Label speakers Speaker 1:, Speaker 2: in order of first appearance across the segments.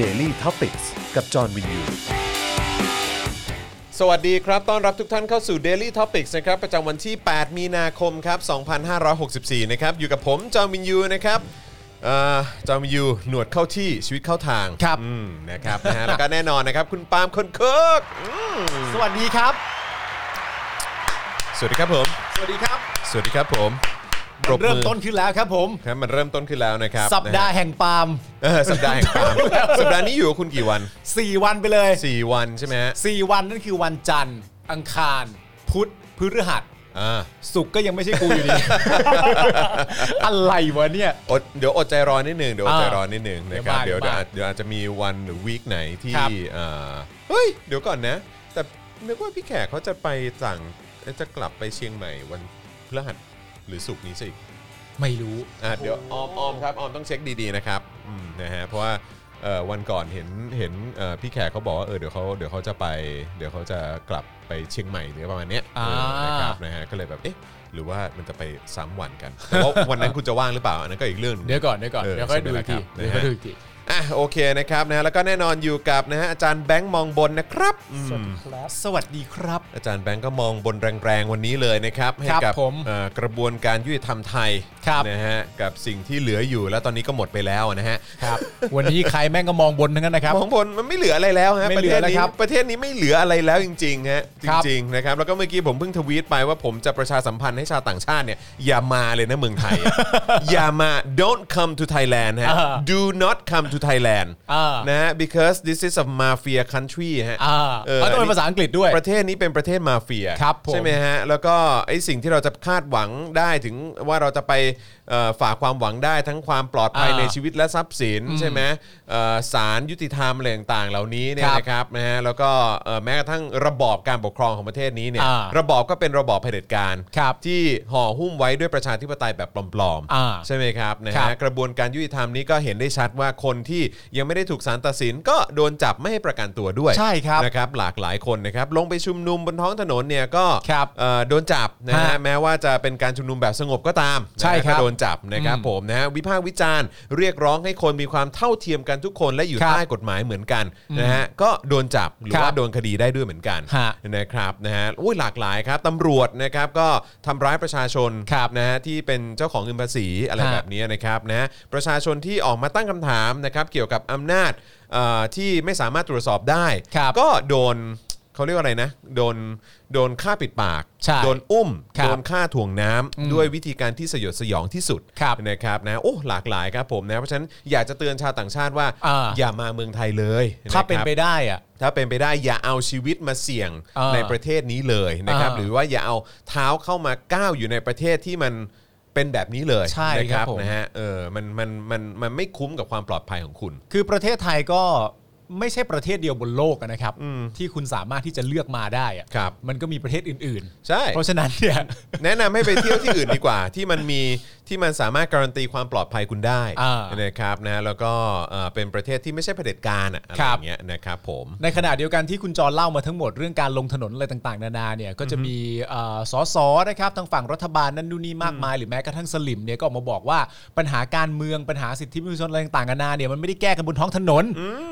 Speaker 1: Daily t o p i c กกับจอห์นวินยู
Speaker 2: สวัสดีครับ ต้อนรับทุกท่านเข้าสู่ Daily Topics นะครับ ประจำวันที่ 8 มีนาคมครับ 2564 นะครับ อยู่กับผมจอมินยูนะครับเอ่อจอมินยู หนวดเข้าที่ชีวิตเข้าทาง
Speaker 3: ครับ
Speaker 2: อืมนะครับ นะฮะ แล้วก็แน่นอนนะครับ คุณปาล์มคนเคึกอืม
Speaker 3: สวัสดีครับ
Speaker 2: สวัสดีครับผม
Speaker 3: สวัสดีครับ
Speaker 2: สวัสดีครับผมปบ
Speaker 3: เริ่ม
Speaker 2: อ
Speaker 3: ต้นขึ้นแล้วครับผม
Speaker 2: ครับ มันเริ่มต้นขึ้นแล้วนะครับ
Speaker 3: สัปดาห์
Speaker 2: นะฮะ
Speaker 3: แห่งปาล์ม
Speaker 2: เออ สัปดาห์แห่งปาล์มสัปดาห์นี้อยู่กับคุณกี่วัน
Speaker 3: 4 วันไปเลย
Speaker 2: 4 วันใช่ไหมฮะ
Speaker 3: 4 วันนั่นคือวันจันทร์ อังคาร พุธพฤหัส
Speaker 2: อ่า
Speaker 3: ศุกร์ก็ยังไม่ใช่กูอยู่ ดี อะไรวะเนี่ย
Speaker 2: อดเดี๋ยวอดใจรอนิดหนึ่งเดี๋ยวอดใจรอนิดหนึ่ง
Speaker 3: อ่า
Speaker 2: นะครับ
Speaker 3: เดี๋
Speaker 2: เดี๋ย
Speaker 3: ยวว
Speaker 2: เดี๋ยวอาจ
Speaker 3: มา
Speaker 2: เดี๋ยวอาจจะมีวันหรือวีคไหนที่
Speaker 3: ครับ
Speaker 2: เอ่อเฮ้ยเดี๋ยวก่อนนะ แต่นึกว่าพี่แขกเขาจะไปสั่งจะกลับไปเชียงใหม่วันพฤหัสหรือศุกร์นี้สิ
Speaker 3: ไม่รู้
Speaker 2: อ่ะเดี๋ยวออมออมครับออมต้องเช็คดีๆนะครับอืมนะฮะเพราะว่าเอ่อวันก่อนเห็นเห็นเอ่อพี่แขกเขาบอกว่าเออเดี๋ยวเขาเดี๋ยวเขาจะไป เดี๋ยวเขาจะกลับไปเชียงใหม่หรือประมาณเนี้ย
Speaker 3: อ่า
Speaker 2: เออนะครับนะฮะก็เลยแบบเอ๊ะหรือว่ามันจะไปสามวันกันแต่ว่าวันนั้นคุณจะว่างหรือเปล่าอันนั้นก็อีกเรื่องหนึง
Speaker 3: เดี๋ยวก่อนเดี๋ยวก่อน
Speaker 2: เออ
Speaker 3: เดี๋ยวค่อยดู
Speaker 2: ใช่
Speaker 3: อีก
Speaker 2: ไหม
Speaker 3: ที
Speaker 2: ครับนะ
Speaker 3: เดี๋ยวค่อย
Speaker 2: ฮะ
Speaker 3: ดูอีกที
Speaker 2: อ่ะโอเคนะครับนะฮะแล้วก็แน่นอนอยู่กับนะฮะอาจารย์แบงค์มองบนนะครับอืม
Speaker 3: สวัสดีครับ
Speaker 2: อาจารย์แบงค์ก็มองบนแรงๆวันนี้เลยนะครับให้กั
Speaker 3: ครับผม
Speaker 2: เอ่อกระบวนการยุติธรรมไทย
Speaker 3: ครับ
Speaker 2: นะฮะกับสิ่งที่เหลืออยู่แล้วตอนนี้ก็หมดไปแล้วนะฮะ
Speaker 3: ครับ วันนี้ใครแม่งก็มองบนทั้งนั้นนะครับ
Speaker 2: มองบนมันไม่เหลืออะไรแล้วฮะ
Speaker 3: ไม่
Speaker 2: ประ
Speaker 3: เหลื
Speaker 2: เท
Speaker 3: อ
Speaker 2: ศนี้
Speaker 3: แล้วครับ
Speaker 2: ประเทศนี้ไม่เหลืออะไรแล้วจริงๆฮะจ
Speaker 3: ครับ
Speaker 2: ริงๆนะครับแล้วก็เมื่อกี้ผมเพิ่งทวีตไปว่าผมจะประชาสัมพันธ์ให้ชาวต่างชาติเนี่ยอย่ามาเลยนะเมืองไทย อย่ามา don't come to Thailand ฮะ do not come to Thailand
Speaker 3: อ่า
Speaker 2: นะฮะ because this is a mafia country ฮะ
Speaker 3: อ่า
Speaker 2: เออ
Speaker 3: เอาต้องเป็นภาษาอังกฤษด้วย
Speaker 2: ประเทศนี้เป็นประเทศมาเฟีย
Speaker 3: ครับผม
Speaker 2: ใช่ไหมฮะ แล้วก็ไอสิ่งที่เราจะคาดหวังได้ถึงว่าเราจะไปเอ่อฝากความหวังได้ทั้งความปลอดภัย
Speaker 3: อ่า
Speaker 2: ในชีวิตและทรัพย์สินใช่ไหมเอ่อศาลยุติธรรมอะไรต่างๆเหล่านี้เนี่ย
Speaker 3: ครับ
Speaker 2: นะครับนะฮะแล้วก็เอ่อแม้กระทั่งระบอบการปกครองของประเทศนี้เนี่ย
Speaker 3: อ่า
Speaker 2: ระบอบก็เป็นระบอบเผด็จการ
Speaker 3: ครับ
Speaker 2: ที่ห่อหุ้มไว้ด้วยประชาธิปไตยแบบปลอม
Speaker 3: อ่า
Speaker 2: ๆใช่ไหมครับนะ
Speaker 3: ครั
Speaker 2: ฮะ
Speaker 3: บ
Speaker 2: กระบวนการยุติธรรมนี้ก็เห็นได้ชัดว่าคนที่ยังไม่ได้ถูกสารตัดสินก็โดนจับไม่ให้ประกันตัวด้วย
Speaker 3: ใช่ครับ
Speaker 2: นะครับหลากหลายคนนะครับลงไปชุมนุมบนท้องถนนเนี่ยก็
Speaker 3: ครับ
Speaker 2: เอ่อโดนจับนะฮะ
Speaker 3: ฮะ
Speaker 2: แม้ว่าจะเป็นการชุมนุมแบบสงบก็ตามนะฮะ
Speaker 3: ใช่ครับ
Speaker 2: ก็โดนจับนะครับ
Speaker 3: อืม
Speaker 2: ผมนะฮะวิพากษ์วิจารณ์เรียกร้องให้คนมีความเท่าเทียมกันทุกคนและอยู่
Speaker 3: ครับ
Speaker 2: ใต้กฎหมายเหมือนกันนะฮะก็โดนจับหรือ
Speaker 3: ครับ
Speaker 2: ว่าโดนคดีได้ด้วยเหมือนกัน
Speaker 3: ฮะ
Speaker 2: นะครับนะฮะอุ้ยหลากหลายครับตำรวจนะครับก็ทำร้ายประชาชน
Speaker 3: ครับ
Speaker 2: นะฮะที่เป็นเจ้าของเงินภาษีอะไร
Speaker 3: ฮะ
Speaker 2: แบบ แบบนี้นะครับนะประชาชนที่ออกมาตั้งคำถามนะครับเกี่ยวกับอำนาจเอ่อที่ไม่สามารถตรวจสอบได้
Speaker 3: ครับ
Speaker 2: ก็โดนเขาเรียกว่าอะไรนะโดนโดนฆ่าปิดปาก
Speaker 3: ใช่
Speaker 2: โดนอุ้ม
Speaker 3: ครับ
Speaker 2: โดนฆ่าถ่วงน้ำ
Speaker 3: อืม
Speaker 2: ด้วยวิธีการที่สยดสยองที่สุด
Speaker 3: ครับ
Speaker 2: นะครับนะโอ้หลากหลายครับผมนะเพราะฉะนั้นอยากจะเตือนชาวต่างชาติว่า
Speaker 3: อ่า
Speaker 2: อย่ามาเมืองไทยเลย
Speaker 3: ถ้าเป็นะครับ ไปได้อ่ะ
Speaker 2: ถ้าเป็นไปได้อย่าเอาชีวิตมาเสี่ยง
Speaker 3: เออ
Speaker 2: ในประเทศนี้เลยนะครับ
Speaker 3: เออ
Speaker 2: หรือว่าอย่าเอาเท้าเข้ามาก้าวอยู่ในประเทศที่มันเป็นแบบนี้เลย
Speaker 3: ใช่
Speaker 2: นะครับ
Speaker 3: ผม
Speaker 2: นะฮะเออมันมันมันมันไม่คุ้มกับความปลอดภัยของคุณ
Speaker 3: คือประเทศไทยก็ไม่ใช่ประเทศเดียวบนโลกอะนะครับ ที่คุณสามารถที่จะเลือกมาได้อะ
Speaker 2: ครับ
Speaker 3: มันก็มีประเทศอื่น
Speaker 2: ใช่
Speaker 3: ๆ เพราะฉะนั้นเนี่ย
Speaker 2: แนะนำให้ไปเที่ยวที่อื่นดีกว่า ที่มันมีที่มันสามารถการันตีความปลอดภัยคุณได้
Speaker 3: อ่าน
Speaker 2: นะครับนะแล้วก็เอ่อเป็นประเทศที่ไม่ใช่เผด็จการอะอะไรอย่างเงี้ยนะครับผม
Speaker 3: ในขณะเดียวกันที่คุณจรเล่ามาทั้งหมดเรื่องการลงถนนอะไรต่างๆ นานาเนี่ยก็จะมีเอ่อสอสอนะครับทางฝั่งรัฐบาลนั่นนู่นนี่มากมาย หรือแม้กระทั่งสลิมเนี่ยก็ออกมาบอกว่าปัญหาการเมืองปัญหาสิทธิมนุษยชนอะไรต่างๆนานาเนี่ยมันไม่ได้แก้กันบนท้องถนน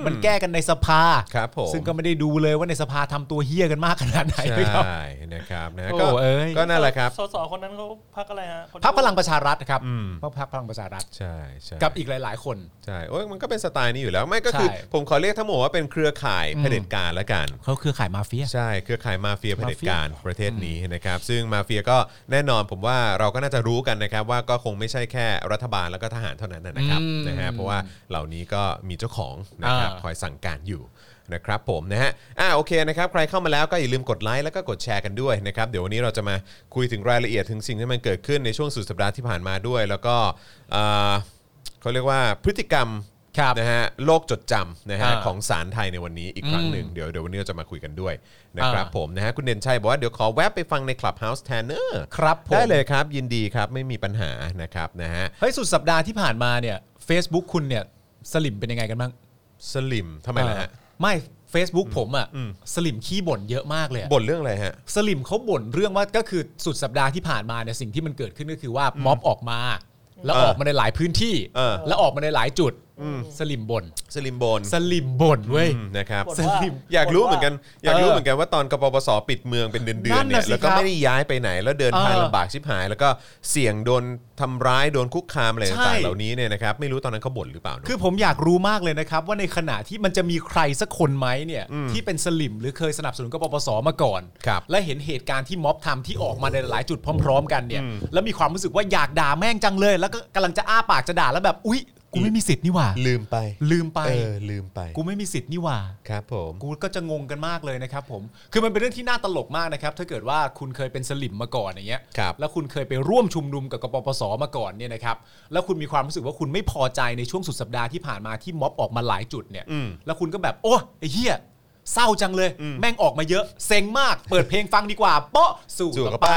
Speaker 3: มันแก้กันในสภา
Speaker 2: ครับผม
Speaker 3: ซึ่งก็ไม่ได้ดูเลยว่าในสภาทำตัวเฮี้ยกันมากขนาดไหน
Speaker 2: ใช
Speaker 3: นะครับ
Speaker 2: ่นะครับนะ
Speaker 3: โอ้
Speaker 2: ก็
Speaker 3: เอ้ย
Speaker 2: ก็นั่นแหละครับ
Speaker 4: สสคนนั้นเขาพักอะไรฮะเขา
Speaker 3: พักพลังประชารัฐครับพักพลังประชารัฐ
Speaker 2: ใช่ใช่
Speaker 3: กับอีกหลาย ๆ คน
Speaker 2: ใช่โอ้ยมันก็เป็นสไตล์นี้อยู่แล้ว ไม่ก็คือ
Speaker 3: ใช่
Speaker 2: ผมขอเรียกทั้งหมดว่าเป็นเครือข่ายเผด็จการละกัน
Speaker 3: เขาคือขายมาเฟีย
Speaker 2: ใช่ เครือข่ายมาเฟียเผด็จการประเทศนี้นะครับ ซึ่งมาเฟียก็แน่นอนผมว่าเราก็น่าจะรู้กันนะครับ ว่าก็คงไม่ใช่แค่รัฐบาลแล้วก็ทหารเท่านั้นนะครับ
Speaker 3: อืม
Speaker 2: นะฮะเพราะว่าเหล่านี้ก็มีเจ้าของนะครับ
Speaker 3: อ่า
Speaker 2: คอยสั่งการอยู่นะครับผมนะฮะอ่าโอเคนะครับใครเข้ามาแล้วก็อย่าลืมกดไลค์แล้วก็กดแชร์กันด้วยนะครับเดี๋ยววันนี้เราจะมาคุยถึงรายละเอียดถึงสิ่งที่มันเกิดขึ้นในช่วงสุดสัปดาห์ที่ผ่านมาด้วย แล้วก็อ่าเขาเรียกว่าพฤติกรรม
Speaker 3: ครับ
Speaker 2: นะฮะโลกจดจำนะฮะ
Speaker 3: อ่า
Speaker 2: ของศาลไทยในวันนี้อีกครั้งหนึ่งเดี๋ยวเดี๋ยววันนี้เราจะมาคุยกันด้วยนะครับ
Speaker 3: อ่า
Speaker 2: ผมนะฮะคุณเด่นชัยบอกว่าเดี๋ยวขอแวะไปฟังใน Clubhouse แทนเนอร์
Speaker 3: ครับผม
Speaker 2: ได้เลยครับ ยินดีครับไม่มีปัญหานะครับนะฮะ
Speaker 3: เฮ้ยสุดสัปดาห์ที่ผ่านมาเนี่ย Facebook คุณเนี่ยสลิมเป็นยังไงกันบ้าง
Speaker 2: สลิมทำไมล่ะฮะ
Speaker 3: เออไม่ Facebook ผมอ่ะสลิมขี้บ่นเยอะมากเลยอะ
Speaker 2: บ่นเรื่องอะไรฮะ
Speaker 3: สลิมเขาบ่นเรื่องว่าก็คือสุดสัปดาห์ที่ผ่านมาเนี่ยสิ่งที่มันเกิดขึ้นก็คือว่าม็อบออกมา แล้ว
Speaker 2: เออ
Speaker 3: ออกมาในหลายพื้นที่
Speaker 2: เออ
Speaker 3: แล้วออกมาในหลายจุด สลิมบ่น
Speaker 2: สลิมโบน
Speaker 3: สลิมบ่นเว้ย
Speaker 2: อืมนะครับ
Speaker 4: บ่น
Speaker 3: ส
Speaker 4: ว่
Speaker 3: ลิม
Speaker 2: อยากรู้เหมือนกัน อยากรู้
Speaker 3: เออ
Speaker 2: เหมือนกันว่าตอนกปปสปิดเมืองเป็นเดือนๆ
Speaker 3: นั่น
Speaker 2: เนี่ย
Speaker 3: น่ะสิ
Speaker 2: แล้วก็
Speaker 3: ครับ
Speaker 2: ไม่ได้ย้ายไปไหน แล้วเดินทาง
Speaker 3: เออ
Speaker 2: ลำบากชิบหาย แล้วก็เสี่ยงโดนทำร้ายโดนคุกคามอะไร
Speaker 3: ใช่
Speaker 2: ต่างๆเหล่านี้เนี่ยนะครับไม่รู้ตอนนั้นเขาบ่นหรือเปล่าเนอะ
Speaker 3: คือผมอยากรู้มากเลยนะครับ ว่าในขณะที่มันจะมีใครสักคนไหมเนี่ยที่เป็นสลิมหรือเคยสนับสนุนกปปสมาก่อน
Speaker 2: ครับ
Speaker 3: และเห็นเหตุการณ์ที่ม็อบทำที่ออกมาในหลายจุดพร้อม ๆ กันเนี่ย แล้วมีความรู้สึกว่าอยากด่าแม่งจังเลย แล้วก็กำลังจะอ้าปากจะด่าแล้วแบบ อุ๊ย กูไม่มีสิทธิ์นี่หว่า
Speaker 2: ลืมไป
Speaker 3: ลืมไป
Speaker 2: เออลืมไป
Speaker 3: กูไม่มีสิทธิ์นี่หว่า
Speaker 2: ครับผม
Speaker 3: กูก็จะงงกันมากเลยนะครับผม คือมันเป็นเรื่องที่น่าตลกมากนะครับ ถ้าเกิดว่าคุณเคยเป็นสลิมมาก่อนอย่างเงี้ย
Speaker 2: ครับ
Speaker 3: แล้วคุณเคยไปร่วมชุมนุมกับกปปสมาก่อนเนี่ยนะครับ แล้วคุณมีความรู้สึกว่าคุณไม่พอใจในช่วงสุดสัปดาห์ที่ผ่านมาที่ม็อบออกมาหลายจุดเนี่ย
Speaker 2: อืม
Speaker 3: แล้วคุณก็แบบ โอ้ไอ้เหี้ยเศร้าจังเลย แม่งออกมาเยอะ เซ็งมาก เปิดเพลงฟังดีกว่า เปาะสู่
Speaker 2: สู่กับ
Speaker 3: กับ
Speaker 2: ไป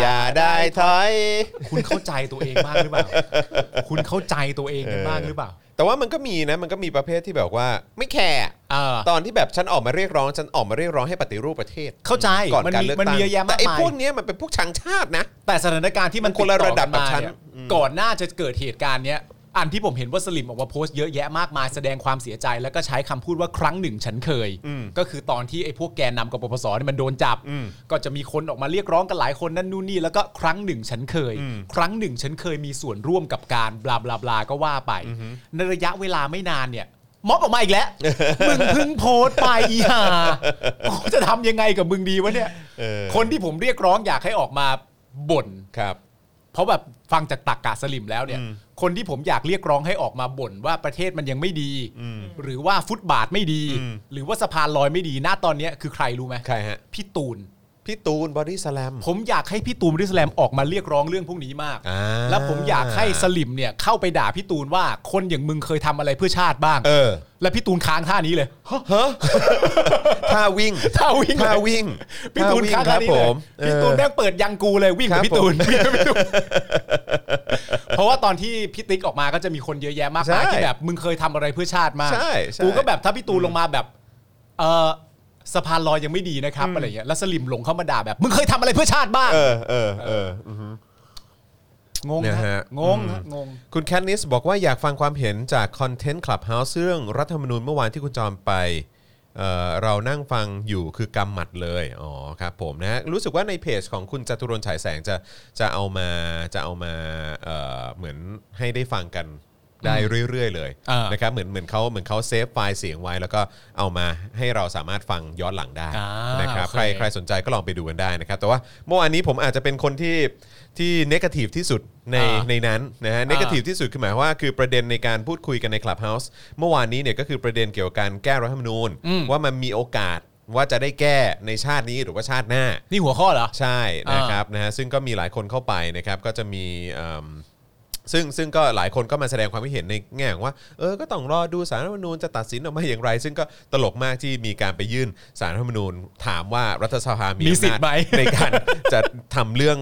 Speaker 2: อย่าได้ถอย
Speaker 3: คุณเข้าใจตัวเองมากหรือเปล่า คุณเข้าใจตัวเองกันบ้างหรือเปล่า
Speaker 2: แต่ว่ามันก็มีนะ มันก็มีประเภทที่แบบว่าไม่แคร์
Speaker 3: เออ
Speaker 2: ตอนที่แบบฉันออกมาเรียกร้อง ฉันออกมาเรียกร้องให้ปฏิรูปประเทศ
Speaker 3: เข้าใจ
Speaker 2: ก่อน
Speaker 3: มัน
Speaker 2: การ
Speaker 3: มี
Speaker 2: เลือก
Speaker 3: มัน
Speaker 2: ตั้
Speaker 3: มี
Speaker 2: ง
Speaker 3: เยอะแยะ
Speaker 2: แต่
Speaker 3: มาก
Speaker 2: ไอ้
Speaker 3: มาย
Speaker 2: พวกเนี้ยมันเป็นพวกชังชาตินะ
Speaker 3: แต่สถานการณ์ที่มัน
Speaker 2: มันคนละ
Speaker 3: ติต่อ
Speaker 2: ระดับกับ
Speaker 3: มา
Speaker 2: ฉัน
Speaker 3: เย
Speaker 2: อืม
Speaker 3: ก่อนหน้าจะเกิดเหตุการณ์เนี้ยอันที่ผมเห็นว่าสลิมออกมาโพสต์เยอะแยะมากมายแสดงความเสียใจแล้วก็ใช้คำพูดว่าครั้งหนึ่งฉันเคย
Speaker 2: อืม
Speaker 3: ก็คือตอนที่ไอ้พวกแกนนำกปปสเนี่ยมันโดนจับ
Speaker 2: อืม
Speaker 3: ก็จะมีคนออกมาเรียกร้องกันหลายคนนั่นนู่นนี่แล้วก็ครั้งหนึ่งฉันเคย
Speaker 2: อืม
Speaker 3: ครั้งหนึ่งฉันเคยมีส่วนร่วมกับการบลาบลาบลาก็ว่าไป ในระยะเวลาไม่นานเนี่ยม็อบออกมาอี กแล้ว มึงเพึ่งโพสต์ไปอีห่ากูจะทำยังไงกับมึงดีวะเนี่ย
Speaker 2: เออ
Speaker 3: คนที่ผมเรียกร้องอยากให้ออกมาบ่น
Speaker 2: ครับ
Speaker 3: เพราะแบบฟังจากตักกะสลิมแล้วเนี่ย คนที่ผมอยากเรียกร้องให้ออกมาบ่นว่าประเทศมันยังไม่ดี หรือว่าฟุตบาทไม่ดี
Speaker 2: อืม
Speaker 3: หรือว่าสะพานลอยไม่ดีหน้าตอนเนี้ยคือใครรู้ไหม
Speaker 2: ใครฮะ
Speaker 3: พี่ตูน
Speaker 2: พี่ตูนบอดี้สแลม
Speaker 3: ผมอยากให้พี่ตูนบอดี้สแลมออกมาเรียกร้องเรื่องพวกนี้มาก
Speaker 2: อ่า
Speaker 3: แล้วผมอยากให้สลิมเนี่ยเข้าไปด่าพี่ตูนว่าคนอย่างมึงเคยทำอะไรเพื่อชาติบ้าง
Speaker 2: เออ
Speaker 3: และพี่ตูนค้างท่านี้เลย
Speaker 2: ฮะ ท่าวิ่ง
Speaker 3: ท่าวิ่งเลย
Speaker 2: ท่าวิ่ง
Speaker 3: พี่ตูน
Speaker 2: วิ่ง
Speaker 3: ค้าง
Speaker 2: ค
Speaker 3: ท่า
Speaker 2: รับ
Speaker 3: นี้
Speaker 2: ผ
Speaker 3: เลย
Speaker 2: ม
Speaker 3: พี่
Speaker 2: เอ
Speaker 3: ตูน
Speaker 2: อ
Speaker 3: แม่งเปิดยังกูเลยวิ่ง
Speaker 2: ครั
Speaker 3: กับบ พี่ตูนวิ่งกับพี่ตูน เพราะว่าตอนที่พี่ติ๊กออกมาก็จะมีคนเยอะแยะมากมาย
Speaker 2: ใช่
Speaker 3: ที่แบบมึงเคยทำอะไรเพื่อชาติมาก
Speaker 2: ใช่ใช่
Speaker 3: กูก็แบบถ้าพี่ตูนลงมาแบบเออสะพานลอยยังไม่ดีนะครับอะไรเงี้ยแล้วสลิมหลงเข้ามาด่าแบบมึงเคยทำอะไรเพื่อชาติบ้าง
Speaker 2: เออเออเออ
Speaker 3: งง
Speaker 2: เนี่ย
Speaker 3: ฮะ
Speaker 2: ฮะ
Speaker 3: งงฮะงง
Speaker 2: คุณแคทนิสบอกว่าอยากฟังความเห็นจากคอนเทนต์คลับเฮาส์เรื่องรัฐธรรมนูญเมื่อวานที่คุณจอมไปเอ่อเรานั่งฟังอยู่คือกำหมัดเลยอ๋อครับผมนะฮะรู้สึกว่าในเพจของคุณจตุรนฉายแสงจะจะเอามาจะเอามาเอ่อเหมือนให้ได้ฟังกันได้เรื่อย ๆ เลย
Speaker 3: อ่าน
Speaker 2: นะครับเหมือนเหมือนเขาเหมือนเขาเซฟไฟล์เสียงไว้ แล้วก็เอามาให้เราสามารถฟังย้อนหลังได้
Speaker 3: อ่า
Speaker 2: นะครับ
Speaker 3: โอเค
Speaker 2: ใครใคร สนใจก็ลองไปดูกันได้นะครับ แต่ว่าเมื่อวานนี้ผมอาจจะเป็นคนที่ที่เนกาทีฟที่สุดใน
Speaker 3: อ่า
Speaker 2: ในนั้นนะฮะ
Speaker 3: อ่า
Speaker 2: เนกาทีฟที่สุดคือหมายความว่าคือประเด็นในการพูดคุยกันในคลับเฮาส์เมื่อวานนี้เนี่ยก็คือประเด็นเกี่ยวกับการแก้รัฐธรรมนูญ
Speaker 3: อืม
Speaker 2: ว่ามันมีโอกาสว่าจะได้แก้ในชาตินี้หรือว่าชาติหน้า
Speaker 3: นี่หัวข้อเหรอ
Speaker 2: ใช่นะครับนะฮะซึ่งก็มีหลายคนเข้าไปนะครับก็จะมีเอิ่มซึ่งซึ่งก็หลายคนก็มาแสดงความคิดเห็นในแง่ของว่าเออก็ต้องรอดูสารรัฐธรรมนูญจะตัดสินออกมาอย่างไร ซึ่งก็ตลกมากที่มีการไปยื่นสารรัฐธรรมนูญ ถามว่ารัฐสภามี
Speaker 3: มีสิทธิ์ไหม
Speaker 2: อำนาจในการ จะทำเรื่อง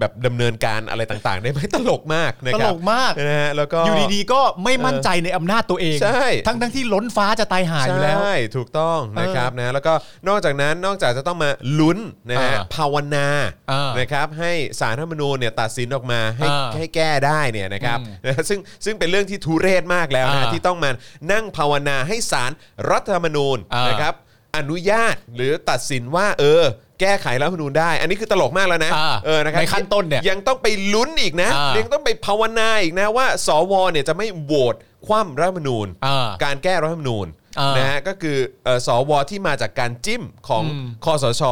Speaker 2: แบบดำเนินการอะไรต่างๆ ได้ไหมตลกมากนะค
Speaker 3: ตล
Speaker 2: รับ
Speaker 3: กมาก
Speaker 2: นะฮะแล้วก็
Speaker 3: อยู่ดีๆก็ไม่มั่นใจในอำนาจตัวเอง
Speaker 2: ใช่
Speaker 3: ทั้งทั้งๆที่ล้นฟ้าจะตายหาอยู่แล้ว
Speaker 2: ใช่ ถูกต้องนะครับนะแล้วก็นอกจากนั้นนอกจากจะต้องมาลุ้นนะฮะ
Speaker 3: อ่า
Speaker 2: ภาวนา
Speaker 3: อ่าน
Speaker 2: นะครับให้สารรัฐธรรมนูญเนี่ยตัดสินออกมาให้
Speaker 3: อ่า
Speaker 2: ให้แก้ได้เนี่ยนะครับ
Speaker 3: อืม
Speaker 2: นะซึ่งซึ่งเป็นเรื่องที่ทุเรศมากแล้วนะ
Speaker 3: อ่า
Speaker 2: ที่ต้องมานั่งภาวนาให้สารรัฐธรรมนูญ
Speaker 3: อ่าน
Speaker 2: นะครับอนุญาตหรือตัดสินว่าเออ แก้ไขรัฐธรรมนูญได้ อันนี้คือตลกมากแล้วนะ
Speaker 3: อ่า
Speaker 2: เออนะครับ
Speaker 3: ในขั้นต้นเนี่ย
Speaker 2: ยังต้องไปลุ้นอีกนะ
Speaker 3: อ่ายั
Speaker 2: ยังต้องไปภาวนาอีกนะว่า สวเนี่ยจะไม่โหวตคว่ำรัฐธรรมนูญ
Speaker 3: อ่า
Speaker 2: การแก้รัฐธรรมนูญ
Speaker 3: อ่าน
Speaker 2: นะฮะก็คือเอ่อสวที่มาจากการจิ้มของ
Speaker 3: อืม
Speaker 2: คอสช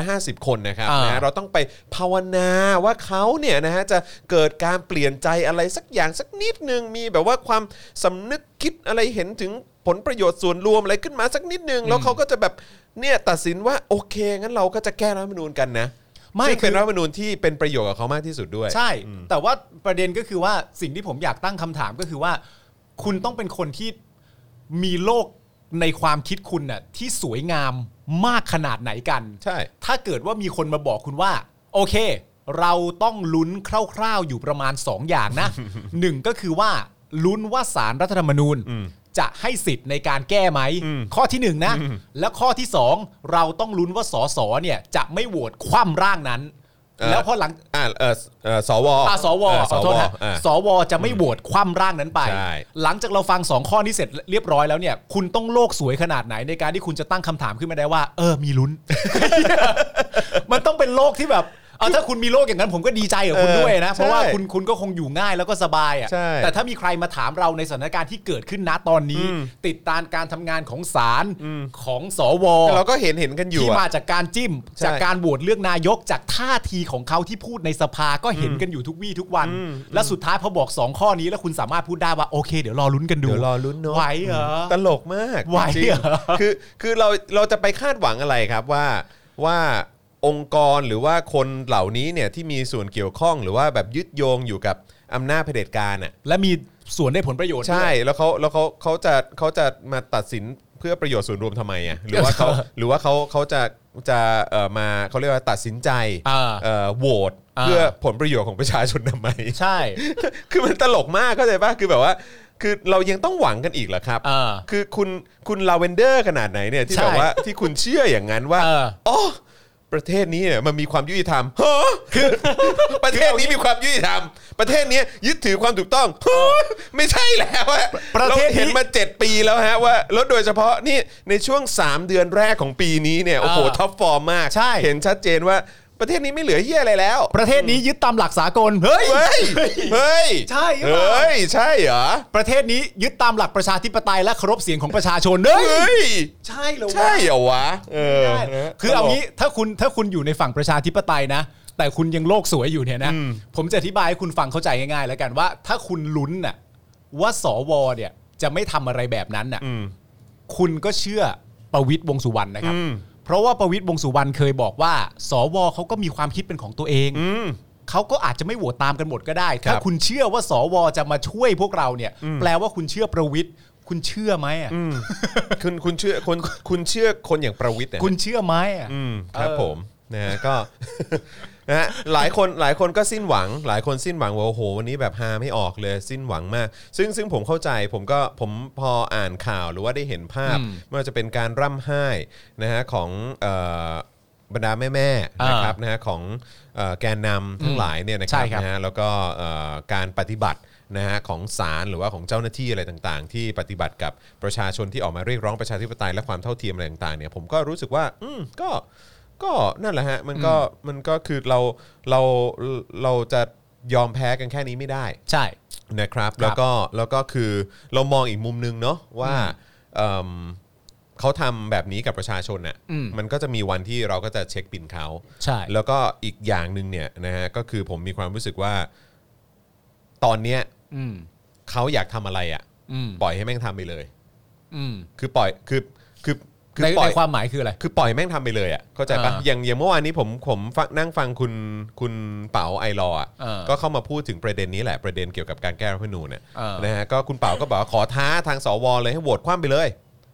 Speaker 2: 250 คนนะครับ
Speaker 3: อ่าน
Speaker 2: นะฮะเราต้องไปภาวนาว่าเขาเนี่ยนะฮะจะเกิดการเปลี่ยนใจอะไรสักอย่างสักนิดนึงมีแบบว่าความสำนึกคิดอะไรเห็นถึงผลประโยชน์ส่วนรวมอะไรขึ้นมาสักนิดนึง แล้วเขาก็จะแบบเนี่ยตัดสินว่าโอเคงั้นเราก็จะแก้รัฐธรรมนูญกันนะ
Speaker 3: ไม่
Speaker 2: ซึ่ง
Speaker 3: คือ
Speaker 2: เป็นรัฐธรรมนูญที่เป็นประโยชน์กับเขามากที่สุดด้วย
Speaker 3: ใช่ แต่ว่าประเด็นก็คือว่าสิ่งที่ผมอยากตั้งคำถามก็คือว่า คุณต้องเป็นคนที่มีโลกในความคิดคุณน่ะที่สวยงามมากขนาดไหนกัน
Speaker 2: ใช่
Speaker 3: ถ้าเกิดว่ามีคนมาบอกคุณว่า โอเค เราต้องลุ้นคร่าวๆอยู่ประมาณ 2 อย่าง นะ หนึ่งก็คือว่าลุ้นว่าสารรัฐธรรมนูญ จะให้สิทธิ์ในการแก้ไหม ข้อที่หนึ่งนะ และข้อที่สองเราต้องลุ้นว่าสสเนี่ยจะไม่โหวตคว่ำร่างนั้น
Speaker 2: เอ่อ
Speaker 3: แล้วพอหลัง
Speaker 2: อ่าเออเอ่อสว
Speaker 3: อ่าสว
Speaker 2: เอ่อ
Speaker 3: ขอโทษนะ
Speaker 2: อ่า
Speaker 3: สวจะไม่โหวตคว่ำร่างนั้นไป
Speaker 2: ใช่
Speaker 3: หลังจากเราฟังสองข้อนี้เสร็จเรียบร้อยแล้วเนี่ย คุณต้องโลกสวยขนาดไหนในการที่คุณจะตั้งคำถามขึ้นมาได้ว่า เออมี ลุ้น มันต้องเป็นโลกที่แบบเอาถ้าคุณมีโลกอย่างนั้นผมก็ดีใจกับคุณ
Speaker 2: เออ
Speaker 3: ด้วยนะ เพราะว่า
Speaker 2: ใช่
Speaker 3: คุณคุณก็คงอยู่ง่ายแล้วก็สบายอ่ะ
Speaker 2: ใช่
Speaker 3: แต่ถ้ามีใครมาถามเราในสถานการณ์ที่เกิดขึ้นนะตอนนี้
Speaker 2: อืม
Speaker 3: ติดตามการทำงานของศาลของสว
Speaker 2: เราก็เห็นเห็นกันอยู่
Speaker 3: ที่
Speaker 2: อะ
Speaker 3: มาจากการจิ้ม
Speaker 2: ใช่
Speaker 3: จากการโหวตเลือกนายกจากท่าทีของเขาที่พูดในสภาก็เห็นกันอยู่ทุกวี่ทุกวัน และสุดท้ายพอบอก 2 ข้อนี้แล้วคุณสามารถพูดได้ว่าโอเค เดี๋ยวรอลุ้นกันดู
Speaker 2: เดี๋ยวรอลุ้นเนอะ
Speaker 3: ไหวเหรอ
Speaker 2: ตลกมาก
Speaker 3: ไหว
Speaker 2: จริง
Speaker 3: เหรอ
Speaker 2: คือคือเราเราจะไปคาดหวังอะไรครับว่าว่าองค์กรหรือว่าคนเหล่านี้เนี่ยที่มีส่วนเกี่ยวข้องหรือว่าแบบยึดโยงอยู่กับอำนาจเผด็จการอ่ะ
Speaker 3: และมีส่วนได้ผลประโยชน์
Speaker 2: ใช่
Speaker 3: ด้วย
Speaker 2: แล้วเขาแล้วเขาเขาจะเขาจะมาตัดสินเพื่อประโยชน์ส่วนรวมทำไมอ่ะหรือว่าเขาหรือว่าเขาเขาจะจะเอ่อมาเขาเรียกว่าตัดสินใจ
Speaker 3: อ่า
Speaker 2: เอ่อโหวต
Speaker 3: อ่า
Speaker 2: เพื่อผลประโยชน์ของประชาชนทำไม
Speaker 3: ใช่
Speaker 2: คือมันตลกมากเข้าใจป่ะคือแบบว่า คือเรายังต้องหวังกันอีกเหรอครับ
Speaker 3: เออ
Speaker 2: คือคุณคุณลาเวนเดอร์ขนาดไหนเนี่ยที่
Speaker 3: ใช่
Speaker 2: แบบว่าที่คุณเชื่ออย่างนั้นว่า
Speaker 3: เออ
Speaker 2: อ๋อประเทศนี้เนี่ยมันมีความยุติธรรมฮะคือ ประเทศนี้มีความยุติธรรม ประเทศเนี้ยยึดถือความถูกต้องฮะไม่ใช่แล้วอ
Speaker 3: ประเทศนี้
Speaker 2: าเห็นมา 7 ปีแล้วฮะว่าแล้วโดยเฉพาะนี่ในช่วง 3 เดือนแรกของปีนี้เนี่ยโอ้โหท็อปฟอร์มมาก
Speaker 3: ใช่
Speaker 2: เห็นชัดเจนว่าประเทศนี้ไม่เหลือเฮียอะไรแล้ว
Speaker 3: ประเทศนี้ยึดตามหลักสากลเฮ้ย
Speaker 2: เฮ้ย เฮ้ย
Speaker 3: ใช่หรือเปล่า
Speaker 2: เฮ้ย ใช่เหรอ
Speaker 3: ประเทศนี้ยึดตามหลักประชาธิปไตยและเคารพเสียงของประชาชนเฮ้ย
Speaker 2: เฮ้ย
Speaker 3: ใช่เหรอวะ
Speaker 2: ใช่เหรอวะ เออ
Speaker 3: ได้คือเอางี้ถ้าคุณถ้าคุณอยู่ในฝั่งประชาธิปไตยนะ แต่คุณยังโลกสวยอยู่เนี่ยนะ ผมจะอธิบายให้คุณฟังเข้าใจง่ายๆแล้วกันว่า ถ้าคุณลุ้นน่ะว่าสวเนี่ยจะไม่ทำอะไรแบบนั้นน่ะ
Speaker 2: อืม
Speaker 3: คุณก็เชื่อประวิตยวงษ์สุวรรณนะครับ
Speaker 2: อืม
Speaker 3: เพราะว่าประวิตยวงษ์สุวรรณเคยบอกว่า สวเขาก็มีความคิดเป็นของตัวเอง
Speaker 2: อืม
Speaker 3: เขาก็อาจจะไม่โหวตตามกันหมดก็ได้ ถ้า
Speaker 2: ครับ
Speaker 3: คุณเชื่อว่าสวจะมาช่วยพวกเราเนี่ย แปลว่าคุณเชื่อประวิตย์คุณเชื่อไหมอ่ะ
Speaker 2: คุณคุณเชื่อคนคุณเชื่อคนอย่างประวิทย์เนี่ย
Speaker 3: คุณเชื่อไหมอ่ะ
Speaker 2: อืมครับ
Speaker 3: เออ
Speaker 2: ผมนะฮะก็ นะฮะหลายคนหลายคนก็สิ้นหวัง หลายคนสิ้นหวังว่าโอ้โหวันนี้แบบฮาไม่ออกเลยสิ้นหวังมาก ซึ่งซึ่งผมเข้าใจผมก็ผมพออ่านข่าวหรือว่าได้เห็นภาพไม่ว่าจะเป็นการร่ำไห้นะฮะของเอ่อบรรดาแม่แม่ๆ
Speaker 3: อ่าน
Speaker 2: นะครับนะฮะของเอ่อแกนนำทั้งหลายเนี่ยนะครั
Speaker 3: ใช่ครับ
Speaker 2: นะฮะแล้วก็เอ่อการปฏิบัตินะฮะของศาลหรือว่าของเจ้าหน้าที่อะไรต่างๆ ที่ปฏิบัติกับประชาชนที่ออกมาเรียกร้องประชาธิปไตยและความเท่าเทียมอะไรต่างๆเนี่ยผมก็รู้สึกว่าอืมก็ ก็นั่นแหละฮะมันก็มันก็คือเราเราเราจะยอมแพ้กันแค่นี้ไม่ได้
Speaker 3: ใช่
Speaker 2: นะครับ แล้วก็แล้วก็คือเรามองอีกมุมนึงเนาะว่าเอิ่มเขาทำแบบนี้กับประชาชนน่ะ
Speaker 3: อืม
Speaker 2: มันก็จะมีวันที่เราก็จะเช็คบินเขา
Speaker 3: ใช่
Speaker 2: แล้วก็อีกอย่างหนึ่งเนี่ยนะฮะก็คือผมมีความรู้สึกว่าตอนเนี้ย
Speaker 3: อืม
Speaker 2: เขาอยากทำอะไรอะ่ะ
Speaker 3: อืม
Speaker 2: ปล่อยให้แม่งทำไปเลย
Speaker 3: อืม
Speaker 2: คือปล่อยคือคือคือ
Speaker 3: ใน
Speaker 2: ปล่อย
Speaker 3: ในความหมายคืออะไร
Speaker 2: คือปล่อยแม่งทำไปเลยอ่ะเข้าใจปะ
Speaker 3: อ่า
Speaker 2: อย่างอย่างเมื่อวานนี้ผมผมฟังนั่งฟังคุณคุณเป๋าไอรอว์อะ
Speaker 3: อ่า
Speaker 2: ก็เข้ามาพูดถึงประเด็นนี้แหละประเด็นเกี่ยวกับการแก้รัฐธรรมนูญเนี่ย
Speaker 3: อ่าน
Speaker 2: นะฮะก็คุณเป๋าก็บอกว่าขอท้าทางสวเลยให้โหวตคว่ำไปเลย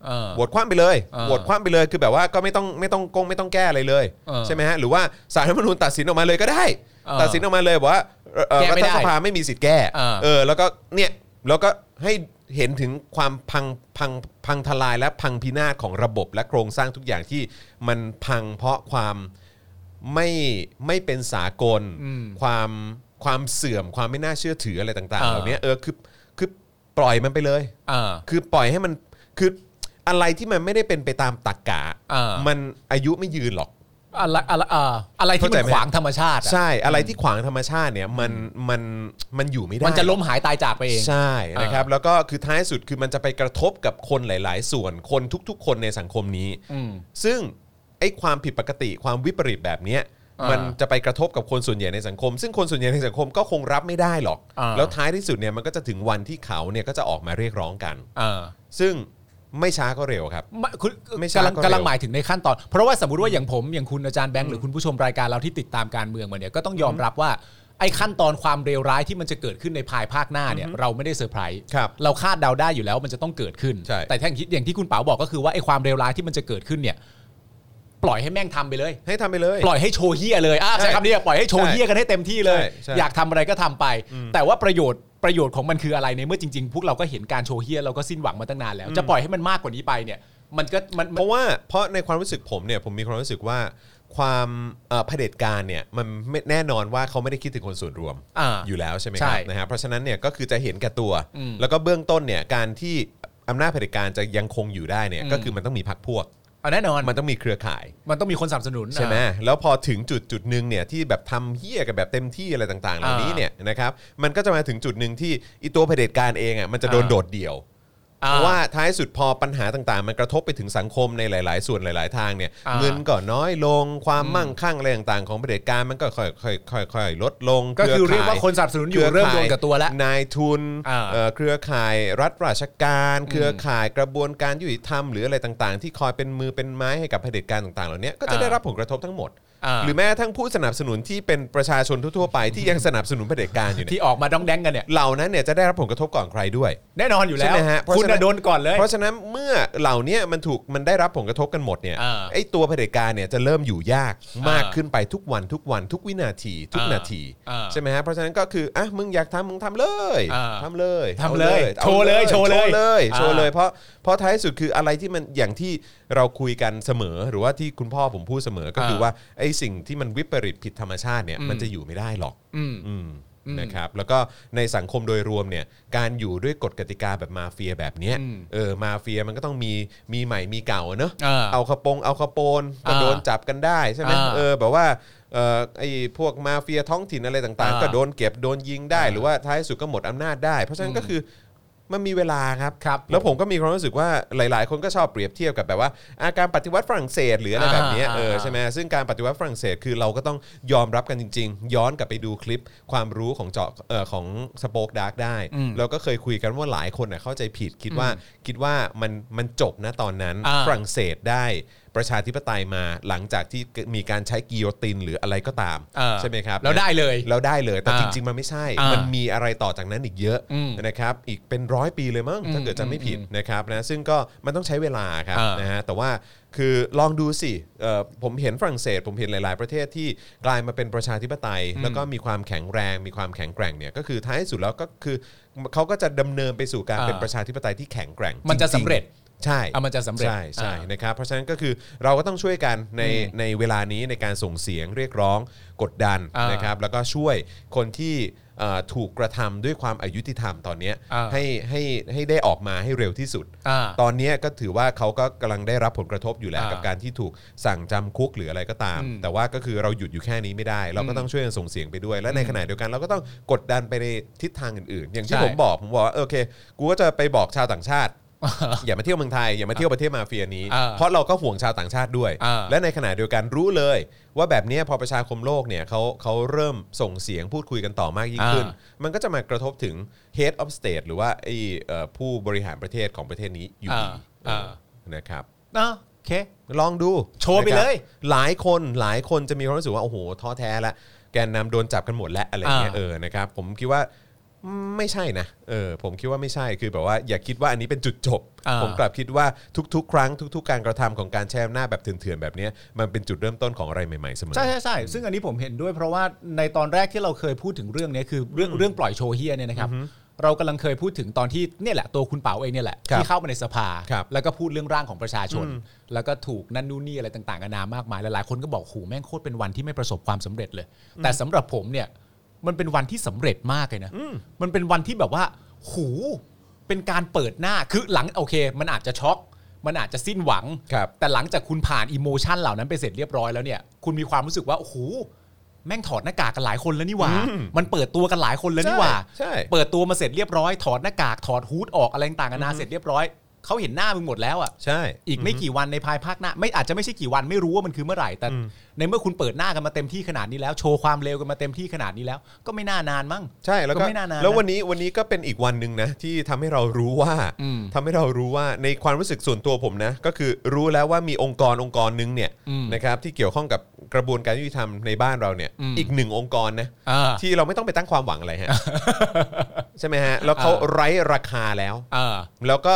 Speaker 3: เออ
Speaker 2: โหวตคว่ำไปเลย
Speaker 3: อ่า
Speaker 2: โหวตคว่ำไปเลยคือแบบว่าก็ไม่ต้องไม่ต้องกงไม่ต้องแก้อะไรเลย
Speaker 3: อ่า
Speaker 2: ใช่ไหมฮะหรือว่าสารรัฐธรรมนูญตัดสินออกมาเลยก็ได้
Speaker 3: อ่า
Speaker 2: ตัดสินออกมาเลยบอกว่าเอ่อเอ่อรั
Speaker 3: แก้ไม่
Speaker 2: ฐ
Speaker 3: ได้
Speaker 2: สภาไม่มีสิทธิ์แก้
Speaker 3: อ่า
Speaker 2: เออแล้วก็เนี่ยแล้วก็ให้เห็นถึงความพังพังพังทลายและพังพินาศของระบบและโครงสร้างทุกอย่างที่มันพังเพราะความไม่ไม่เป็นสากล
Speaker 3: อืม
Speaker 2: ความความเสื่อมความไม่น่าเชื่อถืออะไรต่างๆ
Speaker 3: อ่า
Speaker 2: เหล่านี้เออคือคือปล่อยมันไปเลย
Speaker 3: เออ
Speaker 2: คือปล่อยให้มันคืออะไรที่มันไม่ได้เป็นไปตามตรรกกะ
Speaker 3: อ่ามั
Speaker 2: มันอายุไม่ยืนหรอก
Speaker 3: อะไรอะไรเอ่ออะไรที่
Speaker 2: เข้าใจ
Speaker 3: มัน
Speaker 2: ไหม
Speaker 3: ขวางธรรมชาติอะ
Speaker 2: ใช่อะไรที่ขวางธรรมชาติเนี่ยมันมันมันอยู่ไม่ได้
Speaker 3: มันจะล้มหายตายจากไปเอง
Speaker 2: ใช่
Speaker 3: เออ
Speaker 2: นะครับแล้วก็คือท้ายสุดคือมันจะไปกระทบกับคนหลาย ๆ ส่วนคนทุกๆ คนในสังคมนี้
Speaker 3: อืม
Speaker 2: ซึ่งไอ้ความผิดปกติความวิปริตแบบเนี้ย
Speaker 3: อ่ามั
Speaker 2: มันจะไปกระทบกับคนส่วนใหญ่ในสังคม ซึ่งคนส่วนใหญ่ในสังคมก็คงรับไม่ได้หรอก
Speaker 3: อ่า
Speaker 2: แล้วท้ายที่สุดเนี่ยมันก็จะถึงวันที่เขาเนี่ยก็จะออกมาเรียกร้องกัน
Speaker 3: เออ
Speaker 2: ซึ่งไม่ช้าก็เร็วครับ
Speaker 3: ไม่คุณ
Speaker 2: ไม่ใช่
Speaker 3: กำลัง
Speaker 2: ก็เร็ว
Speaker 3: กำลังหมายถึงในขั้นตอน เพราะว่าสมมติว่าอย่างผมอย่างคุณอาจารย์แบงค์หรือคุณผู้ชมรายการเราที่ติดตามการเมืองมาเนี่ยก็ต้องยอมรับว่าไอ้ขั้นตอนความเร็วร้ายที่มันจะเกิดขึ้นในภายภาคหน้าเนี่ยเราไม่ได้เซอร์ไพรส์
Speaker 2: ครับ
Speaker 3: เราคาดเดาได้อยู่แล้วมันจะต้องเกิดขึ้น
Speaker 2: ใช่
Speaker 3: แต่ถ้าอย่างที่อย่างที่คุณเป๋าบอกก็คือว่าไอ้ความเร็วร้ายที่มันจะเกิดขึ้นเนี่ย ปล่อยให้แม่งทำไปเลย
Speaker 2: ให้ทำไปเลย
Speaker 3: ปล่อยให้โชว์เฮียเลยอ่ะ
Speaker 2: ใช่
Speaker 3: ใช้คำนี้อ่ะปล่อยให้โชว์
Speaker 2: ใช่
Speaker 3: เฮียกันให้เต็มที่เลย
Speaker 2: ใช่ใช่
Speaker 3: อยากทำอะไรก็ทำไป แต่ว่าประโยชน์ประโยชน์ของมันคืออะไรในเมื่อจริงๆ พวกเราก็เห็นการโชว์เฮียเราก็สิ้นหวังมาตั้งนานแล้ว จะปล่อยให้มันมากกว่านี้ไปเนี่ย มันก็มัน
Speaker 2: เพราะว่าเพราะในความรู้สึกผมเนี่ยผมมีความรู้สึกว่า ความเอ่อเผด็จการเนี่ยมันไม่แน่นอนว่าเขาไม่ได้คิดถึงคนส่วนรวม
Speaker 3: อ่า
Speaker 2: อยู่แล้วใช่ไหมค
Speaker 3: ใช่
Speaker 2: รับนะฮะเพราะฉะนั้นเนี่ยก็คือจะเห็นแก่ตัว
Speaker 3: อืม
Speaker 2: แล้วก็เบื้องต้นเนี่ยการที่อำนาจเผด็จการจะยังคงอยู่ได้เนี่ย
Speaker 3: อืม
Speaker 2: ก็คือมันต้องมีพรรคพวก
Speaker 3: เอาแน่นอน
Speaker 2: มันต้องมีเครือข่าย
Speaker 3: มันต้องมีคนสนับสนุน
Speaker 2: ใช่ไหมแล้วพอถึงจุดจุดหนึ่งเนี่ยที่แบบทำเฮี้ยกันแบบเต็มที่อะไรต่างๆเหล่านี้เนี่ยนะครับมันก็จะมาถึงจุดหนึ่งที่อีตัวเผด็จการเองอ่ะมันจะโดน
Speaker 3: อ่า
Speaker 2: โดดเดี่ยว
Speaker 3: อ่
Speaker 2: เพราะว่าท้ายสุดพอปัญหาต่างๆ มันกระทบไปถึงสังคมในหลาย ๆ ส่วนหลาย ๆ ทางเนี่ย
Speaker 3: อ่า
Speaker 2: เงินก็น้อยลงความมั่งคั่งอะไรต่างๆ ของเผด็จการมันก็ค่อยๆค่อยๆค่อยๆลดลง
Speaker 3: ก็คือ
Speaker 2: ข่
Speaker 3: เรียกว่าคนสนับสนุนอยู่เริ่ม
Speaker 2: คข่าย
Speaker 3: รวมกับตัวแล้ว
Speaker 2: นายทุน
Speaker 3: อ่า
Speaker 2: เอ่อเครือข่ายรัฐราชการ เครือข่ายกระบวนการยุติธรรมหรืออะไรต่างๆ ที่คอยเป็นมือเป็นไม้ให้กับเผด็จการต่างๆ เหล่านี้ก็จะ
Speaker 3: อ่า
Speaker 2: ได้รับผลกระทบทั้งหมด
Speaker 3: อ่า
Speaker 2: หรือแม้กระทั้งผู้สนับสนุนที่เป็นประชาชนทั่วๆไปที่ยังสนับสนุนเผด็จการอยู่เนี่ย
Speaker 3: ที่ออกมาดองแดงกันเนี่ย
Speaker 2: เหล่านั้นเนี่ยจะได้รับผลกระทบก่อนใครด้วย
Speaker 3: แน่นอนอยู่แล้
Speaker 2: ใช่
Speaker 3: ว
Speaker 2: ไหมฮะเพราะ
Speaker 3: คุณ
Speaker 2: ฉะนั้
Speaker 3: น่ะ
Speaker 2: น
Speaker 3: โดนก่อนเลย
Speaker 2: เพราะฉะนั้นเมื่อเหล่าเนี้ยมันถูกมันได้รับผลกระทบกันหมดเนี่ย
Speaker 3: อ่า
Speaker 2: ไอ้ตัวเผด็จการเนี่ยจะเริ่มอยู่ยาก
Speaker 3: อ่าม
Speaker 2: มากขึ้นไปทุกวันทุกวันทุกวินาทีทุก
Speaker 3: อ่า
Speaker 2: นาที
Speaker 3: อ่า
Speaker 2: ใช่ไหมฮะเพราะฉะนั้นก็คืออ่ะมึงอยากทำมึงทำเลย
Speaker 3: อ่า
Speaker 2: ทำเลย
Speaker 3: ทำเลย
Speaker 2: อา
Speaker 3: โชว์เลยโชว์เลย
Speaker 2: เลย
Speaker 3: อ่า
Speaker 2: โชว์เลยเพราะเพราะท้ายสุดคืออะไรที่มันอย่างที่เราคุยกันเสมอ หรือว่าที่คุณพ่อผมพูดเสมอก็คืออา ว่าไอ้สิ่งที่มันวิปริตผิดธรรมชาติเนี่ย
Speaker 3: อืม
Speaker 2: มันจะอยู่ไม่ได้หรอก
Speaker 3: อืม
Speaker 2: อืม
Speaker 3: อืม
Speaker 2: นะครับแล้วก็ในสังคมโดยรวมเนี่ยการอยู่ด้วยกฎกติกาแบบมาเฟียแบบเนี้ย
Speaker 3: อืม
Speaker 2: เออมาเฟียมันก็ต้องมีมีใหม่มีเก่าเนอะ
Speaker 3: เออ
Speaker 2: เอาขปงเอาขโปนก็
Speaker 3: อ่า
Speaker 2: โดนจับกันได้ใช่ไหม
Speaker 3: อ่า
Speaker 2: เออแบบว่าเออไอ้พวกมาเฟียท้องถิ่นอะไรต่าง
Speaker 3: อ่า
Speaker 2: ๆ ก็โดนเก็บโดนยิงได้
Speaker 3: อ่า
Speaker 2: หรือว่าท้ายสุดก็หมดอำนาจได้ เพราะฉะนั้นก็คือมันมีเวลาครับ
Speaker 3: ครับ
Speaker 2: แล้วผมก็มีความรู้สึกว่าหลาย ๆ คนก็ชอบเปรียบเทียบกับแบบว่าอาการปฏิวัติฝรั่งเศสหรืออะไรแบบเนี้ย
Speaker 3: อ่า
Speaker 2: เออใช่ไหม
Speaker 3: อ่า
Speaker 2: ใช่ไหมซึ่งการปฏิวัติฝรั่งเศสคือเราก็ต้องยอมรับกันจริง ๆ ย้อนกลับไปดูคลิปความรู้ของเจาะเอ่อของสป o อ e ดาร์กได้
Speaker 3: อืม
Speaker 2: เราก็เคยคุยกันว่าหลายคนน่ะเข้าใจผิดคิดว่าคิดว่ามันมันจบนะตอนนั้น
Speaker 3: อ่า
Speaker 2: ฝรั่งเศสได้ประชาธิปไตยมาหลังจากที่มีการใช้กิโยตินหรืออะไรก็ตาม
Speaker 3: อ่า
Speaker 2: ใช่ไหมครับ
Speaker 3: แล้วได้เลย
Speaker 2: แล้วได้เลยแต่
Speaker 3: อ่า
Speaker 2: จริง ๆ มันไม่ใช่
Speaker 3: อ่ามั
Speaker 2: มันมีอะไรต่อจากนั้นอีกเยอะ
Speaker 3: อืม
Speaker 2: นะครับอีกเป็นร้อยปีเลยมั้งถ้าเกิดจะไม่ผิดนะครับนะซึ่งก็มันต้องใช้เวลาครับ
Speaker 3: อ่าน
Speaker 2: นะฮะแต่ว่าคือลองดูสิเอ่อผมเห็นฝรั่งเศส ผมเห็นหลาย ๆ ประเทศที่กลายมาเป็นประชาธิปไตย แล้วก็มีความแข็งแรงมีความแข็งแกร่งเนี่ยก็คือท้ายสุดแล้วก็คือเขาก็จะดำเนินไปสู่การ
Speaker 3: อ่า
Speaker 2: เป็นประชาธิปไตยที่แข็งแกร่ง
Speaker 3: มันจะ
Speaker 2: งๆ
Speaker 3: สำเร็จ
Speaker 2: ใช่
Speaker 3: อ่ะมันจะสำเร็จ
Speaker 2: ใช่ใช่
Speaker 3: อ่า
Speaker 2: นะครับเพราะฉะนั้นก็คือเราก็ต้องช่วยกันในในเวลานี้ในการส่งเสียงเรียกร้องกดดัน
Speaker 3: อ่าน
Speaker 2: นะครับแล้วก็ช่วยคนที่เอ่อถูกกระทำด้วยความอายุติธรรมตอนเนี้ย
Speaker 3: อ่า
Speaker 2: ให้ให้ให้ได้ออกมาให้เร็วที่สุด
Speaker 3: อ่า
Speaker 2: ตอนเนี้ยก็ถือว่าเขาก็กำลังได้รับผลกระทบอยู่แล้ว
Speaker 3: อ่า
Speaker 2: กับการที่ถูกสั่งจำคุกหรืออะไรก็ตาม
Speaker 3: อืม
Speaker 2: แต่ว่าก็คือเราหยุดอยู่แค่นี้ไม่ได้ เราก็ต้องช่วยกันส่งเสียงไปด้วย และในขณะเดียวกันเราก็ต้องกดดันไปในทิศทางอื่นๆ อย่างที่
Speaker 3: ใช่
Speaker 2: ผมบอกผมบอกว่าโอเคกูก็จะไปบอกชาวต่างชาติ อย่ามาเที่ยวเมืองไทยอย่ามาเที่ยวประเทศมาเฟียนี้
Speaker 3: อ่า
Speaker 2: เพราะเราก็ห่วงชาวต่างชาติด้วย
Speaker 3: อ่า
Speaker 2: และในขณะเดียวกันรู้เลย ว่าแบบเนี้ยพอประชาคมโลกเนี่ยเขาเขาเริ่มส่งเสียงพูดคุยกันต่อมากยิ่งขึ้น
Speaker 3: อ่า
Speaker 2: มันก็จะมากระทบถึง head of state หรือว่าไอ้เอ่อผู้บริหารประเทศของประเทศนี้อยู่ดี
Speaker 3: อ่าอ่า
Speaker 2: เออนะครับ
Speaker 3: เนาะโอเค
Speaker 2: ลองดู
Speaker 3: โชว์ไป
Speaker 2: นะครับ
Speaker 3: เลย
Speaker 2: หลายคนหลายคนจะมีความรู้สึกว่า โอ้โห ท้อแท้ละแกนนำโดนจับกันหมดแล้วอะไรเงี้ย
Speaker 3: อ่า
Speaker 2: เออนะครับผมคิดว่าไม่ใช่นะเออผมคิดว่าไม่ใช่คือแบบว่าอย่าคิดว่าอันนี้เป็นจุดจบ
Speaker 3: อ่า
Speaker 2: ผมกลับคิดว่าทุก ๆ ครั้งทุก ๆ การกระทำของการแช่อำนาจแบบเถื่อนๆแบบเนี้ยมันเป็นจุดเริ่มต้นของอะไรใหม่ๆเสมอ
Speaker 3: ใช่ใช่ใช่ซึ่งอันนี้ผมเห็นด้วยเพราะว่าในตอนแรกที่เราเคยพูดถึงเรื่องเนี้ยคือเรื่องเรื่องปล่อยโชว์เฮียเนี่ยนะครับ เรากำลังเคยพูดถึงตอนที่เนี่ยแหละตัวคุณเป๋าเองเนี่ยแหละ
Speaker 2: ครับ
Speaker 3: ที่เข้ามาในสภา
Speaker 2: ครับ
Speaker 3: แล้วก็พูดเรื่องร่างของประชาชน แล้วก็ถูกนั่นนู่นนี่อะไรต่างๆนานามากมายหลายๆคนก็บอกโหแม่งโคตรเป็นวันที่ไม่ประสบความสำเร็จเลย แต่สำหรับผมเนี่ยมันเป็นวันที่สำเร็จมากเลยนะมันเป็นวันที่แบบว่าหูเป็นการเปิดหน้าคือหลังโอเค มันอาจจะช็อก มันอาจจะสิ้นหวัง
Speaker 2: ครับ
Speaker 3: แต่หลังจากคุณผ่านอิโมชันเหล่านั้นไปเสร็จเรียบร้อยแล้วเนี่ย คุณมีความรู้สึกว่า โอ้โห แม่งถอดหน้ากากกันหลายคนแล้วนี่หว่า
Speaker 2: อืม
Speaker 3: มันเปิดตัวกันหลายคนแล้วนี่หว่า
Speaker 2: ใช่ใช่
Speaker 3: เปิดตัวมาเสร็จเรียบร้อย ถอดหน้ากาก ถอดฮูดออกอะไรต่างกันานาเสร็จเรียบร้อย เขาเห็นหน้ามึงหมดแล้วอ่ะ
Speaker 2: ใช่
Speaker 3: อีกไม่กี่วันในภายภาคหน้า ไม่อาจจะไม่ใช่กี่วันไม่รู้ว่ามันคือเมื่อไหร่ แต่ในเมื่อคุณเปิดหน้ากันมาเต็มที่ขนาดนี้แล้ว โชว์ความเร็วกันมาเต็มที่ขนาดนี้แล้ว ก็ไม่น่านานมั้ง
Speaker 2: ใช่แล้วก็
Speaker 3: ก็ไม่นานๆนะ
Speaker 2: แล้ววันนี้วันนี้ก็เป็นอีกวันหนึ่งนะที่ทำให้เรารู้ว่า
Speaker 3: อืม
Speaker 2: ทำให้เรารู้ว่าในความรู้สึกส่วนตัวผมนะ ก็คือรู้แล้วว่ามีองค์กรองค์กรหนึงเนี่ย
Speaker 3: อืม
Speaker 2: นะครับที่เกี่ยวข้องกับกระบวนการยุติธรรมในบ้านเราเนี่ย
Speaker 3: อืม
Speaker 2: อีกหนึ่งองค์กรนะ
Speaker 3: อ่า
Speaker 2: ที่เราไม่ต้องไปตั้งความหวังอะไร ฮะ ใช่ไหมฮะ แล้วเขา
Speaker 3: อ่า
Speaker 2: ไร้ราคาแล้ว
Speaker 3: อ่า
Speaker 2: แล้วก็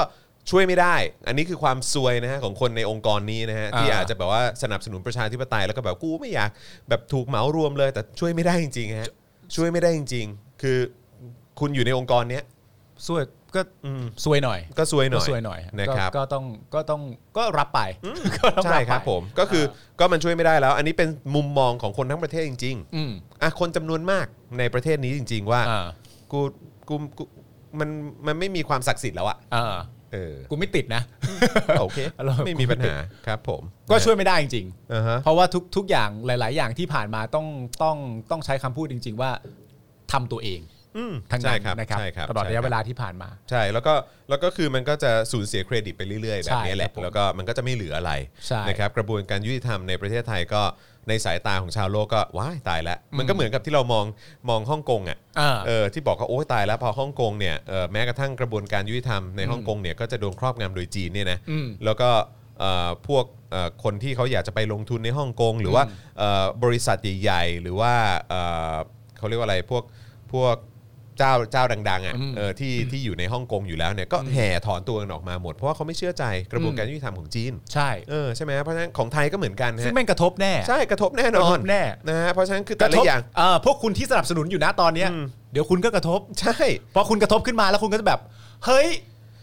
Speaker 2: ช่วยไม่ได้ อันนี้คือความซวยนะฮะของคนในองค์กรนี้นะฮะที่
Speaker 3: อ่า
Speaker 2: อาจจะแบบว่าสนับสนุนประชาธิปไตยแล้วก็แบบกูไม่อยากแบบถูกเหมารวมเลย แต่ช่วยไม่ได้จริงๆฮะช่วยไม่ได้จริง ๆ คือคุณอยู่ในองค์กรเนี้ย
Speaker 3: สวยก็
Speaker 2: อืม
Speaker 3: ซวยหน่อย
Speaker 2: ก็ซวยหน่
Speaker 3: ก็
Speaker 2: อย
Speaker 3: ซวยหน่อย
Speaker 2: นะครับ
Speaker 3: ก็ก็ต้องก็ต้องก็รับไปก็ต้อง
Speaker 2: ใช่
Speaker 3: ไป
Speaker 2: ครับผมก็คือก็มันช่วยไม่ได้แล้ว อันนี้เป็นมุมมองของคนทั้งประเทศจริง
Speaker 3: อืม
Speaker 2: ๆอ่ะคนจำนวนมากในประเทศนี้จริง ๆ ว่า
Speaker 3: อ่า
Speaker 2: กูกูกูมันมันไม่มีความศักดิ์สิทธิ์แล้วอะ
Speaker 3: อ่า
Speaker 2: เออ
Speaker 3: กูไม่ติดนะ
Speaker 2: โอเค
Speaker 3: เรา
Speaker 2: ไม่มีปัญหาครับผม
Speaker 3: ก็ช่วยไม่ได้จริง
Speaker 2: อ่าฮะ
Speaker 3: ๆ เพราะว่าทุกทุกอย่างหลาย ๆ อย่างที่ผ่านมาต้องต้องต้องใช้คำพูดจริง ๆ ว่าทำตัวเอง
Speaker 2: อืม
Speaker 3: ทั้งนั้
Speaker 2: ใช่
Speaker 3: น
Speaker 2: ครับ
Speaker 3: นะครับ
Speaker 2: ใช่ครับ
Speaker 3: ตลอดระ
Speaker 2: ใช่
Speaker 3: ยะ
Speaker 2: ค
Speaker 3: เว
Speaker 2: บ
Speaker 3: ลาที่ผ่านมา
Speaker 2: ใช่แล้วก็แล้วก็คือมันก็จะสูญเสียเครดิตไปเรื่อยๆ แบบนี้แหละ
Speaker 3: ใช่ครับผม
Speaker 2: แล้วก็มันก็จะไม่เหลืออะไร
Speaker 3: ใช่
Speaker 2: นะครับกระบวนการยุติธรรมในประเทศไทยก็ในสายตาของชาวโลกก็ว้ายตายแล้วมันก็เหมือนกับที่เรามองมองฮ่องกงอ่ะ
Speaker 3: อ่า
Speaker 2: เออที่บอกว่าโอ้ยตายแล้วพอฮ่องกงเนี่ยเออแม้กระทั่งกระบวนการยุติธรรมในฮ่องกงเนี่ยก็จะโดนครอบงำโดยจีนเนี่ยนะ
Speaker 3: อืม
Speaker 2: แล้วก็เอ่อพวกเอ่อคนที่เขาอยากจะไปลงทุนในฮ่องกงหรือว่าเอ่อบริษัทใหญ่ๆ หรือว่าเอ่อเขาเรียกว่าอะไรพวกพวกเจ้าเจ้าดังๆอ่ะ
Speaker 3: อืม
Speaker 2: เออ เออที่ที่อยู่ในฮ่องกงอยู่แล้วเนี่ยก็แห่ถอนตัวกันออกมาหมด เพราะว่าเขาไม่เชื่อใจกระบวนการยุติธรรมของจีน
Speaker 3: ใช่
Speaker 2: เออใช่ไหมเพราะฉะนั้นของไทยก็เหมือนกัน
Speaker 3: ซึ่ง
Speaker 2: ฮะ
Speaker 3: แม่งกระทบแน่
Speaker 2: ใช่กระทบแน่นอก
Speaker 3: ระท
Speaker 2: น
Speaker 3: บแน่
Speaker 2: นะฮะเพราะฉะนั้นคือแต่ละอย่าง
Speaker 3: เอ่อพวกคุณที่สนับสนุนอยู่นะตอนเนี้ย
Speaker 2: อืม
Speaker 3: เดี๋ยวคุณก็กระทบ
Speaker 2: ใช่
Speaker 3: พอคุณกระทบขึ้นมาแล้วคุณก็จะแบบ เฮ้ย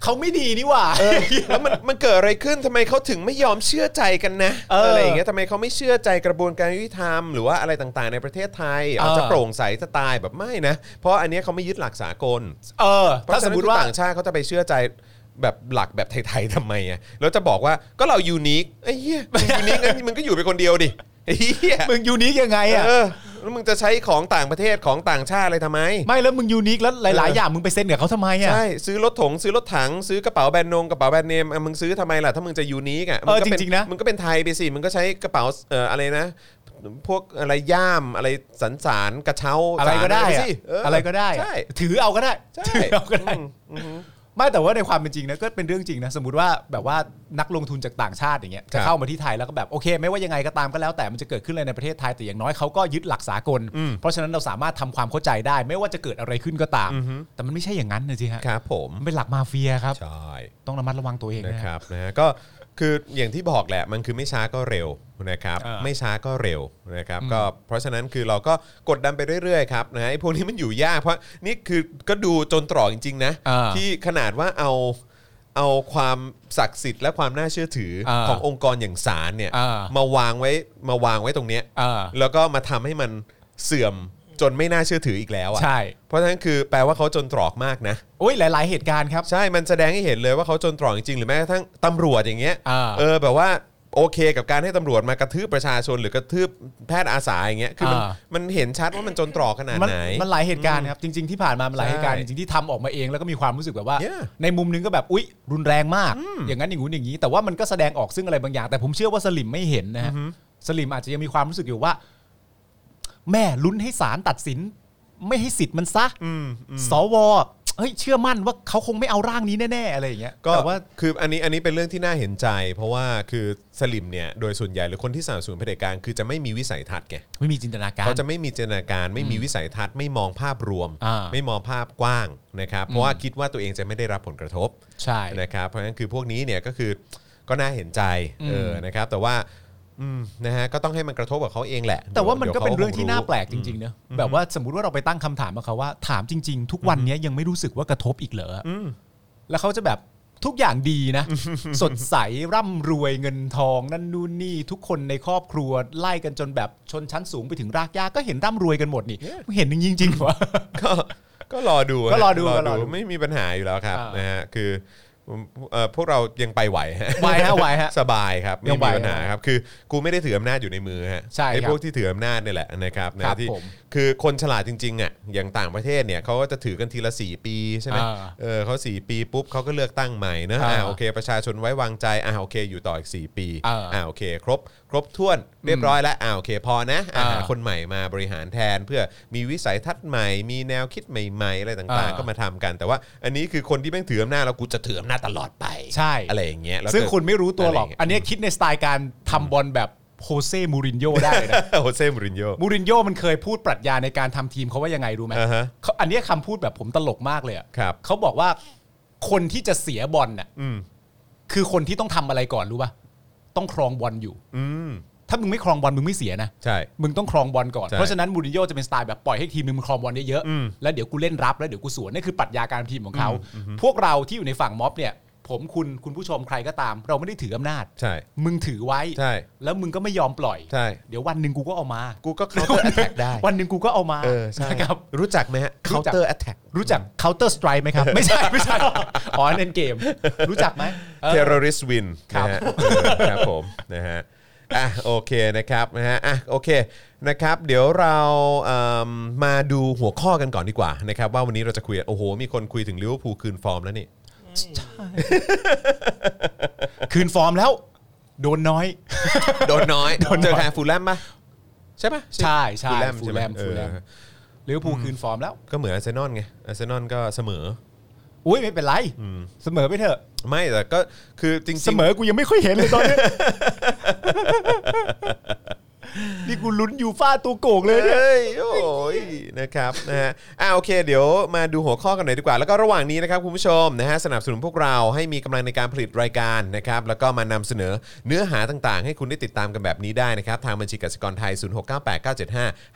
Speaker 3: เขาไม่ดีนี่หว่า
Speaker 2: เออแล้วมันมันเกิดอะไรขึ้นทำไมเขาถึงไม่ยอมเชื่อใจกันนะ
Speaker 3: เอออ
Speaker 2: อะไรอย่างเงี้ยทำไมเขาไม่เชื่อใจกระบวนการยุติธรรมหรือว่าอะไรต่างๆ ในประเทศไทยเอา
Speaker 3: เออ
Speaker 2: จะโปร่งใสจะตายแบบไม่นะ เพราะอันเนี้ยเขาไม่ยึดหลักสากล
Speaker 3: เออ
Speaker 2: เพระ
Speaker 3: ถ้า
Speaker 2: ฉะ
Speaker 3: ส
Speaker 2: นั้น
Speaker 3: มมติว่า
Speaker 2: ต่างชาติเขาจะไปเชื่อใจแบบหลักแบบไทยๆทำไมอ่ะแล้วจะบอกว่าก็เรายูนิคไอ้เหี้ยมึงยูนิคงั้นมึงก็อยู่ไปคนเดียวดิไอ้เหี้ย
Speaker 3: มึงยูนิคยังไงอ่ะ
Speaker 2: เออแล้วมึงจะใช้ของต่างประเทศของต่างชาติอะไรทำไม
Speaker 3: ไม่แล้วมึงยูนิคแล้วหลาย
Speaker 2: เออ
Speaker 3: ๆอ
Speaker 2: อ
Speaker 3: ย่างมึงไปเซ็นกับเขาทำไมอ่ะ
Speaker 2: ใช่ซื้อรถถงซื้อรถถังซื้อกระเป๋าแบรนด์นงกระเป๋าแบรนด์เนมอ่ะมึงซื้อทำไมล่ะถ้ามึงจะยูนิคอ่ะ
Speaker 3: เออ
Speaker 2: มึก็ป็
Speaker 3: จริงๆนะ
Speaker 2: มึงก็เป็นไทยไปสิมึงก็ใช้กระเป๋าเอ่ออะไรนะ พวกอะไรย่ามอะไรสันสารกระเช้า
Speaker 3: อะไรก็ได้
Speaker 2: สารป
Speaker 3: อะ
Speaker 2: สิเ
Speaker 3: อะไรก็ได้อะ
Speaker 2: ใช่
Speaker 3: ถือเอาก็ได้
Speaker 2: ใช่
Speaker 3: ถือเอาก็ได้
Speaker 2: อืมอืม
Speaker 3: ไม่แต่ว่าในความเป็นจริงนะก็เป็นเรื่องจริงนะสมมติว่าแบบว่านักลงทุนจากต่างชาติอย่างเงี้ย
Speaker 2: ค
Speaker 3: จะ
Speaker 2: รับ
Speaker 3: เข้ามาที่ไทยแล้วก็แบบโอเค ไม่ว่ายังไงก็ตามก็แล้วแต่มันจะเกิดขึ้นอะไรในประเทศไทยแต่อย่างน้อยเขาก็ยึดหลักสากล
Speaker 2: อืม
Speaker 3: เพราะฉะนั้นเราสามารถทำความเข้าใจได้ ไม่ว่าจะเกิดอะไรขึ้นก็ตาม แต่มันไม่ใช่อย่างนั้นนะสิฮะ
Speaker 2: ครับผม
Speaker 3: มันเป็นหลักมาเฟียครับ
Speaker 2: ใช่
Speaker 3: ต้องระมัดระวังตัวเองนะ
Speaker 2: นะค
Speaker 3: ฮะ
Speaker 2: รับนะฮะก็คืออย่างที่บอกแหละมันคือไม่ช้าก็เร็วนะครับ
Speaker 3: อ่า
Speaker 2: ไม่ช้าก็เร็วนะครับก็เพราะฉะนั้นคือเราก็กดดันไปเรื่อยๆครับนะฮะไอ้พวกนี้มันอยู่ยากเพราะนี่คือก็ดูจนตรอกจริงๆนะ
Speaker 3: อ่า
Speaker 2: ที่ขนาดว่าเอาเอาความศักดิ์สิทธิ์และความน่าเชื่อถืออา ขององค์กรอย่างศาลเนี่ย
Speaker 3: อ่าม
Speaker 2: าวางไว้มาวางไว้ตรงเนี้ย
Speaker 3: อ่า
Speaker 2: แล้วก็มาทำให้มันเสื่อมจนไม่น่าเชื่อถืออีกแล้วอ่ะ
Speaker 3: ใช่
Speaker 2: เพราะฉะนั้นคือแปลว่าเขาจนตรอกมากนะ
Speaker 3: โอ้ยหลาย ๆ เหตุการณ์ครับ
Speaker 2: ใช่ มันแสดงให้เห็นเลยว่าเขาจนตรอกจริงๆ หรือแม้กระทั่งตำรวจอย่างเงี้ย
Speaker 3: อ่า
Speaker 2: เออ แบบว่าโอเคกับการให้ตำรวจมากระทืบประชาชนหรือกระทืบแพทย์อาสาอย่างเงี้ย คือมัน
Speaker 3: อ่า
Speaker 2: มันเห็นชัดว่ามันจนตรอกขนาด
Speaker 3: มั
Speaker 2: ไหน
Speaker 3: มันหลายเหตุการณ์ครับจริง ๆ ที่ผ่านมามันหลาย
Speaker 2: ใช่
Speaker 3: เหตุการณ์จริงๆที่ทำออกมาเองแล้วก็มีความรู้สึกแบบว่า
Speaker 2: Yeah
Speaker 3: ในมุมนึงก็แบบอุ๊ย รุนแรงมาก อย่างนั้นอย่างงู้นอย่างนี้ แต่ว่ามันก็แสดงออกซึ่งอะไรบางอย่าง แต่ผมเชื่อว่าสลิมไม่เห็นนะฮะสลิมอาจจะยังมีความรู้สึกอยู่ว่า แม่ลุ้นให้ศาลตัดสิน ไม่ให้สิทธิ์มันซะสวเฮ้ยเชื่อมั่นว่าเขาคงไม่เอาร่างนี้แน่ๆอะไรอย่างเงี้ย
Speaker 2: ก็
Speaker 3: แต่ว่า
Speaker 2: คืออันนี้อันนี้เป็นเรื่องที่น่าเห็นใจ เพราะว่าคือสลิมเนี่ยโดยส่วนใหญ่หรือคนที่สนับสนุนเผด็จการคือจะไม่มีวิสัยทัศน์ไง
Speaker 3: ไม่มีจินตนาการ
Speaker 2: เขาจะไม่มีจินตนาการไม่มีวิสัยทัศน์ไม่มองภาพรวม
Speaker 3: อ่า
Speaker 2: ไม่มองภาพกว้างนะครับเพราะว่าคิดว่าตัวเองจะไม่ได้รับผลกระทบ
Speaker 3: ใช่
Speaker 2: นะครับเพราะฉะนั้นคือพวกนี้เนี่ยก็คือก็น่าเห็นใจเอออนะครับแต่ว่าอืมนะฮะก็ต้องให้มันกระทบกับเขาเองแหละ
Speaker 3: แต่ว่ามัน
Speaker 2: ดี๋ย
Speaker 3: ก็เป็นเรื่องที่น่าแปลกจ
Speaker 2: อืม
Speaker 3: ริงๆเนอะแบบว่าสมมติว่าเราไปตั้งคำถามกับเขาว่าถามจริง ๆ ทุกวันนี้ยังไม่รู้สึกว่ากระทบอีกเหรออแล้วเขาจะแบบทุกอย่างดีนะ สดใสร่ำรวยเงินทองนั่นนู่นนี่ทุกคนในครอบครัวไล่กันจนแบบชนชั้นสูงไปถึงรากหญ้าก็เห็นร่ำรวยกันหมดนี่เห็นจริงจริงๆวะ
Speaker 2: ก็ก็รอดู
Speaker 3: ก็รอดู
Speaker 2: รอ
Speaker 3: ก็รอดู
Speaker 2: ดูไม่มีปัญหาอยู่แล้วครับ
Speaker 3: อ่าน
Speaker 2: นะฮะคือเอ่อพวกเรายังไปไหวฮะ
Speaker 3: ไหวฮะไหวฮะ
Speaker 2: สบายครับไม่
Speaker 3: ยังไหว
Speaker 2: มีปัญหาครับคือกูไม่ได้ถืออำนาจอยู่ในมือฮะ
Speaker 3: ใช่ครับ
Speaker 2: ไอ้พวกที่ถืออำนาจเนี่ยแหละนะครับนะครับ ที่
Speaker 3: ผม
Speaker 2: คือคนฉลาดจริงๆอ่ะอย่างต่างประเทศเนี่ยเขาก็จะถือกันทีละ 4 ปีใช่ไหม
Speaker 3: อ่า
Speaker 2: เออเขา4 ปีปุ๊บเขาก็เลือกตั้งใหม่นะ
Speaker 3: อ่า
Speaker 2: อ่าโอเค ประชาชนไว้วางใจอ่าโอเค อยู่ต่ออีก 4 ปี
Speaker 3: อ่า
Speaker 2: อ่าโอเค ครบครบถ้วนเรียบร้อยแล้วอ่าโอเคพอนะอ่าค
Speaker 3: อ่า
Speaker 2: น คนใหม่มาบริหารแทนเพื่อมีวิสัยทัศน์ใหม่ มีแนวคิดใหม่ ๆ อะไรต่าง
Speaker 3: อ่า
Speaker 2: ๆ ก็มาทำกัน แต่ว่าอันนี้คือคนที่แม่งถืออำนาจแล้วกูจะถืออำนาจตลอดไป
Speaker 3: ใช่
Speaker 2: อะไรอย่างเงี้ยแล้ว
Speaker 3: ซึ่ง
Speaker 2: เกิด
Speaker 3: คุณไม่รู้ตัวหรอก
Speaker 2: อะไรอย่างเงี้ย
Speaker 3: อันเนี้ยคิดในสไตล์การทำบอลแบบโฮเซ่มูรินโญ่ได้เลย นะ
Speaker 2: โฮเซ่มูรินโญ่
Speaker 3: มูรินโญ่มันเคยพูดปรัชญาในการทำทีมเขาว่ายังไงรู้ไหม
Speaker 2: อ่าฮะ
Speaker 3: เขาอันเนี้ยคำพูดแบบผมตลกมากเลยอะ
Speaker 2: ครับ
Speaker 3: เขาบอกว่าคนที่จะเสียบอลน่ะ
Speaker 2: อืม
Speaker 3: คือคนที่ต้องทำอะไรก่อนรู้ป่ะต้องครองบอลอยู่
Speaker 2: อืม
Speaker 3: ถ้ามึงไม่ครองบอลมึงไม่เสียนะ
Speaker 2: ใช่
Speaker 3: มึงต้องครองบอลก่อน
Speaker 2: ใช่
Speaker 3: เพราะฉะนั้นมูรินโญ่จะเป็นสไตล์แบบปล่อยให้ทีมมึงครองบอลเยอะ
Speaker 2: อืม
Speaker 3: ๆแล้วเดี๋ยวกูเล่นรับแล้วเดี๋ยวกูสวนนี่คือปรัชญาการทีมของเขา พวกเราที่อยู่ในฝั่งม็อบเนี่ย ผมคุณคุณผู้ชมใครก็ตาม เราไม่ได้ถืออำนาจ
Speaker 2: ใช่
Speaker 3: มึงถือไว้
Speaker 2: ใช่
Speaker 3: แล้วมึงก็ไม่ยอมปล่อย
Speaker 2: ใช่
Speaker 3: เดี๋ยววันหนึ่งกูก็เอามา
Speaker 2: กูก็ counter attack ได้
Speaker 3: วันหนึ่งกูก็เอามา
Speaker 2: เออ ใช่
Speaker 3: นะครับ
Speaker 2: รู้จักไหมฮะ
Speaker 3: รู้จัก
Speaker 2: counter attack
Speaker 3: รู้จัก counter strike ไหมครับ ไม่ใช่ไม่ใช่อ๋อเล่นเกม รู้จักไหมเออ
Speaker 2: terrorist win
Speaker 3: ครั
Speaker 2: นะ
Speaker 3: บ
Speaker 2: ฮะเออครับผม นะฮะอ่ะโอเคนะครับนะฮะอ่ะโอเคนะครับ เดี๋ยวเราเอิ่มมาดูหัวข้อกันก่อนดีกว่านะครับ ว่าวันนี้เราจะคุยโอ้โห มีคนคุยถึงลิเวอร์พูลคืนฟอร์มแล้วนี่
Speaker 3: ใช่คืนฟอร์มแล้ว โดนน้อย
Speaker 2: โดนน้อย
Speaker 3: โดนน้อย
Speaker 2: เจอแคฟูลแลมปะใช่ปะ
Speaker 3: ใช่ใช่
Speaker 2: ฟูลแลมใช่
Speaker 3: ฟู
Speaker 2: ไหม
Speaker 3: ลแลมฟูลแลม
Speaker 2: เออ
Speaker 3: ลิเวอร์พูลคืนฟอร์มแล้ว
Speaker 2: ก็เหมือนอาร์เซนอลไงอาร์เซนอลก็เสมอ
Speaker 3: อุ้ยไม่เป็นไร เสมอไปเถอะ
Speaker 2: ไม่แต่ก็คือจริงๆ
Speaker 3: เสมอกูยังไม่ค่อยเห็นเลยตอน นี้ นี่กูลุ้นยูฟ่าตัวโก่งเลยเนี่ย
Speaker 2: เอ้ยโอ้ยนะครับนะฮะอ่าโอเค เดี๋ยวมาดูหัวข้อกันหน่อยดีกว่า แล้วก็ระหว่างนี้นะครับคุณผู้ชมนะฮะสนับสนุนพวกเราให้มีกำลังในการผลิตรายการนะครับแล้วก็มานำเสนอเนื้อหาต่างๆ ให้คุณได้ติดตามกันแบบนี้ได้นะครับ ทางบัญชีกสิกรไทย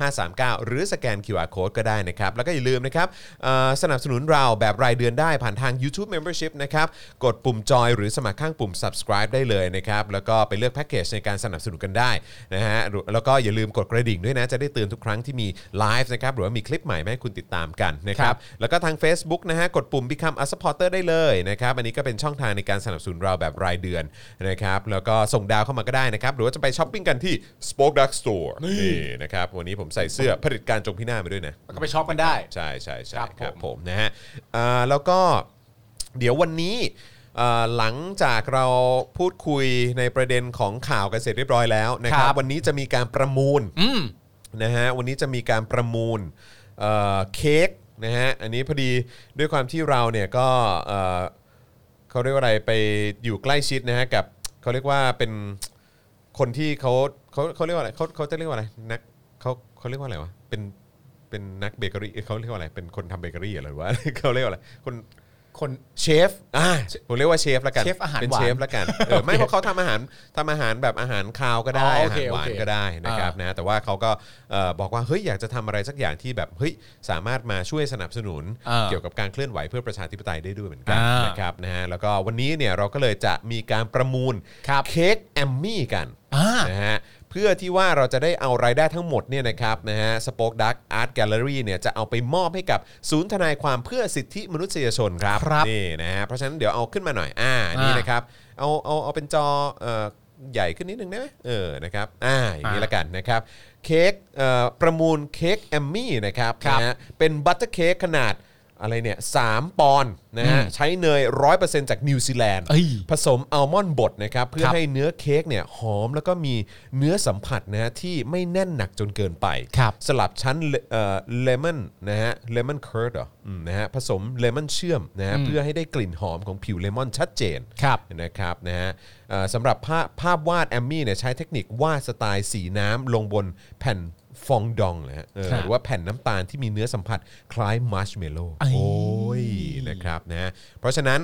Speaker 2: 0698975539 หรือสแกน QR Code ก็ได้นะครับ แล้วก็อย่าลืมนะครับเอ่อสนับสนุนเราแบบรายเดือนได้ผ่านทาง YouTube Membership นะครับกดปุ่มจอยหรือสมัครข้างปุ่ม subscribe ได้เลยนะครับแล้วก็ไปเลือกแพ็กเกจในการสนับสนุนกันได้นะฮะหรือแล้วก็อย่าลืมกดกระดิ่งด้วยนะ จะได้เตือนทุกครั้งที่มีไลฟ์นะครับหรือว่ามีคลิปใหม่มาให้คุณติดตามกันนะครับแล้วก็ทาง Facebook นะฮะกดปุ่ม Become a supporter ได้เลยนะครับอันนี้ก็เป็นช่องทางในการสนับสนุนเราแบบรายเดือนนะครับแล้วก็ส่งดาวเข้ามาก็ได้นะครับหรือว่าจะไปช้อปปิ้งกันที่ Spoke Dark Store
Speaker 3: นี่
Speaker 2: นี่นะครับวันนี้ผมใส่เสื้อผลิตการจงพินาศมาด้วยนะ
Speaker 3: ก็ไปช็อปกันได้
Speaker 2: ใช่ใช่ใช่
Speaker 3: ครั
Speaker 2: ครั
Speaker 3: บผม
Speaker 2: บผมนะฮะอ่าแล้วก็เดี๋ยววันนี้อ่าหลังจากเราพูดคุยในประเด็นของข่าวกันเสร็จเรียบร้อยแล้วนะครับ วันนี้จะมีการประมูลนะฮะวันนี้จะมีการประมูลเอ่อเค้กนะฮะอันนี้พอดีด้วยความที่เราเนี่ยก็เอ่อเขาเรียกว่าอะไรไปอยู่ใกล้ชิดนะฮะกับเขาเรียกว่าเป็นคนที่เขาเขาเขาเรียกว่าอะไรเขาเขาจะเรียกว่าอะไรนักเขาเขาเรียกว่าอะไรวะเป็นเป็นนักเบเกอรี่เอ้ยเขาเรียกว่าอะไรเป็นคนทำเบเกอรี่เหรอหรือว่า เขาเรียกว่าอะไรคน
Speaker 3: คน
Speaker 2: เชฟ อ่า ผมเรียกว่าเชฟละกัน
Speaker 3: เชฟอาหาร
Speaker 2: เป็น
Speaker 3: หวาน
Speaker 2: เชฟละ กัน เออ ไม่ เพราะเขาทำอาหารทำอาหารแบบอาหารคาวก็ได้
Speaker 3: อ๋
Speaker 2: อา
Speaker 3: อโอเค
Speaker 2: หารหวาน
Speaker 3: โอเค
Speaker 2: ก็ได้นะครับนะ แต่ว่าเขาก็เอ่อบอกว่า เฮ้ย อยากจะทำอะไรสักอย่างที่แบบ เฮ้ย สามารถมาช่วยสนับสนุน
Speaker 3: อ่า
Speaker 2: เกี่ยวกับการเคลื่อนไหวเพื่อประชาธิปไตยได้ด้วยเหมือนกัน
Speaker 3: อ่าน
Speaker 2: นะครับนะฮะ แล้วก็วันนี้เนี่ยเราก็เลยจะมีการประมูล
Speaker 3: ครับ
Speaker 2: เค้กแอมมี่กัน
Speaker 3: อ่า
Speaker 2: นะฮะเพื่อที่ว่าเราจะได้เอารายได้ทั้งหมดเนี่ยนะครับนะฮะสป็อคดักอาร์ตแกลเลอรี่เนี่ยจะเอาไปมอบให้กับศูนย์ทนายความเพื่อสิทธิมนุษยชนครับ
Speaker 3: ครับ
Speaker 2: นี่นะฮะเพราะฉะนั้นเดี๋ยวเอาขึ้นมาหน่อยอ่านี่
Speaker 3: อ่าน
Speaker 2: นะครับเอาเอาเอาเป็นจอเอ่อใหญ่ขึ้นนิดนึงได้ไหมเออนะครับอ่าอย่างนี้
Speaker 3: อ่า
Speaker 2: ละกันนะครับเค้กเอ่อประมูลเค้กแอมมี่นะครับ
Speaker 3: ครับ
Speaker 2: นะฮะเป็นบัตเตอร์เค้กขนาดอะไรเนี่ยสามปอนด์นะฮะ
Speaker 3: อืม
Speaker 2: ใช้เนย 100%จากนิวซีแลนด์
Speaker 3: เอ้ย
Speaker 2: ผสมอัลมอนด์บดนะครับเพื่อ
Speaker 3: ครับ
Speaker 2: ให้เนื้อเค้กเนี่ยหอมแล้วก็มีเนื้อสัมผัสนะฮะที่ไม่แน่นหนักจนเกินไป
Speaker 3: ครับ
Speaker 2: สลับชั้นเลมอนนะฮะเลมอนเคิร์ดเหรออืมนะฮะผสมเลมอนเชื่อมนะฮะเพื่อให้ได้กลิ่นหอมของผิวเลมอนชัดเจน
Speaker 3: ครับ
Speaker 2: นะครับนะฮะเอ่อสำหรับภาพภาพวาดแอมมี่เนี่ยใช้เทคนิควาดสไตล์สีน้ำลงบนแผ่นฟองดองนะฮะเออ
Speaker 3: ครับ
Speaker 2: หรือว่าแผ่นน้ำตาลที่มีเนื้อสัมผัสคล้ายมัชเมลโล่
Speaker 3: เอ้ย
Speaker 2: โอ้ยนะครับนะฮะเพราะฉะนั้น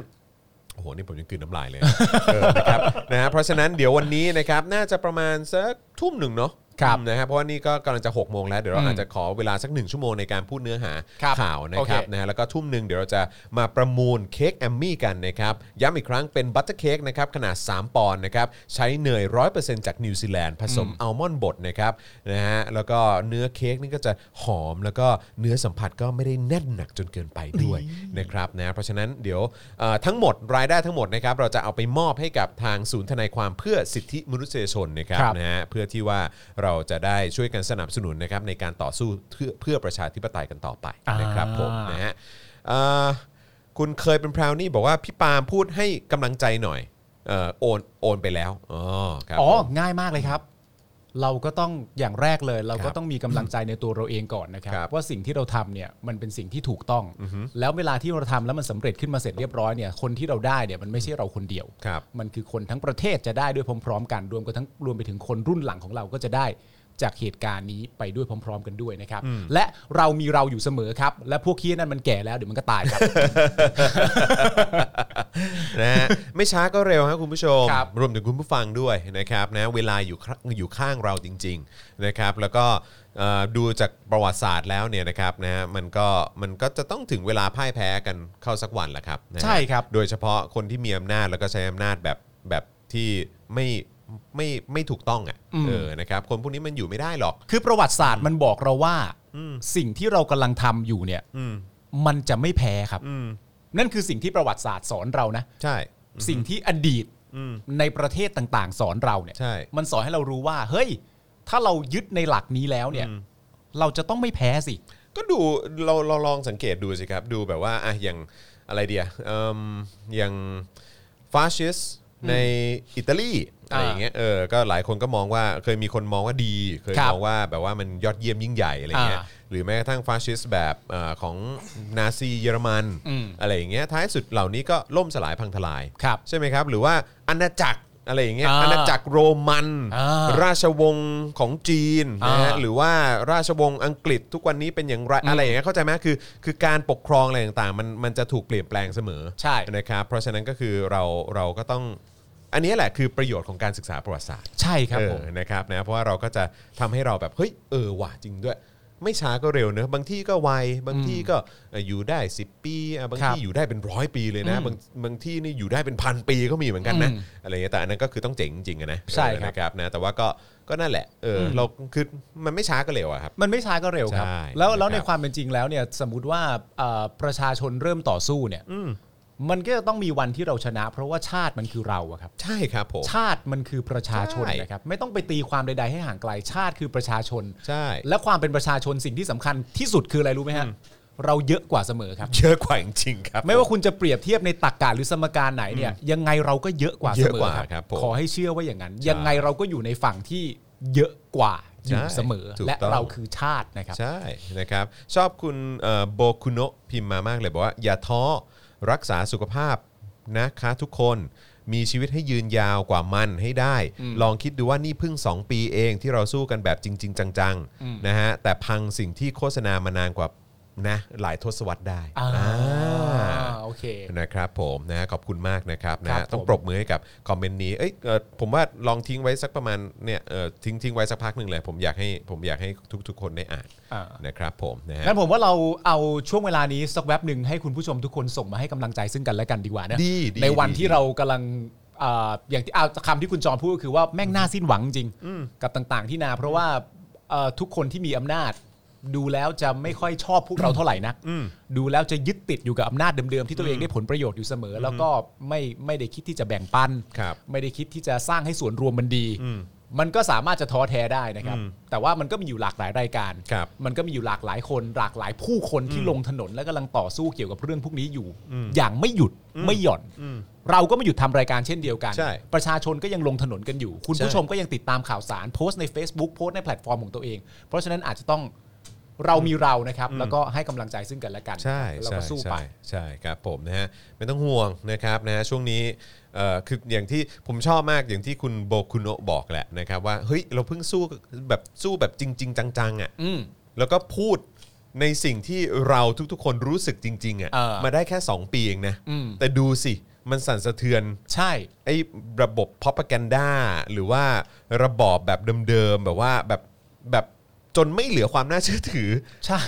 Speaker 2: โอ้โห นี่ผมยังกลืนน้ำลายเลย นะ เออนะครับนะฮะเพราะฉะนั้นเดี๋ยววันนี้นะครับน่าจะประมาณสักทุ่มหนึ่งเนาะ
Speaker 3: ครับ
Speaker 2: นะฮะเพราะว่านี่ก็กำลังจะ6กโมงแล้ว เดี๋ยวเรา
Speaker 3: อืม
Speaker 2: อาจจะขอเวลาสักหนึ่งชั่วโมงในการพูดเนื้อหา
Speaker 3: ครับ
Speaker 2: ข่าวนะครับ
Speaker 3: โอเค
Speaker 2: นะฮะแล้วก็ทุ่มหนึ่งเดี๋ยวเราจะมาประมูลเค้กแอมมี่กันนะครับย้ำอีกครั้งเป็นบัตเตอร์เค้กนะครับขนาด 3 ปอนด์นะครับใช้เนย 100%จากนิวซีแลนด์ผสมอัลมอนด์บดนะครับนะฮะแล้วก็เนื้อเค้กนี่ก็จะหอมแล้วก็เนื้อสัมผัสก็ไม่ได้แน่นหนักจนเกินไปด้วย นะครับนะเพราะฉะนั้นเดี๋ยวเอ่อทั้งหมดรายได้ทั้งหมดนะครับเราจะเอาไปมอบให้กับทางศูนย์ทนายความเพื่อสิทธิมนุษยชนนะครับ
Speaker 3: ครับ
Speaker 2: นะฮะเพื่อที่ว่าเราจะได้ช่วยกันสนับสนุนนะครับในการต่อสู้เพื่อเพื่อประชาธิปไตยกันต่อไป
Speaker 3: อ่าน
Speaker 2: นะครับผมนะฮะเอ่อคุณเคยเป็นพราวนี่บอกว่าพี่ปาล์มพูดให้กำลังใจหน่อยเอ่อโอนโอนไปแล้วอ๋อครับ
Speaker 3: อ๋อ
Speaker 2: ผม
Speaker 3: ง่ายมากเลยครับ เราก็ต้องอย่างแรกเลย เรา
Speaker 2: ครั
Speaker 3: ก็
Speaker 2: บ
Speaker 3: ต้องมีกำลังใจในตัวเราเองก่อนนะครับ
Speaker 2: ครับ
Speaker 3: ว่าสิ่งที่เราทำเนี่ยมันเป็นสิ่งที่ถูกต้อง แล้วเวลาที่เราทำแล้วมันสำเร็จขึ้นมาเสร็จเรียบร้อยเนี่ยคนที่เราได้เนี่ยมันไม่ใช่เราคนเดียว
Speaker 2: ครับ
Speaker 3: มันคือคนทั้งประเทศจะได้ด้วยพร้อม ๆ กันรวมกันทั้งรวมไปถึงคนรุ่นหลังของเราก็จะได้จากเหตุการณ์นี้ไปด้วยพร้อม ๆ กันด้วยนะครับ และเรามีเราอยู่เสมอครับ และพวกเคี้ยนั่นมันแก่แล้วเดี๋ยวมันก็ตายครับ
Speaker 2: นะฮะไม่ช้าก็เร็วครับคุณผู้ชม
Speaker 3: ครับ
Speaker 2: รวมถึงคุณผู้ฟังด้วยนะครับนะเวลาอยู่ข้างอยู่ข้างเราจริงๆนะครับ แล้วก็เอ่อดูจากประวัติศาสตร์แล้วเนี่ยนะครับนะฮะมันก็มันก็จะต้องถึงเวลาพ่ายแพ้กันเข้าสักวันแหละครับนะฮะ
Speaker 3: ใช่ครับ
Speaker 2: โดยเฉพาะคนที่มีอำนาจแล้วก็ใช้อำนาจแบบแบบที่ไม่ไม่ไม่ถูกต้องอ่ะเออนะครับคนพวกนี้มันอยู่ไม่ได้หรอก
Speaker 3: คือประวัติศาสตร์มันบอกเราว่าสิ่งที่เรากำลังทำอยู่เนี่ย
Speaker 2: อืม
Speaker 3: มันจะไม่แพ้ครับ
Speaker 2: อืม
Speaker 3: นั่นคือสิ่งที่ประวัติศาสตร์สอนเรานะ
Speaker 2: ใช่
Speaker 3: สิ่งที่อดีต
Speaker 2: อืม
Speaker 3: ในประเทศต่างๆ สอนเราเนี่ย
Speaker 2: ใช่
Speaker 3: มันสอนให้เรารู้ว่า เฮ้ย ถ้าเรายึดในหลักนี้แล้วเนี่ย
Speaker 2: อืม
Speaker 3: เราจะต้องไม่แพ้สิ
Speaker 2: ก็ดูเราเราลองสังเกตดูสิครับ ดูแบบว่าอ่ะอย่างอะไรเดียเอิ่มอย่างฟาชิสต์ในอิตาลีอะไรอย่างเงี้ยเออก็หลายคนก็มองว่าเคยมีคนมองว่าดี เคย
Speaker 3: ครับ
Speaker 2: มองว่าแบบว่ามันยอดเยี่ยมยิ่งใหญ่อะไรเงี้ย
Speaker 3: อ่า
Speaker 2: หรือแม้กระทั่งฟาชิสต์แบบเอ่อของนาซีเยอรมัน
Speaker 3: อืม
Speaker 2: อะไรอย่างเงี้ยท้ายสุดเหล่านี้ก็ล่มสลายพังทลาย
Speaker 3: ครับ
Speaker 2: ใช่ไหมครับหรือว่าอาณาจักรอะไรอย่างเงี้ย
Speaker 3: อ่า
Speaker 2: อาณาจักรโรมัน
Speaker 3: อ่า
Speaker 2: ราชวงศ์ของจีนนะฮะ
Speaker 3: อ่า
Speaker 2: หรือว่าราชวงศ์อังกฤษทุกวันนี้เป็นอย่างไร
Speaker 3: อืม
Speaker 2: อะไรอย่างเงี้ยเข้าใจไหมคือคือการปกครองอะไรต่างๆ มันมันจะถูกเปลี่ยนแปลงเสมอ
Speaker 3: ใช่
Speaker 2: นะครับเพราะฉะนั้นก็คือเราเราก็ต้อง อันนี้แหละคือประโยชน์ของการศึกษาประวัติศาสตร์
Speaker 3: ใช่ครับ
Speaker 2: เออ
Speaker 3: ผม
Speaker 2: นะครับนะเพราะว่าเราก็จะทำให้เราแบบเฮ้ยเออว่ะจริงด้วย ไม่ช้าก็เร็วเนอะบางที่ก็ไวบางที่ก็เอ่ออยู่ได้ 10 ปีอ่ะบาง
Speaker 3: ครับ
Speaker 2: ที่อยู่ได้เป็นร้อยปีเลยนะ
Speaker 3: อืม
Speaker 2: บางบางที่นี่อยู่ได้เป็นพันปีก็มีเหมือนกันนะ
Speaker 3: อืม
Speaker 2: อะไรเงี้ยแต่อันนั้นก็คือต้องเจ๋งจริงๆอะนะ
Speaker 3: ใช่
Speaker 2: เอ
Speaker 3: ครับ
Speaker 2: อนะครับนะแต่ว่าก็ก็นั่นแหละเอออ
Speaker 3: ม
Speaker 2: เราคือมันไม่ช้าก็เร็วอะครับ
Speaker 3: มันไม่ช้าก็เร็วครับ
Speaker 2: ใช่
Speaker 3: แล้วแล้ว
Speaker 2: นะครับ
Speaker 3: ในความเป็นจริงแล้วเนี่ย สมมติว่าเอ่อประชาชนเริ่มต่อสู้เนี่ย มันก็จะต้องมีวันที่เราชนะ เพราะว่าชาติมันคือเราอะครับ
Speaker 2: ใช่ครับผม
Speaker 3: ชาติมันคือประชาชน
Speaker 2: ใช่
Speaker 3: นะครับ ไม่ต้องไปตีความใด ๆ ให้ห่างไกล ชาติคือประชาชน
Speaker 2: ใช่
Speaker 3: และความเป็นประชาชนสิ่งที่สำคัญที่สุดคืออะไรรู้ไหมฮะ เราเยอะกว่าเสมอครับ
Speaker 2: เยอะกว่าจริงๆครับ
Speaker 3: ไม่ว่าคุณจะเปรียบเทียบในตรกกะหรือสมการไหนเนี่ย ยังไงเราก็เยอะกว่าเสม
Speaker 2: เยอะ
Speaker 3: อก
Speaker 2: ว่า
Speaker 3: ครับ
Speaker 2: ครับผม
Speaker 3: ขอให้เชื่อว่าอย่างนั้น ยังไงเราก็อยู่ในฝั่งที่เยอะกว่าอยู่เสมอ
Speaker 2: ใช่ถูกต้อง
Speaker 3: และเราคือชาตินะครับ
Speaker 2: ใช่นะครับชอบคุณโบคุโนะพิมพ์มามากเลยบอกว่า อย่าท้อรักษาสุขภาพนะคะทุกคนมีชีวิตให้ยืนยาวกว่ามันให้ได้ ลองคิดดูว่านี่เพิ่ง 2 ปีเองที่เราสู้กันแบบจริง ๆ จังๆนะฮะแต่พังสิ่งที่โฆษณามานานกว่านะหลายทศวรรษได้
Speaker 3: อ่า
Speaker 2: อ่า
Speaker 3: โอเค
Speaker 2: นะครับผมนะฮะขอบคุณมากนะครับนะ
Speaker 3: ครั
Speaker 2: ฮะ
Speaker 3: บ
Speaker 2: ต้อง
Speaker 3: ผม
Speaker 2: ปรบมือให้กับคอมเมนต์นี้เอ้ยเอ่อผมว่าลองทิ้งไว้สักประมาณเนี่ยเอ่อทิ้งทิ้งไว้สักพักหนึ่งเลย ผมอยากให้ผมอยากให้ทุก ๆ คนได้อ่าน
Speaker 3: อ่า
Speaker 2: นะครับผมนะฮะ
Speaker 3: งั้นผมว่าเราเอาช่วงเวลานี้สักแวบหนึ่งให้คุณผู้ชมทุกคนส่งมาให้กำลังใจซึ่งกันและกันดีกว่านะ
Speaker 2: ดีดี
Speaker 3: ในวัน
Speaker 2: ดี
Speaker 3: ที่เรากำลังอ่าอย่างที่เอาคำที่คุณจอมพูดก็คือว่าแม่งน่าสิ้นหวังจริงกับต่างๆ ที่นา เพราะว่าเอ่อทุกคนที่มีอำนาจ ดูแล้วจะไม่ค่อยชอบพวกเราเท่าไหร่นักดูแล้วจะยึดติดอยู่กับอำนาจเดิมๆที่ตัวเองได้ผลประโยชน์อยู่เสมอ แล้วก็ไม่ไม่ได้คิดที่จะแบ่งปัน
Speaker 2: ครับ
Speaker 3: ไม่ได้คิดที่จะสร้างให้ส่วนรวมมันดี มันก็สามารถจะท้อแท้ได้นะครับ แต่ว่ามันก็มีอยู่หลากหลายรายการ
Speaker 2: ครับ
Speaker 3: มันก็มีอยู่หลากหลายคน หลากหลายผู้คนที่ลงถนนและกำลังต่อสู้เกี่ยวกับเรื่องพวกนี้อยู่ อย่างไม่หยุดไม่หย่อน เราก็ไม่หยุดทำรายการเช่นเดียวกัน
Speaker 2: ใช่
Speaker 3: ประชาชนก็ยังลงถนนกันอยู่ คุณ
Speaker 2: ใช่
Speaker 3: ผู้ชมก็ยังติดตามข่าวสารโพสต์ใน Facebook โพสต์ในแพลตฟอร์มของตัวเอง เพราะฉะนั้นอาจจะต้องเรามีเรานะครับ แล้วก็ให้กำลังใจซึ่งกันและกัน
Speaker 2: ใช่
Speaker 3: แล้ว
Speaker 2: ใช่
Speaker 3: ก็สู้ไป
Speaker 2: ใช่ใช่ครับผมนะฮะไม่ต้องห่วงนะครับนะฮะช่วงนี้เอ่อคืออย่างที่ผมชอบมากอย่างที่คุณโบคุโนะบอกแหละนะครับว่าเฮ้ยเราเพิ่งสู้แบบสู้แบบจริง ๆ จังๆอ่ะ
Speaker 3: อืม
Speaker 2: แล้วก็พูดในสิ่งที่เราทุกๆ คนรู้สึกจริง ๆ
Speaker 3: เออ
Speaker 2: อะ่ะมาได้แค่ 2 ปีเองนะ
Speaker 3: อืม
Speaker 2: แต่ดูสิ มันสั่นสะเทือน
Speaker 3: ใช่
Speaker 2: ไอ้ระบบพ r o p a g a n d a หรือว่าระบอบแบบเดิมๆ แบบว่าแบบแบบจนไม่เหลือความน่าเชื่อถือ
Speaker 3: ใช่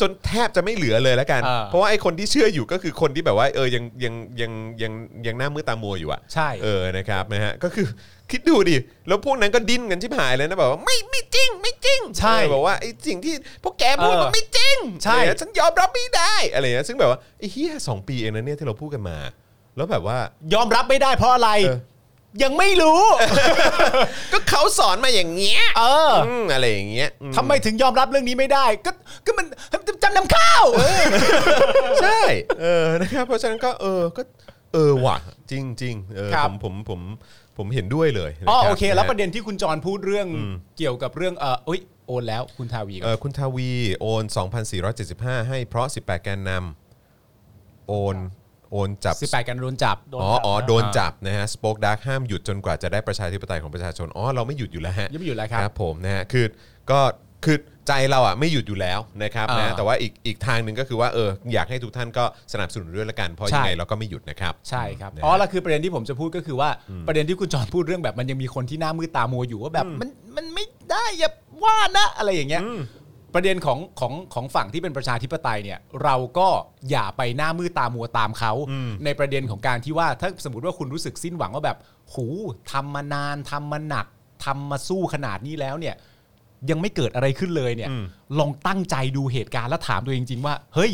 Speaker 2: จนแทบจะไม่เหลือเลยแล้วกัน
Speaker 3: เออ
Speaker 2: เพราะว่าไอ้คนที่เชื่ออยู่ก็คือคนที่แบบว่าเออยังยังยังยังยังหน้ามือตามัวอยู่อ่ะ
Speaker 3: ใช่
Speaker 2: เออ นะครับ นะฮะ ก็คือ คิดดูดิ แล้วพวกนั้นก็ดิ้นกันชิบหายเลยนะแบบว่าไม่ ไม่จริง ไม่จริง
Speaker 3: ใช่
Speaker 2: เออบอกว่าไอ้สิ่งที่พวกแกพูด
Speaker 3: เออ
Speaker 2: มันไม่จริง
Speaker 3: ใช่
Speaker 2: อะไรอย่างเงี้ยฉันยอมรับไม่ได้ อะไรอย่างเงี้ย ซึ่งแบบว่าไอ้เฮียสองปีเองนะเนี่ยที่เราพูดกันมา แล้วแบบว่า
Speaker 3: ยอมรับไม่ได้เพราะอะไร
Speaker 2: เออ
Speaker 3: ยังไม่รู้
Speaker 2: ก็เขาสอนมาอย่างเงี้ย
Speaker 3: เออ
Speaker 2: อืมอะไรอย่างเงี้ยอืม
Speaker 3: ทำไมถึงยอมรับเรื่องนี้ไม่ได้ ก็ก็มันจำนำข้าว
Speaker 2: ใช่ เออ นะครับ เพราะฉะนั้นก็ เออ ก็ เออว่ะ จริงจริงๆเออ
Speaker 3: ครั
Speaker 2: ผ
Speaker 3: บ
Speaker 2: ม ผม ผม ผมเห็นด้วยเลยนะ
Speaker 3: อ๋อ
Speaker 2: รับ
Speaker 3: โอเค แล้ว
Speaker 2: นฮ
Speaker 3: ประเด็นที่คุณจรพูดเรื่องเกี่ยวกับเรื่องเอออุ้ยโอนแล้วคุณทาวี
Speaker 2: เออคุณทวี โอน 2,475 ให้เพราะ 18 แกนนำโอน โอนจับ
Speaker 3: สิบแปดกันโดนจับ
Speaker 4: โดน
Speaker 2: อ๋อ
Speaker 4: จับ
Speaker 2: อ๋อ
Speaker 4: นะ
Speaker 2: โดนจับนะฮะสป o อ e ดาร์กห้ามหยุดจนกว่าจะได้ประชาธิปไตยของประชาชน อ๋อ เราไม่หยุดอยู่แล้วฮะ
Speaker 3: ยังไม่หยุดแล้วครับ
Speaker 2: ครับผมนะฮะคือก็คือ ใจเราอ่ะไม่หยุดอยู่แล้วนะครับ
Speaker 3: อ่า
Speaker 2: นะแต่ว่าอีกอีกทางหนึ่งก็คือว่าเอออยากให้ทุกท่านก็สนับสนุนด้วยละกันเพราะ
Speaker 3: ใช่
Speaker 2: ยังไงเราก็ไม่หยุดนะครับ
Speaker 3: ใช่ครับ
Speaker 2: นะ
Speaker 3: อ๋อแล้วคือประเด็นที่ผมจะพูดก็คือว่าประเด็นที่คุณจอนพูดเรื่องแบบมันยังมีคนที่หน้ามือตามัวอยู่ว่าแบบมันมันไม่ได้อย่าว่านะอะไรอย่างเงี้ยประเด็นของของของฝั่งที่เป็นประชาธิปไตยเนี่ย เราก็อย่าไปหน้ามือตามัวตามเขา
Speaker 2: อืม
Speaker 3: ในประเด็นของการที่ว่าถ้าสมมติว่าคุณรู้สึกสิ้นหวังว่าแบบหูทำมานานทำมาหนักทำมาสู้ขนาดนี้แล้วเนี่ย ยังไม่เกิดอะไรขึ้นเลยเนี่ย ลองตั้งใจดูเหตุการณ์แล้วถามตัวเองจริงๆว่า เฮ้ย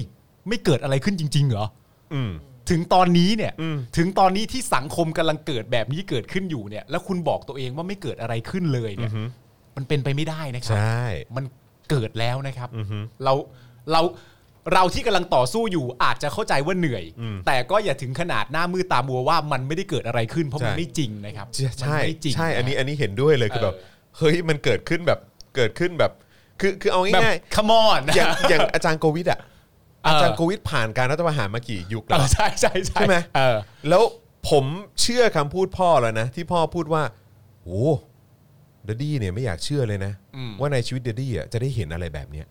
Speaker 3: ไม่เกิดอะไรขึ้นจริง ๆ เหรอ
Speaker 2: อืม
Speaker 3: ถึงตอนนี้เนี่ย
Speaker 2: อืม
Speaker 3: ถึงตอนนี้ที่สังคมกำลังเกิดแบบนี้เกิดขึ้นอยู่เนี่ย แล้วคุณบอกตัวเองว่าไม่เกิดอะไรขึ้นเลยเนี่ยมันเป็นไปไม่ได้นะครั
Speaker 2: ใช่
Speaker 3: มันเกิดแล้วนะครับเราเราเราที่กำลังต่อสู้อยู่อาจจะเข้าใจว่าเหนื่อย
Speaker 2: อืม
Speaker 3: แต่ก็อย่าถึงขนาดหน้ามือตามัวว่ามันไม่ได้เกิดอะไรขึ้นเพราะมันไม่จริงนะครับ
Speaker 2: ใช่
Speaker 3: มัน
Speaker 2: ใช่
Speaker 3: ไม่จริง
Speaker 2: ใช่ อันนี้
Speaker 3: ะ
Speaker 2: อันนี้เห็นด้วยเลยคือแบบ
Speaker 3: เออ
Speaker 2: เฮ้ยมันเกิดขึ้นแบบเกิดขึ้นแบบคือคือเอา
Speaker 3: แบบ
Speaker 2: ง่าย
Speaker 3: ขมอน
Speaker 2: ๆอย่างอย่างอาจารย์โควิดอ่ะ
Speaker 3: เอา
Speaker 2: จารย์โควิดผ่านการรัฐประหารมากี่ยุค
Speaker 3: เอ
Speaker 2: แล้ว
Speaker 3: อใช่ใช่ใช่
Speaker 2: ใช่ไหม
Speaker 3: เออ
Speaker 2: แล้วผมเชื่อคำพูดพ่อแล้วนะ ที่พ่อพูดว่าโอ้เดดดี้เนี่ยไม่อยากเชื่อเลยนะ
Speaker 3: อืม
Speaker 2: ว่าในชีวิตเดดดี้อ่ะจะได้เห็นอะไรแบบเนี้ย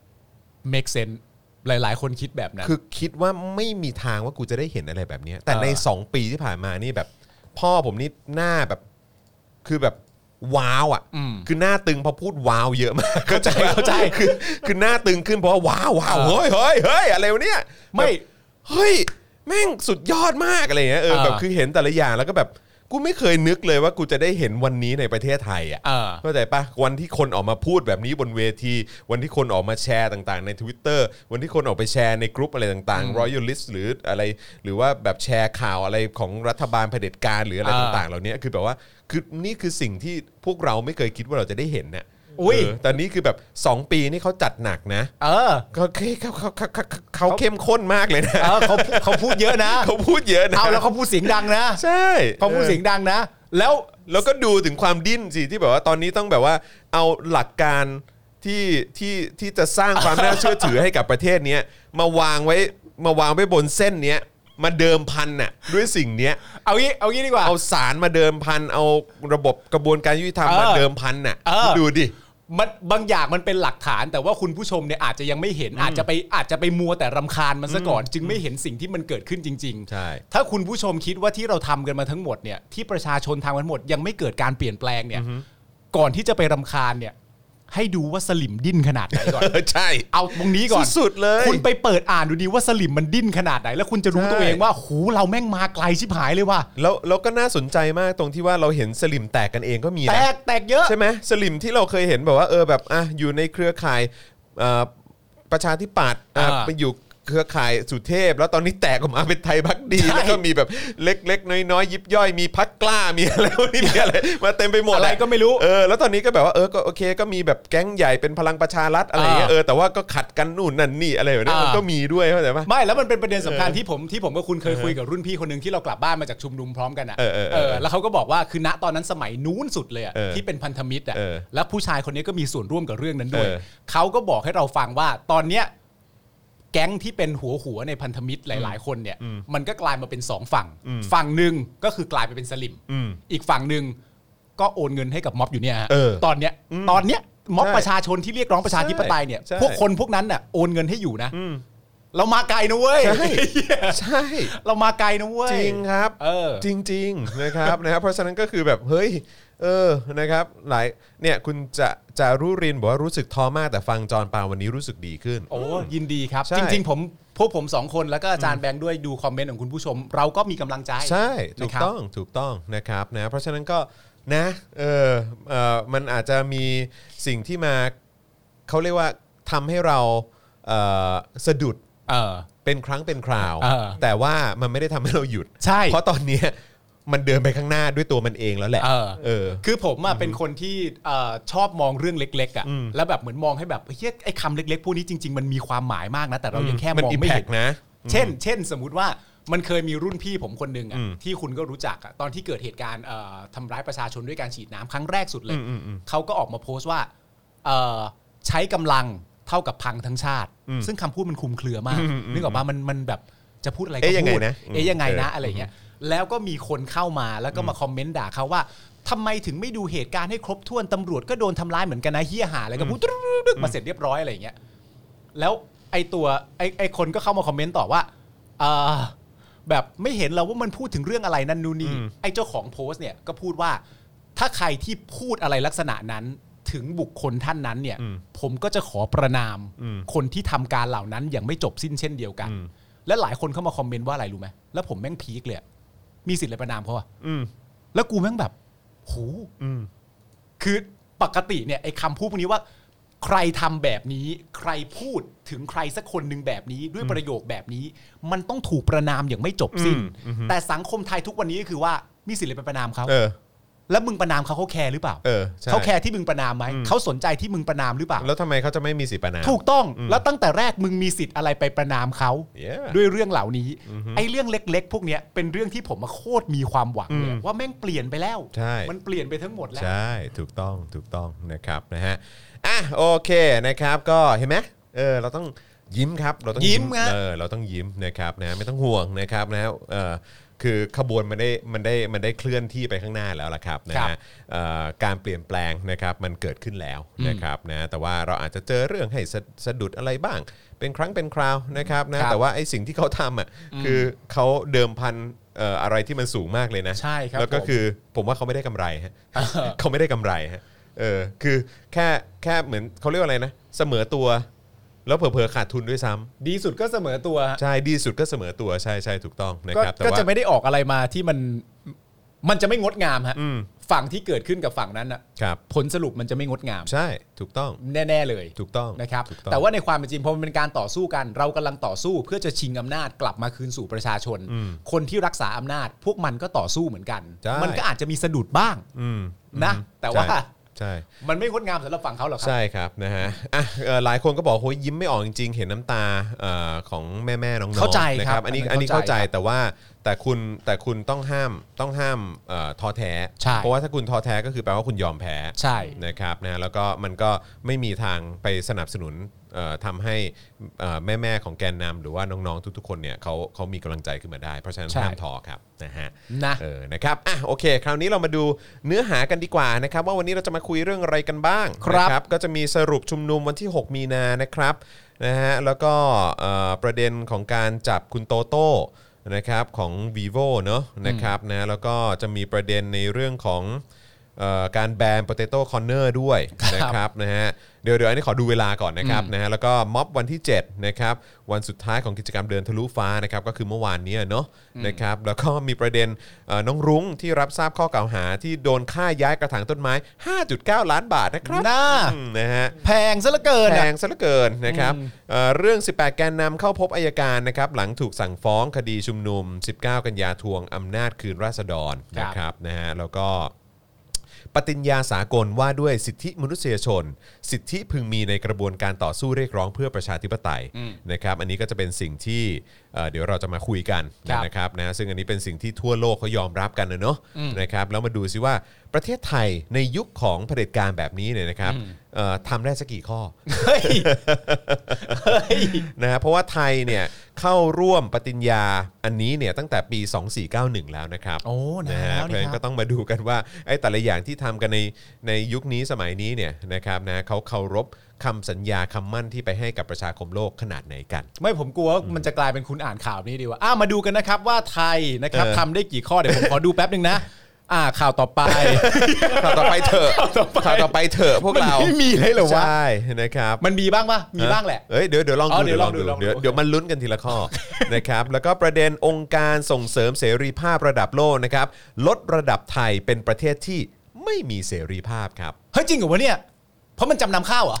Speaker 3: make sense หลาย ๆ คนคิดแบบนั้น
Speaker 2: คือคิดว่าไม่มีทางว่ากูจะได้เห็นอะไรแบบเนี้ยแต่ใน
Speaker 3: เออ
Speaker 2: 2 ปีที่ผ่านมานี่แบบ พ่อผมนี่หน้าแบบคือแบบว้าวอ่ะ
Speaker 3: อืม
Speaker 2: คือหน้าตึงเพอพูดว้าวเยอะมากเข้าใจ
Speaker 3: เข้าใจ
Speaker 2: คือคือหน้าตึงขึ้นเพราะว่าว้าวว้าว
Speaker 3: เออ
Speaker 2: เฮ้ยเฮ้ยเฮ้ยอะไรวะเนี่ย
Speaker 3: ไม่
Speaker 2: แบบเฮ้ยแม่งสุดยอดมากอะไรเงี้ยเออ
Speaker 3: เออ
Speaker 2: แบบคือเห็นแต่ละอย่างแล้วก็แบบกูไม่เคยนึกเลยว่ากูจะได้เห็นวันนี้ในประเทศไทยอ่ะ
Speaker 3: เออ
Speaker 2: เข้าใจปะวันที่คนออกมาพูดแบบนี้บนเวที วันที่คนออกมาแชร์ต่างๆ ใน Twitter วันที่คนออกไปแชร์ในกรุ๊ปอะไรต่างๆ Royalist หรืออะไร หรือว่าแบบแชร์ข่าวอะไรของรัฐบาลเผด็จการหรืออะไร
Speaker 3: อ่า
Speaker 2: ต่างๆ เหล่านี้คือแบบว่าคือนี่คือสิ่งที่พวกเราไม่เคยคิดว่าเราจะได้เห็นเนี่ย
Speaker 3: อุ๊ย
Speaker 2: เออแต่นี่คือแบบ 2 ปีนี่เขาจัดหนักนะ
Speaker 3: เออ
Speaker 2: เขาเขาเขาเขาเขาเขาเข้มข้นมากเลยนะ
Speaker 3: เออเขาเขาพูดเยอะนะ
Speaker 2: เขาพูดเยอะนะ
Speaker 3: เอาแล้วเขาพูดเสียงดังนะ
Speaker 2: ใช่
Speaker 3: เขาพูดเสียงดังนะ แล้ว
Speaker 2: แล้วก็ดูถึงความดิ้นสิที่แบบว่าตอนนี้ต้องแบบว่าเอาหลักการที่ที่ที่จะสร้างความ น่าเชื่อถือให้กับประเทศเนี้ยมาวางไว้มาวางไว้บนเส้นเนี้ยมาเดิมพันน่ะด้วยสิ่งเนี้ย
Speaker 3: เอางี้เอางี้ดีกว่า
Speaker 2: เอาสารมาเดิมพัน เอาระบบกระบวนการยุติธรรม
Speaker 3: เออ
Speaker 2: มาเดิมพันน่ะ
Speaker 3: เออ
Speaker 2: ดูดิ
Speaker 3: มันบางอย่างมันเป็นหลักฐาน แต่ว่าคุณผู้ชมเนี่ยอาจจะยังไม่เห็นอาจจะไปอาจจะไปมัวแต่รำคาญมันซะก่อน จึงไม่เห็นสิ่งที่มันเกิดขึ้นจริง ๆ
Speaker 2: ใช่
Speaker 3: ถ้าคุณผู้ชมคิดว่าที่เราทำกันมาทั้งหมดเนี่ยที่ประชาชนทำกันหมดยังไม่เกิดการเปลี่ยนแปลงเนี่ยก่อนที่จะไปรำคาญเนี่ย ให้ดูว่าสลิมดิ้นขนาดไหน ก่อน
Speaker 2: ใช่
Speaker 3: เอาตรงนี้ก่อน
Speaker 2: สุดๆเลย
Speaker 3: คุณไปเปิดอ่านดูดีว่าสลิมมันดิ้นขนาดไหน แล้วคุณจะรู้
Speaker 2: ใช่
Speaker 3: ตัวเองว่าหูเราแม่งมาไกลชิบหายเลยว่ะ
Speaker 2: แล้วแล้วก็น่าสนใจมากตรงที่ว่าเราเห็นสลิมแตกกันเองก็มี
Speaker 3: แต
Speaker 2: นะ
Speaker 3: กแตกเยอะ
Speaker 2: ใช่ไหมสลิมที่เราเคยเห็นแบบว่าเออแบบอ่ะอยู่ในเครือข่ายเอ่อประชาธิปัตย์อ่ะ
Speaker 3: อ่า
Speaker 2: ไปอยู่เครือข่ายสุเทพ แล้วตอนนี้แตกออกมาเป็นไทยพักดี
Speaker 3: ใช่
Speaker 2: แล้วก็มีแบบเล็ก ๆ น้อยๆยิบย่อยมีพักกล้า มีอะไรพวกนี้มีอะไรมาเต็มไปหมด
Speaker 3: อะไรก็ไม่รู้
Speaker 2: เออแล้วตอนนี้ก็แบบว่าเออก็โอเคก็มีแบบแก๊งใหญ่เป็นพลังประชารัฐอะไรอย่างเงี้ย
Speaker 3: อ่า
Speaker 2: เออแต่ว่าก็ขัดกันนู่นนั่นนี่อะไรแบบเนี้ย
Speaker 3: อ่ามั
Speaker 2: มันก็มีด้วยเข้าใจปะ
Speaker 3: ไม่แล้วมันเป็นประเด็นสำคัญที่ผมที่ผมกับคุณเคยคุยกับรุ่นพี่คนหนึ่งที่เรากลับบ้านมาจากชุมนุมพร้อมกันอ่ะ
Speaker 2: เออเออเออ
Speaker 3: แล้วเขาก็บอกว่าคือณตอนนั้นสมัยนู้นสุดเลยอะ
Speaker 2: เออ
Speaker 3: ที่เป็นพันธมิตรอ่ะ
Speaker 2: เออ
Speaker 3: แล้วผู้ชายคนนี้ก็มีส่วนร่วมกับเรื่องนั้นด้วย
Speaker 2: เออ
Speaker 3: เขาก็บอกให้เราฟังว่าตอนเนี้ยแก๊งที่เป็นหัวหัวในพันธมิตรหลาย ๆ คนเนี่ยมันก็กลายมาเป็นสองฝั่ง
Speaker 2: อืม
Speaker 3: ฝั่งหนึ่งก็คือกลายไปเป็นสลิม
Speaker 2: อืม
Speaker 3: อีกฝั่งหนึ่งก็โอนเงินให้กับม็อบอยู่เนี่ยฮะ
Speaker 2: เออ
Speaker 3: ตอนเนี้ย
Speaker 2: อืม
Speaker 3: ตอนเนี้ยม็อบ
Speaker 2: ใช่
Speaker 3: ประชาชนที่เรียกร้องประชาธิปไตยเนี่ย
Speaker 2: ใช่
Speaker 3: พวกคนพวกนั้นน่ะโอนเงินให้อยู่นะ
Speaker 2: อืม
Speaker 3: เรามาไกลนะเว้ย
Speaker 2: ใช่ใช่
Speaker 3: เรามาไกลนะเว้ย
Speaker 2: จริงครับ
Speaker 3: เออ
Speaker 2: จริงๆ นะครับนะครับเพราะฉะนั้นก็คือแบบเฮ้ยเออนะครับหลายเนี่ยคุณจะจะรู้รินบอกว่ารู้สึกท้อมากแต่ฟังจอห์นปาวันนี้รู้สึกดีขึ้น
Speaker 3: โอ้ยินดีครับ
Speaker 2: ใช่
Speaker 3: จริง ๆ ผมพวกผมสองคนแล้วก็อาจารย์แบงค์ด้วยดูคอมเมนต์ของคุณผู้ชม เราก็มีกำลังใจ
Speaker 2: ใช่ถูก
Speaker 3: นะครับ
Speaker 2: ต้องถูกต้องนะครับนะเพราะฉะนั้นก็นะเออเออมันอาจจะมีสิ่งที่มาเขาเรียกว่าทำให้เราเอ่อสะดุด
Speaker 3: เออ
Speaker 2: เป็นครั้งเป็นคราว
Speaker 3: เออ
Speaker 2: แต่ว่ามันไม่ได้ทำให้เราหยุด
Speaker 3: ใช่
Speaker 2: เพราะตอนเนี้ยมันเดินไปข้างหน้าด้วยตัวมันเองแล้วแหละ
Speaker 3: เออ
Speaker 2: เออ
Speaker 3: คือผมอะเป็นคนที่เอ่อชอบมองเรื่องเล็กๆอ่ะแล้วแบบเหมือนมองให้แบบเฮ้ยไอ้คำเล็กๆพวกนี้จริง ๆ มันมีความหมายมากนะแต่เรายังแค่มองไม่เห็น
Speaker 2: impact นะ
Speaker 3: เช่น เช่น สมมติว่ามันเคยมีรุ่นพี่ผมคนหนึ่ง
Speaker 2: อื
Speaker 3: อ่ะ
Speaker 2: ม
Speaker 3: ที่คุณก็รู้จักอ่ะตอนที่เกิดเหตุการณ์เอ่อทำร้ายประชาชนด้วยการฉีดน้ำครั้งแรกสุดเลย
Speaker 2: อืมอืมอืม
Speaker 3: เขาก็ออกมาโพสต์ว่าเอ่อใช้กำลังเท่ากับพังทั้งชาติ
Speaker 2: อืม
Speaker 3: ซึ่งคำพูดมันคลุมเครือมาก
Speaker 2: อืมอืม
Speaker 3: นึกออกปะมันมันแบบจะพูดอะไรก็
Speaker 2: เอ๊ะยังไง
Speaker 3: พูด
Speaker 2: นะอืม
Speaker 3: เอ๊ยยังไงนะ
Speaker 2: เอออ
Speaker 3: อะไรเงี้ยแล้วก็มีคนเข้ามาแล้วก็มาคอมเมนต์ด่าเขาว่า ทำไมถึงไม่ดูเหตุการณ์ให้ครบถ้วนตำรวจก็โดนทำร้ายเหมือนกันนะเฮียหาอะไรก็พูดตึ๊ดๆๆมาเสร็จเรียบร้อยอะไรอย่างเงี้ย แล้วไอตัวไอไอคนก็เข้ามาคอมเมนต์ต่อว่าเออแบบไม่เห็นเราว่ามันพูดถึงเรื่องอะไรนั่นนู่นนี่
Speaker 2: อืม
Speaker 3: ไอเจ้าของโพสต์เนี่ยก็พูดว่า ถ้าใครที่พูดอะไรลักษณะนั้นถึงบุคคลท่านนั้นเนี่ย
Speaker 2: อืม
Speaker 3: ผมก็จะขอประนาม
Speaker 2: อืม
Speaker 3: คนที่ทำการเหล่านั้นอย่างไม่จบสิ้นเช่นเดียวกัน
Speaker 2: อืม
Speaker 3: และหลายคนเข้ามาคอมเมนต์ว่าอะไรรู้ไหมแล้วผมแม่งพีคเลยอะมีสิทธิ์อะไรประนามเขาอะ
Speaker 2: อืม
Speaker 3: แล้วกูแม่งแบบโห
Speaker 2: อืม
Speaker 3: คือปกติเนี่ยไอ้คำพูดพวกนี้ว่า ใครทำแบบนี้ ใครพูดถึงใครสักคนหนึ่งแบบนี้ด้วยประโยคแบบนี้ มันต้องถูกประนามอย่างไม่จบสิ้น
Speaker 2: อืมอืม
Speaker 3: แต่สังคมไทยทุกวันนี้ก็คือว่ามีสิทธิ์อะไรไปประนามเขา
Speaker 2: เออ
Speaker 3: แล้วมึงประนามเขาเขาแคร์หรือเปล่า
Speaker 2: เออใช่
Speaker 3: เขาแคร์ที่มึงประนามไหม
Speaker 2: อืม
Speaker 3: เขาสนใจที่มึงประนามหรือเปล่า
Speaker 2: แล้วทำไมเขาจะไม่มีสิทธิ์ประนาม
Speaker 3: ถูกต้อง
Speaker 2: อืม
Speaker 3: แล้วตั้งแต่แรกมึงมีสิทธิ์อะไรไปประนามเขา
Speaker 2: Yeah
Speaker 3: ด้วยเรื่องเหล่านี้ไอ้เรื่องเล็ก ๆ พวกเนี้ยเป็นเรื่องที่ผมมาโคตรมีความหวังเลย
Speaker 2: อืม
Speaker 3: ว่าแม่งเปลี่ยนไปแล้ว
Speaker 2: ใช่
Speaker 3: มันเปลี่ยนไปทั้งหมดแล้ว
Speaker 2: ใช่ ถูกต้อง ถูกต้องนะครับนะฮะ อ่ะโอเคนะครับ ก็เห็นไหมเออเราต้องยิ้มครับ เราต้อง
Speaker 3: ยิ้มฮะ
Speaker 2: เออเราต้องยิ้มนะครับนะไม่ต้องห่วงนะครับนะเออคือขบวนมันได้มันได้มันได้เคลื่อนที่ไปข้างหน้าแล้วล่ะครับนะ
Speaker 3: ครั
Speaker 2: ฮะ
Speaker 3: บ
Speaker 2: เอ่อการเปลี่ยนแปลงนะครับมันเกิดขึ้นแล้วนะครับนะแต่ว่าเราอาจจะเจอเรื่องให้สะสะดุดอะไรบ้าง เป็นครั้งเป็นคราวนะครับนะครับ แต่ว่าไอ้สิ่งที่เขาทำอ่ะคือเขาเดิมพันเอ่ออะไรที่มันสูงมากเลยนะ
Speaker 3: ใช่ครับ
Speaker 2: แล้วก็
Speaker 3: ผม
Speaker 2: คือผมว่าเขาไม่ได้กำไรฮะ เขาไม่ได้กำไรฮะ เออ คือแค่แค่เหมือนเขาเรียกว่าอะไรนะ เสมอตัว แล้วเผลอๆขาดทุนด้วยซ้ำ
Speaker 3: ดีสุดก็เสมอตัวฮะ
Speaker 2: ใช่ ดีสุดก็เสมอตัว ใช่ใช่ถูกต้องนะ
Speaker 3: ก็
Speaker 2: ครับ แต่
Speaker 3: ก็
Speaker 2: ว่า
Speaker 3: จะไม่ได้ออกอะไรมาที่มันมันจะไม่งดงามฮะ
Speaker 2: อืม
Speaker 3: ฝั่งที่เกิดขึ้นกับฝั่งนั้นอ่ะ
Speaker 2: ครับ
Speaker 3: ผลสรุปมันจะไม่งดงาม
Speaker 2: ใช่ ถูกต้อง
Speaker 3: แน่ ๆ เลย
Speaker 2: ถูกต้อง
Speaker 3: นะครับ
Speaker 2: ถูกอง
Speaker 3: แต่ว่าในความเป็นจริงพอมันเป็นการต่อสู้กัน เรากำลังต่อสู้เพื่อจะชิงอำนาจกลับมาคืนสู่ประชาชน
Speaker 2: อืม
Speaker 3: คนที่รักษาอำนาจ พวกมันก็ต่อสู้เหมือนกัน
Speaker 2: ใช่
Speaker 3: มันก็อาจจะมีสะดุดบ้าง
Speaker 2: อืม
Speaker 3: นะ
Speaker 2: อืม
Speaker 3: แต่ว่า
Speaker 2: ใช่ใช่
Speaker 3: มันไม่งดงามสำหรับฝั่งเขาหรอกครับ
Speaker 2: ใช่ครับนะฮะอ่ะเอ่อหลายคนก็บอกโหยยิ้มไม่ออกจริงๆ เห็นน้ำตาเอ่อของแม่ๆน้องๆ
Speaker 3: เข้าใจครับ
Speaker 2: นะอันนี้อั
Speaker 3: อันนั้น
Speaker 2: นนี้เข้า
Speaker 3: เข้า
Speaker 2: ใจ
Speaker 3: ใจ
Speaker 2: แต่ว่าแต่คุณแต่คุณต้องห้ามต้องห้ามเอ่อท้อแท้
Speaker 3: ใช่
Speaker 2: เพราะว่าถ้าคุณท้อแท้ก็คือแปลว่าคุณยอมแพ้
Speaker 3: ใช่
Speaker 2: นะครับนะแล้วก็มันก็ไม่มีทางไปสนับสนุนเอ่อทำให้เอ่อแม่ ๆ ของแกนนำหรือว่าน้องๆทุกๆ คนเนี่ยเขาเขามีกำลังใจขึ้นมาได้ เพราะฉะนั้น
Speaker 3: ใช่
Speaker 2: ห้ามท้อครับนะฮะ
Speaker 3: นะ
Speaker 2: เออนะครับอ่ะโอเค คราวนี้เรามาดูเนื้อหากันดีกว่านะครับ ว่าวันนี้เราจะมาคุยเรื่องอะไรกันบ้าง
Speaker 3: ครับ
Speaker 2: นะก็จะมีสรุปชุมนุมวันที่ 6 มีนานะครับนะฮะแล้วก็เอ่อประเด็นของการจับคุณโตโต้นะครับของ vivo เนอะนะครับนะแล้วก็จะมีประเด็นในเรื่องของ เอ่อการแบน Potato Corner ด้วย
Speaker 3: ครับ
Speaker 2: นะครับนะฮะเดี๋ยวเดี๋ยวอันนี้ขอดูเวลาก่อนนะครับ
Speaker 3: อืม
Speaker 2: นะฮะแล้วก็ม็อบวันที่7นะครับวันสุดท้ายของกิจกรรมเดินทะลุฟ้านะครับก็คือเมื่อวานเนี้ยเนาะนะครับแล้วก็มีประเด็นเอ่อน้องรุ้งที่รับทราบข้อกล่าวหาที่โดนค่าย้ายกระถางต้นไม้ 5.9 ล้านบาทนะครับ
Speaker 3: น่า
Speaker 2: อืมนะฮะ
Speaker 3: แพงซะเหลือเกิน
Speaker 2: แพ
Speaker 3: อะ
Speaker 2: งซะเหลือเกินนะครับเอ่อเรื่อง 18 แกนนำเข้าพบอายการนะครับหลังถูกสั่งฟ้องคดีชุมนุม 19 กันยาทวงอำนาจคืนราษฎร
Speaker 3: ครับ
Speaker 2: นะครับนะฮะแล้วก็ปฏิญญาสากลว่าด้วยสิทธิมนุษยชน สิทธิพึงมีในกระบวนการต่อสู้เรียกร้องเพื่อประชาธิปไตยนะครับอันนี้ก็จะเป็นสิ่งที่เอ่อเดี๋ยวเราจะมาคุยกันนะครับนะซึ่งอันนี้เป็นสิ่งที่ทั่วโลกเขายอมรับกันนะเนอะนะครับแล้วมาดูซิว่าประเทศไทยในยุคของเผด็จการแบบนี้เนี่ยนะครับเอ่อทำได้สักกี่ข้อ
Speaker 3: เฮ้ยเฮ้ย
Speaker 2: นะฮะเพราะว่าไทยเนี่ยเข้าร่วมปฏิญญาอันนี้เนี่ยตั้งแต่ปี 2491 แล้วนะครับ
Speaker 3: โอ้นาน
Speaker 2: นะฮะ
Speaker 3: แล้ว
Speaker 2: เพราะ
Speaker 3: นะครับ
Speaker 2: ฉะนั้นก็ต้องมาดูกันว่าไอ้แต่ละอย่างที่ทำกันในในยุคนี้สมัยนี้เนี่ยนะครับนะเขาเคารพคำสัญญาคำมั่นที่ไปให้กับประชาคมโลกขนาดไหนกัน
Speaker 3: ไม่ผมกลัวว่ามันจะกลายเป็นคุณอ่านข่าวนี้ดีกว่าอ่ะมาดูกันนะครับว่าไทยนะครับ
Speaker 2: เออ
Speaker 3: ทำได้กี่ข้อเดี๋ยวผมขอดูแป๊บหนึ่งนะ อ่าข่าวต่ อไป
Speaker 2: ข่าวต่อไปเถอะข่าวต่อไปเถอะพวกเรา
Speaker 3: ไม่มีเลยเหรอวะ
Speaker 2: ใช่นะครับ
Speaker 3: มันมีบ้างปะมีบ้างแหละ
Speaker 2: เอ้ยเดี๋ยวเดี๋ยวลอง
Speaker 3: อ๋
Speaker 2: ดู
Speaker 3: อเดี๋ยวลองดูลองดู
Speaker 2: เดี๋ยวเดี๋ยวมันลุ้นกันทีละข้อ นะครับแล้วก็ประเด็นองค์การส่งเสริมเสรีภาพระดับโลกนะครับลดระดับไทยเป็นประเทศที่ไม่มีเสรีภาพครับ
Speaker 3: เฮ้ยจริงเหรอวะเนี่ย เพราะมันจำนำข้าวเหรอ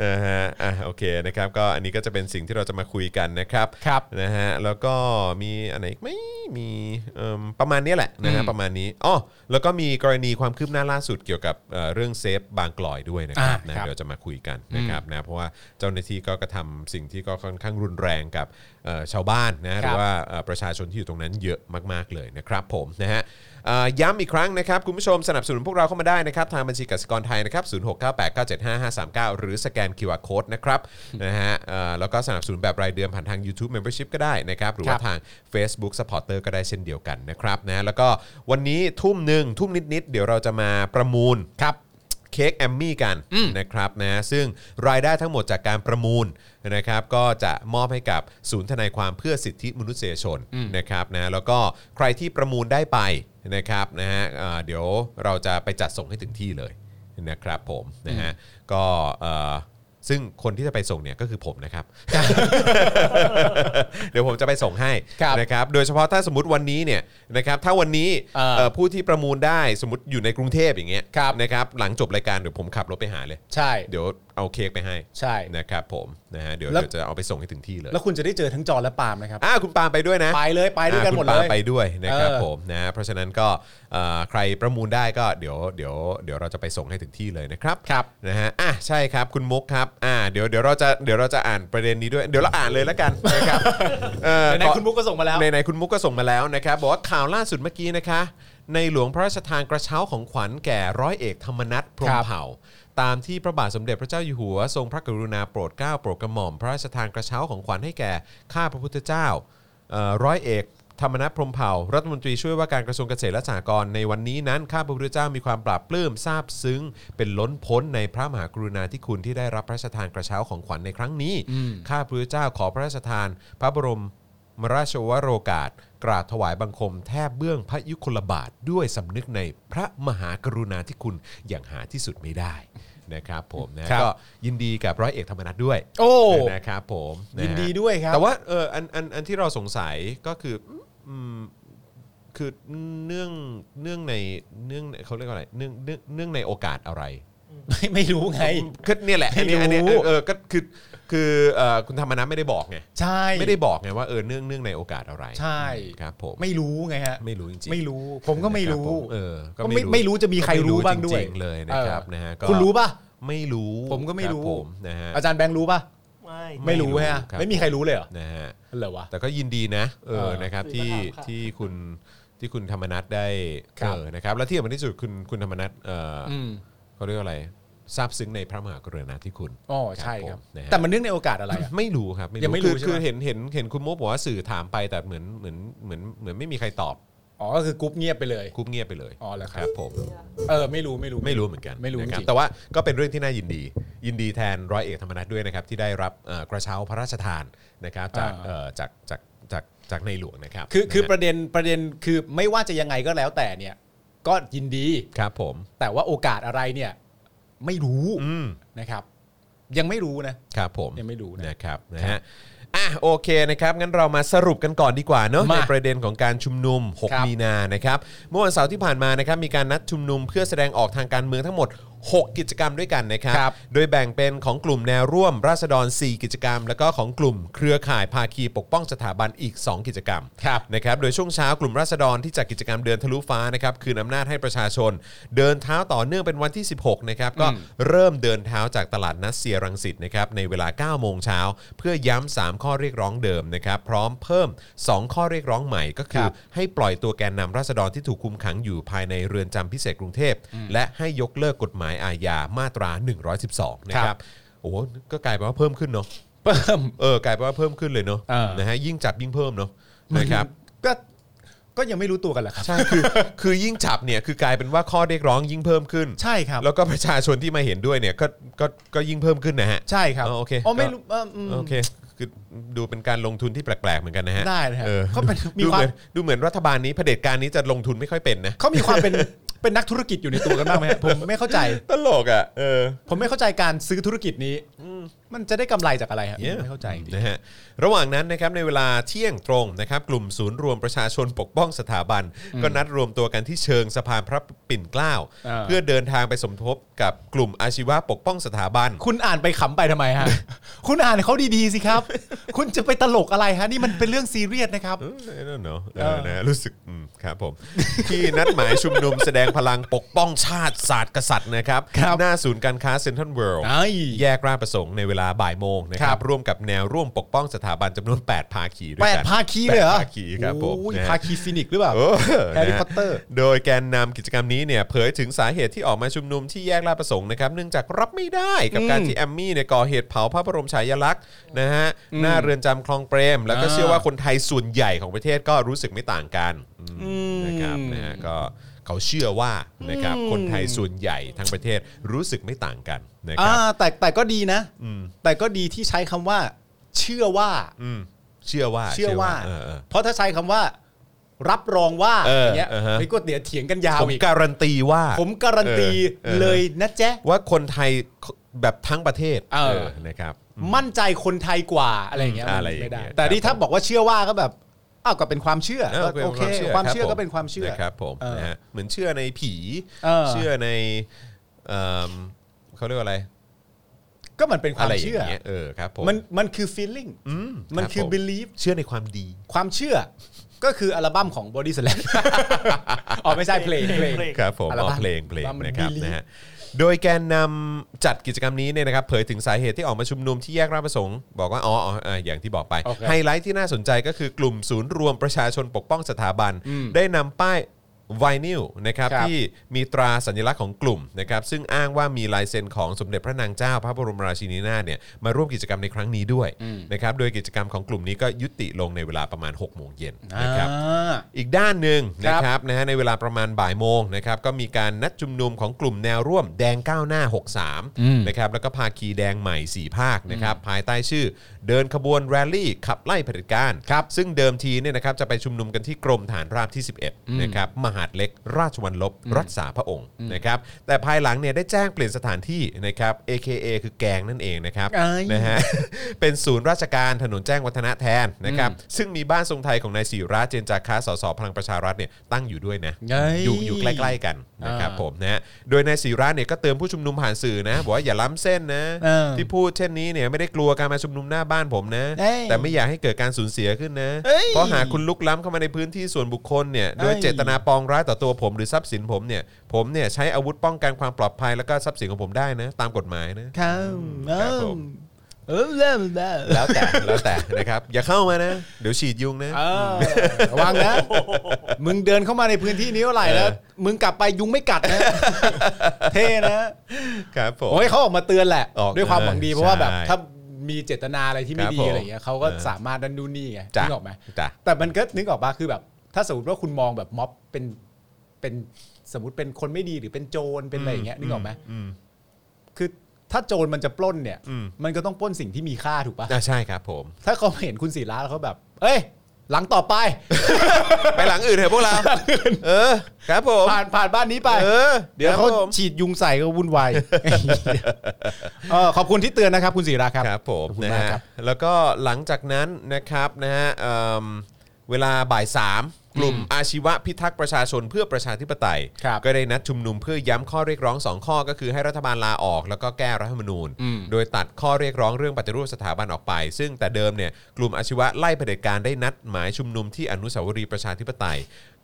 Speaker 2: อ่าฮะอ่ะโอเคนะครับก็อันนี้ก็จะเป็นสิ่งที่เราจะมาคุยกันนะครับ
Speaker 3: ครับ
Speaker 2: นะฮะแล้วก็มีอันไหนอีกไหม่มีเอิ่มประมาณนี้แหละนะฮะ
Speaker 3: อืม
Speaker 2: ประมาณนี้อ๋อแล้วก็มีกรณีความคืบหน้าล่าสุดเกี่ยวกับเอ่อเรื่องเซฟบางกลอยด้วยนะครับ
Speaker 3: อ่า
Speaker 2: นะครับ เดี๋ยวจะมาคุยกันนะครับนะเพราะว่าเจ้าหน้าที่ก็กระทำสิ่งที่ก็ค่อนข้างรุนแรงกับเอ่อชาวบ้านนะหรือว่าเอ่อประชาชนที่อยู่ตรงนั้นเยอะมากๆเลยนะครับผมนะฮะเอ่อย้ำอีกครั้งนะครับคุณผู้ชมสนับสนุนพวกเราเข้ามาได้นะครับทางบัญชีกสิกรไทยนะครับ0698975539 หรือสแกน น QR Code นะครับนะฮะเอ่อแล้วก็สนับสนุนแบบรายเดือนผ่านทาง YouTube Membership ก็ได้นะครับ หรือว่า
Speaker 3: ครับ
Speaker 2: ทาง Facebook Supporter ก็ได้เช่นเดียวกันนะครับนะแล้วก็วันนี้ทุ่มหนึ่งทุ่มนิดๆเดี๋ยวเราจะมาประมูล
Speaker 3: ครับ
Speaker 2: เค้กแอมมี่กันนะครับนะซึ่งรายได้ทั้งหมดจากการประมูลนะครับก็จะมอบให้กับศูนย์ทนายความเพื่อสิทธิมนุษยชนนะครับนะแล้วก็ใครที่ประมูลได้ไปนะครับนะฮะเอ่อเดี๋ยวเราจะไปจัดส่งให้ถึงที่เลยนะครับผมนะฮะก็เอ่อซึ่งคนที่จะไปส่งเนี่ยก็คือผม นะครับ เดี๋ยวผมจะไปส่งให้
Speaker 3: ครับ
Speaker 2: นะครับ โดยเฉพาะถ้าสมมติวันนี้เนี่ยนะครับ ถ้าวันนี้
Speaker 3: อ่า
Speaker 2: เอ่อผู้ที่ประมูลได้สมมติอยู่ในกรุงเทพอย่างเงี้ย
Speaker 3: ครับ
Speaker 2: นะครับ หลังจบรายการเดี๋ยวผมขับรถไปหาเลย
Speaker 3: ใช่
Speaker 2: เดี๋ยวเอาเค้กไปให้
Speaker 3: ใช่
Speaker 2: นะครับผมนะฮะเดี๋ยว
Speaker 3: แล้ว
Speaker 2: เดี๋ยวจะเอาไปส่งให้ถึงที่เลย
Speaker 3: แล้วคุณจะได้เจอทั้งจอและปาล์มนะครับ
Speaker 2: อ่าคุณปาล์มไปด้วยนะ
Speaker 3: ไปเลยไปด้วยกัน
Speaker 2: อ่า
Speaker 3: หมด
Speaker 2: คุณปา
Speaker 3: เล
Speaker 2: ล์ม
Speaker 3: ย
Speaker 2: ไปด้วยนะครับ
Speaker 3: เออ
Speaker 2: ผมนะเพราะฉะนั้นก็เอ่อใครประมูลได้ก็เดี๋ยวเดี๋ยวเดี๋ยวเราจะไปส่งให้ถึงที่เลยนะครับ
Speaker 3: ครับ
Speaker 2: นะฮะ อ่ะ ใช่ครับ คุณมุกครับ อ่า เดี๋ยว เดี๋ยวเราจะ เดี๋ยวเราจะอ่านประเด็นนี้ด้วย เดี๋ยวเราอ่านเลยแล้วกัน นะครับเอ่อ
Speaker 3: ไหนๆคุณมุกก็ส่งมาแล้ว
Speaker 2: ไหนๆคุณมุกก็ส่งมาแล้วนะครับ บอกว่าข่าวล่าสุดเมื่อกี้นะคะ ในหลวงพระราชทานกระเช้าของขวัญแก่ร้อยเอกธรรมนัฐพรหมเผ่า ตามที่พระบาทสมเด็จพระเจ้าอยู่หัว ทรงพระกรุณาโปรดเกล้าโปรดกระหม่อมพระราชทานกระเช้าของขวัญให้แก่ข้าพระพุทธเจ้าเอ่อร้อยเอก ธรรมนัฐพรหมเผ่า รัฐมนตรีช่วยว่าการกระทรวงเกษตรและสหกรณ์ในวันนี้นั้นข้าพระพุทธเจ้ามีความปราบปลื้มซาบซึ้ง เป็นล้นพ้นในพระมหากรุณาธิคุณที่ได้รับพระราชทานกระเช้าของขวัญในครั้งนี้ข้าพระพุทธเจ้าขอพระราชทาน พระบรมราชวโรกาส กราบถวายบังคมแทบเบื้องพระยุคลบาท ด้วยสำนึกในพระมหากรุณาธิคุณอย่างหาที่สุดไม่ได้นะครับผมนะครับ ก็ยินดีกับร้อยเอกธรรมนัฐด้วย
Speaker 3: โอ้
Speaker 2: นะครับผมะฮะ
Speaker 3: ยินดีด้วยครับ
Speaker 2: แต่ว่าเอออันอันอันที่เราสงสัยก็คืออืมคือเนื่องเนื่องในเนื่องเขาเรียกว่าอะไรเนื่องเนื่องเนื่องในโอกาสอะไร
Speaker 3: ไม่ ไม่รู้ไง
Speaker 2: คือเนี่ยแหละอันเนี้ยอันเนี้ย
Speaker 3: ไม่รู้
Speaker 2: เออก็คือคือเอ่อคุณธรรมนัฐไม่ได้บอกไง
Speaker 3: ใช่
Speaker 2: ไม่ได้บอกไงว่าเออเนื่องเนื่องในโอกาสอะไร
Speaker 3: ใช่
Speaker 2: ครับผม
Speaker 3: ไม่รู้ไงฮะ
Speaker 2: ไม่รู้จริงๆ
Speaker 3: ไม่รู้ ผมก็ไม่รู้
Speaker 2: คบผเออก็
Speaker 3: ก็ไม่ไม่รู้จะมีใครรู้บ้างด้วย
Speaker 2: จริๆเลยนะครับนะฮะก็
Speaker 3: คุณรู้ป่ะ
Speaker 2: ไม่รู้
Speaker 3: ผมก็ไม่รู้
Speaker 2: คบผมนะฮะ
Speaker 3: อาจารย์แบงค์รู้ป่ะ
Speaker 4: ไม่
Speaker 2: ไม่
Speaker 3: ไม่
Speaker 2: รู้
Speaker 3: รู้ฮะ
Speaker 2: ครับ
Speaker 3: ไม่มีใครรู้เลยเหรอ
Speaker 2: นะฮะ
Speaker 3: เหรอวะ
Speaker 2: แต่ก็ยินดีนะเออ
Speaker 3: เออ
Speaker 2: นะครับ
Speaker 4: คื
Speaker 2: ที่
Speaker 4: อก็ทำค่ะ
Speaker 2: ที่คุณที่คุณธรรมนัทได้
Speaker 3: ครับ
Speaker 2: เออนะครับและที่สำคัญที่สุดคุณคุณธรรมนัทเอออ
Speaker 3: อืม
Speaker 2: เขาเรียกว่าอะไรซาบซึ้งในพระมหากรุณาธิคุณ
Speaker 3: อ๋อใช่ค
Speaker 2: ผ
Speaker 3: รับ
Speaker 2: มนะฮะ
Speaker 3: แต่มันเนื่องในโอกาสอะไร อะ
Speaker 2: ไม่รู้ครับ
Speaker 3: ยังไม่รู้
Speaker 2: คือ
Speaker 3: ใช่ไหม
Speaker 2: คือเห็นเห็นเห็นคุณโมกบอกว่าสื่อถามไปแต่เหมือนเหมือนเหมือนเหมือนไม่มีใครตอบ
Speaker 3: อ๋อก็คือกรุ๊ปเงียบไปเลย
Speaker 2: คุบเงียบไปเลย
Speaker 3: อ๋อเหรอครับ
Speaker 2: ผม
Speaker 3: เออไม่รู้ไม่รู้
Speaker 2: ไม่รู้เหมือนกัน
Speaker 3: ไม่รู้
Speaker 2: นะคบ
Speaker 3: จริง
Speaker 2: แต่ว่าก็เป็นเรื่องที่น่ายินดี ยินดีแทนร้อยเอกธรรมนัฐด้วยนะครับที่ได้รับเอ่อกระเช้าพระราชทานนะครับจากเอ่อจากจากจากจากในหลวงนะครับ
Speaker 3: คือคือ
Speaker 2: นะฮะ
Speaker 3: ประเด็นประเด็นคือไม่ว่าจะยังไงก็แล้วแต่เนี่ย ก็ยินดี
Speaker 2: ครับผม
Speaker 3: แต่ว่าโอกาสอะไรเนี่ย ไม่รู้
Speaker 2: อืม
Speaker 3: นะครับ ยังไม่รู้นะ
Speaker 2: ครับผม
Speaker 3: ยังไม่รู้นะ
Speaker 2: นะครับนะฮะอ่ะโอเคนะครับงั้นเรามาสรุปกันก่อนดีกว่าเนอะ
Speaker 3: มา
Speaker 2: ในประเด็นของการชุมนุม
Speaker 3: ครับ
Speaker 2: 6 มีนานะครับเมื่อวันเสาร์ที่ผ่านมานะครับมีการนัดชุมนุมเพื่อแสดงออกทางการเมืองทั้งหมด 6 กิจกรรมด้วยกันนะครับ
Speaker 3: ครับ
Speaker 2: โดยแบ่งเป็นของกลุ่มแนวร่วม ราษฎร 4 กิจกรรม แล้วก็ของกลุ่มเครือข่ายภาคีปกป้องสถาบันอีก 2 กิจกรรม
Speaker 3: ครับ
Speaker 2: นะครับโดยช่วงเช้ากลุ่มราษฎรที่จัดกิจกรรมเดินทะลุฟ้านะครับคืนอำนาจให้ประชาชน เดินเท้าต่อเนื่องเป็นวันที่ 16นะครับก็เริ่มเดินเท้าจากตลาดนัดเซียรังสิตนะครับในเวลา 9 โมงเช้า เพื่อย้ำ 3 ข้อเรียกร้องเดิมนะครับพร้อมเพิ่ม 2 ข้อเรียกร้องใหม่ก็คื
Speaker 3: ค
Speaker 2: อ
Speaker 3: รับ
Speaker 2: ให้ปล่อยตัวแกนนำราษฎรที่ถูกคุมขังอยู่ภายในเรือนจำพิเศษกรุงเทพ และให้ยกเลิกกฎหมายอาญามาตรา 112นะค
Speaker 3: ครั
Speaker 2: รับบ โอ้โหก็กลายเป็นว่าเพิ่มขึ้นเนาะ
Speaker 3: เพิ่ม
Speaker 2: เออกลายเป็นว่าเพิ่มขึ้นเลยเนาะ
Speaker 3: เออ
Speaker 2: นะฮะยิ่งจับยิ่งเพิ่มเนาะนะครับ
Speaker 3: ก็ก็ยังไม่รู้ตัวกันเหรอครับ
Speaker 2: ใช่คือ คือยิ่งจับเนี่ยคือกลายเป็นว่าข้อเรียกร้องยิ่งเพิ่มขึ้น
Speaker 3: ใช่ครับ
Speaker 2: แล้วก็ประชาชนที่มาเห็นด้วยเนี่ยก็ก็ก็ยิ่งเพิ่มขึ้นนะฮะ
Speaker 3: ใช่ครับ
Speaker 2: อ๋อโอเค
Speaker 3: อ๋อไม่
Speaker 2: ก็
Speaker 3: รู้เอออืม
Speaker 2: โอเคคือดูเป็นการลงทุนที่แปลกๆเหมือนกันนะฮะ
Speaker 3: ได้นะฮะ
Speaker 2: ออ
Speaker 3: เขาเป็นมี
Speaker 2: ดู
Speaker 3: ค
Speaker 2: เห
Speaker 3: วาม
Speaker 2: มือนดูเหมือนรัฐบาลนี้เผด็จการนี้จะลงทุนไม่ค่อยเป็นนะ
Speaker 3: เขามีความเป็น เป็นนักธุรกิจอยู่ในตัวกันบ้างไหมฮะผมไม่เข้าใจ
Speaker 2: ตลกอ่ะเออ
Speaker 3: ผมไม่เข้าใจการซื้อธุรกิจนี้มันจะได้กำไรจากอะไรฮะ
Speaker 2: Yeah
Speaker 3: ไม่เข้าใจจริง
Speaker 2: นะฮะระหว่างนั้นนะครับในเวลาเที่ยงตรงนะครับกลุ่มศูนย์รวมประชาชนปกป้องสถาบัน ก็นัดรวมตัวกันที่เชิงสะพานพระปิ่นเกล้า
Speaker 3: อ่า
Speaker 2: เพื่อเดินทางไปสมทบกับกลุ่มอาชีวะปกป้องสถาบัน
Speaker 3: คุณอ่านไปขำไปทำไมฮะ คุณอ่านเขาดีๆสิครับ คุณจะไปตลกอะไรฮะ นี่มันเป็นเรื่องซีเรียสนะครับ
Speaker 2: เออ I don't know เอ
Speaker 3: เอ
Speaker 2: อ
Speaker 3: อ
Speaker 2: นะรู้สึกอืมครับผม ที่นัดหมายชุมนุมแสดงพลังปกป้องชาติศาสตร์กษัตริย์นะครับ หน้าศูนย์การค้าเซ็นทรัลเวิลด์
Speaker 3: ไอ้
Speaker 2: แยกราชประสงค์ในเวล าบ่ายโมงนะค
Speaker 3: ค
Speaker 2: รั
Speaker 3: รั
Speaker 2: บบ ร่วมกับแนวร่วมปกป้องสถาบันจำนวน 8 ภาคีด้ว
Speaker 3: แป
Speaker 2: ย
Speaker 3: ด
Speaker 2: กัน
Speaker 3: ภาคีเลยเหรอ
Speaker 2: แปดภาคีครับผม
Speaker 3: โอ้ย
Speaker 2: นะฮะ
Speaker 3: ภาคีฟินิกซ์หรือเปล่า
Speaker 2: เออ
Speaker 3: แฮร์รี่
Speaker 2: นะ
Speaker 3: พอตเตอร์
Speaker 2: โดยแกนนำกิจกรรมนี้เนี่ยเผยถึงสาเหตุที่ออกมาชุมนุมที่แยกลาดประสงค์นะครับเนื่องจากรับไม่ได้กับการที่แอมมี่เนี่ยก่อเหตุเผาพระบรมฉายาลักษณ์นะฮะหน้าเรือนจำคลองเปรม แล้วก็
Speaker 3: อ่า
Speaker 2: เชื่อว่าคนไทยส่วนใหญ่ของประเทศก็รู้สึกไม่ต่างกันอืมนะครับนะฮะก็เขาเชื่อว่านะครับคนไทยส่วนใหญ่ทั้งประเทศรู้สึกไม่ต่างกันนะค
Speaker 3: อ่า
Speaker 2: รับ
Speaker 3: แต่แต่ก็ดีนะ แต่ก็ดีที่ใช้คำว่า เชื่อว่า
Speaker 2: อืมเชื่อว่า
Speaker 3: เชื่อว่า
Speaker 2: เออเออ
Speaker 3: เพราะถ้าใช้คำว่า รับรองว่า
Speaker 2: เอออย่าง
Speaker 3: เงี้ย
Speaker 2: เออฮะ
Speaker 3: ไม่ก็เดี๋ยวเถียงกันยาว
Speaker 2: ผม
Speaker 3: อีก
Speaker 2: การันตีว่า
Speaker 3: ผมการันตี
Speaker 2: เออเออ
Speaker 3: เลยนะแจ๊ะ
Speaker 2: ว่าคนไทยแบบทั้งประเทศ
Speaker 3: เออ
Speaker 2: เออนะครับ
Speaker 3: มั่นใจคนไทยกว่าอะไรอย่างเงี้ย
Speaker 2: อืม
Speaker 3: มัน
Speaker 2: อะไรอย่าง
Speaker 3: ไม่ได้
Speaker 2: เงี้ย
Speaker 3: แต่
Speaker 2: ค
Speaker 3: นี่
Speaker 2: รั
Speaker 3: ถ้า
Speaker 2: บ
Speaker 3: บอกว่าเชื่อว่าก็แบบอ้าวก็เป็นความเชื่อก็โอเคความเชื่อก็เป็นความเชื่อ
Speaker 2: นะครับผม
Speaker 3: เออ
Speaker 2: นะฮะเหมือนเชื่อในผี
Speaker 3: เออ
Speaker 2: อในเอิ่มเขาเรียกว่าอะไร
Speaker 3: ก็มันเป็นค
Speaker 2: อะ
Speaker 3: วาม
Speaker 2: ไรอย่า
Speaker 3: เชื่อ
Speaker 2: งเงี้ยเออครับผม
Speaker 3: มันมันคือ feeling
Speaker 2: อื
Speaker 3: มัน
Speaker 2: รับ
Speaker 3: คือ
Speaker 2: ผ
Speaker 3: belief
Speaker 2: เชื่อในความดี
Speaker 3: ความเชื่อ ก็คืออัลบั้มของ Body Slam อ๋อไม่ใช่เพลงเพลง
Speaker 4: เพลง
Speaker 2: ครับผม
Speaker 3: อัล
Speaker 2: อ๋อ
Speaker 3: บั้ม
Speaker 2: เพลงเพลง
Speaker 3: อัลบั้ม
Speaker 2: นะครับ
Speaker 3: Believe
Speaker 2: นะฮะโดยแกนนำจัดกิจกรรมนี้เนี่ยนะครับเผยถึงสาเหตุที่ออกมาชุมนุมที่แยกราชประสงค์บอกว่าอ๋ออ๋ออ่าอย่างที่บอกไป
Speaker 3: โอเค
Speaker 2: ไฮไลท์ที่น่าสนใจก็คือกลุ่มศูนย์รวมประชาชนปกป้องสถาบัน
Speaker 3: อืม
Speaker 2: ได้นำป้ายไวนิลนะครับ
Speaker 3: ครับ
Speaker 2: ที่มีตราสัญลักษณ์ของกลุ่มนะครับซึ่งอ้างว่ามีลายเซ็นของสมเด็จพระนางเจ้า พระบรมราชินีนาถเนี่ยมาร่วมกิจกรรมในครั้งนี้ด้วยนะครับโดยกิจกรรมของกลุ่มนี้ก็ยุติลงในเวลาประมาณหกโมงเย็นนะครับ
Speaker 3: อ่า
Speaker 2: อีกด้านหนึ่ง
Speaker 3: ครั
Speaker 2: นะ
Speaker 3: บ
Speaker 2: ครับนะฮะในเวลาประมาณบ่ายโมงนะครับก็มีการนัดชุมนุมของกลุ่มแนวร่วมแดงก้าวหน้า
Speaker 3: อืม
Speaker 2: 63นะครับแล้วก็ภาคีแดงใหม่ 4 ภาคนะครับภายใต้ชื่อ เดินขบวนแรลลี่ ขับไล่เผด็จการครับซึ่งเดิมทีเนี่ยนะครับจะไปชุมนุมกันที่กรมฐานราบที่ 11นะครับมหาดเล็กราชวันลบรักษาพระองค์นะครับแต่ภายหลังเนี่ยได้แจ้งเปลี่ยนสถานที่นะครับ AKA คือแกงนั่นเองนะครับ
Speaker 3: เอ้ย
Speaker 2: นะฮ ะ เป็นศูนย์ราชการถนนแจ้งวัฒนะแทนนะครับ ซึ่งมีบ้านทรงไทยของนายศิระเจนจาคะสสพลังประชารัฐเนี่ยตั้งอยู่ด้วยนะ
Speaker 3: เอ้ย
Speaker 2: อยู่อยู่ใกล้ๆกันนะครับ
Speaker 3: อ่า
Speaker 2: ผมนะฮะโดยนายศิระเนี่ยก็เตือนผู้ชุมนุมผ่านสื่อนะ บอกว่าอย่าล้ำเส้นนะ
Speaker 3: เออ
Speaker 2: ที่พูดเช่นนี้เนี่ยไม่ได้กลัวการมาชุมนุมหน้าบ้านผมนะ
Speaker 3: เอ้ย
Speaker 2: แต่ไม่อยากให้เกิดการสูญเสียขึ้นนะ
Speaker 3: เอ้ย
Speaker 2: เพราะหากคุณลุกล้ำเข้ามาในพื้นที่ส่วนบุคคลเนี่ยโดย
Speaker 3: เอ้ย
Speaker 2: เจตนาปองร้ายต่อตัวผมหรือทรัพย์สินผมเนี่ยผมเนี่ยใช้อาวุธป้องกันความปลอดภัยแล้วก็ทรัพย์สินของผมได้นะตามกฎหมายนะ
Speaker 3: ครับเอ
Speaker 2: ครับผม
Speaker 3: มเออเริ่มแล้ว
Speaker 2: แล้วแต่แล้วแต่นะครับ อย่าเข้ามานะ เดี๋ยวฉีดยุงนะ
Speaker 3: เออระวังนะ มึงเดินเข้ามาในพื้นที่นี้เท่าไหร่แล้ว มึงกลับไปยุงไม่กัด นะ เท่นะครับ
Speaker 2: ผม
Speaker 3: โอ้ยเขาออกมาเตือนแหละ
Speaker 2: ออก
Speaker 3: ด้วยความหวังดีเพราะว่าแบบ
Speaker 2: ใช่
Speaker 3: ถ้ามีเจตนาอะไรที่ไม่
Speaker 2: ครับ
Speaker 3: ดี
Speaker 2: ผม
Speaker 3: อะไรอย่างเงี้ยเขาก็
Speaker 2: เออ
Speaker 3: สามารถดันดูนนี่ไง
Speaker 2: จ้ะ
Speaker 3: นึกออกไหม
Speaker 2: จ้ะ
Speaker 3: แต่มันก็นึกออกปะคือแบบ ถ้าสมมติว่าคุณมองแบบม็อบเป็นเป็นสมมติเป็นคนไม่ดีหรือเป็นโจรเป็นอะไรอย่างเงี้ยนึกออกไหมคือถ้าโจรมันจะปล้นเนี่ย
Speaker 2: อืม
Speaker 3: มันก็ต้องปล้นสิ่งที่มีค่าถูกปะ
Speaker 2: อ่ะใช่ครับผม
Speaker 3: ถ้าเขาเห็นคุณศิระแล้วเขาแบบ เอ้ย หลังต่อ ไป
Speaker 2: ไปหลังอื่นเถอะพวก เรา เออ ครับผม
Speaker 3: ผ่านผ่านบ้านนี้ไป
Speaker 2: เออ
Speaker 3: เดี๋ยว
Speaker 2: ครับ
Speaker 3: เขา
Speaker 2: ผม
Speaker 3: ฉีดยุงใส่ก็วุ่น วายเออขอบคุณที่เตือนนะครับ คุณศิราครับ
Speaker 2: ครับผม
Speaker 3: ขอบคุณ
Speaker 2: นะ
Speaker 3: มาก
Speaker 2: ฮะ
Speaker 3: ครับ
Speaker 2: แล้วก็หลังจากนั้นนะครับนะฮะเอิ่มเวลาบ่ายสามกลุ่มอาชีวะพิทักษ์ประชาชนเพื่อประชาธิปไตย
Speaker 3: ครับ
Speaker 2: ก็ได้นัดชุมนุมเพื่อย้ำข้อเรียกร้องสองข้อก็คือให้รัฐบาลลาออก แล้วก็แก้รัฐธรรมนูญ โดยตัดข้อเรียกร้องเรื่องปฏิรูปสถาบันออกไป ซึ่งแต่เดิมเนี่ยกลุ่มอาชีวะไล่เผด็จการได้นัดหมายชุมนุมที่อนุสาวรีย์ประชาธิปไตย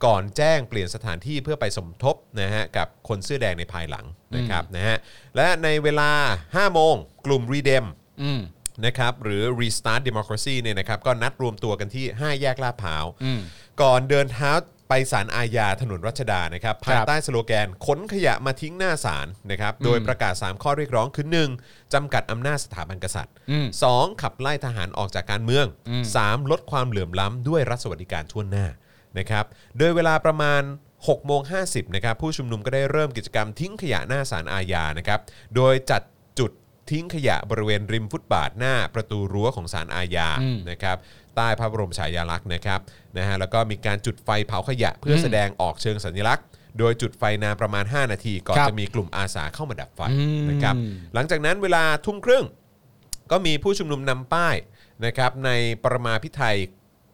Speaker 2: ก่อนแจ้งเปลี่ยนสถานที่เพื่อไปสมทบนะฮะกับคนเสื้อแดงในภายหลังนะครับนะฮะและในเวลา 5 โมง กลุ่มรีเดม
Speaker 3: อืม
Speaker 2: นะครับหรือ Restart Democracy เนี่ยนะครับก็นัดรวมตัวกันที่ 5 แยกลาดพร้าว ก่อนเดินเท้าไปศาลอาญาถนนรัชดานะครับภายใต้สโลแกนขนขยะมาทิ้งหน้าศาลนะครับโดยประกาศ 3 ข้อเรียกร้องคือ 1. จำกัดอำนาจสถาบันกษัตริย์
Speaker 3: อืม
Speaker 2: 2. ขับไล่ทหารออกจากการเมือง 3. ลดความเหลื่อมล้ำด้วยรัฐสวัสดิการทั่วหน้านะครับโดยเวลาประมาณ6โมง50นะครับผู้ชุมนุมก็ได้เริ่มกิจกรรมทิ้งขยะหน้าศาลอาญานะครับโดยจัดจุด ทิ้งขยะบริเวณริมฟุตบาทหน้าประตูรั้วของศาลอาญา
Speaker 3: อืม
Speaker 2: นะครับใต้พระบรมฉายาลักษณ์นะครับนะฮะแล้วก็มีการจุดไฟเผาขยะเพื่ออ
Speaker 3: ม
Speaker 2: แสดงออกเชิงสัญลักษณ์ โดยจุดไฟนานประมาณ 5 นาที ก่อน
Speaker 3: ครับ
Speaker 2: จะมีกลุ่มอาสาเข้ามาดับไฟ
Speaker 3: อืม
Speaker 2: นะครับหลังจากนั้นเวลาทุ่มครึ่ง ก็มีผู้ชุมนุมนำป้ายนะครับในปรมาพิไทย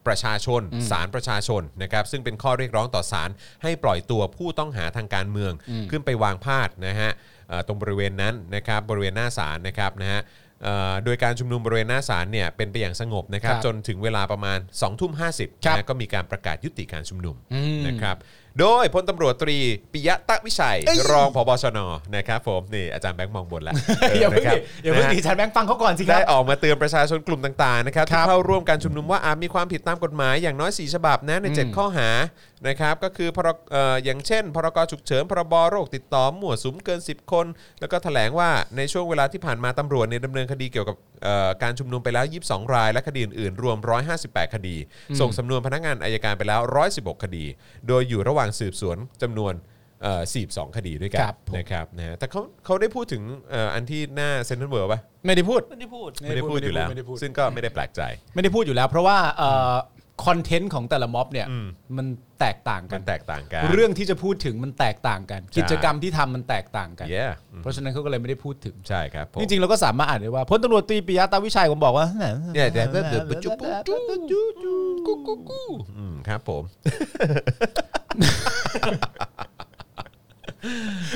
Speaker 2: ประชาชนสารประชาชนนะครับซึ่งเป็นข้อเรียกร้องต่อศาลให้ปล่อยตัวผู้ต้องหาทางการเมือง ขึ้นไปวางพาดนะฮะเอ่อตรงบริเวณนั้นนะครับบริเวณหน้าศาลนะครับนะฮะเอ่อโดยการชุมนุมบริเวณหน้าศาลเนี่ยเป็นไปอย่างสงบนะครับ
Speaker 3: ครับ
Speaker 2: จนถึงเวลาประมาณ2องทุ่มห้าสิบ
Speaker 3: ครับ
Speaker 2: นะก็มีการประกาศยุติการชุมนุมนะครับ โดยพลตำรวจตรีปิยะตะวิชัย รองพบชนนะครับผมนี่อาจารย์แบงค์มองบนแล้วเออ
Speaker 3: อย่าเพิ่ง
Speaker 2: นะครับ
Speaker 3: ดิอย่าเพิ่ง
Speaker 2: นะฮะ
Speaker 3: ดิฉันแบงค์ฟังเขาก่อนสิค
Speaker 2: ได้
Speaker 3: รับ
Speaker 2: ออกมาเตือนประชาชนกลุ่มต่างๆนะครับ
Speaker 3: ครั
Speaker 2: ที่
Speaker 3: บ
Speaker 2: เข้าร่วมการชุมนุมว่าอาจมีความผิดตามกฎหมายอย่างน้อย 4 ฉบับนะใน
Speaker 3: อืม
Speaker 2: 7 ข้อหานะครับก็คือพรเอ่ออย่างเช่น พรกฉุกเฉินพรบโรคติดต่อหมั่วสุมเกิน 10 คน แล้วก็แถลงว่าในช่วงเวลาที่ผ่านมาตำรวจเนี่ยดำเนินคดีเกี่ยวกับเอ่อการชุมนุมไปแล้ว 22 ราย และคดีอื่นๆรวม 158 คดี ส่งสำนวนพนักงานอายการไปแล้ว 116 คดี โดยอยู่ระหว่างสืบสวนจำนวนเอ่อ42 คดีด้วยกัน
Speaker 3: ครับผม
Speaker 2: นะครับนะฮะแต่เขาเขาได้พูดถึงเอ่ออันที่หน้าเซ็นทรัลเวิลด์ปะ
Speaker 3: ไม่ได้พูด
Speaker 4: ไม่ได้พูด
Speaker 2: ไม่ได้พูดอยู่แล้ว
Speaker 3: ไม่ได้พูด
Speaker 2: ซึ่งก็ไม่ได้แปลกใจ
Speaker 3: ไม่ได้พูดอยู่แล้วเพราะว่าเอ่อคอนเทนต์ของแต่ละม็อบเนี่ย
Speaker 2: อืม
Speaker 3: มันแตกต่างกั
Speaker 2: มัน นแตกต่างกัน
Speaker 3: เรื่องที่จะพูดถึงมันแตกต่างกัน กิจกรรมที่ทำมันแตกต่างกัน
Speaker 2: Yeah อืม
Speaker 3: เพราะฉะนั้นเขาก็เลยไม่ได้พูดถึง
Speaker 2: ใช่ครับผม
Speaker 3: จริงๆเราก็สามารถอ่านได้ว่าพลตำรวจตรีปิยะตาวิชัยผมบอกว่า
Speaker 2: เนี่ยเดี๋ยวเดี๋ยวเดี๋ยวจุ๊บปุ๊บจุ๊บจุ๊บจุ๊บกุ๊กกุ๊กกุ๊กอืมครับผม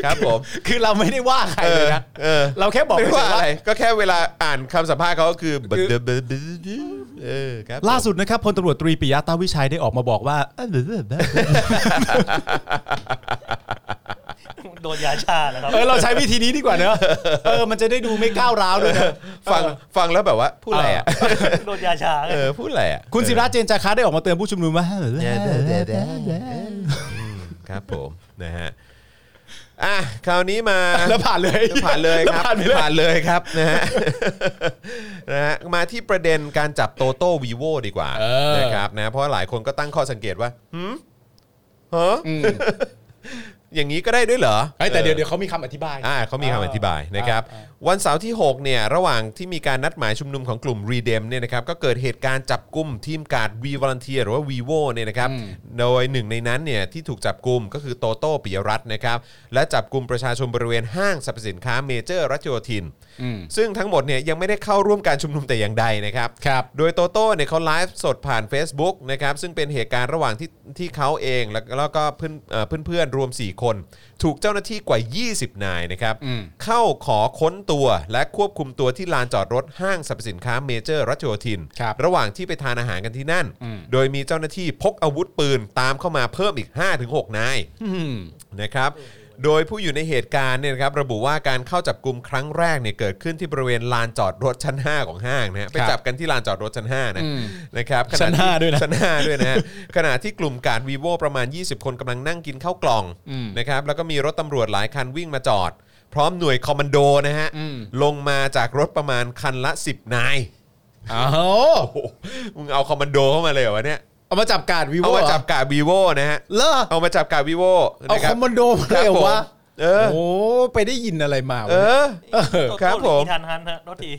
Speaker 2: ครับผม
Speaker 3: คือเราไม่ได้ว่าใครเลยนะ
Speaker 2: เออ
Speaker 3: เราแค่บอก
Speaker 2: ไม่
Speaker 3: เฉยๆ
Speaker 2: ว่า
Speaker 3: ว่า
Speaker 2: อะไร ก็แค่เวลาอ่านคำสัมภาษณ์เขาก็คือ
Speaker 3: คือ
Speaker 2: เออครับ
Speaker 3: ล่าสุดนะครับพลตำรวจตรีปิยะตาวิชัยได้ออกมาบอกว่า
Speaker 4: โดนยาชานะครับ
Speaker 3: เออเราใช้วิธีนี้ดีกว่าเนอะเออมันจะได้ดูไม่ก้าวร้าวด้วยนะ
Speaker 2: ฟังฟังแล้วแบบว่าพูดอะไรอ่ะ
Speaker 4: โดนยาชา
Speaker 2: เออพูดอะไรอ่ะ
Speaker 3: คุณศิระเจนจาคะได้ออกมาเตือนผู้ชุมนุมว่า
Speaker 2: ครับผมนะฮะอ่ะคราวนี้มา
Speaker 3: แล้วผ่านเลย
Speaker 2: ผ่านเลยครับ
Speaker 3: แวผ่านไปเลย
Speaker 2: ผ่านเลยครับนะฮะ นะฮะมาที่ประเด็นการจับโตโต้วีโวดีกว่า
Speaker 3: อ
Speaker 2: นะครับนะเพราะหลายคนก็ตั้งข้อสังเกตว่าหืมฮะ
Speaker 3: อืม
Speaker 2: อย่างนี้ก็ได้ด้วยเหรอ
Speaker 3: เฮ้ยแต่เดี๋
Speaker 2: อ
Speaker 3: ยว
Speaker 2: อ
Speaker 3: เดี๋ยวเขามีคำอธิบาย
Speaker 2: อ่าเขามีคำอธิบายนะครับ
Speaker 3: อ่า
Speaker 2: วันเสาร์ที่ 6 เนี่ย ระหว่างที่มีการนัดหมายชุมนุมของกลุ่มรีเดมเนี่ยนะครับก็เกิดเหตุการณ์จับกลุ่มทีมการ์ดวีวอลันเทียหรือว่าวีโวเนี่ยนะครับโดยหนึ่งในนั้นเนี่ยที่ถูกจับกลุ่มก็คือโตโต้ปิยรัตน์นะครับและจับกลุ่มประชาชนบริเวณห้างสรรพสินค้าเมเจอร์รัชโยธิน
Speaker 3: อืม
Speaker 2: ซึ่งทั้งหมดเนี่ยยังไม่ได้เข้าร่วมการชุมนุมแต่อย่างใดนะครับ
Speaker 3: ครับ
Speaker 2: โดยโตโต้เนี่ยเขาไลฟ์สดผ่าน Facebook นะครับซึ่งเป็นเหตุการณ์ระหว่างที่ที่เขาเองแล้วแล้วก็เพื่อนเอ่อเพื่อนๆ รวม 4 คน ถูกเจ้าหน้าที่กว่า 20 นายนะครับ
Speaker 3: อืม
Speaker 2: เข้าขอค้นตัวและควบคุมตัวที่ลานจอดรถห้างสรรพสินค้าเมเจอร์รัชโยธิน
Speaker 3: ครับ
Speaker 2: ระหว่างที่ไปทานอาหารกันที่นั่น
Speaker 3: อืม
Speaker 2: โดยมีเจ้าหน้าที่พกอาวุธปืนตามเข้ามาเพิ่มอีก 5-6 นาย
Speaker 3: อืม
Speaker 2: นะครับ โดยผู้อยู่ในเหตุการณ์เนี่ยนะครับระบุว่าการเข้าจับกลุ่มครั้งแรกเนี่ยเกิดขึ้นที่บริเวณลานจอดรถชั้น 5 ของห้างนะฮะไปจับกันที่ลานจอดรถชั้น5นะ
Speaker 3: อืม
Speaker 2: นะครับขณะ
Speaker 3: ชั้นห้า
Speaker 2: ที่
Speaker 3: ด้วยนะ
Speaker 2: ชั้นห้าด้วยนะฮะ ขณะที่กลุ่มการวีโวประมาณ 20 คนกำลังนั่งกินข้าวกล่อง
Speaker 3: อืม
Speaker 2: นะครับแล้วก็มีรถตำรวจหลายคันวิ่งมาจอด พร้อมหน่วยคอมมานโดนะฮะ
Speaker 3: อืม
Speaker 2: ลงมาจากรถประมาณคันละ 10 นาย
Speaker 3: อ้าว
Speaker 2: โอ้โหมึงเอาคอมมานโดเข้ามาเลยเหรอวะเนี่ย
Speaker 3: เอามาจับการดวีโว
Speaker 2: เอามาจับกาดวีโวนะฮะ
Speaker 3: เหรอ
Speaker 2: เอามาจับกาดวีโว
Speaker 3: เอา
Speaker 2: ะค
Speaker 3: ค
Speaker 2: รั
Speaker 3: อบ มมานโดมาเลยเหร
Speaker 2: ครับ
Speaker 3: อวะ
Speaker 2: ผมเออ
Speaker 3: โอ้ไปได้ยินอะไรมาวะ
Speaker 2: เออ ครับผม
Speaker 4: ทันทันฮะรถที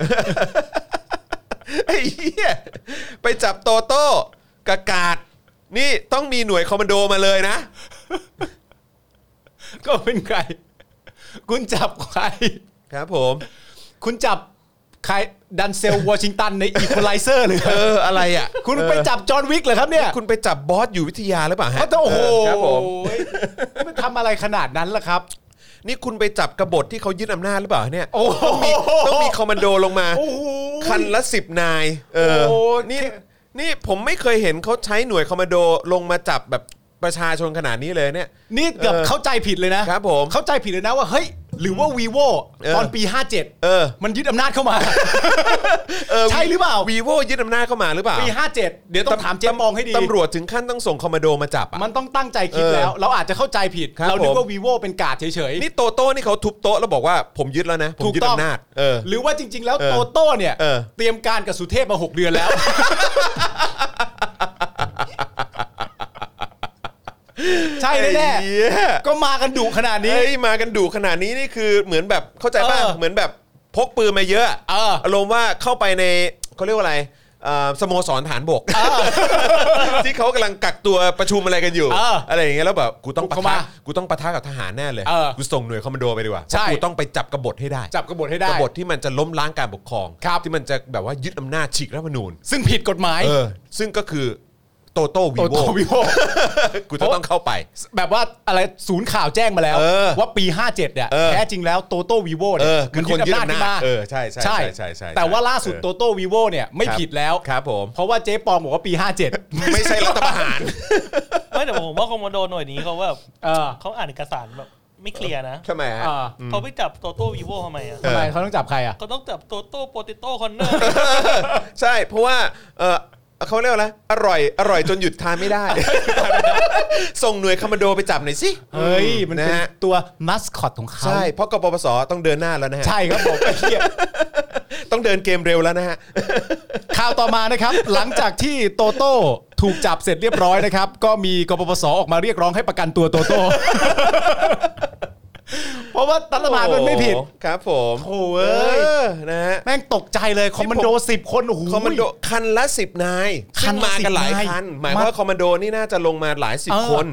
Speaker 2: ไอ้เหี้ยไปจับโตโต้กากาดนี่ต้องมีหน่วยคอมมานโดมาเลยนะ
Speaker 3: ก็เป็นใคร คุณจับใคร
Speaker 2: ครับผม
Speaker 3: คุณจับใครดันเซลวอชิงตันในอีควอไลเซอร์เลย
Speaker 2: เออ อะไรอ่ะ
Speaker 3: คุณไปจับจอห์นวิกเหรอครับเนี่ย
Speaker 2: คุณไปจับบอสอยู่วิทยาหรือเปล่าฮะ
Speaker 3: เขาจะโอ้โห
Speaker 2: ครับผม
Speaker 3: มันทำอะไรขนาดนั้นล่ะครับ
Speaker 2: นี่คุณไปจับกบฏที่เขายึดอำนาจหรือเปล่าเนี่ย
Speaker 3: โอ้โห
Speaker 2: ต้องมีคอมมานโดลงมา
Speaker 3: โอ้โห
Speaker 2: คันละสิบนาย เออ
Speaker 3: โอ้โห
Speaker 2: นี่
Speaker 3: แค่
Speaker 2: นี่ผมไม่เคยเห็นเขาใช้หน่วยคอมมานโดลงมาจับแบบประชาชนขนาดนี้เลยเนี่ย
Speaker 3: นี่เกือบ
Speaker 2: เออ
Speaker 3: เข้าใจผิดเลยนะครับ
Speaker 2: ผม
Speaker 3: เข้าใจผิดเลยนะว่าเฮ้ยหรือว่าวีโว
Speaker 2: เออ
Speaker 3: ตอนปี 57
Speaker 2: เออ
Speaker 3: มันยึดอำนาจเข้ามา
Speaker 2: เออ
Speaker 3: ใช่หรือเปล่า
Speaker 2: วีโวยึดอำนาจเข้ามาหรือเปล่า
Speaker 3: ปี 57 เดี๋ยวต้องถามเจ๊มองให้ดี
Speaker 2: ตำรวจถึงขั้นต้องส่งคอมมานโดมาจับอ่ะ
Speaker 3: มันต้องตั้งใจคิดแล้ว
Speaker 2: เออ
Speaker 3: เราอาจจะเข้าใจผิด
Speaker 2: ครับ
Speaker 3: เราคิด
Speaker 2: ผ
Speaker 3: ว่าม วีโวเป็นการ์ดเฉยๆ
Speaker 2: นี่โตโต้นี่เขาทุบโต๊ะแล้วบอกว่าผมยึดแล้วนะ ผมยึดอำนาจเออ
Speaker 3: หรือว่าจริง ๆ แล้ว
Speaker 2: เออ
Speaker 3: โตโต้เนี่ย
Speaker 2: เออ
Speaker 3: เตรียมการกับสุเทพมา 6 เดือนแล้ว ใช่แน่
Speaker 2: ไอ้เหี้ย
Speaker 3: ๆก็มากันดุขนาดนี้
Speaker 2: เฮ้ยมากันดุขนาดนี้นี่คือเหมือนแบบเข้าใจป่ะ
Speaker 3: เออ
Speaker 2: เหมือนแบบพกปืนมาเยอะ
Speaker 3: เอออ
Speaker 2: รมณ์ว่าเข้าไปในเขาเรียกว่าอะไรเอ่อสโมสรฐานบก ที่เขากำลังกักตัวประชุมอะไรกันอยู่
Speaker 3: เอออ
Speaker 2: อะไรอย่างเงี้ยแล้วแบบกูต้องปะ
Speaker 3: เข้า
Speaker 2: ทะ
Speaker 3: มา
Speaker 2: กูต้องปะทะกับทหารแน่เลย
Speaker 3: เออ
Speaker 2: กูส่งหน่วยคอมมานโดไปดีกว่า
Speaker 3: ใช่
Speaker 2: กูต้องไปจับกบฏให้ได้
Speaker 3: จับกบฏให้ได้
Speaker 2: กบฏที่มันจะล้มล้างการปกครอง
Speaker 3: ครับ
Speaker 2: ที่มันจะแบบว่ายึดอำนาจฉีกรัฐธรรมนูญ
Speaker 3: ซึ่งผิดกฎหมาย
Speaker 2: เออซึ่งก็คือโตโต้วี
Speaker 3: โต
Speaker 2: โว
Speaker 3: โต้วีโว
Speaker 2: กูจะต้องเข้าไป
Speaker 3: แบบว่าอะไรศูนย์ข่าวแจ้งมาแล้ว
Speaker 2: เออ
Speaker 3: ว่าปี 57เนี่ย
Speaker 2: เออ
Speaker 3: แท้จริงแล้วโตโต้วีโว
Speaker 2: เอ
Speaker 3: เนี่ย
Speaker 2: อคือคนยึดอำนาจเออใช่ใช่
Speaker 3: ใช่
Speaker 2: ใช่ใช่ใช่
Speaker 3: แต่ว่าล่าสุด
Speaker 2: เออ
Speaker 3: โตโต้วีโวเนี่ยไม่ผิดแล้ว
Speaker 2: ครับผม
Speaker 3: เพราะว่าเจ๊ปองบอกว่าปี 57
Speaker 2: ไม่ใช่รัฐประหาร
Speaker 4: ไม่แต่ผมว่าคอมโมโดหน่วยนี้เขาแบบ
Speaker 3: เออ
Speaker 4: เขาอ่านเอกสารแบบไม่เคลียร์นะ
Speaker 2: ทำไมฮะ
Speaker 3: เออ
Speaker 4: เขาไปจับโตโต้วีโวทำไมอ่ะ
Speaker 3: ทำไมเขาต้องจับใครอ่ะ
Speaker 4: เขาต้องจับโตโต้โปเตโต้คอนเนอร์
Speaker 2: ใช่เพราะว่าเออเขาเรียกว่าอะไรอร่อยอร่อยจนหยุดทานไม่ได้ ส่งหน่วยคอมมานโดไปจับหน่อยสิ
Speaker 3: เฮ้ย มัน
Speaker 2: นะ
Speaker 3: เป็น
Speaker 2: ฮะ
Speaker 3: ตัวมัสคอตของเขา
Speaker 2: ใช่เพราะกปปสต้องเดินหน้าแล้วนะฮะ
Speaker 3: ใช่ครับผมไอ้เหี้ย
Speaker 2: ต้องเดินเกมเร็วแล้วนะฮะ
Speaker 3: ข่าวต่อมานะครับ หลังจากที่โตโต้ถูกจับเสร็จเรียบร้อยนะครับ ก็มีกปปสออกมาเรียกร้องให้ประกันตัวโตโต้ เพราะว่ารัฐบาลมันไม่ผิด
Speaker 2: โอ้โหครับผม
Speaker 3: โถ่เอ้ย
Speaker 2: ออนะฮะ
Speaker 3: แม่งตกใจเลยคอมมานโดสิบคนโอ้โห
Speaker 2: คอมมานโดคันละสิบนาย
Speaker 3: คันละ
Speaker 2: ซึ่งมากันหลาย
Speaker 3: 10นาย
Speaker 2: คัน หมายความว่าคอมมานโดนี่น่าจะลงมาหลายสิบ
Speaker 3: เออ
Speaker 2: คน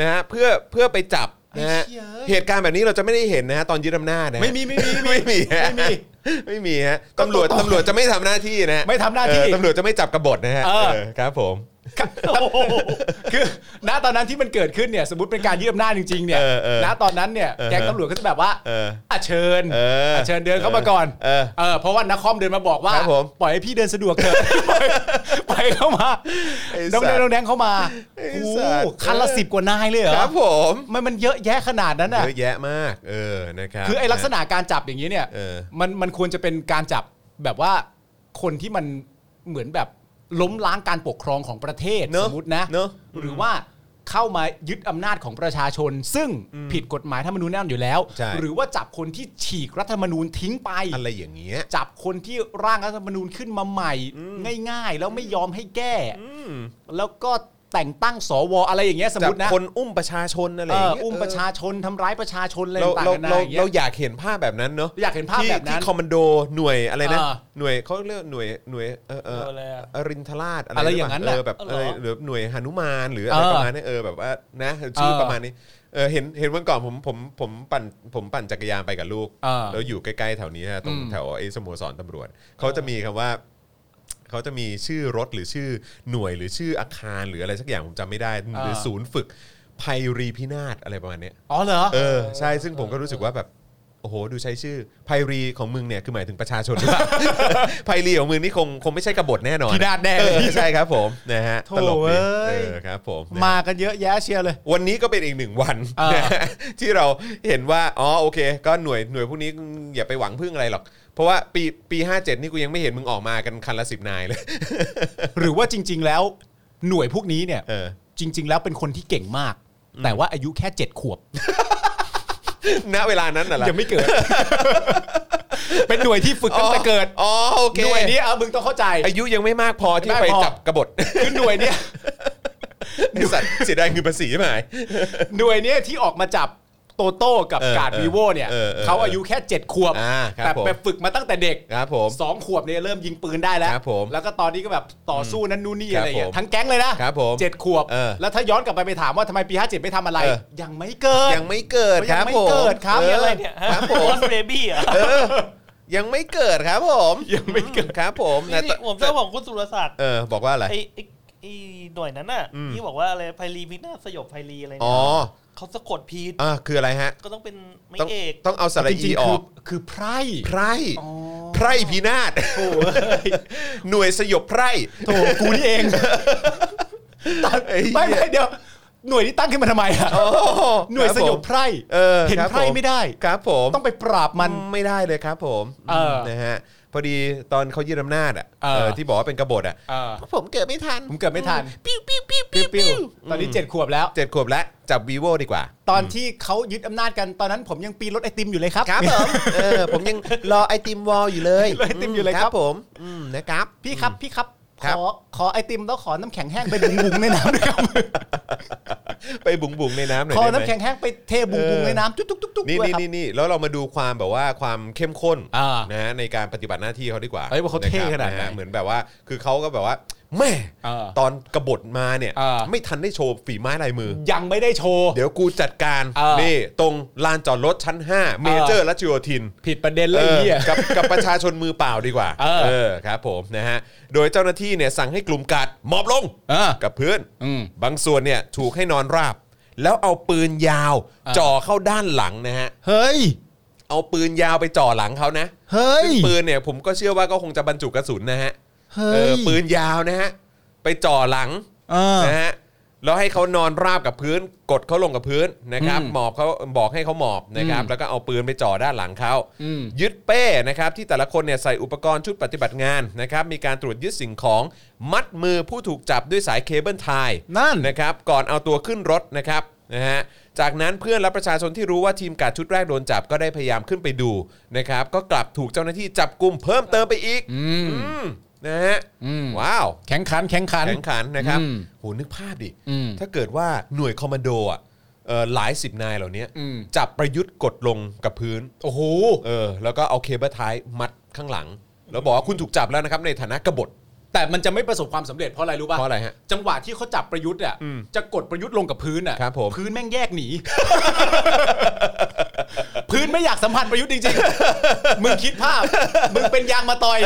Speaker 2: นะฮะเพื่อเพื่อไปจับนะฮะ
Speaker 3: ไอ้เหี้ย
Speaker 2: เหตุการณ์แบบนี้เราจะไม่ได้เห็นนะฮะตอนยึดอำนาจนะฮะ
Speaker 3: ไม่มีไม่มีไม่
Speaker 2: ไม่
Speaker 3: มี
Speaker 2: มีฮะ
Speaker 3: ไม่มี
Speaker 2: ไม่มีฮะตำรวจตำรวจจะไม่ทำหน้าที่นะฮะ
Speaker 3: ไม่ทำหน้าที่
Speaker 2: เออตำรวจจะไม่จับกบฏนะฮะ
Speaker 3: เออ
Speaker 2: เออครับผม
Speaker 4: โอ้โห
Speaker 3: คือณตอนนั้นที่มันเกิดขึ้นเนี่ยสมมติเป็นการยึดอำนาจจริงๆเนี่ย
Speaker 2: เออเออ
Speaker 3: ณตอนนั้นเนี่ย
Speaker 2: เออ
Speaker 3: แก๊งตำรวจก็จะแบบว่า
Speaker 2: เออ
Speaker 3: อ่ะเชิญ
Speaker 2: เอออ่
Speaker 3: ะเชิญเดินเข้ามาก่อน
Speaker 2: เออ
Speaker 3: เออเพราะว่านักคอมเดินมาบอกว่า
Speaker 2: ครับผม
Speaker 3: ปล่อยให้พี่เดินสะดว กเถอะปล่อยปล่อยเข้ามา
Speaker 2: ไอ้สัต
Speaker 3: น้อง
Speaker 2: ว์
Speaker 3: แดงน้องแดงเข้ามา
Speaker 2: ไอ้
Speaker 3: โอ้
Speaker 2: สัตว์
Speaker 3: โหคันละสิบกว่านายเลยเหรอ
Speaker 2: ครับผม
Speaker 3: มันมันเยอะแยะขนาดนั้นอ่ะ
Speaker 2: เยอะแยะมากเออนะครับ
Speaker 3: คือไอ้ลักษณะการจับอย่างนี้เนี่ย
Speaker 2: เออ
Speaker 3: มันมันควรจะเป็นการจับแบบว่าคนที่มันเหมือนแบบล้มล้างการปกครองของประเทศ
Speaker 2: เน
Speaker 3: ส
Speaker 2: อะ
Speaker 3: มมตินะ
Speaker 2: เนอะ
Speaker 3: หรือว่าเข้ามายึดอำนาจของประชาชน ซึ่งผิดกฎหมายธรรมนูญแน่นอนอยู่แล้ว
Speaker 2: ใช่
Speaker 3: หรือว่าจับคนที่ฉีกรัฐธรรมนูญทิ้งไป
Speaker 2: อะไรอย่างเงี้ย
Speaker 3: จับคนที่ร่างรัฐธรรมนูญขึ้นมาใหม่ ง่าย ๆ แล้วไม่ยอมให้แก้ แล้วก็แต่งตั้งสวอะไรอย่างเงี้ยสม
Speaker 2: จั
Speaker 3: ม
Speaker 2: บ
Speaker 3: ตินะ
Speaker 2: คนอุ้มประชาชนอะไร
Speaker 3: เอ
Speaker 2: อย่าง
Speaker 3: อ
Speaker 2: เงี้ย
Speaker 3: อุ้มประชาชนทำร้ายประชาชนอะไร
Speaker 2: เรา
Speaker 3: ต่าง
Speaker 2: เรา
Speaker 3: ๆนานา
Speaker 2: เรา
Speaker 3: อย่างเงี้
Speaker 2: เรา
Speaker 3: ย
Speaker 2: อยากเห็นภาพแบบนั้นเนาะ
Speaker 3: อยากเห็นภาพ
Speaker 2: ที่
Speaker 3: แบบนั้น
Speaker 2: ที่คอมมานโดหน่วยอะไรนะ
Speaker 3: เออ
Speaker 2: หน่วยเขาเรียกหน่วยหน่วยเออเออ
Speaker 4: โดนอะไรอะ
Speaker 2: อรินทราชอะไร
Speaker 3: อะไร
Speaker 2: ห
Speaker 3: อ
Speaker 2: เปล่
Speaker 3: ย่างนั้น
Speaker 2: เอ
Speaker 3: น่ะ
Speaker 2: อแบบ
Speaker 4: อ๋อ
Speaker 2: เอ
Speaker 4: เหรอ
Speaker 2: อหรือหน่วยหนุมานหรืออะไร
Speaker 3: เออ
Speaker 2: ประมาณนี้เออแบบว่านะชื่อ
Speaker 3: เออ
Speaker 2: ประมาณนี้เออเห็นเห็นวันก่อนผมผมผมปั่นผมปั่นจักรยานไปกับลูก
Speaker 3: เออ
Speaker 2: แล้วอยู่ใกล้ๆแถวนี้ฮะตรง
Speaker 3: อืม
Speaker 2: แถวไอ้สโมสรตำรวจเขาจะมีคำว่า เขาจะมีชื่อรถหรือชื่อหน่วยหรือชื่ออาคารหรืออะไรสักอย่างผมจำไม่ได้หรือศูนย์ฝึกภัยรีพินาศอะไรประมาณเนี้ย
Speaker 3: อ๋อเหรอ
Speaker 2: เออใช่ซึ่งผมก็รู้สึกว่าแบบโอ้โห ดูใช้ชื่อไพรีของมึงเนี่ยคือหมายถึงประชาชนหรือเป ล่า ไพรีของมึงนี่คงคงไม่ใช่กบฏแน่นอน
Speaker 3: พินาศแน่
Speaker 2: เอ
Speaker 3: เลย
Speaker 2: อใช่ครับผมนะฮะ
Speaker 3: โถ่
Speaker 2: ตลกดี
Speaker 3: เอ้
Speaker 2: เอย อครับผมนะ
Speaker 3: มากันเยอะแยะเชียร์เลย
Speaker 2: วันนี้ก็เป็นอีกหนึ่งวัน
Speaker 3: เออ
Speaker 2: ที่เราเห็นว่าอ๋อโอเค ก็หน่วยหน่วยพวกนี้อย่าไปหวังพึ่งอะไรหรอก เพราะว่าปีปี 57 นี่กูยังไม่เห็นมึงออกมากันคันละสิบนายเลย
Speaker 3: หรือว่าจริง ๆ แล้วหน่วยพวกนี้เนี่ย
Speaker 2: เออ
Speaker 3: จริง ๆ แล้วเป็นคนที่เก่งมาก แต่ว่าอายุแค่เจ็ดขวบ
Speaker 2: ณเวลานั้นน่ะเหรอ
Speaker 3: ยังไม่เกิด เป็นหน่วยที่ฝึกตั้งแต่เกิด
Speaker 2: อ๋อโอเค
Speaker 3: หน่วยนี้เออมึงต้องเข้าใจ
Speaker 2: อายุยังไม่มากพอที่
Speaker 3: ไม่
Speaker 2: ไป
Speaker 3: พอ
Speaker 2: จับกบฏ
Speaker 3: คือหน่วยเนี้ย
Speaker 2: ไอ้สัตว์เสียดายเงินภาษีใช่ไหม
Speaker 3: หน่วยเนี้ยที่ออกมาจับโตโต้กับ
Speaker 2: เออ
Speaker 3: การ์ด
Speaker 2: เออ
Speaker 3: วีโวเนี่ย
Speaker 2: เออเออ
Speaker 3: เขาอายุแค่เจ็ดขวบ
Speaker 2: อ่าครับ
Speaker 3: แต่
Speaker 2: ผม
Speaker 3: ไปฝึกมาตั้งแต่เด็ก
Speaker 2: ครับผม
Speaker 3: สองขวบเนี่ยเริ่มยิงปืนได้แล้ว
Speaker 2: ครับผม
Speaker 3: แล้วก็ตอนนี้ก็แบบต่อสู้นั้นนู่นนี่
Speaker 2: ครั
Speaker 3: อะ
Speaker 2: บ
Speaker 3: ไรอย่างเงี้
Speaker 2: ผม
Speaker 3: ยทั้งแก๊งเลยนะครับ
Speaker 2: ผม
Speaker 3: เจ็ดขวบ
Speaker 2: เออ
Speaker 3: แล้วถ้าย้อนกลับไปไปถามว่าทำไมปี 57 ไม่ทำอะไร
Speaker 2: เออ
Speaker 3: ยังไม่เกิด
Speaker 2: ยังไม่เกิดครับผ
Speaker 3: ยังไม่
Speaker 2: ม
Speaker 3: เกิดครับ
Speaker 2: เอ
Speaker 3: มี
Speaker 2: อ
Speaker 3: อะไร
Speaker 4: เนี่ย
Speaker 2: ครับผ
Speaker 4: โพ
Speaker 2: ม
Speaker 4: สเบบี้อ่ะ
Speaker 2: เออยังไม่เกิดครับผม
Speaker 3: ยังไม่เกิด
Speaker 2: ครับผม
Speaker 4: นี่นี่ผมชอบของคุณสุรศักดิ์
Speaker 2: เออบอกว่าอะไร
Speaker 4: ไอ้ไอ้ไอ้หน่วยนั้นน่ะ
Speaker 2: อืม
Speaker 4: ที่บอกว่าอะไรไพรีพินาศสยบไพรีอะไร
Speaker 2: อ๋
Speaker 4: เนี่
Speaker 2: อย
Speaker 4: เขาสะกดพีด
Speaker 2: อ่ะคืออะไรฮะ
Speaker 4: ก็ต้องเป็นไม่
Speaker 2: ต้อง
Speaker 4: เอก
Speaker 2: ต้องเอาสระ
Speaker 3: จ
Speaker 2: อี
Speaker 3: ริง
Speaker 2: อ
Speaker 3: ๆคืออก คือไพร่
Speaker 2: ไพร่ไพร่พินาศหน่วยสยบไพร่
Speaker 3: โถกูนี่เอง ตอน
Speaker 2: ไอ้เหี้ย
Speaker 3: ไม่ไม่เดี๋ยว หน่วยนี้ตั้งขึ้นมาทำไมอะ
Speaker 2: โอ้โ
Speaker 3: หน่วยสยบไพร่
Speaker 2: เออ
Speaker 3: เห็น
Speaker 2: ครับ
Speaker 3: ไพร่
Speaker 2: ผม
Speaker 3: ไม่ได้
Speaker 2: ครับผม
Speaker 3: ต้องไปปราบมัน
Speaker 2: ไม่ได้เลยครับผม
Speaker 3: เออ
Speaker 2: นะฮะพอดีตอนเขายึดอำนาจอ่ะ
Speaker 3: เออ
Speaker 2: เออที่บอกว่าเป็นกบฏอ่ะ
Speaker 3: เออ
Speaker 2: ผมเกิดไม่ทัน
Speaker 3: ผมเกิดไม่ทัน
Speaker 2: ปิ้วปิ้วปิ้วปิ้ว
Speaker 3: ปิ้วๆตอนนี้เจ็ดขวบแล้ว
Speaker 2: เจ็ดขวบแล้ว จับวีโวดีกว่า
Speaker 3: ตอนที่เขายึดอำนาจกันตอนนั้นผมยังปีนรถไอติมอยู่เลยครับ
Speaker 2: ครับผม เออ ผมยังรอไอติมวอลอยู่เลย
Speaker 3: รอไอติมอยู่เลยครับ
Speaker 2: ผมอืมนะครับ
Speaker 3: พี่ครับพี่ครับ
Speaker 2: ค
Speaker 3: ข
Speaker 2: รับ
Speaker 3: อขอไอติมแล้วขอน้ำแข็งแห้งไปบุงบุงๆในน้ำด้วยครับ
Speaker 2: ไปบุ๋งบุ๋งในน้ำหน่อย
Speaker 3: ขอ
Speaker 2: ได้ไหม
Speaker 3: น้ำแข็งแห้งไปเทบุงบุงๆในน้ำจุ๊กจุ๊กจุ๊กจุ๊ก
Speaker 2: นี่
Speaker 3: ด้วย
Speaker 2: นี่
Speaker 3: ครับ
Speaker 2: นี่นี่แล้วเรามาดูความแบบว่าความเข้มข้น
Speaker 3: อ่า
Speaker 2: นะฮะในการปฏิบัติหน้าที่เขาดีกว่า
Speaker 3: เอ้ยว่าเขาเท่
Speaker 2: ะครับ
Speaker 3: ขนาดไหนะ
Speaker 2: ฮะเหมือนแบบว่าคือเขาก็แบบว่าแม่
Speaker 3: อ่า
Speaker 2: ตอนกบฏมาเนี่ย
Speaker 3: อ่า
Speaker 2: ไม่ทันได้โชว์ฝีไม้ลายมือ
Speaker 3: ยังไม่ได้โชว์
Speaker 2: เดี๋ยวกูจัดการ
Speaker 3: อ่านี่
Speaker 2: นี่ตรงลานจอดรถชั้น 5 เมเจอร์รัชโยธิน
Speaker 3: ผิดประเด็นเลยไอ้เหี้
Speaker 2: อ
Speaker 3: ย
Speaker 2: อกับกับประชาชนมือเปล่าดีกว่า
Speaker 3: เออ
Speaker 2: ครับผมนะฮะ โดยเจ้าหน้าที่เนี่ยสั่งให้กลุ่มกาดหมอบลง
Speaker 3: เออ
Speaker 2: กับพื้น
Speaker 3: อืม
Speaker 2: บางส่วนเนี่ยถูกให้นอนราบ แล้วเอาปืนยาว
Speaker 3: เออ
Speaker 2: จ่อเข้าด้านหลังนะฮะ
Speaker 3: เฮ้ย
Speaker 2: เอาปืนยาวไปจ่อหลังเขานะ
Speaker 3: เฮ้ย
Speaker 2: ซึ่งปืนเนี่ยผมก็เชื่อว่าก็คงจะบรรจุกระสุนนะฮะ
Speaker 3: เฮ้
Speaker 2: เออย ปืนยาวนะฮะไปจ่อหลัง
Speaker 3: เออ
Speaker 2: นะฮะ แล้วให้เขานอนราบกับพื้น กดเขาลงกับพื้นนะครับ
Speaker 3: อืม
Speaker 2: หมอบเขาบอกให้เขาหมอบนะครับ
Speaker 3: อืม
Speaker 2: แล้วก็เอาปืนไปจ่อด้านหลังเขา
Speaker 3: อืม
Speaker 2: ยึดเป้นะครับที่แต่ละคนเนี่ยใส่อุปกรณ์ชุดปฏิบัติงานนะครับมีการตรวจยึดสิ่งของมัดมือผู้ถูกจับด้วยสายเคเบิลไทย
Speaker 3: นั่น
Speaker 2: นะครับก่อนเอาตัวขึ้นรถนะครับนะฮะจากนั้นเพื่อนและประชาชนที่รู้ว่าทีมกาดชุดแรกโดนจับก็ได้พยายามขึ้นไปดูนะครับก็กลับถูกเจ้าหน้าที่จับกลุ่มเพิ่มเติมไปอีก
Speaker 3: อืม
Speaker 2: อืมนะฮะ
Speaker 3: อืม
Speaker 2: ว้าว
Speaker 3: แข็งขัน แข็งขัน
Speaker 2: แข่งขันนะครับ
Speaker 3: อืม
Speaker 2: โหนึกภาพดิ
Speaker 3: อืม
Speaker 2: ถ้าเกิดว่าหน่วยคอมมานโดอ่ะเอ่อหลายสิบนายเหล่านี้
Speaker 3: อืม
Speaker 2: จับประยุทธ์กดลงกับพื้นโอ้โหเออแล้วก็เอาเคเบิลไท้ายมัดข้างหลัง แล้วบอกว่าคุณถูกจับแล้วนะครับในฐานะกบฏ
Speaker 3: แต่มันจะไม่ประสบความสำเร็จเพราะอะไรรู้ป่ะ
Speaker 2: เพราะอะไรฮะ
Speaker 3: จังหวะที่เขาจับประยุทธ์อ่ะจะกดประยุทธ์ลงกับพื้นอ่ะ
Speaker 2: ครับผม
Speaker 3: พื้นแม่งแยกหนี พื้นไม่อยากสัมพันธ์ประยุทธ์จริง ๆ มึงคิดภาพ มึงเป็นยางมาตอย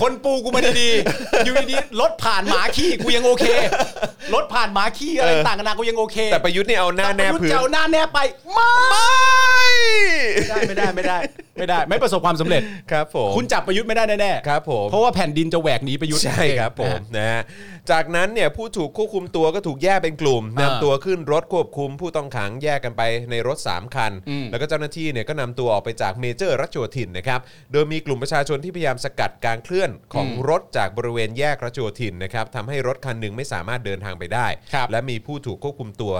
Speaker 3: คนปูกูมาดีๆอยู่ดีๆรถผ่านหมาขี้กูยังโอเค รถผ่านหมาขี้อะไรต่างกันานากูยังโอเค
Speaker 2: แต่ประยุทธ์เนี่ยเอาหน้าแนบพื้น
Speaker 3: เจ้าหน้าแนบไปไม่ได้ไม่ได้ไม่ได้ ไม่ได้ ไม่ประสบความสำเร็จ
Speaker 2: ครับผม
Speaker 3: คุณจับประยุทธ์ไม่ได้แน่ๆ
Speaker 2: ครับผม
Speaker 3: เพราะว่าแผ่นดินจะแหวกหนีประยุทธ์
Speaker 2: ใช่ครับผม
Speaker 3: นะ
Speaker 2: นะฮะจากนั้นเนี่ยผู้ถูกควบคุมตัวก็ถูกแยกเป็นกลุ่มนำ
Speaker 3: อ่า
Speaker 2: ตัวขึ้นรถควบคุมผู้ต้องขังแยกกันไปในรถ 3 คัน
Speaker 3: อืม
Speaker 2: แล้วก็เจ้าหน้าที่เนี่ยก็นำตัวออกไปจากเมเจอร์รัชโยธินนะครับโดยมีกลุ่มประชาชนที่พยายามสกัดการเคลื่อนของ
Speaker 3: อืม
Speaker 2: รถจากบริเวณแยกรัชโยธินนะครับทำให้รถคันหนึ่งไม่สามารถเดินทางไปได้
Speaker 3: ครับ
Speaker 2: และมีผู้ถูกควบคุมตัว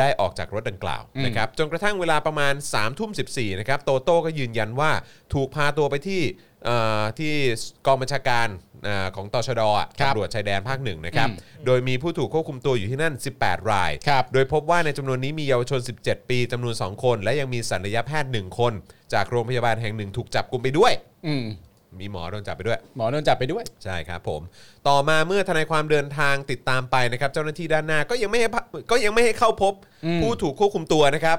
Speaker 2: ได้ออกจากรถดังกล่าว
Speaker 3: อืม
Speaker 2: นะครับ นะครับจนกระทั่งเวลาประมาณ3ามทุ่มสินะครับโตโต้ก็ยืนยันว่าถูกพาตัวไปที่เอ่อที่กองบัญชาการเอ่อของตชดอะ
Speaker 3: ครับ
Speaker 2: ตำรวจชายแดนภาคหนึ่งนะครับ
Speaker 3: อืม
Speaker 2: โดยมีผู้ถูกควบคุมตัวอยู่ที่นั่น 18 ราย
Speaker 3: ครับ
Speaker 2: โดยพบว่าในจำนวนนี้มีเยาวชน 17 ปีจำนวน 2 คน และยังมีสัญญาแพทย์ 1 คน จากโรงพยาบาลแห่งหนึ่งถูกจับกุมไปด้วย
Speaker 3: ืม
Speaker 2: มีหมอโดนจับไปด้วย
Speaker 3: หมอโดนจับไปด้วย
Speaker 2: ใช่ครับผม ต่อมาเมื่อทนายความเดินทางติดตามไปนะครับ เจ้าหน้าที่ด้านหน้าก็ยังไม่ให้พะก็ยังไม่ให้เข้าพบ
Speaker 3: อืม
Speaker 2: ผู้ถูกควบคุมตัว นะครับ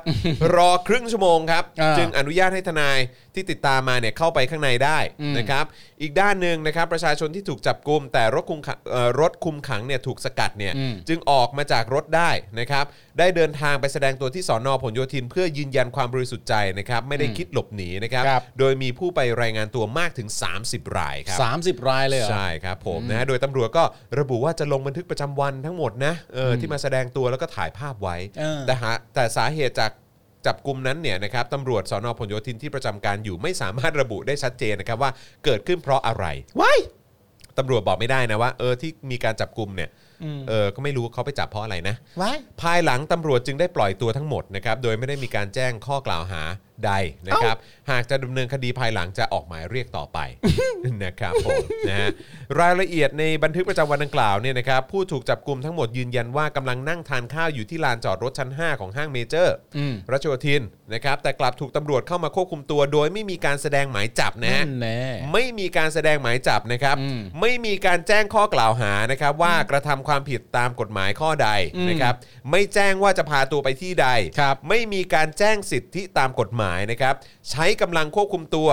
Speaker 2: รอครึ่งชั่วโมงครับ
Speaker 3: อ่า
Speaker 2: จึงอนุญาตให้ทนายที่ติดตามมาเนี่ยเข้าไปข้างในได้
Speaker 3: อืม
Speaker 2: นะครับ อีกด้านหนึ่งนะครับ ประชาชนที่ถูกจับกลุม แต่รถคุมขังเอ่อรถคุมขังเนี่ยถูกสกัดเนี่ย
Speaker 3: อืม
Speaker 2: จึงออกมาจากรถได้นะครับ ได้เดินทางไปแสดงตัวที่สอนอผลโยธิน เพื่อยืนยันความบริสุทธิ์ใจนะครับ ไม่ได้คิดหลบหนีนะครับ
Speaker 3: ครับ
Speaker 2: โดยมีผู้ไปรายงานตัวมากถึง 30 รายครับ
Speaker 3: สามสิบรายเลยเหรอ
Speaker 2: ใช่ครับผมนะฮะโดยตำรวจก็ระบุว่าจะลงบันทึกประจำวันทั้งหมดนะเอออที่มาแสดงตัวแล้วก็ถ่ายภาพไว้
Speaker 3: เออ
Speaker 2: แต่หาแต่สาเหตุจากจับกลุ่มนั้นเนี่ยนะครับตำรวจสอนอพหลโยธินที่ประจำการอยู่ไม่สามารถระบุได้ชัดเจนนะครับว่าเกิดขึ้นเพราะอะไร
Speaker 3: ว้าย
Speaker 2: ตำรวจบอกไม่ได้นะว่าเออที่มีการจับกลุ่มเนี่ย
Speaker 3: อืม
Speaker 2: เออก็ไม่รู้เขาไปจับเพราะอะไรนะ
Speaker 3: ว้าย
Speaker 2: ภายหลังตำรวจจึงได้ปล่อยตัวทั้งหมดนะครับ โดยไม่ได้มีการแจ้งข้อกล่าวหาใดนะครับ หากจะดำเนินคดีภายหลังจะออกหมายเรียกต่อไป นะครับผมนะฮะรายละเอียดในบันทึกประจำวันดังกล่าวเนี่ยนะครับผู้ถูกจับกลุ่มทั้งหมดยืนยันว่ากำลังนั่งทานข้าวอยู่ที่ลานจอดรถชั้น 5 ของห้างเมเจอร์
Speaker 3: อืม
Speaker 2: รัชโยธินนะครับ แต่กลับถูกตำรวจเข้ามาควบคุมตัว โดยไม่มีการแสดงหมายจับนะฮะ
Speaker 3: นั่นแน่
Speaker 2: ไม่มีการแสดงหมายจับนะครับ
Speaker 3: อืม
Speaker 2: ไม่มีการแจ้งข้อกล่าวหานะครับว่ากระทำความผิดตามกฎหมายข้อใด
Speaker 3: อืม
Speaker 2: นะครับ ไม่แจ้งว่าจะพาตัวไปที่ใด
Speaker 3: ครับ
Speaker 2: ไม่มีการแจ้งสิทธิตามกฎหมายนะครับ ใช้กำลังควบคุมตัว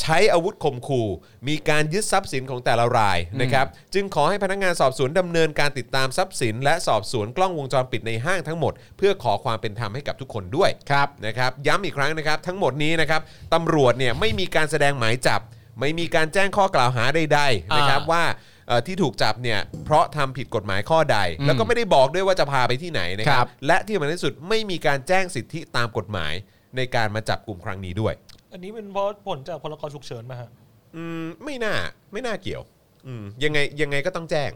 Speaker 2: ใช้อาวุธข่มขู่ มีการยึดทรัพย์สินของแต่ละรายนะครับ จึงขอให้พนักงานสอบสวนดำเนินการติดตามทรัพย์สิน และสอบสวนกล้องวงจรปิดในห้างทั้งหมด เพื่อขอความเป็นธรรมให้กับทุกคนด้วย
Speaker 3: ครับ
Speaker 2: นะครับย้ำอีกครั้งนะครับทั้งหมดนี้นะครับตำรวจเนี่ยไม่มีการแสดงหมายจับ ไม่มีการแจ้งข้อกล่าวหาใดๆนะครับ
Speaker 3: อ่า
Speaker 2: ว่าเอ่อที่ถูกจับเนี่ยเพราะทำผิดกฎหมายข้อใด
Speaker 3: อืม
Speaker 2: แล้วก็ไม่ได้บอกด้วยว่าจะพาไปที่ไหนนะค
Speaker 3: ครั
Speaker 2: รับบ และที่มันที่สุดไม่มีการแจ้งสิทธิตามกฎหมายในการมาจับกลุ่มครั้งนี้ด้วย
Speaker 4: อันนี้เป็นเพราะผลจากพลกรฉุกเฉินมาฮะ
Speaker 2: อืมไม่น่าไม่น่าเกี่ยวอืมยังไงยังไงก็ต้องแจ้ง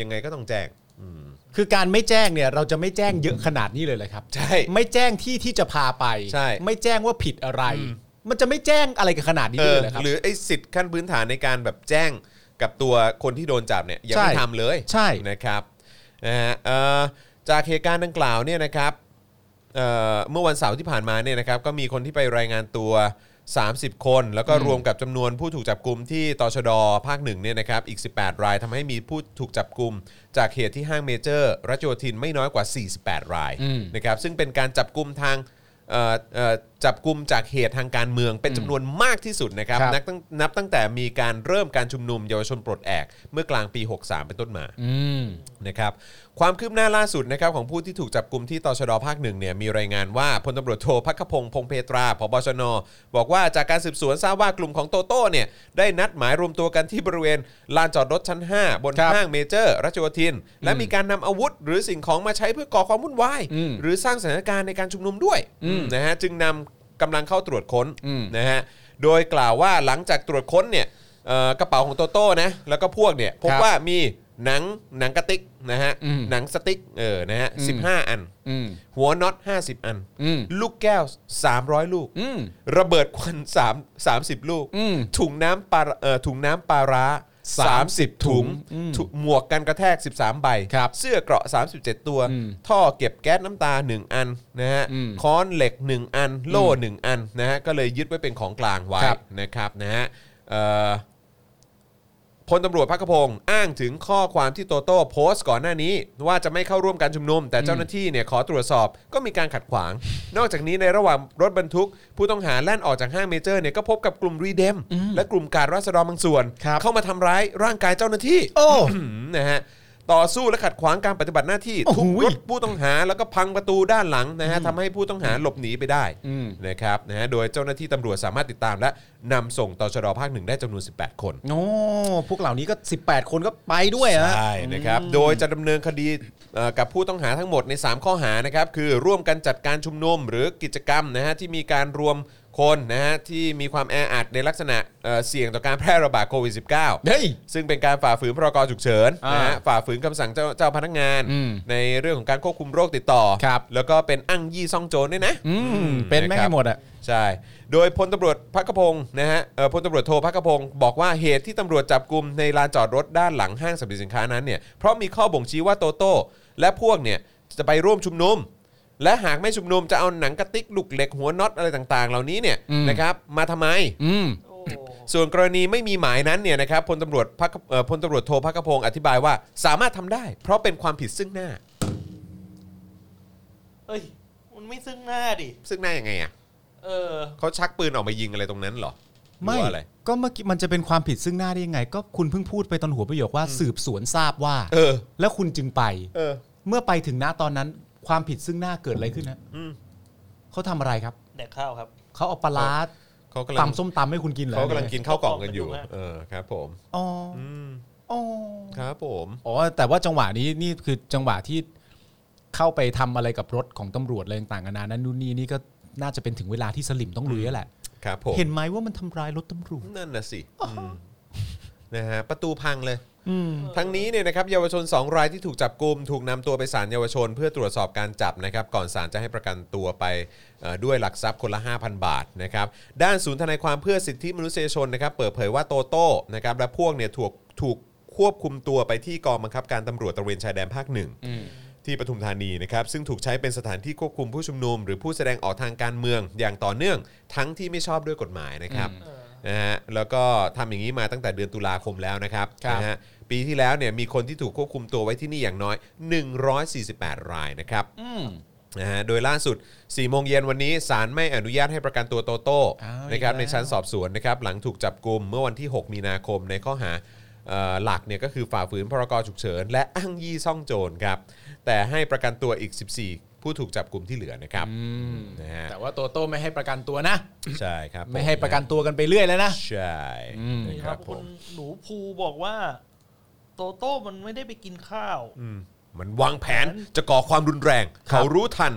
Speaker 2: ยังไงก็ต้องแจ้งอืม
Speaker 3: คือการไม่แจ้งเนี่ยเราจะไม่แจ้งเยอะขนาดนี้เลยเลยครับ
Speaker 2: ใช่
Speaker 3: ไม่แจ้งที่ที่จะพาไป
Speaker 2: ใช่
Speaker 3: ไม่แจ้งว่าผิดอะไร มันจะไม่แจ้งอะไรกันขนาดนี้
Speaker 2: เอ
Speaker 3: เล
Speaker 2: อย
Speaker 3: เหรอครับ
Speaker 2: หรือไอ้สิทธิ์ขั้นพื้นฐานในการแบบแจ้งกับตัวคนที่โดนจับเนี่ยยังไม่
Speaker 3: ใช่
Speaker 2: ทำเลย
Speaker 3: ใช่
Speaker 2: นะครับนะฮะเอ่อจากเหตุการณ์ดังกล่าวเนี่ยนะครับเอ่อเมื่อวันเสาร์ที่ผ่านมาเนี่ยนะครับก็มีคนที่ไปรายงานตัว 30 คน แล้วก็รวมกับจำนวนผู้ถูกจับกลุ่มที่ตชดภาคหนึ่งเนี่ยนะครับอีก 18 รายทำให้มีผู้ถูกจับกลุ่มจากเหตุที่ห้างเมเจอร์รัชโยธินไม่น้อยกว่า 48 ราย
Speaker 3: อืม
Speaker 2: นะครับซึ่งเป็นการจับกลุ่มทางเอ่อเอ่อจับกลุ่มจากเหตุทางการเมืองเป็นจำนวนมากที่สุดนะครับ
Speaker 3: ครับ
Speaker 2: นับตั้งนับตั้งแต่มีการเริ่มการชุมนุมเยาวชนปลดแอก เมื่อกลางปี 63 เป็นต้นมา
Speaker 3: อืม
Speaker 2: นะครับ ความคืบหน้าล่าสุดนะครับของผู้ที่ถูกจับกลุ่มที่ตชดภาคหนึ่งเนี่ยมีรายงานว่าพลตำรวจโทพักขพงศ์พงเพตราพบชน บอกว่าจากการสืบสวนทราบว่ากลุ่มของโตโต้เนี่ยได้นัดหมายรวมตัวกันที่บริเวณลานจอดรถชั้น 5 บน
Speaker 3: ครับ
Speaker 2: ห้างเมเจอร์รัชโยธิน และมีการนำอาวุธ หรือสิ่งของมาใช้เพื่อก่อความวุ่นวาย
Speaker 3: อืม
Speaker 2: หรือสร้างสถานการณ์ในการชุมนุมด้วย
Speaker 3: อืม
Speaker 2: นะฮะจึงนำกำลังเข้าตรวจค้น
Speaker 3: อืม
Speaker 2: นะฮะโดยกล่าวว่าหลังจากตรวจค้นเนี่ยเอ่อกระเป๋าของโตโต้นะแล้วก็พวกเนี่ยพบ
Speaker 3: ครับ
Speaker 2: ว่ามีหนังหนังกระติกนะฮะ
Speaker 3: อืม
Speaker 2: หนังสติ๊กเออนะฮะ
Speaker 3: อืม
Speaker 2: สิบห้าอัน
Speaker 3: อืม
Speaker 2: หัวน็อตห้าสิบอัน
Speaker 3: อืม
Speaker 2: ลูกแก้วสามร้อยลูก
Speaker 3: อืม
Speaker 2: ระเบิดควันสามสามสิบลูก
Speaker 3: อืม
Speaker 2: ถุงน้ำปลาเอ่อถุงน้ำปลาร้าสามสิบ
Speaker 3: 30
Speaker 2: ถุง
Speaker 3: อืม
Speaker 2: ถุหมวกกันกระแทก 13 ใบ
Speaker 3: ครับ
Speaker 2: เสื้อเกราะ 37 ตัว
Speaker 3: อืม
Speaker 2: ท่อเก็บแก๊สน้ำตา 1 อันนะฮะ
Speaker 3: อืม
Speaker 2: ค้อนเหล็ก 1 อัน โล่ 1 อันนะฮะก็เลยยึดไว้เป็นของกลางไว้
Speaker 3: ครับ
Speaker 2: นะครับนะฮะเอ่อ พลตำรวจพักขพงศ์อ้างถึงข้อความที่โตโต้โพสต์ก่อนหน้านี้ ว่าจะไม่เข้าร่วมการชุมนุม แต่เจ้าหน้าที่เนี่ยขอตรวจสอบก็มีการขัดขวาง นอกจากนี้ในระหว่างรถบรรทุก ผู้ต้องหาแล่นออกจากห้างเมเจอร์เนี่ยก็พบกับกลุ่มรีเดม และกลุ่มการราษฎรบางส่วน
Speaker 3: ครับ
Speaker 2: เข้ามาทำร้ายร่างกายเจ้าหน้าที่
Speaker 3: โอ้
Speaker 2: นะฮะต่อสู้และขัดขวางการปฏิบัติหน้าที่
Speaker 3: โอ้โห
Speaker 2: ทุบรถผู้ต้องหาแล้วก็พังประตูด้านหลังนะฮะทำให้ผู้ต้องหาหลบหนีไปได้
Speaker 3: อืม
Speaker 2: นะครับนะฮะโดยเจ้าหน้าที่ตำรวจสามารถติดตาม และนำส่งตชดภาคหนึ่งได้จำนวน 18 คน
Speaker 3: โอ้พวกเหล่านี้ก็ 18 คนก็ไปด้วยอะฮะ
Speaker 2: ใช่นะครับ โดยจะดำเนินคดีเอ่อกับผู้ต้องหาทั้งหมดใน 3 ข้อหานะครับ คือร่วมกันจัดการชุมนุมหรือกิจกรรมนะฮะที่มีการรวมคนนะฮะที่มีความแออัดในลักษณะเอ่อเสี่ยงต่อการแพร่ระบาดโควิด -19
Speaker 3: เฮ้ย
Speaker 2: ซึ่งเป็นการฝ่าฝืนพรกฉุกเฉินนะฮะ
Speaker 3: อ่า
Speaker 2: ฝ่าฝืนคำสั่งเจ้าเจ้าพนักงาน
Speaker 3: อืม
Speaker 2: ในเรื่องของการควบคุมโรคติดต่อ
Speaker 3: ครับ
Speaker 2: แล้วก็เป็นอ้างยี่ซ่องโจรด้วยนะ
Speaker 3: อืมเป็นแม่ง
Speaker 2: นะครับ
Speaker 3: ให้หมดอะ
Speaker 2: ใช่ โดยพลตำรวจพักกพงศ์นะฮะเอ่อพลตำรวจโทพักกพงศ์บอกว่าเหตุที่ตำรวจจับกลุ่มในลานจอดรถด้านหลังห้างสรรพสินค้านั้นเนี่ย เพราะมีข้อบ่งชี้ว่าโตโต้และพวกเนี่ยจะไปร่วมชุมนุม และหากไม่ชุมนุมจะเอาหนังกระติกลูกเหล็กหัวน็อตอะไรต่างๆ เหล่านี้เนี่ย
Speaker 3: อืม
Speaker 2: นะครับมาทำไม
Speaker 3: อืม
Speaker 4: โอ้
Speaker 2: ส่วนกรณีไม่มีหมายนั้นเนี่ยนะครับพลตำรวจพักเอ่อพลตำรวจโทพักกพงศ์อธิบายว่าสามารถทำได้ เพราะเป็นความผิดซึ่งหน้า
Speaker 4: เอ้ย มันไม่ซึ่งหน้าดิ
Speaker 2: ซึ่งหน้ายังไงอ่ะ
Speaker 4: เออ
Speaker 2: เขาชักปืนออกมายิงอะไรตรงนั้นเหรอหรือ
Speaker 3: ไม่
Speaker 2: ว่าอะไร
Speaker 3: ก็เมื่อกี้มันจะเป็นความผิดซึ่งหน้าได้ยังไง ก็คุณเพิ่งพูดไปตอนหัวประโยคว่าสืบสวนทราบว่า
Speaker 2: เออ
Speaker 3: แล้วคุณจึงไป
Speaker 2: เออ
Speaker 3: เมื่อไปถึงหน้าตอนนั้น ความผิดซึ่งหน้าเกิดอะไรขึ้นฮะ
Speaker 2: อืม
Speaker 3: เขาทำอะไรครับ
Speaker 4: แดกข้าวครับ
Speaker 3: เขาเอาปลาร้า
Speaker 2: เขากำลัง
Speaker 3: ตำส้มตำให้คุณกินเหรอ
Speaker 2: เขากำลังกินข้าวกล่องกันอยู่
Speaker 4: ข้าวกล่องกันอยู่
Speaker 2: เออครับผม
Speaker 3: อ๋อ
Speaker 2: อืม
Speaker 3: อ๋อ
Speaker 2: ครับผม
Speaker 3: อ๋อแต่ว่าจังหวะนี้นี่คือจังหวะที่เข้าไปทำอะไรกับรถของตำรวจอะไรต่างๆนานานั้นนู่นนี่นี่ก็น่าจะเป็นถึงเวลาที่สลิมต้องลุยแล้วแหละ
Speaker 2: ครับผม
Speaker 3: เห็นไหมว่ามันทำร้ายรถตำรวจ
Speaker 2: นั่นน่ะสิอืมนะฮะประตูพังเลย
Speaker 3: อืม
Speaker 2: ทั้งนี้เนี่ยนะครับเยาวชน 2 รายที่ถูกจับกลุม ถูกนำตัวไปศาลเยาวชน เพื่อตรวจสอบการจับนะครับ ก่อนศาลจะให้ประกันตัวไปเอ่อด้วยหลักทรัพย์คนละ 5,000 บาทนะครับด้านศูนย์ทนายความเพื่อสิทธิมนุษยชนนะครับเปิดเผยว่าโตโต้นะครับและพวกเนี่ยถูกถูกควบคุมตัวไปที่กองบังคับการตำรวจตระเวนชายแดนภาคหนึ่ง ที่ปทุมธานีนะครับซึ่งถูกใช้เป็นสถานที่ควบคุมผู้ชุมนุม หรือผู้แสดงออกทางการเมืองอย่างต่อเนื่อง ทั้งที่ไม่ชอบด้วยกฎหมายนะครับ
Speaker 4: เออ
Speaker 2: นะฮะแล้วก็ทำอย่างนี้มาตั้งแต่เดือนตุลาคมแล้วนะครับ
Speaker 3: ครับ
Speaker 2: นะฮะปีที่แล้วเนี่ยมีคนที่ถูกควบคุมตัวไว้ที่นี่อย่างน้อย 148 รายนะครับ
Speaker 3: อืม
Speaker 2: นะฮะโดยล่าสุด4โมงเย็นวันนี้ศาลไม่อนุญาตให้ประกันตัวโตโต้
Speaker 3: อ้าว
Speaker 2: นะครับ
Speaker 3: อีกแล้ว
Speaker 2: ในชั้นสอบสวนนะครับหลังถูกจับกลุมเมื่อวันที่ 6 มีนาคมในข้อหาเอ่อหลักเนี่ยก็คือฝ่าฝืนพรกฉุกเฉิน และอ้างยี่ซ่องโจรครับแต่ให้ประกันตัวอีก 14 ผู้ถูกจับกลุมที่เหลือนะครับนะฮะ
Speaker 3: แต่ว่าโตโต้ไม่ให้ประกันตัวนะ
Speaker 2: ใช่ครับผ
Speaker 3: ไม่ให้ประกันตัวกันไปเรื่อยแล้วนะ
Speaker 2: ใช่
Speaker 3: อืม
Speaker 2: นะ
Speaker 4: นี่
Speaker 2: ค
Speaker 4: ค
Speaker 2: รั
Speaker 4: รั
Speaker 2: บบ ผ
Speaker 4: คุ
Speaker 2: ม
Speaker 4: ณหนูภูบอกว่า โตโต้มันไม่ได้ไปกินข้าว
Speaker 2: อืมมันวางแผนจะก่อความรุนแรง เขารู้ทัน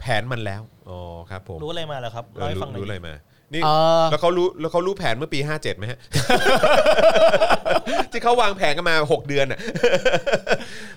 Speaker 2: แผนมันแล้วอ๋อครับผม
Speaker 4: รู้อะไรมาเหรอครับ
Speaker 2: เอ
Speaker 4: เล่า
Speaker 2: อ
Speaker 4: ให้
Speaker 2: รู้
Speaker 4: ฟังหน่
Speaker 2: รู้อะ
Speaker 4: อ
Speaker 2: ไร
Speaker 4: ย
Speaker 2: มา นี่
Speaker 3: เอ่อ
Speaker 2: แล้วเขารู้แล้วเขารู้แผนเมื่อปี 57ไหมฮะ ที่เขาวางแผนกันมา 6 เดือนอ่ะ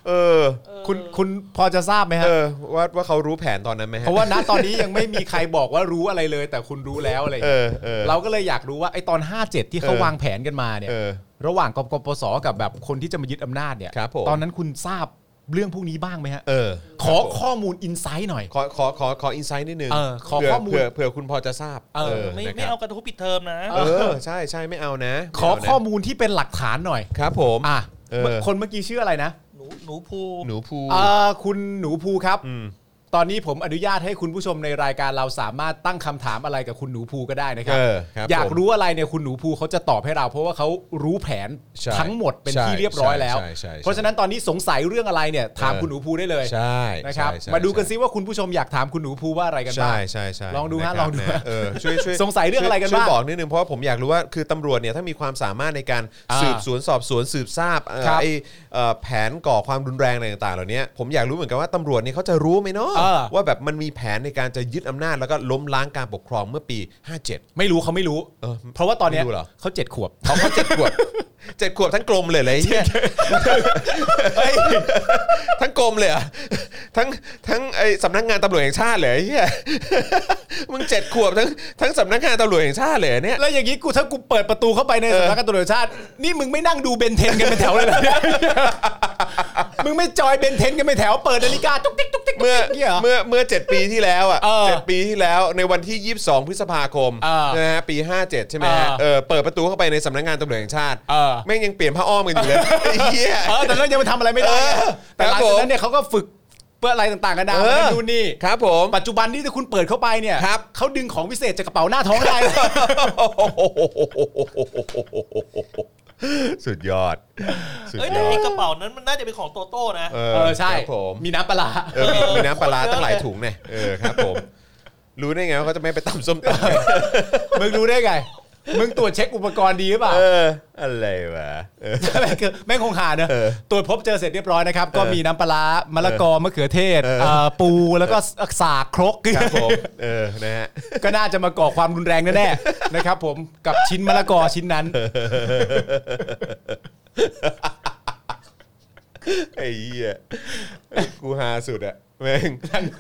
Speaker 2: เออ
Speaker 3: คุณคุณพอจะทราบไหมฮะ
Speaker 2: เออ ว่าว่าเขารู้แผนตอนนั้นไหมฮะ
Speaker 3: เพราะว่าณตอนนี้ยังไม่มีใครบอกว่ารู้อะไรเลย แต่คุณรู้แล้วอะไรอย่าง
Speaker 2: เอ
Speaker 3: เงี้ย
Speaker 2: อเออ
Speaker 3: เราก็เลยอยากรู้ว่าไอ้ตอน 57 ที่เขา
Speaker 2: เออ
Speaker 3: วางแผนกันมาเนี่ย
Speaker 2: เออ
Speaker 3: ระหว่างกบกปสกับแบบคนที่จะมายึดอำนาจเนี่ย
Speaker 2: ครับผม
Speaker 3: ตอนนั้นคุณทราบเรื่องพวกนี้บ้างไหมฮะ
Speaker 2: เออ
Speaker 3: ขอข้อมูลอินไซต์หน่อย
Speaker 2: ขอขอขอขออินไซต์นิดนึง
Speaker 3: เออขอ
Speaker 2: เผื่
Speaker 3: ข้อมูล
Speaker 2: เผื่เผื่อคุณพอจะทราบ
Speaker 3: เออ
Speaker 4: ไม่
Speaker 2: นะค
Speaker 4: ไม่
Speaker 2: รับ
Speaker 4: เอากระทู้ปิดเทอมนะ
Speaker 2: เออ ใช่ใช่ไม่เอานะ
Speaker 3: ขอ
Speaker 2: ไเานะ
Speaker 3: ข้อมูลที่เป็นหลักฐานหน่อย
Speaker 2: ครับผม
Speaker 3: อ่ะ
Speaker 2: เออ
Speaker 3: คนเมื่อกี้ชื่ออะไรนะ
Speaker 4: หนูหนูภู
Speaker 2: หนูภู
Speaker 3: เอ่อคุณหนูภูครับ
Speaker 2: อืม
Speaker 3: โต ตอนนี้ผมอนุญาตให้คุณผู้ชมในรายการเราสามารถตั้งคำถามอะไรกับคุณหนูภูก็ได้นะครั
Speaker 2: เออครับ
Speaker 3: อยาก
Speaker 2: ผม
Speaker 3: รู้อะไรเนี่ยคุณหนูภูเขาจะตอบให้เรา เพราะว่าเขารู้แผน
Speaker 2: ใช่
Speaker 3: ทั้งหมดเป็น
Speaker 2: ใช่
Speaker 3: ที่เรียบร้อยแล้ว
Speaker 2: ใช่ใช่ใช่
Speaker 3: เพราะฉะนั้นตอนนี้สงสัยเรื่องอะไรเนี่ยถาม
Speaker 2: เออ
Speaker 3: คุณหนูภูได้เลย
Speaker 2: ใช่
Speaker 3: นะครับ
Speaker 2: ใช่
Speaker 3: มาดูกัน
Speaker 2: ใช่
Speaker 3: ซิว่าคุณผู้ชมอยากถามคุณหนูภูว่าอะไรกันบ้าง
Speaker 2: ใช่ใช่ใช่
Speaker 3: ลองดูฮะ
Speaker 2: นครับ
Speaker 3: ลองดูฮะ
Speaker 2: เออช่วยช่วย
Speaker 3: สงสัยเรื่องอะไรกัน
Speaker 2: ช่วย
Speaker 3: บ้าง
Speaker 2: บอกนิดนึงเพราะว่าผมอยากรู้ว่าคือตำรวจเนี่ยถ้ามีความสามารถในการ
Speaker 3: อ่า
Speaker 2: สืบสวนสอบสวนสืบทราบเอ่อ
Speaker 3: ครับ
Speaker 2: ไอเอ่อแผนก่อความรุนแรงอะไรต่างๆเหล่านี้ผมอยากรู้เหมือนกันว่าตำรวจเนี่ยเขาจะรู้ไหมเนาะ
Speaker 3: เออ
Speaker 2: ว่าแบบมันมีแผนในการจะยึดอำนาจแล้วก็ล้มล้างการปกครองเมื่อปี 57
Speaker 3: ไม่รู้เขาไม่รู้
Speaker 2: เอ อ
Speaker 3: เพราะว่าตอนเนี้ย
Speaker 2: ไม่รู้เหรอ
Speaker 3: เขาเจ็ดขวบ
Speaker 2: เขาเขาเจ็ดขวบเจ็ดขวบทั้งกลมเลยเลยเฮีย เฮ้ยทั้งกลมเลยเหรอ่ะทั้งทั้งไอสำนักงานตำรวจแห่งชาติเลยเฮีย มึงเจ็ดขวบทั้งทั้งสำนักงานตำรวจแห่งชาติเลยเหรอเนี่ย
Speaker 3: แล้วอย่างนี้กูถ้ากูเปิดประตูเข้าไปในสำนักงานตำรวจแห่งชาติ นี่มึงไม่นั่งดูเบนเทนกันเป็นแถวเลยเหรอ มึงไม่จอยเบนเทนกันเป็นแถวเปิดนาฬิกาตุ๊กติ๊กตุ๊กติ๊ก
Speaker 2: เมื่อ
Speaker 3: นี่ยเหรอ
Speaker 2: เมื่อเมื่อ 7 ปีที่แล้วอ่ะ
Speaker 3: เออ
Speaker 2: เจ็ดปีที่แล้วในวันที่ 22 พฤษภาคม
Speaker 3: เออ
Speaker 2: นะฮะปี 57 ใช่ไหมฮะ
Speaker 3: เออ
Speaker 2: เออเปิดประตูเข้าไปในสำนักงานตำรวจแห่งชาติ
Speaker 3: เออ
Speaker 2: แม่งยังเปลี่ยนผ้าอ้อมกันอยู่เลยไอ้เหี้ย
Speaker 3: เออแต่เรายังไปทำอะไรไม่ได้ไง
Speaker 2: เออ
Speaker 3: แต่หลัง
Speaker 2: ครับ
Speaker 3: จาก
Speaker 2: ผม
Speaker 3: นั้นเนี่ยเขาก็ฝึกเพื่ออะไรต่างๆกันดา
Speaker 2: เออ
Speaker 3: ดูนนี่
Speaker 2: ครับผม
Speaker 3: ปัจจุบันนี่ถ้าคุณเปิดเข้าไปเนี่ย
Speaker 2: ครับ
Speaker 3: เขาดึงของวิเศษจากกระเป๋าหน้าท้องได้นะ
Speaker 2: สุดยอด สุด
Speaker 4: เอ้ย
Speaker 2: ย
Speaker 4: แต่
Speaker 2: อ
Speaker 4: ไอ้
Speaker 2: ด
Speaker 4: กระเป๋านั้นมันน่าจะเป็นของโตโต้นะ
Speaker 2: เอ
Speaker 3: เออใช่
Speaker 2: ครับผม
Speaker 3: มีน้ำปลาร้า
Speaker 2: เออมีมีน้ำปลาร้าตั้งหลายถุงเนี่ยเออครับผม รู้ได้ไงว่าเขาจะไม่ไปตำส้มตำ
Speaker 3: มึงรู้ได้ไง มึงตรวจเช็คอุปกรณ์ดีหรือเปล่า
Speaker 2: เออ อะไรวะเออ
Speaker 3: แม่งคือแม่งคงหาเนอะ
Speaker 2: เออ
Speaker 3: ตรวจพบเจอเสร็จเรียบร้อยนะครับ ก็มีน้ำปลาร้ามะละกอมะเขือเทศ
Speaker 2: เออ
Speaker 3: เอ่อปูแล้วก็สากครก
Speaker 2: ครับผม เออ นะฮะ
Speaker 3: ก็น่าจะมาก่อความรุนแรงแน่ๆนะครับผมกับชิ้นมะละกอชิ้นนั้น
Speaker 2: ไอ้เหี้ยกูฮาสุดอะแม่ง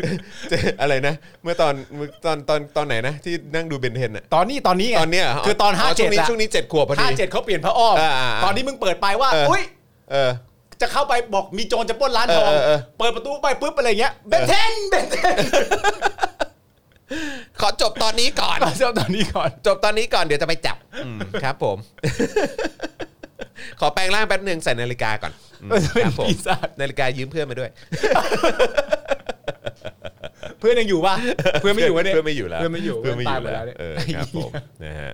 Speaker 2: เจ๊อะไรนะ เมื่อตอนเมื่อตอนตอนตอนไหนนะ ที่นั่งดูเบนเทนอะ
Speaker 3: ตอนนี้ตอนนี้ไง
Speaker 2: ตอนเนี้ยเหร
Speaker 3: คือตอนห้าเจ็
Speaker 2: ช่ว
Speaker 3: ด
Speaker 2: งนี้ช่วงนี้เจ็ดขวบพอดี
Speaker 3: ห้าเจ็ดเขาเปลี่ยนพระอ้อม
Speaker 2: อ่าอ่าอ่า
Speaker 3: ตอนนี้มึงเปิดไปว่า
Speaker 2: เอออุ๊
Speaker 3: อุ้ย
Speaker 2: เออ
Speaker 3: จะเข้าไปบอกมีโจรจะปล้นร้านทอง
Speaker 2: เออเออเออ
Speaker 3: เปิดประตูไปปุ๊บอะไรเงี้ยเบนเทนเบนเทน
Speaker 2: ขอจบตอนนี้ก่อน
Speaker 3: มาเริ่มตอนนี้ก่อน
Speaker 2: จบตอนนี้ก่อนเดี๋ยวจะไปจับครับผม ขอแปลงร่างแป๊บหนึ่งใส่นาฬิกาก่อนอืม
Speaker 3: เออเป็น
Speaker 2: ครับผม
Speaker 3: ปีศาจ
Speaker 2: นาฬิกายืมเพื่อนมาด้วย
Speaker 3: เพื่อนยังอยู่ปะเพื่อนไม่อยู่วะเนี่ย
Speaker 2: เพื่อนไม่อยู่แล้ว
Speaker 3: เพื่อนไม่อยู่
Speaker 2: เพื่อนไม่อ
Speaker 3: ตาย
Speaker 2: ยู่
Speaker 3: หมด
Speaker 2: แล้ว
Speaker 3: เนี่ย
Speaker 2: เออครับผมนะฮะ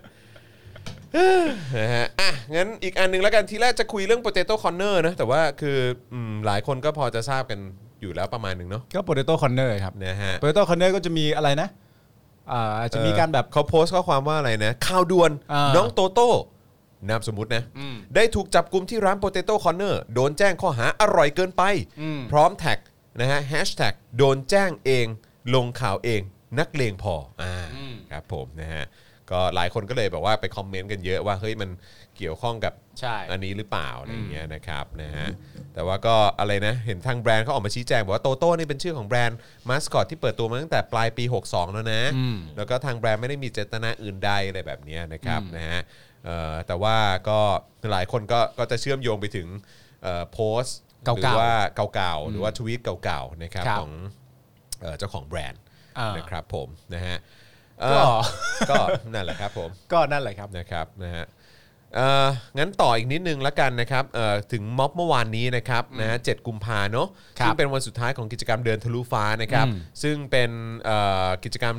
Speaker 2: นะฮะอ่ะงั้นอีกอันหนึ่งแล้วกันทีแรกจะคุยเรื่อง potato corner นะ แต่ว่าคืออืมหลายคนก็พอจะทราบกันอยู่แล้วประมาณหนึ่งเนาะ
Speaker 3: ก็โปเตโต้คอนเนอร์ครับ
Speaker 2: นะฮะ
Speaker 3: โปเตโต้คอนเนอร์ก็จะมีอะไรนะอ่าจะมีการแบบ
Speaker 2: เออเขาโพสต์ข้อความว่าอะไรนะ ข่าวด่วน
Speaker 3: อ่า
Speaker 2: น้องโตโต้นามสมมตินะ ได้ถูกจับกลุ่มที่ร้าน potato corner โดนแจ้งข้อหาอร่อยเกินไป พร้อมแท็กนะฮะแฮชแท็กโดนแจ้งเองลงข่าวเองนักเลงพออ่าครับผมนะฮะก็หลายคนก็เลยแบบว่าไปคอมเมนต์กันเยอะว่าเฮ้ยมันเกี่ยวข้องกับ
Speaker 3: ใช่
Speaker 2: อันนี้หรือเปล่าอะไรอย่างเงี้ยนะครับนะฮะแต่ว่าก็อะไรนะเห็นทางแบรนด์เขาออกมาชี้แจงบอกว่าโตโต้นี่เป็นชื่อของแบรนด์มาสคอตที่เปิดตัวมาตั้งแต่ปลายปี 62 แล้วนะ
Speaker 3: อืม
Speaker 2: แล้วก็ทางแบรนด์ไม่ได้มีเจตนาอื่นใดอะไรแบบเนี้ยนะครับนะฮะเอ่อแต่ว่าก็หลายคนก็ก็จะเชื่อมโยงไปถึงเอ่อโพสต์
Speaker 3: เก่า
Speaker 2: ห
Speaker 3: ๆ
Speaker 2: รือว่าเก่าๆหรือว่าทวีตเก่าๆนะครับ
Speaker 3: ครับ
Speaker 2: ของเอ่อเจ้าของแบรนด์
Speaker 3: อ่าน
Speaker 2: นะครับผมนะฮะเอ่
Speaker 3: ก็
Speaker 2: อก็นั่นแหละครับผม
Speaker 3: ก็นั่นแหละครับ
Speaker 2: นะครับนะฮะเอ่องั้นต่ออีกนิดนึงละกันนะครับเอ่อถึงม็อบเมื่อวานนี้นะครับนะฮะเจ็ดกุมภาเนาะ
Speaker 3: ครับ
Speaker 2: ซึ่งเป็นวันสุดท้ายของกิจกรรมเดินทะลุฟ้านะครับ
Speaker 3: อืม
Speaker 2: ซึ่งเป็นเอ่อกิจกรรม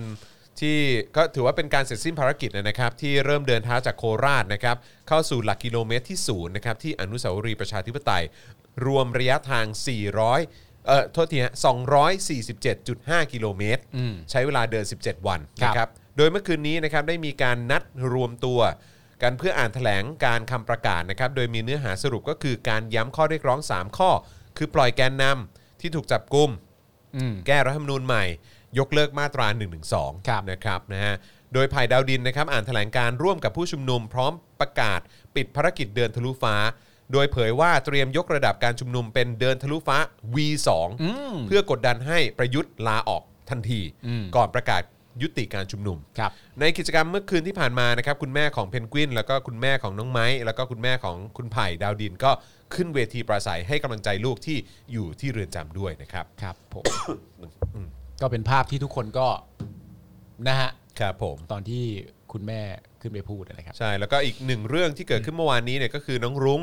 Speaker 2: ที่ก็ถือว่าเป็นการเสร็จสิ้นภารกิจนะครับ ที่เริ่มเดินเท้าจากโคราชนะครับ เข้าสู่หลักกิโลเมตรที่ศูนย์นะครับ ที่อนุสาวรีย์ประชาธิปไตย รวมระยะทาง 400เอ่อโทษทีฮะ247.5 กิโลเมตร
Speaker 3: อืม
Speaker 2: ใช้เวลาเดิน 17 วัน
Speaker 3: ครับ
Speaker 2: นะครับ โดยเมื่อคืนนี้นะครับได้มีการนัดรวมตัวกันเพื่ออ่านแถลงการคำประกาศนะครับ โดยมีเนื้อหาสรุปก็คือการย้ำข้อเรียกร้อง 3 ข้อ คือปล่อยแกนนำที่ถูกจับกุม
Speaker 3: อืม
Speaker 2: แก้รัฐธรรมนูญใหม่ ยกเลิกมาตรา1นึ
Speaker 3: ครับ
Speaker 2: นะครับนะฮะโดยภายดาวดินนะครับอ่านแถลงการร่วมกับผู้ชุมนุม พร้อมประกาศปิดภารกิจเดินทะลุฟ้า โดยเผยว่าเตรียมยกระดับการชุมนุมเป็นเดินทะลุฟ้า V2
Speaker 3: ม
Speaker 2: เพื่อกดดันให้ประยุทธ์ลาออกทันที
Speaker 3: อืม
Speaker 2: ก่อนประกาศยุติการชุมนุม
Speaker 3: ครับ
Speaker 2: ในกิจกรรมเมื่อคืนที่ผ่านมานะครับคุณแม่ของเพนกวิน แล้วก็คุณแม่ของน้องไม้แล้วก็คุณแม่ของคุณไผ่ดาวดินก็ขึ้นเวทีปราศัยให้กำลังใจลูกที่อยู่ที่เรือนจำด้วยนะครับ
Speaker 3: ครับผมก็เป็นภาพที่ทุกคนก็นะฮะ
Speaker 2: ครับผม
Speaker 3: ตอนที่คุณแม่ ขึ้นไปพูดนะครับ
Speaker 2: ใช่แล้วก็อีกหนึ่งเรื่องที่เกิดขึ้นเมื่อวานนี้เนี่ยก็คือน้องรุ้ง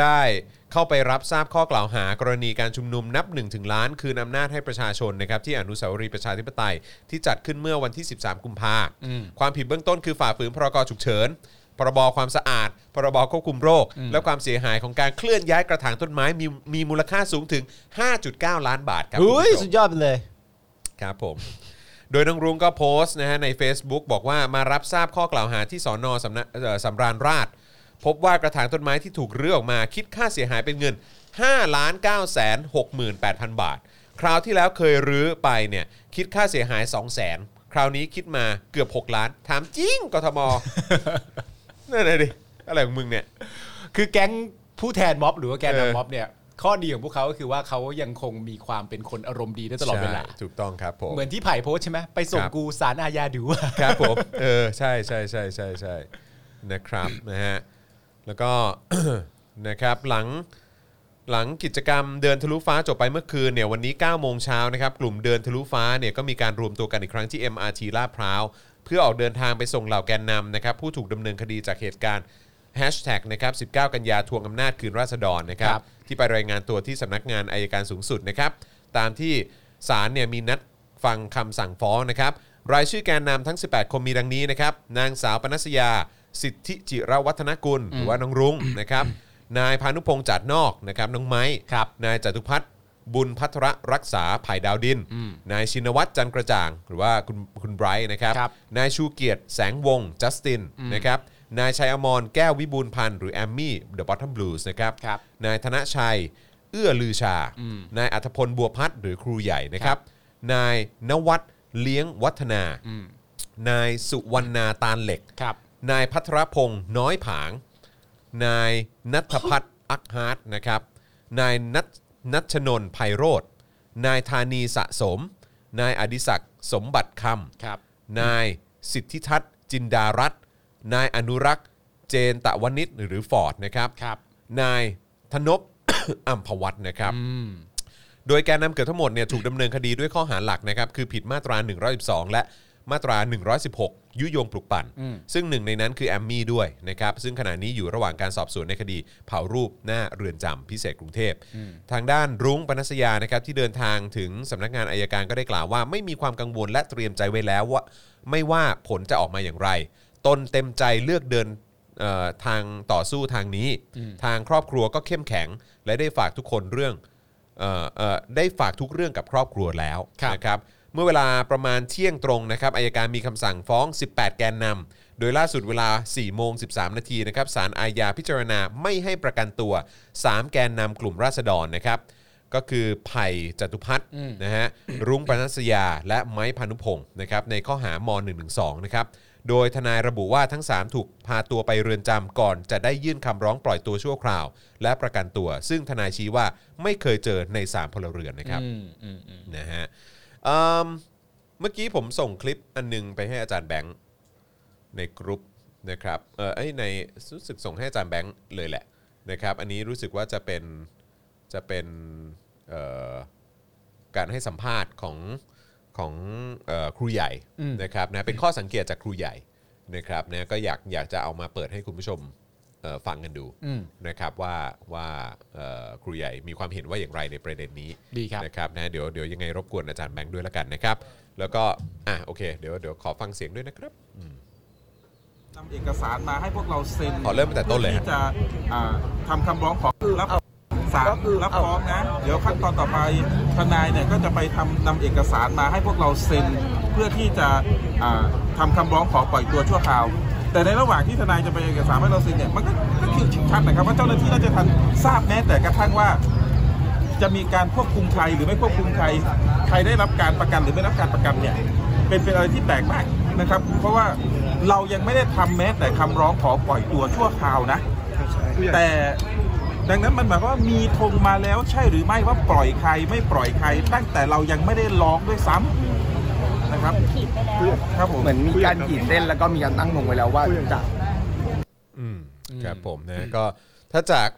Speaker 2: ได้เข้าไปรับทราบข้อกล่าวหากรณีการชุมนุมนับ1นถึงล้าน คืนอำนาจให้ประชาชนนะครับที่อนุสาวรีย์ประชาธิปไตย ที่จัดขึ้นเมื่อวันที่ 13 กุมภาความผิดเบื้องต้นคือฝ่าฝืนพรกฉุกเฉิน พรบความสะอาด พรบควบคุมโรค และความเสียหายของการเคลื่อนย้ายกระถางต้นไม้มีมีมูลค่าสูงถึง 5.9 ล้านบาทครับคุณผู้ชม
Speaker 3: สุดยอดไปเลย
Speaker 2: ครับผม โดยน้องรุ้งก็โพสต์นะฮะใน Facebook บอกว่ามารับทราบข้อกล่าวหาที่สอนอสำนักเอ่อสำราญราช พบว่ากระถางต้นไม้ที่ถูกเรื้อออกมาคิดค่าเสียหายเป็นเงิน 5 9 6 8 0 0 0 บาท คราวที่แล้วเคยรื้อไปเนี่ยคิดค่าเสียหาย 2 0 0 0 0 0 คราวนี้คิดมาเกือบ 6 ล้าน ถามจริงกท ม นั่นเลยดิ อะไรของมึงเนี่ย
Speaker 3: คือแก๊งผู้แทนม็อบหรือว่าแกน
Speaker 2: เออ
Speaker 3: นำม็อบเนี่ย ข้อดีของพวกเขาก็คือว่าเขายังคงมีความเป็นคนอารมณ์ดีได้ตลอดเวลา
Speaker 2: ใช่ถูกต้องครับผม
Speaker 3: เหมือนที่ไผ่โพสต์ใช่ไหมไปส่ง
Speaker 2: ครับ
Speaker 3: กูสารอาญาดูว่า
Speaker 2: ครับผม เออ ใช่ใช่ใช่ใช่ใช่นะครับ นะฮะ แล้วก็ นะครับ หลัง หลังกิจกรรมเดินทะลุฟ้าจบไปเมื่อคืนเนี่ยวันนี้9โมงเช้านะครับกลุ่มเดินทะลุฟ้าเนี่ยก็มีการรวมตัวกันอีกครั้งที่ MRT ลาดพร้าว เพื่อออกเดินทางไปส่งเหล่าแกนนำนะครับผู้ถูกดำเนินคดีจากเหตุการณ์แฮชแท็กนะครับ 19 กันยาทวงอำนาจคืนราษฎรนะครับ
Speaker 3: ครับ
Speaker 2: ที่ไปรายงานตัวที่สำนักงานอายการสูงสุดนะครับตามที่ศาลเนี่ยมีนัดฟังคำสั่งฟ้องนะครับรายชื่อแกนนำทั้ง 18 คนมีดังนี้นะครับนางสาวปนัสยา สิทธิจิรวัฒนกุลหรือว่าน้องรุ้งนะครับ นายพานุพงษ์จัดนอกนะครับน้องไม้
Speaker 3: ครับ
Speaker 2: นายจตุพัฒน์บุญพัทรรักษาภายดาวดิน นายชินวัตรจันกระจ่าง หรือว่าคุณคุณไบรท์นะครับ
Speaker 3: ครับ
Speaker 2: นายชูเกียรติแสงวงศ์จัสตินนะครับนายชัยอมรแก้ววิบูลย์พันธ์หรือแอมมี่เดอะบอททอมบลูส์นะครับ
Speaker 3: ครับ
Speaker 2: นายธนชัย เอื้อลือชา นายอัธพลบัวพัฒน์หรือครูใหญ่นะครับ นายนวัดเลี้ยงวัฒนา นายสุวรรณาตาลเหล็ก
Speaker 3: ครับ
Speaker 2: นายพัทรพงศ์น้อยผาง นายนัทพัฒน์อักฮาร์ดนะครับ นายนัทนัชนนท์ไพโรธนายธานีสะสม นายอดิศักดิ์สมบัติคำ
Speaker 3: ครับ
Speaker 2: นายสิทธิทัศน์จินดารัตน์นายอนุรักษ์ เจนตะวนิชหรือฟอร์ดนะครับ
Speaker 3: ครับ
Speaker 2: นายธนบ อัมพ วัตรนะครับ โดยแกนนำเกือบทั้งหมดเนี่ยถูกดำเนินคดีด้วยข้อหาหลักนะครับ คือผิดมาตรา 112 และมาตรา 116 ยุยงปลุกปั่น ซึ่งหนึ่งในนั้นคือแอมมี่ด้วยนะครับ ซึ่งขณะนี้อยู่ระหว่างการสอบสวนในคดีเผารูปหน้าเรือนจำพิเศษกรุงเทพ ทางด้านรุ้งปนัสยานะครับที่เดินทางถึงสำนักงานอายการก็ได้กล่าวว่า ไม่มีความกังวลและเตรียมใจไว้แล้วว่า ไม่ว่าผลจะออกมาอย่างไร ตนเต็มใจเลือกเดิน เอ่อทางต่อสู้ทางนี้ ทางครอบครัวก็เข้มแข็ง และได้ฝากทุกคนเรื่องเอ่อเอ่อได้ฝากทุกเรื่องกับครอบครัวแล้ว
Speaker 3: ครับ
Speaker 2: นะครับเมื่อเวลาประมาณเที่ยงตรงนะครับอายการมีคำสั่งฟ้อง 18 แกนนำโดยล่าสุดเวลา 4 โมง 13 นาทีนะครับศาลอาญาพิจารณาไม่ให้ประกันตัว 3 แกนนำกลุ่มราษฎรนะครับ ก็คือไผ่จตุพัฒน์นะฮะ รุ้งปนัสยาและไม้พานุพงศ์นะครับในข้อหาม112นะครับโดยทนายระบุว่าทั้ง 3 ถูกพาตัวไปเรือนจำก่อนจะได้ยื่นคำร้องปล่อยตัวชั่วคราว และประกันตัว ซึ่งทนายชี้ว่าไม่เคยเจอใน 3 พลเรือนนะครับ
Speaker 3: อืมอืมอืม
Speaker 2: นะฮะเอิ่มเมื่อกี้ผมส่งคลิปอันหนึงไปให้อาจารย์แบงค์ในกรุ๊ปนะครับเออไอยในรู้สึกส่งให้อาจารย์แบงค์เลยแหละนะครับอันนี้รู้สึกว่าจะเป็น จะเป็นเอ่อการให้สัมภาษณ์ของของเออครูใหญ่นะครับนะเป็นข้อสังเกตจากครูใหญ่นะครับนะก็อยากอยากจะเอามาเปิดให้คุณผู้ชมเอ่อฟังกันดูนะครับว่าว่าเอ่อครูใหญ่มีความเห็นว่าอย่างไรในประเด็นนี้
Speaker 3: ดีครับ
Speaker 2: นะครับนะเดี๋ยวเดี๋ยวยังไงรบกวนอาจารย์แบงค์ด้วยละกันนะครับ แล้วก็อ่ะโอเคเดี๋ยวเดี๋ยวขอฟังเสียงด้วยนะครับ
Speaker 5: นำเอกสารมาให้พวกเราเซ็น
Speaker 2: ขอเริ่มตั้งแต่ต้นเลยฮะ
Speaker 5: พื่อที่จะอ่าทำคำร้องขอรับสารรับฟ้องนะ เดี๋ยวขั้นตอนต่อไปทนายเนี่ยก็จะไปทำนำเอกสารมาให้พวกเราเซ็น เพื่อที่จะอ่าทำคำร้องขอปล่อยตัวชั่วคราว แต่ในระหว่างที่ทนายจะไปเอกสารให้เราเซ็นเนี่ยมันก็ก็คือชัดนะครับว่าเจ้าหน้าที่ราชทัณฑ์ทราบแม้แต่กระทั่งว่า จะมีการควบคุมใครหรือไม่ควบคุมใคร ใครได้รับการประกันหรือไม่รับการประกันเนี่ย เป็นเป็นอะไรที่แปลกมากนะครับ เพราะว่าเรายังไม่ได้ทำแม้แต่คำร้องขอปล่อยตัวชั่วคราวนะ แต่ดังนั้นมันหมายความว่ามีธงมาแล้วใช่หรือไม่ว่าปล่อยใครไม่ปล่อยใคร ตั้งแต่เรายังไม่ได้ร้องด้วยซ้ำนะครับครับผม
Speaker 6: เหมือนมีการขีดเส้นแล้วก็มีการตั้งมงไว้แล้วว่าจะ
Speaker 2: อืมครับ ผมนะก็ถ้าจาก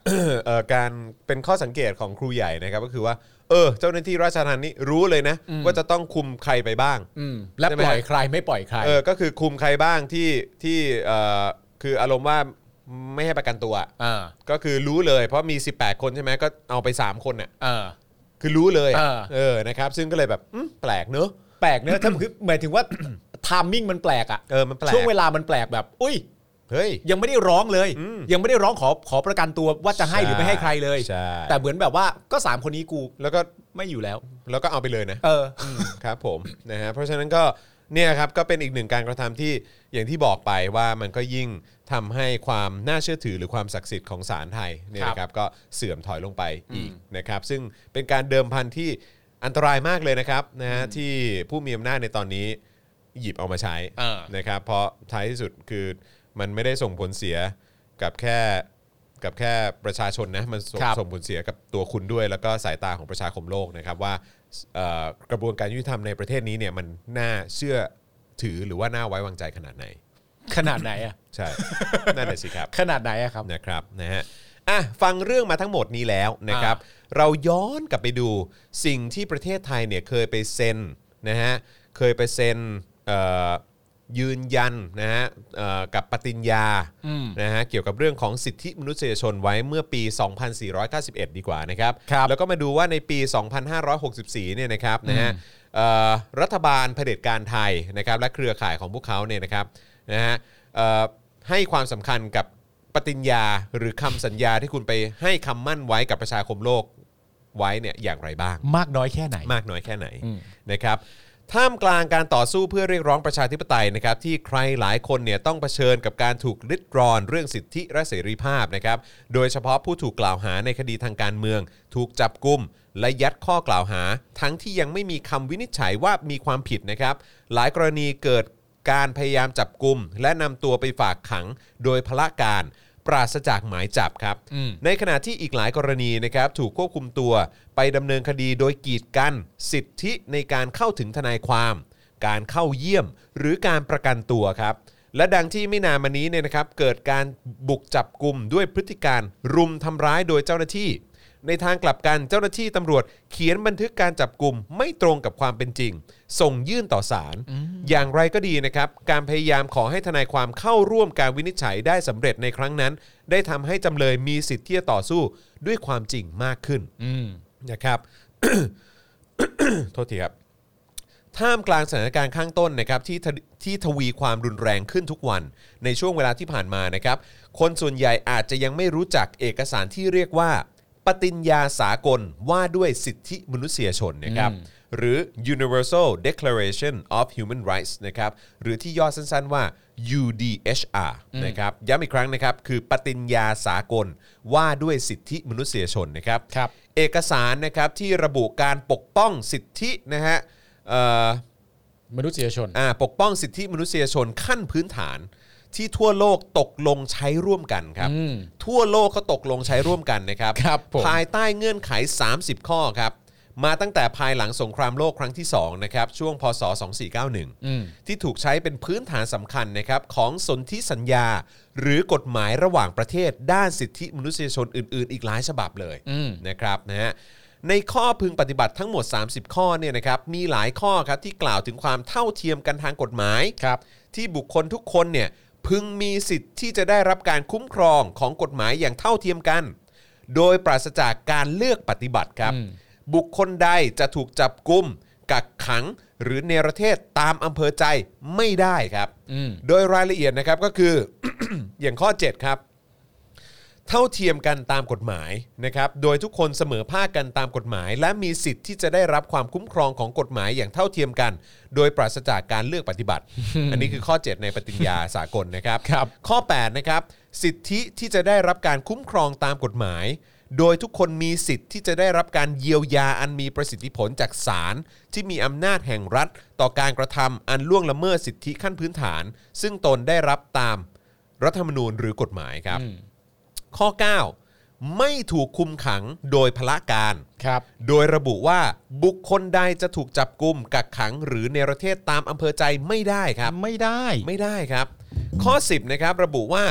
Speaker 2: เอ่อการเป็นข้อสังเกตของครูใหญ่นะครับก็คือว่า เออ เจ้าหน้าที่ราชทัณฑ์นี่รู้เลยนะ
Speaker 3: อืม
Speaker 2: ว่าจะต้องคุมใครไปบ้าง
Speaker 3: อืมและ
Speaker 2: ใช่ไหม
Speaker 3: ปล่อยใครไม่ปล่อยใคร
Speaker 2: เออก็คือคุมใครบ้างที่ที่เอ่อคืออารมณ์ว่าไม่ให้ประกันตัวอะ
Speaker 3: เออ
Speaker 2: ก็คือรู้เลยเพราะมี 18 คนใช่ไหมก็เอาไป 3 คนน่ะ
Speaker 3: เออ
Speaker 2: คือรู้เลยอะ
Speaker 3: เออ
Speaker 2: เออนะครับซึ่งก็เลยแบบอืมแปลกเนอะ
Speaker 3: แปลกเนอะถ้าคือหมายถึงว่า ไทมิ่งมันแปลกอะ
Speaker 2: เออมันแปลก
Speaker 3: ช่วงเวลามันแปลกแบบ อุ้ย
Speaker 2: เฮ้ย
Speaker 3: ยังไม่ได้ร้องเลย
Speaker 2: อืม
Speaker 3: ยังไม่ได้ร้องขอขอประกันตัวว่าจะให้
Speaker 2: ใช่
Speaker 3: หรือไม่ให้ใครเลย
Speaker 2: ใช่
Speaker 3: แต่เหมือนแบบว่าก็สามคนนี้กู
Speaker 2: แล้วก็
Speaker 3: ไม่อยู่แล้ว
Speaker 2: แล้วก็เอาไปเลยนะ
Speaker 3: เออ
Speaker 2: ครับผมนะฮะเพราะฉะนั้นก็เนี่ยครับก็เป็นอีกหนึ่งการกระทำที่อย่างที่บอกไปว่ามันก็ยิ่งทำให้ความน่าเชื่อถือหรือความศักดิ์สิทธิ์ของศาลไทยเนี่ยนะครับก็เสื่อมถอยลงไปอีกนะครับซึ่งเป็นการเดิมพันที่อันตรายมากเลยนะครับนะฮะที่ผู้มีอำนาจในตอนนี้หยิบเอามาใช้
Speaker 3: เออ
Speaker 2: นะครับเพราะท้ายที่สุดคือมันไม่ได้ส่งผลเสียกับแค่กับแค่ประชาชนนะมันส่ง
Speaker 3: ครับ
Speaker 2: ส่งผลเสียกับตัวคุณด้วย แล้วก็สายตาของประชาคมโลกนะครับว่า เอ่อกระบวนการยุติธรรมในประเทศนี้เนี่ยมันน่าเชื่อถือหรือว่าน่าไว้วางใจขนาดไหน
Speaker 3: ขนาดไหนอะ
Speaker 2: ใช่ นั่นแหละสิครับ
Speaker 3: ขนาดไหนอะครับ
Speaker 2: นะครับนะฮะอ่ะฟังเรื่องมาทั้งหมดนี้แล้วนะครับ เราย้อนกลับไปดูสิ่งที่ประเทศไทยเนี่ยเคยไปเซ็นนะฮะเคยไปเซ็นเอ่อยืนยันนะฮะเอ่อกับปฏิญญา
Speaker 3: อืม
Speaker 2: นะฮะเกี่ยวกับเรื่องของสิทธิมนุษยชนไว้เมื่อปี 2491 ดีกว่านะครับ แล้วก็มาดูว่าในปี 2564 เนี่ยนะครับนะฮะเอ่อรัฐบาลเผด็จการไทยนะครับและเครือข่ายของพวกเขาเนี่ยนะครับนะฮะเอ่อให้ความสำคัญกับปฏิญญาหรือคำสัญญาที่คุณไปให้คำมั่นไว้กับประชาคมโลกไว้เนี่ยอย่างไรบ้าง
Speaker 3: มากน้อยแค่ไหน
Speaker 2: มากน้อยแค่ไหนนะครับท่ามกลางการต่อสู้เพื่อเรียกร้องประชาธิปไตยนะครับที่ใครหลายคนเนี่ยต้องเผชิญกับการถูกริดรอนเรื่องสิทธิและเสรีภาพนะครับโดยเฉพาะผู้ถูกกล่าวหาในคดีทางการเมือง ถูกจับกุมและยัดข้อกล่าวหา ทั้งที่ยังไม่มีคำวินิจฉัยว่ามีความผิดนะครับ หลายกรณีเกิดการพยายามจับกุม และนำตัวไปฝากขังโดยพละการ ปราศจากหมายจับครับ
Speaker 3: อืม
Speaker 2: ในขณะที่อีกหลายกรณีนะครับถูกควบคุมตัวไปดำเนินคดีโดยกีดกัน สิทธิในการเข้าถึงทนายความ การเข้าเยี่ยมหรือการประกันตัวครับ และดังที่ไม่นานมานี้เนี่ยนะครับเกิดการบุกจับกลุ่มด้วยพฤติการรุมทำร้ายโดยเจ้าหน้าที่ ในทางกลับกันเจ้าหน้าที่ตำรวจเขียนบันทึกการจับกลุ่มไม่ตรงกับความเป็นจริง ส่งยื่นต่อศาลอย่างไรก็ดีนะครับ การพยายามขอให้ทนายความเข้าร่วมการวินิจฉัยได้สำเร็จในครั้งนั้น ได้ทำให้จำเลยมีสิทธิ์ที่จะต่อสู้ด้วยความจริงมากขึ้น
Speaker 3: อืม
Speaker 2: นะครับ โทษทีครับ ท่ามกลางสถานการณ์ข้างต้นนะครับที่ทะที่ทวีความรุนแรงขึ้นทุกวัน ในช่วงเวลาที่ผ่านมานะครับ คนส่วนใหญ่อาจจะยังไม่รู้จักเอกสารที่เรียกว่า ปฏิญญาสากลว่าด้วยสิทธิมนุษยชนนะครับ หรือ Universal Declaration of Human Rights นะครับ หรือที่ย่อสั้นๆว่า UDHR นะครับย้ำอีกครั้งนะครับ คือปฏิญญาสากลว่าด้วยสิทธิมนุษยชนนะครับ
Speaker 3: ครับ
Speaker 2: เอกสารนะครับที่ระบุการปกป้องสิทธินะฮะเอ่อ
Speaker 3: มนุษยชน
Speaker 2: อ่าปกป้องสิทธิมนุษยชนขั้นพื้นฐาน ที่ทั่วโลกตกลงใช้ร่วมกันครับ
Speaker 3: อืม
Speaker 2: ทั่วโลกเขาตกลงใช้ร่วมกันนะครับ
Speaker 3: ครับผม
Speaker 2: ภายใต้เงื่อนไข 30 ข้อครับ มาตั้งแต่ภายหลังสงครามโลกครั้งที่2นะครับช่วงพศ 2491 ที่ถูกใช้เป็นพื้นฐานสำคัญนะครับของสนธิสัญญา หรือกฎหมายระหว่างประเทศ ด้านสิทธิมนุษยชนอื่น ๆ อีกหลายฉบับเลยนะครับนะฮะ ในข้อพึงปฏิบัติทั้งหมด 30 ข้อเนี่ยนะครับ มีหลายข้อครับที่กล่าวถึงความเท่าเทียมกันทางกฎหมาย
Speaker 3: ครับ
Speaker 2: ที่บุคคลทุกคนเนี่ยพึงมีสิทธิ์ที่จะได้รับการคุ้มครองของกฎหมายอย่างเท่าเทียมกัน โดยปราศจากการเลือกปฏิบัติครับ บุคคลใดจะถูกจับกุม กักขังหรือเนรเทศตามอำเภอใจไม่ได้ครับ
Speaker 3: อืม
Speaker 2: โดยรายละเอียดนะครับก็คือ อย่างข้อ 7 ครับ เท่าเทียมกันตามกฎหมายนะครับ โดยทุกคนเสมอภาคกันตามกฎหมาย และมีสิทธิ์ที่จะได้รับความคุ้มครองของกฎหมายอย่างเท่าเทียมกัน โดยปราศจากการเลือกปฏิบัติ อันนี้คือข้อ 7 ในปฏิญญา สากลนะครับ
Speaker 3: ครับ
Speaker 2: ข้อ 8 นะครับ สิทธิที่จะได้รับการคุ้มครองตามกฎหมาย โดยทุกคนมีสิทธิ์ที่จะได้รับการเยียวยาอันมีประสิทธิผลจากศาลที่มีอำนาจแห่งรัฐ ต่อการกระทำอันล่วงละเมิดสิทธิขั้นพื้นฐาน ซึ่งตนได้รับตามรัฐธรรมนูญหรือกฎหมายครับ ข้อ 9 ไม่ถูกคุมขังโดยพละการ
Speaker 3: ครับ
Speaker 2: โดยระบุว่าบุคคลใดจะถูกจับกุมกักขัง หรือในประเทศตามอำเภอใจไม่ได้ครับ
Speaker 3: ไม่ได้
Speaker 2: ไม่ได้ครับ ข้อ 10นะครับระบุว่า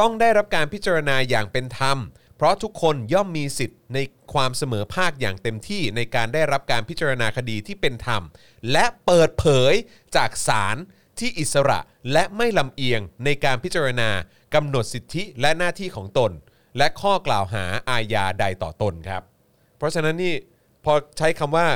Speaker 2: ต้องได้รับการพิจารณาอย่างเป็นธรรม เพราะทุกคนย่อมมีสิทธิ์ในความเสมอภาคอย่างเต็มที่ในการได้รับการพิจารณาคดีที่เป็นธรรม และเปิดเผยจากศาลที่อิสระและไม่ลำเอียงในการพิจารณากำหนดสิทธิและหน้าที่ของตน และข้อกล่าวหาอาญาใดต่อตนครับ เพราะฉะนั้นนี่พอใช้คำว่า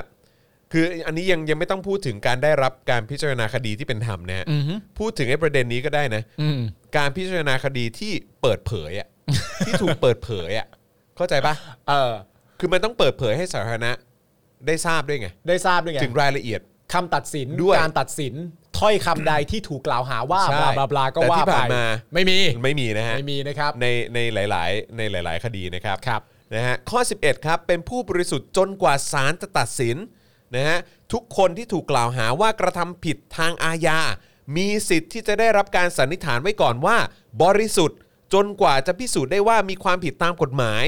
Speaker 2: คืออันนี้ยังยังไม่ต้องพูดถึงการได้รับการพิจารณาคดีที่เป็นธรรมนะฮะ
Speaker 3: อือฮึ
Speaker 2: พูดถึงไอ้ประเด็นนี้ก็ได้นะ
Speaker 3: อืม
Speaker 2: การพิจารณาคดีที่เปิดเผย อ่ะ ที่ถูกเปิดเผยอ่ะเข้าใจปะ
Speaker 3: เออ
Speaker 2: คือมันต้องเปิดเผยให้สาธารณะได้ทราบด้วยไง
Speaker 3: ได้ทราบด้วยไง
Speaker 2: ถึงรายละเอียด
Speaker 3: คำตัดสิน
Speaker 2: ด้วย
Speaker 3: การตัดสินถ้อยคำใดที่ถูกกล่าวหาว่า
Speaker 2: ใช่
Speaker 3: บลาบลาบลาก็
Speaker 2: แต่
Speaker 3: ว่า
Speaker 2: ที่
Speaker 3: ไป
Speaker 2: ผ่านมา
Speaker 3: ไม่มี
Speaker 2: ไม่มีนะฮะ
Speaker 3: ไม่มีนะครับ
Speaker 2: ในในหลาย ๆ ในหลาย ๆ คดีนะครับ
Speaker 3: ครับ
Speaker 2: นะฮะข้อ 11 ครับ เป็นผู้บริสุทธิ์จนกว่าศาลจะตัดสินนะฮะทุกคนที่ถูกกล่าวหาว่ากระทำผิดทางอาญา มีสิทธิ์ที่จะได้รับการสันนิษฐานไว้ก่อนว่า บริสุทธิ์จนกว่าจะพิสูจน์ได้ว่ามีความผิดตามกฎหมาย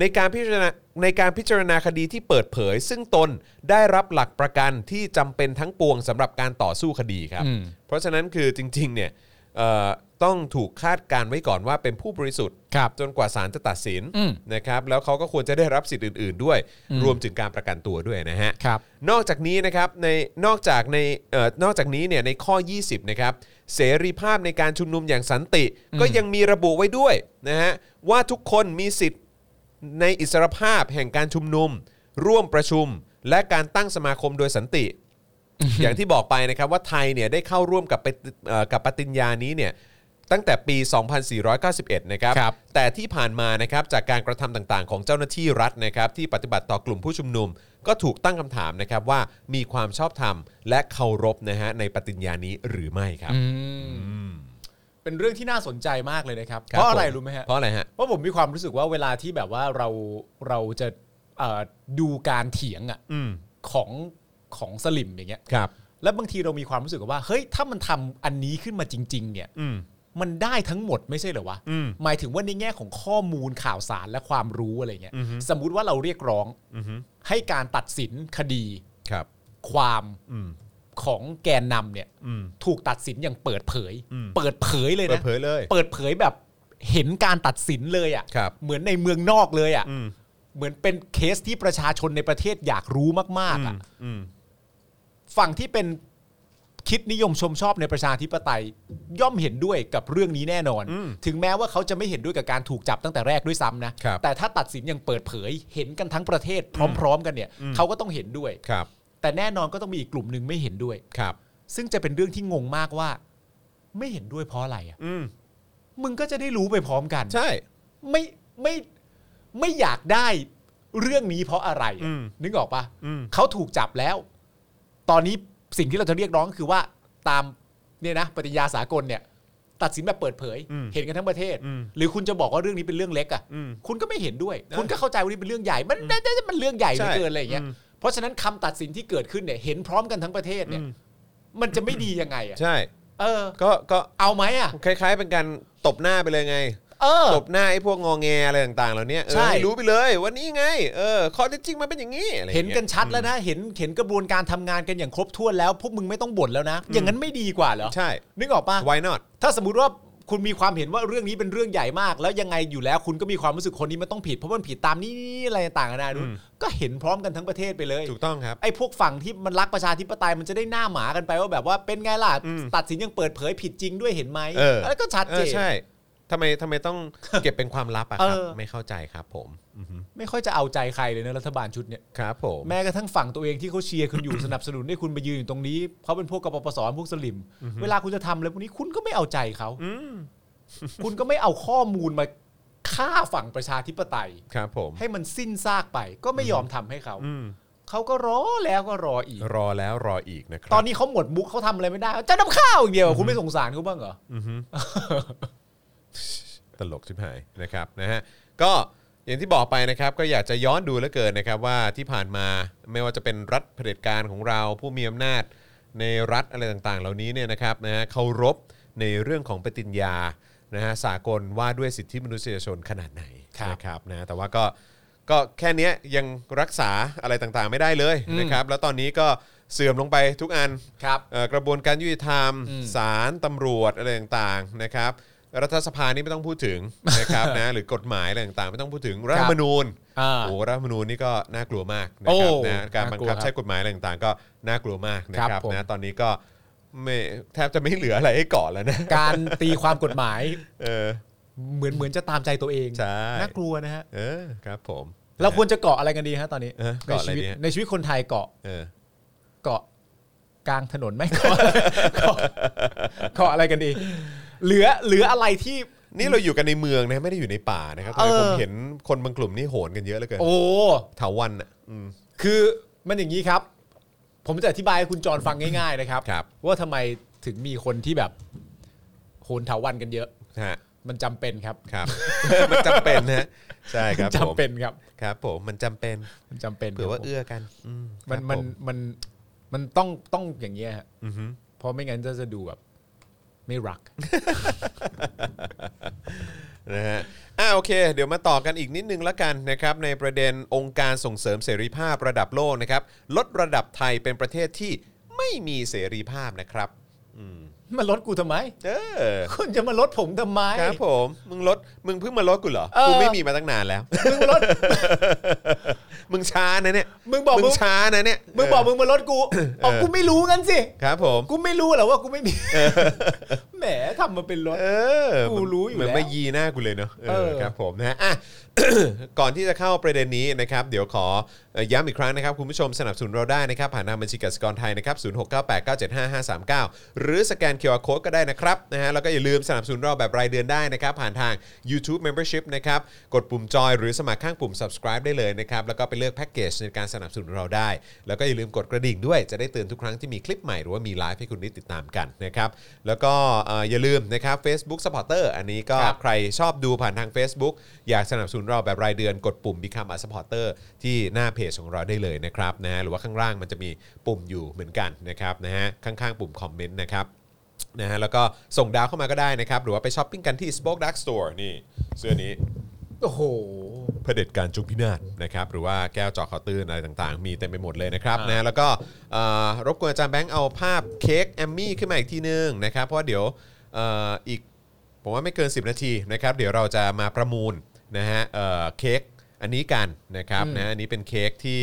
Speaker 2: ในการพิจารณาในการพิจารณาคดีที่เปิดเผย ซึ่งตนได้รับหลักประกันที่จำเป็นทั้งปวงสำหรับการต่อสู้คดีครับ เพราะฉะนั้นคือจริง ๆ เนี่ยเอ่อต้องถูกคาดการณ์ไว้ก่อนว่าเป็นผู้บริสุทธิ์
Speaker 3: ครับ
Speaker 2: จนกว่าศาลจะตัดสิน
Speaker 3: อืม
Speaker 2: นะครับแล้วเขาก็ควรจะได้รับสิทธิ์อื่น ๆ ด้วย รวมถึงการประกันตัวด้วยนะฮะ
Speaker 3: ครับ
Speaker 2: นอกจากนี้นะครับในนอกจากในเอ่อนอกจากนี้เนี่ยในข้อ 20นะครับเสรีภาพในการชุมนุมอย่างสันติ ก็ยังมีระบุไว้ด้วยนะฮะว่าทุกคนมีสิทธิ์ในอิสรภาพแห่งการชุมนุม ร่วมประชุม และการตั้งสมาคมโดยสันติ อย่างที่บอกไปนะครับว่าไทยเนี่ยได้เข้าร่วมกับปฏิเอ่อกับปฏิญญานี้เนี่ยตั้งแต่ปี 2491 นะครับ
Speaker 3: ครับ
Speaker 2: แต่ที่ผ่านมานะครับจากการกระทำต่างๆ ของเจ้าหน้าที่รัฐนะครับที่ปฏิบัติต่อกลุ่มผู้ชุมนุม ก็ถูกตั้งคำถามนะครับว่ามีความชอบธรรมและเคารพนะฮะในปฏิญญานี้หรือไม่ครับ
Speaker 3: อืมเป็นเรื่องที่น่าสนใจมากเลยนะครับ
Speaker 2: คบ
Speaker 3: เพราะอะไร
Speaker 2: ผ
Speaker 3: รู้ไหมฮะ
Speaker 2: เพราะอะไรฮะ
Speaker 3: เพราะผมมีความรู้สึกว่าเวลาที่แบบว่าเราเราจะเอ่อดูการเถียงอ่ะ
Speaker 2: อืม
Speaker 3: ของของสลิมอย่างเงี้ย
Speaker 2: ครับ
Speaker 3: แล้วบางทีเรามีความรู้สึกว่าเฮ้ยถ้ามันทำอันนี้ขึ้นมาจริง ๆ เนี่ย
Speaker 2: อืม
Speaker 3: มันได้ทั้งหมดไม่ใช่เหรอวะ
Speaker 2: อืม
Speaker 3: หมายถึงว่าในแง่ของข้อมูลข่าวสารและความรู้อะไรเงี้ย
Speaker 2: อือฮึ
Speaker 3: สมมุติว่าเราเรียกร้อง
Speaker 2: อือฮึ
Speaker 3: ให้การตัดสินคดี
Speaker 2: ครับ
Speaker 3: ความ
Speaker 2: อืม
Speaker 3: ของแกนนำเนี่ย
Speaker 2: อืม
Speaker 3: ถูกตัดสินอย่างเปิดเผย
Speaker 2: อืม
Speaker 3: เปิดเผยเลย
Speaker 2: เปิด
Speaker 3: นะ
Speaker 2: เผยเลย
Speaker 3: เปิดเผยแบบเห็นการตัดสินเลย
Speaker 2: ครั
Speaker 3: อะ่ะ
Speaker 2: บ
Speaker 3: เหมือนในเมืองนอกเลย
Speaker 2: อื
Speaker 3: อะ่ะ
Speaker 2: ม
Speaker 3: เหมือนเป็นเคสที่ประชาชนในประเทศอยากรู้มาก ๆ
Speaker 2: อื
Speaker 3: อะ่ะ
Speaker 2: มอืม
Speaker 3: ฝั่งที่เป็นคิดนิยมชมชอบในประชาธิปไตยย่อมเห็นด้วยกับเรื่องนี้แน่นอน
Speaker 2: อืม
Speaker 3: ถึงแม้ว่าเขาจะไม่เห็นด้วยกับการถูกจับตั้งแต่แรกด้วยซ้ำนะ
Speaker 2: ครับ
Speaker 3: แต่ถ้าตัดสินอย่างเปิดเผยเห็นกันทั้งประเทศ พร้อม ๆ กันเนี่ย
Speaker 2: อืม
Speaker 3: เขาก็ต้องเห็นด้วย
Speaker 2: ครับ
Speaker 3: แต่แน่นอนก็ต้องมีอีกกลุ่มหนึ่งไม่เห็นด้วย
Speaker 2: ครับ
Speaker 3: ซึ่งจะเป็นเรื่องที่งงมากว่า ไม่เห็นด้วยเพราะอะไรอ่ะ
Speaker 2: อืม
Speaker 3: มึงก็จะได้รู้ไปพร้อมกัน
Speaker 2: ใช่
Speaker 3: ไม่ไม่ไม่อยากได้เรื่องนี้เพราะอะไรอะ
Speaker 2: อืม
Speaker 3: นึกออกปะ
Speaker 2: อืม
Speaker 3: เขาถูกจับแล้ว ตอนนี้สิ่งที่เราจะเรียกร้องก็คือว่าตามเนี่ยนะปฏิญญาสากลเนี่ย ตัดสินแบบเปิดเผย เห็นกันทั้งประเทศ หรือคุณจะบอกว่าเรื่องนี้เป็นเรื่องเล็กอะ่ะคุณก็ไม่เห็นด้วย คุณก็เข้าใจว่านี่เป็นเรื่องใหญ่ มันมันเรื่องใหญ่เหลือเกินอะไรอย่างเงี้ยเพราะฉะนั้นคำตัดสินที่เกิดขึ้นเนี่ย เห็นพร้อมกันทั้งประเทศเนี่ย มันจะไม่ดียังไงอะ่ะ
Speaker 2: ใช่
Speaker 3: เออ
Speaker 2: ก็ก็
Speaker 3: เอาไหมอ่ะ
Speaker 2: คล้าย ๆ เป็นการตบหน้าไปเลยไง
Speaker 3: เออ
Speaker 2: ตบหน้าไอ้พวกงอแงอะไรต่างๆเหล่านี้เออ
Speaker 3: ใช่
Speaker 2: ให้รู้ไปเลยว่านี่ไงเออข้อเท็จจริงมันเป็นอย่างนี้อะไรอย่าง
Speaker 3: เห็น
Speaker 2: งี้ย
Speaker 3: กันชัดแล้วนะ เห็นเห็นกระบวนการทำงานกันอย่างครบถ้วนแล้ว พวกมึงไม่ต้องบ่นแล้วนะ อย่างนั้นไม่ดีกว่าเหรอ
Speaker 2: ใช่
Speaker 3: นึกออกปะ
Speaker 2: why not
Speaker 3: ถ้าสมมติว่าคุณมีความเห็นว่าเรื่องนี้เป็นเรื่องใหญ่มาก แล้วยังไงอยู่แล้วคุณก็มีความรู้สึกคนนี้มันต้องผิด เพราะมันผิดตามนี้นี่อะไรต่างๆนานาดู
Speaker 2: อืม
Speaker 3: ก็เห็นพร้อมกันทั้งประเทศไปเลย
Speaker 2: ถูกต้องครับ
Speaker 3: ไอ้พวกฝั่งที่มันรักประชาธิปไตยมันจะได้หน้าหมากันไปว่าแบบว่าเป็นไงล่ะ
Speaker 2: อืม
Speaker 3: ตัดสินอยังเปิดเผยผิดจริงด้วยเห็นไหม
Speaker 2: เออ
Speaker 3: แล้วก็ชัด
Speaker 2: เอ
Speaker 3: เจ
Speaker 2: อน ใช่ทำไมทำไม ต้อง เก็บเป็นความลับอะครับ
Speaker 3: เออ
Speaker 2: ไม่เข้าใจครับผมอือฮึ
Speaker 3: ไม่ค่อยจะเอาใจใครเลยนะรัฐบาลชุดเนี่ย
Speaker 2: ครับผม
Speaker 3: แม้กระทั่งฝั่งตัวเองที่เขาเชียร์คุณอยู่ สนับสนุนให้คุณไปยืนอยู่ตรงนี้เขาเป็นพวกกปปสพวกสลิม เวลาคุณจะทำอะไรพวกนี้คุณก็ไม่เอาใจเขา
Speaker 2: อืม
Speaker 3: คุณก็ไม่เอาข้อมูลมาฆ่าฝั่งประชาธิปไตย
Speaker 2: ครับผม
Speaker 3: ให้มันสิ้นซากไป ก็ไม่ยอมทำให้เขา
Speaker 2: อืม
Speaker 3: เขาก็รอแล้วก็รออีก
Speaker 2: รอแล้วรออีกนะครับ
Speaker 3: ตอนนี้เขาหมดมุกเขาทำอะไรไม่ได้จะนำข้าวอย่างเดียวคุณไม่สงสารเขาบ้างเหรอ
Speaker 2: อือฮึ ตลกชิบหายนะครับนะฮะก็อย่างที่บอกไปนะครับก็อยากจะย้อนดูเหลือเกินนะครับว่าที่ผ่านมาไม่ว่าจะเป็นรัฐเผด็จการของเราผู้มีอำนาจ ในรัฐอะไรต่างๆ เหล่านี้เนี่ยนะครับนะฮะเคารพในเรื่องของปฏิญญานะฮะสากลว่าด้วยสิทธิมนุษยชนขนาดไหน
Speaker 3: ครับ
Speaker 2: นะครับนะฮะแต่ว่าก็ก็แค่เนี้ยยังรักษาอะไรต่างๆ ไม่ได้เลย
Speaker 3: อืม
Speaker 2: นะครับแล้วตอนนี้ก็เสื่อมลงไปทุกอัน
Speaker 3: ครับ
Speaker 2: เอ่อกระบวนการยุติธรรม
Speaker 3: อืม
Speaker 2: ศาลตำรวจอะไรต่างๆนะครับ รัฐสภานี่ไม่ต้องพูด ถึงนะครับ นะหรือกฎหมายอะไรต่างๆ ไม่ต้องพูดถึงรัฐธรรมนูญ
Speaker 3: อ่า
Speaker 2: โอ้รัฐธรรมนูญนี่ก็น่ากลัวมากนะครับ
Speaker 3: โอ้
Speaker 2: นะการบังคับ
Speaker 3: น่ากลัวครับ
Speaker 2: ใช้กฎหมายอะไรต่างๆ ก็น่ากลัวมากนะค
Speaker 3: ค
Speaker 2: รั
Speaker 3: รั
Speaker 2: บบ
Speaker 3: ผม
Speaker 2: นะตอนนี้ก็ไม่แทบจะไม่เหลืออะไรให้เก่อแล้วนะ
Speaker 3: การตีความกฎหมาย
Speaker 2: เออ
Speaker 3: เหมือนเหมือนจะตามใจตัวเอง
Speaker 2: ใช่
Speaker 3: น่ากลัวนะฮะ
Speaker 2: เออครับผม
Speaker 3: เราควรจะเกาะอะไรกันดีฮะตอนนี้
Speaker 2: เออ
Speaker 3: ใน
Speaker 2: เกาะอะไร
Speaker 3: ชีวิต
Speaker 2: ดีฮะ
Speaker 3: ในชีวิตคนไทยเกาะ
Speaker 2: เออ
Speaker 3: เกาะกลางถนนไหมเกาะเกาะเกาะอะไรกันดี เหลือเหลืออะไรที่
Speaker 2: นี่เราอยู่กันในเมืองนะไม่ได้อยู่ในป่านะครับตอนนี้
Speaker 3: เออ
Speaker 2: ผมเห็นคนบางกลุ่มนี่โหนกันเยอะเหลือเกิน
Speaker 3: โอ้
Speaker 2: เถาวันอ่ะอืม
Speaker 3: คือมันอย่างนี้ครับ ผมจะอธิบายให้คุณจรฟังง่ายๆนะครับ
Speaker 2: ครับ
Speaker 3: ว่าทำไมถึงมีคนที่แบบโหนเถาวันกันเยอะ
Speaker 2: ฮะ
Speaker 3: มันจำเป็นครับ
Speaker 2: ครับ มันจำเป็นนะฮะใช่ครับ
Speaker 3: จำ
Speaker 2: ผม
Speaker 3: เป็นครับ
Speaker 2: ครับผมมันจำเป็น
Speaker 3: มันจำเป็น
Speaker 2: เผื่อว่าเอื้อกันอื
Speaker 3: มัน
Speaker 2: ครับ
Speaker 3: มัน
Speaker 2: ผ
Speaker 3: มันมันต้องต้องอย่างเงี้ยฮะ
Speaker 2: อือฮึ
Speaker 3: เพราะไม่งั้นจะจะดูแบบ ไม่รัก
Speaker 2: นะฮะอ่าโอเค เดี๋ยวมาต่อกันอีกนิดนึงละกันนะครับ ในประเด็นองค์การส่งเสริมเสรีภาพระดับโลกนะครับ ลดระดับไทยเป็นประเทศที่ไม่มีเสรีภาพนะครับ อืม
Speaker 3: มาลดกูทำไม
Speaker 2: เออ
Speaker 3: คุณจะมาลดผมทำไม
Speaker 2: ครับผมมึงลดมึงเพิ่งมาลดกูเหรอ
Speaker 3: เออ
Speaker 2: กูไม่มีมาตั้งนานแล้ว
Speaker 3: มึงมาลด
Speaker 2: มึงช้านะเนี่ย
Speaker 3: มึงบอกมึง
Speaker 2: ช้านะเนี่ย
Speaker 3: มึงบอกมึงมาลดกูเอากูไม่รู้งั้นสิ
Speaker 2: ครับผม
Speaker 3: กูไม่รู้เหรอว่ากูไม่มีแหมทำมาเป็นลด
Speaker 2: เออ
Speaker 3: กูรู้อยู่
Speaker 2: เหมือน
Speaker 3: แล้ว
Speaker 2: มายีหน้ากูเลยเนอะเอ
Speaker 3: เอ
Speaker 2: อ
Speaker 3: อ
Speaker 2: ครับผมนะฮะอ่ะ ก่อนที่จะเข้าประเด็นนี้นะครับ เดี๋ยวขอเอ่อย้ำอีกครั้งนะครับ คุณผู้ชมสนับสนุนเราได้นะครับ ผ่านทางบัญชีกสิกรไทยนะครับ 0698975539 หรือสแกน QR Code ก็ได้นะครับนะฮะแล้วก็อย่าลืมสนับสนุนเราแบบรายเดือนได้นะครับ ผ่านทาง YouTube Membership นะครับ กดปุ่มจอยหรือสมัครข้างปุ่ม subscribe ได้เลยนะครับ แล้วก็ไปเลือกแพ็กเกจในการสนับสนุนเราได้ แล้วก็อย่าลืมกดกระดิ่งด้วยจะได้เตือนทุกครั้งที่มีคลิปใหม่หรือว่ามีไลฟ์ให้คุณได้ติดตามกันนะครับ แล้วก็เอ่ออย่าลืมนะครับ Facebook Supporter อันนี้ก็
Speaker 3: ครับ
Speaker 2: ใครชอบดูผ่านทาง Facebook อยากสนับสนุนเราแบบรายเดือนกดปุ่ม Become a supporter ที่หน้าเพจของเราได้เลยนะครับนะฮะหรือว่าข้างล่างมันจะมีปุ่มอยู่เหมือนกันนะครับนะฮะข้างๆปุ่มคอมเมนต์นะครับ นะฮะแล้วก็ส่งดาวเข้ามาก็ได้นะครับ หรือว่าไปช้อปปิ้งกันที่ Spoke Dark Store นี่เสื้อนี้
Speaker 3: โอ้โห
Speaker 2: เผด็จการจงพินาศนะครับ หรือว่าแก้วเจอขอตื้นอะไรต่างๆ มีเต็มไปหมดเลยนะครับนะฮะแล้วก็เอ่อรบกวนอาจารย์แบงค์เอาภาพเค้กแอมมี่ขึ้นมาอีกทีนึงนะครับ เพราะว่าเดี๋ยวเอ่ออีก ผมว่าไม่เกิน 10 นาทีนะครับ เดี๋ยวเราจะมาประมูลนะฮะเอ่อเค้กอันนี้กันนะครับนะอันนี้เป็นเค้กที่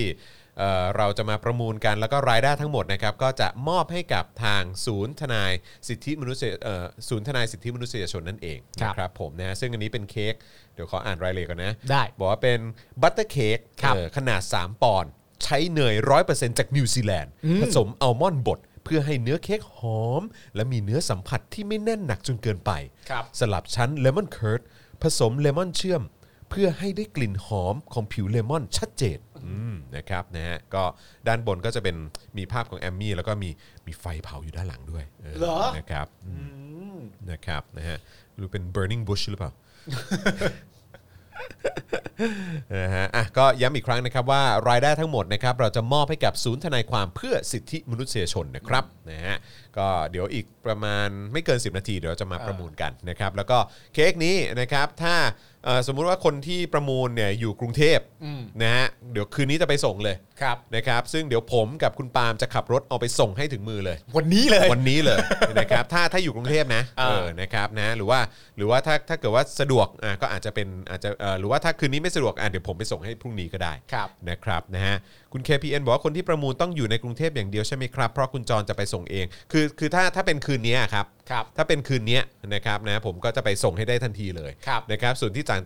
Speaker 2: เอ่อเราจะมาประมูลกันแล้วก็รายได้ทั้งหมดนะครับ ก็จะมอบให้กับทางศูนย์ทนายสิทธิมนุษยเอ่อศูนย์ทนายสิทธิมนุษยชนนั่นเอง
Speaker 3: ครับ
Speaker 2: นะครับผมนะฮะซึ่งอันนี้เป็นเค้กเดี๋ยวขออ่านรายละเอียดก่อนนะ
Speaker 3: ได้
Speaker 2: บอกว่าเป็นบัตเตอร์เค้ก
Speaker 3: ครับ
Speaker 2: เอ่อขนาด 3 ปอนด์ใช้เนย 100%จากนิวซีแลนด์ผสมอัลมอนด์บดเพื่อให้เนื้อเค้กหอม และมีเนื้อสัมผัสที่ไม่แน่นหนักจนเกินไป
Speaker 3: ครับ
Speaker 2: สลับชั้นเลมอนเคิร์ดผสมเลมอนเชื่อม เพื่อให้ได้กลิ่นหอมของผิวเลมอนชัดเจนอืมนะครับนะฮะก็ด้านบนก็จะเป็นมีภาพของแอมมี่ แล้วก็มีมีไฟเผาอยู่ด้านหลังด้วยเออ
Speaker 3: เหรอ
Speaker 2: นะครับอืมนะครับนะฮะหรือเป็น burning bush หรือเปล่า นะฮะอ่ะก็ย้ำอีกครั้งนะครับว่ารายได้ทั้งหมดนะครับเราจะมอบให้กับศูนย์ทนายความเพื่อสิทธิมนุษยชนนะครับนะฮะก็เดี๋ยวอีกประมาณไม่เกิน 10 นาทีเดี๋ยวเราจะมาประมูลกันนะครับแล้วก็เค้กนี้นะครับถ้าเอ่อสมมุติว่าคนที่ประมูลเนี่ยอยู่กรุงเทพนะฮะเดี๋ยวคืนนี้จะไปส่งเลย
Speaker 3: ครับ
Speaker 2: นะครับซึ่งเดี๋ยวผมกับคุณปาล์มจะขับรถเอาไปส่งให้ถึงมือเลย
Speaker 3: วันนี้เลย
Speaker 2: วันนี้เลย นะครับถ้าถ้าอยู่กรุงเทพนะ
Speaker 3: อ่า
Speaker 2: เออนะครับนะหรือว่าหรือว่าถ้าถ้าเกิดว่าสะดวกอ่ะก็อาจจะเป็นอาจจะเอ่อหรือว่าถ้าคืนนี้ไม่สะดวกอ่ะเดี๋ยวผมไปส่งให้พรุ่งนี้ก็ได้
Speaker 3: ครับ
Speaker 2: นะครับนะฮะคุณ KPN บอกว่าคนที่ประมูลต้องอยู่ในกรุงเทพอย่างเดียวใช่ไหมครับเพราะคุณจรจะไปส่งเองคือคือถ้าถ้าเป็นคืนนี้อะครับ
Speaker 3: ครับ
Speaker 2: ถ้าเป็นคืนนี้นะครับนะผมก็จะไปส่งให้ได้ทันทีเลย
Speaker 3: ครับ
Speaker 2: นะครับส่วนที่ต่าง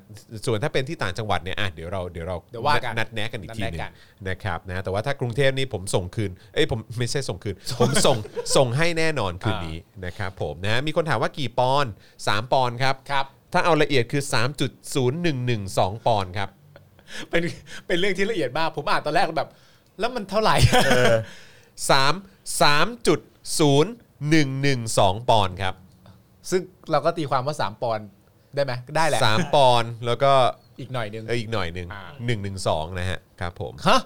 Speaker 2: ส่วนถ้าเป็นที่ต่างจังหวัดเนี่ยอ่ะเดี๋ยวเราเดี๋ยวเรา
Speaker 3: เดี๋ยวว่ากัน
Speaker 2: นัดแนะกันอีกทีหนึ
Speaker 3: นัด
Speaker 2: ง
Speaker 3: แนะกัน
Speaker 2: นะครับนะแต่ว่าถ้ากรุงเทพนี่ผมส่งคืนเอ้ยผม ไม่ใช่ส่งคืน ผมส่ง ส่งให้แน่นอนคืนนี้นะครับผมนะมีคนถามว่ากี่ปอนด์3ปอนด์ครับ
Speaker 3: ครับ
Speaker 2: ถ้าเอาละเอียดคือ 3.0112 ปอนด์ครับ
Speaker 3: เป็น เป็นเรื่องที่ละเอียดมาก ผมอ่านตอนแรกแล้วแบบ แล้วมันเท่าไห ร่
Speaker 2: 3 3.0112 ปอนด์ครับ
Speaker 3: ซึ่งเราก็ตีความว่า 3 ปอนด์ได้ไหมได้แหละ
Speaker 2: 3 ป อนด์แล้วก็
Speaker 3: อีกหน่อยหนึง
Speaker 2: เอออีกหน่อยหนึ่ง
Speaker 3: อ่า
Speaker 2: 112 นะฮะครับผม
Speaker 3: ฮะ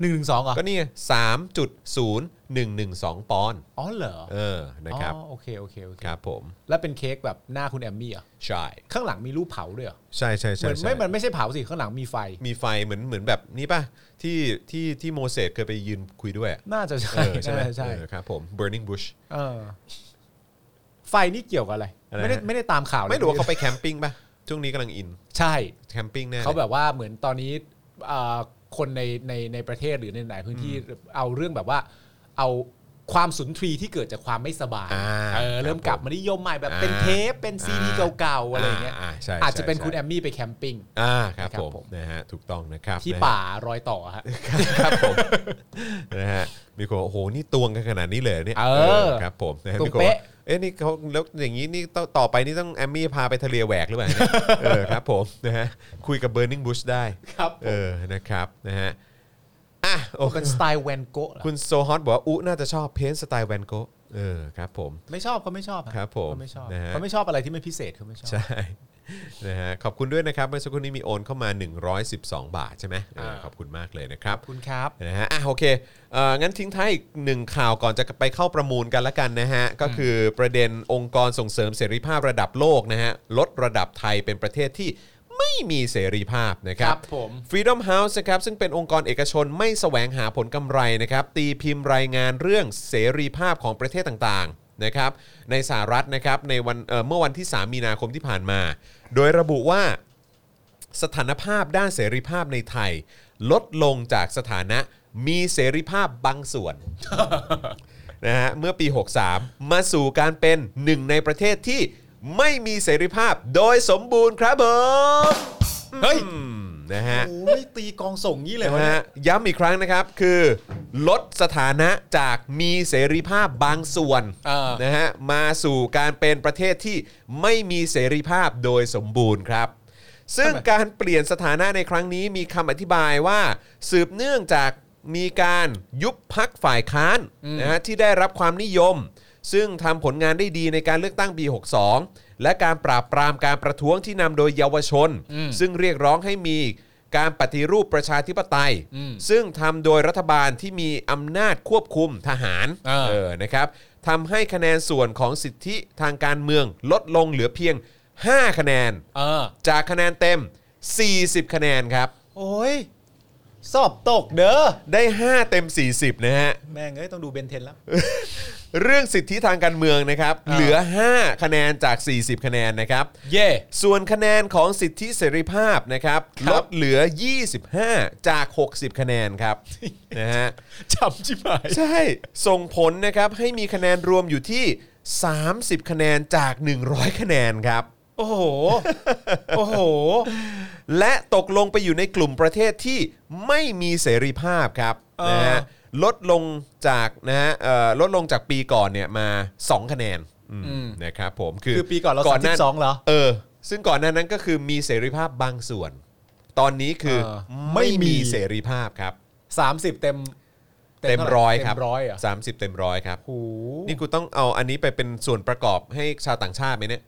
Speaker 3: หนึ่งหนึ่งสองเหรอ
Speaker 2: ก็นี่ไง3.0112 ปอนด์
Speaker 3: อ๋อเหรอ
Speaker 2: เออนะครับ
Speaker 3: อ๋อโอเคโอเคโอเค
Speaker 2: ครับผม
Speaker 3: แล้วเป็นเค้กแบบหน้าคุณแอมมี่เหรอ่ะ
Speaker 2: ใช่
Speaker 3: ข้างหลังมีรูปเผาด้วยเหรอ
Speaker 2: ใช่ใช่
Speaker 3: เห
Speaker 2: ใช่
Speaker 3: มือน
Speaker 2: ใช่
Speaker 3: ไม่มันไม่ใช่เผาสิ ข้างหลังมีไฟ
Speaker 2: มีไฟเหมือนเหมือนแบบนี้ป่ะ ที่ที่ที่โมเสสเคยไปยืนคุยด้วยอะ
Speaker 3: น่าจะใช่
Speaker 2: เออใช่ไหม
Speaker 3: น่าจะใช่
Speaker 2: เออครับผม burning bush
Speaker 3: เออ ไฟนี่เกี่ยวกับอะไร
Speaker 2: อะไรฮะ
Speaker 3: ไม่ได้ไม่ได้ตามข่าวเลย
Speaker 2: ไม่รู้ว่าเขาไปแคมปิ้งป่ะช่วงนี้กำลังอิน
Speaker 3: ใช่
Speaker 2: แคมปิ้งแน่ลย
Speaker 3: เขาแบบว่าเหมือนตอนนี้เอ่อคนในในในประเทศหรือในหลายพื้นที่เอาเรื่องแบบว่า เอาความสุนทรีที่เกิดจากความไม่สบาย
Speaker 2: อ่า
Speaker 3: เออ
Speaker 2: ครับ
Speaker 3: เริ่มกลับมานิยมใหม่แบบ
Speaker 2: อ่า
Speaker 3: เป็นเทปเป็นซีดี
Speaker 2: อ่า
Speaker 3: เก่าๆอะไรอย่างเงี้ย
Speaker 2: อ่าใช่
Speaker 3: อาจจะเป็น
Speaker 2: ใช่
Speaker 3: คุณแอมมี่ไปแคมปิ้ง
Speaker 2: อ่าครับ
Speaker 3: ครับ
Speaker 2: ผม
Speaker 3: ผม
Speaker 2: นะฮะถูกต้องนะครับ
Speaker 3: ที่
Speaker 2: นะฮะ
Speaker 3: ป่ารอยต่อฮะ
Speaker 2: ครับผมนะฮะมีคนบอกโอ้โหนี่ตวงกันขนาดนี้เลยหรเนี่ย
Speaker 3: เออ
Speaker 2: ครับผมนะฮะ
Speaker 3: ตวง
Speaker 2: มีคนบอก
Speaker 3: เป๊ะ
Speaker 2: เอ๊ะนี่เขาแล้วอย่างนี้นี่ต่อต่อไปนี่ต้องแอมมี่พาไปทะเลแหวกหรือเปล่า เนี่ยเออครับผมนะฮะคุยกับเบอร์นิงบุชได้
Speaker 3: ครับ
Speaker 2: เออนะครับนะฮะอ่ะโอ้
Speaker 3: เป็นสไตล์แวนโกะเหรอ
Speaker 2: คุณโซฮอตบอกว่าอุน่าจะชอบเพ้นสไตล์แวนโกะเออครับผม
Speaker 3: ไม่ชอบเขาไม่ชอบฮะ
Speaker 2: ครับผม
Speaker 3: เขาไม่ชอบ
Speaker 2: นะฮะ
Speaker 3: เขาไม่ชอบอะไรที่ไม่พิเศษเขาไม่ชอบ
Speaker 2: ใช่ นะฮะขอบคุณด้วยนะครับเมื่อสักครู่นี้มีโอนเข้ามา 112 บาทใช่ไหมเออ
Speaker 3: อ่า
Speaker 2: ขอบคุณมากเลยนะครับ
Speaker 3: คุณครับ
Speaker 2: นะฮะอ่ะโอเคเอ่องั้นทิ้งท้ายอีกหนึ่งข่าวก่อนจะไปเข้าประมูลกันละกันนะฮะ ก็คือประเด็นองค์กรส่งเสริมเสรีภาพระดับโลกนะฮะ ลดระดับไทยเป็นประเทศที่ไม่มีเสรีภาพนะครับ
Speaker 3: ครับผม
Speaker 2: Freedom House นะครับซึ่งเป็นองค์กรเอกชนไม่แสวงหาผลกำไรนะครับ ตีพิมพ์รายงานเรื่องเสรีภาพของประเทศต่างๆนะครับในสหรัฐนะครับในวันเอ่อเมื่อวันที่ 3 มีนาคมที่ผ่านมา โดยระบุว่า สถานภาพด้านเสรีภาพในไทย ลดลงจากสถานะมีเสรีภาพบางส่วน นะฮะเมื่อปี 63 มาสู่การเป็นหนึ่งในประเทศที่ไม่มีเสรีภาพโดยสมบูรณ์ครับผม
Speaker 3: เฮ้ย
Speaker 2: อืมนะฮะ
Speaker 3: โอ้ยตีกองส่งงี้เลยวะ
Speaker 2: นะ
Speaker 3: เนี่ย
Speaker 2: ฮะย้ำอีกครั้งนะครับคือลดสถานะจากมีเสรีภาพบางส่วน
Speaker 3: เออ
Speaker 2: นะฮะมาสู่การเป็นประเทศที่ไม่มีเสรีภาพโดยสมบูรณ์ครับ ซึ่งการเปลี่ยนสถานะในครั้งนี้มีคำอธิบายว่า สืบเนื่องจากมีการยุบพักฝ่ายค้านนะฮะที่ได้รับความนิยม ซึ่งทำผลงานได้ดีในการเลือกตั้งปี 62 และการปราบปรามการประท้วงที่นำโดยเยาวชน ซึ่งเรียกร้องให้มี การปฏิรูปประชาธิปไตย ซึ่งทำโดยรัฐบาลที่มีอำนาจควบคุมทหาร
Speaker 3: อ่า
Speaker 2: เออนะครับทำให้คะแนนส่วนของสิทธิทางการเมืองลดลงเหลือเพียง 5 คะแนน
Speaker 3: เออ
Speaker 2: จากคะแนนเต็ม 40 คะแนนครับ
Speaker 3: โอ้ยสอบตกเด้อ
Speaker 2: ได้ 5 เต็ม 40 นะฮะ
Speaker 3: แม่งเอ้ยต้องดูเบนเทนแล้ว
Speaker 2: เรื่องสิทธิทางการเมืองนะครับ
Speaker 3: อ่า
Speaker 2: เหลือ 5 คะแนนจาก 40 คะแนนนะครับ
Speaker 3: เย่
Speaker 2: ส่วนคะแนนของสิทธิเสรีภาพนะครับ
Speaker 3: ครั
Speaker 2: ล
Speaker 3: บ
Speaker 2: ดเหลือ 25 จาก 60 คะแนน ครับ นะฮะ
Speaker 3: จำชิบหาย
Speaker 2: ใช่ ส่งผลนะครับให้มีคะแนนรวมอยู่ที่ 30 คะแนนจาก 100 คะแนนครับ
Speaker 3: โอ้โห โอ้โห
Speaker 2: และตกลงไปอยู่ในกลุ่มประเทศที่ไม่มีเสรีภาพครับ
Speaker 3: เออ
Speaker 2: นะฮะลดลงจากนะฮะเอ่อลดลงจากปีก่อนเนี่ยมา 2 คะแนนอืมนะครับผมคือ
Speaker 3: คือปีก่อนเราสาม
Speaker 2: ห
Speaker 3: สิบสองเหรอ
Speaker 2: เออ ซึ่งก่อนหน้านั้นก็คือมีเสรีภาพบางส่วน ตอนนี้คือ
Speaker 3: เออไม่
Speaker 2: ไม่
Speaker 3: มี
Speaker 2: มีเสรีภาพครับ
Speaker 3: สามสิบเต็ม
Speaker 2: เต็มร้อยครับ
Speaker 3: เต็มร้อยเหรอ
Speaker 2: สามสิบเต็มร้อยครับ
Speaker 3: โอ้โห
Speaker 2: นี่กูต้องเอาอันนี้ไปเป็นส่วนประกอบให้ชาวต่างชาติไหมเนี่ย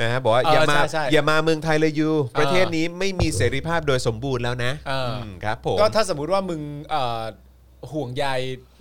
Speaker 2: นะฮะบอกว่า
Speaker 3: เออ
Speaker 2: อย่ามา
Speaker 3: ใช่ใช่
Speaker 2: อย่ามาเมืองไทยเลยยูประเทศนี้ไม่มีเสรีภาพโดยสมบูรณ์แล้วนะ
Speaker 3: เอออื
Speaker 2: มครับผม
Speaker 3: ก็ถ้าสมมุติว่ามึงเอ่อห่วงใย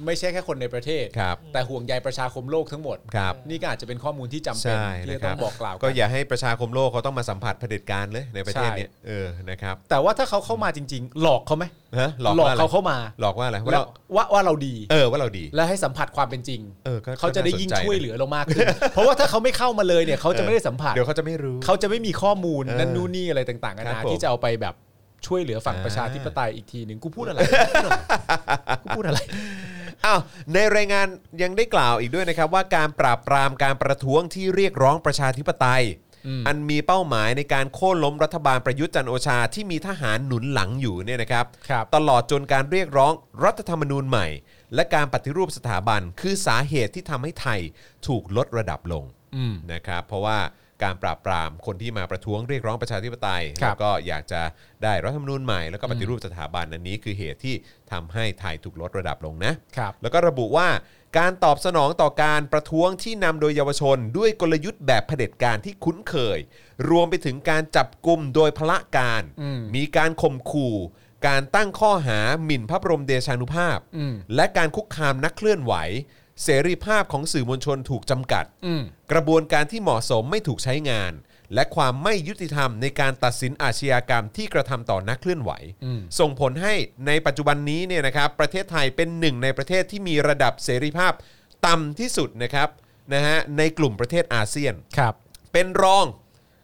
Speaker 3: ไม่ใช่แค่คนในประเทศ
Speaker 2: ครับ
Speaker 3: แต่ห่วงใยประชาคมโลกทั้งหมด
Speaker 2: ครับ
Speaker 3: นี่ก็อาจจะเป็นข้อมูลที่จำเป็น
Speaker 2: ใช่
Speaker 3: ที่
Speaker 2: นะค
Speaker 3: จะต้
Speaker 2: รั
Speaker 3: อบ งบอกกล่าว
Speaker 2: ก็
Speaker 3: น
Speaker 2: อย่าให้ประชาคมโลกเขาต้องมาสัมผัสเผด็จการเลยในประเทศ
Speaker 3: ใช่
Speaker 2: เนี้ยเออนะครับ
Speaker 3: แต่ว่าถ้าเขาเข้ามาจริง ๆ หลอกเขาไหม
Speaker 2: ฮะหลอก
Speaker 3: หลอก
Speaker 2: ว่าอะไร
Speaker 3: เขาเข้ามา
Speaker 2: หลอกว่าอะไรว่า
Speaker 3: แล้ว
Speaker 2: เรา
Speaker 3: ว่าว่าเราดี
Speaker 2: เออว่าเราดี
Speaker 3: และให้สัมผัสความเป็นจริง
Speaker 2: เออก็
Speaker 3: เขาจะได้
Speaker 2: ก็น่าสนใจ
Speaker 3: ยิ่งช่วยเหลือเรามากขึ้น เพราะว่าถ้าเขาไม่เข้ามาเลยเนี่ยเขาจะไม่ได้สัมผัส
Speaker 2: เดี๋ยวเขาจะไม่รู้
Speaker 3: เขาจะไม่มีข้อมูล
Speaker 2: เออ
Speaker 3: นั่นนู่นนี่อะไรต่างๆนา
Speaker 2: ครั
Speaker 3: นา
Speaker 2: บผม
Speaker 3: ที่จะเอาไปแบบช่วยเหลือฝั่ง
Speaker 2: อ่า
Speaker 3: ประชาธิปไตยอีกทีหนึ่งกูพูดอะไรกูพูดอะไร
Speaker 2: อ้าวในรายงานยังได้กล่าวอีกด้วยนะครับ ว่าการปราบปรามการประท้วงที่เรียกร้องประชาธิปไตย อันมีเป้าหมายในการโค่นล้มรัฐบาลประยุทธ์จันทร์โอชาที่มีทหารหนุนหลังอยู่เนี่ยนะครับ
Speaker 3: ครับ
Speaker 2: ตลอดจนการเรียกร้องรัฐธรรมนูญใหม่ และการปฏิรูปสถาบัน คือสาเหตุที่ทำให้ไทยถูกลดระดับลงนะครับ เพราะว่าการปราบปรามคนที่มาประท้วงเรียกร้องประชาธิปไตย
Speaker 3: ครับ
Speaker 2: แล้วก็อยากจะได้รัฐธรรมนูญใหม่แล้วก็ปฏิรูปสถาบันอันนี้คือเหตุที่ทำให้ไทยถูกลดระดับลงนะ
Speaker 3: ครับ
Speaker 2: แล้วก็ระบุว่าการตอบสนองต่อการประท้วงที่นำโดยเยาวชน ด้วยกลยุทธ์แบบเผด็จการที่คุ้นเคย รวมไปถึงการจับกลุ่มโดยพละการ มีการข่มขู่ การตั้งข้อหาหมิ่นพระบรมเดชานุภาพ และการคุกคามนักเคลื่อนไหว เสรีภาพของสื่อมวลชนถูกจำกัด
Speaker 3: อืม
Speaker 2: กระบวนการที่เหมาะสมไม่ถูกใช้งาน และความไม่ยุติธรรมในการตัดสินอาชญากรรมที่กระทำต่อนักเคลื่อนไหว ส่งผลให้ในปัจจุบันนี้เนี่ยนะครับ ประเทศไทยเป็นหนึ่งในประเทศที่มีระดับเสรีภาพต่ำที่สุดนะครับ นะฮะในกลุ่มประเทศอาเซียน
Speaker 3: ครับ
Speaker 2: เป็นรอง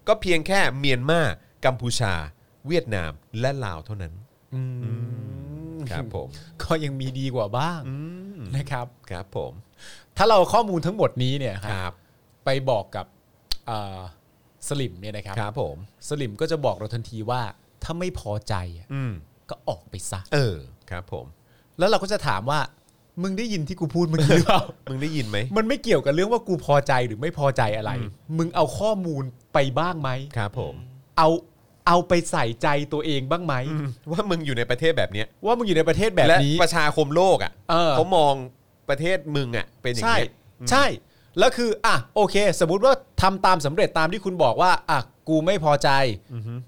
Speaker 2: ก็เพียงแค่เมียนมากัมพูชา เวียดนามและลาวเท่านั้นครับผม
Speaker 3: ก็ยังมีดีกว่าบ้างนะครับ
Speaker 2: ครับผม
Speaker 3: ถ้าเราเอาข้อมูลทั้งหมดนี้เนี่ยฮะ
Speaker 2: ครับ
Speaker 3: ไปบอกกับเอ่อสลิมเนี่ยนะครับ
Speaker 2: ครับผม
Speaker 3: สลิมก็จะบอกเราทันทีว่าถ้าไม่พอใจอะ
Speaker 2: อืม
Speaker 3: ก็ออกไปซะ
Speaker 2: เออครับผม
Speaker 3: แล้วเราก็จะถามว่า มึงได้ยินที่กูพูดเมื่อกี้หรือเปล่า
Speaker 2: มึงได้ยินไหม
Speaker 3: มันไม่เกี่ยวกับเรื่องว่ากูพอใจหรือไม่พอใจอะไร
Speaker 2: อืม
Speaker 3: มึงเอาข้อมูลไปบ้างไหม
Speaker 2: ครับผม
Speaker 3: เอาเอาไปใส่ใจตัวเองบ้างไหม
Speaker 2: ว่ามึงอยู่ในประเทศแบบเนี้ย
Speaker 3: ว่ามึงอยู่ในประเทศแบบ
Speaker 2: และ
Speaker 3: นี้
Speaker 2: ประชาคมโลกอ่ะ
Speaker 3: เออ
Speaker 2: เขามองประเทศมึงอ่ะเป็นอย่าง
Speaker 3: ใช่
Speaker 2: เงี้ย
Speaker 3: ใช่ แล้วคือ อ่ะ โอเค สมมติว่าทำตามสำเร็จตามที่คุณบอกว่า อ่ะ กูไม่พอใจ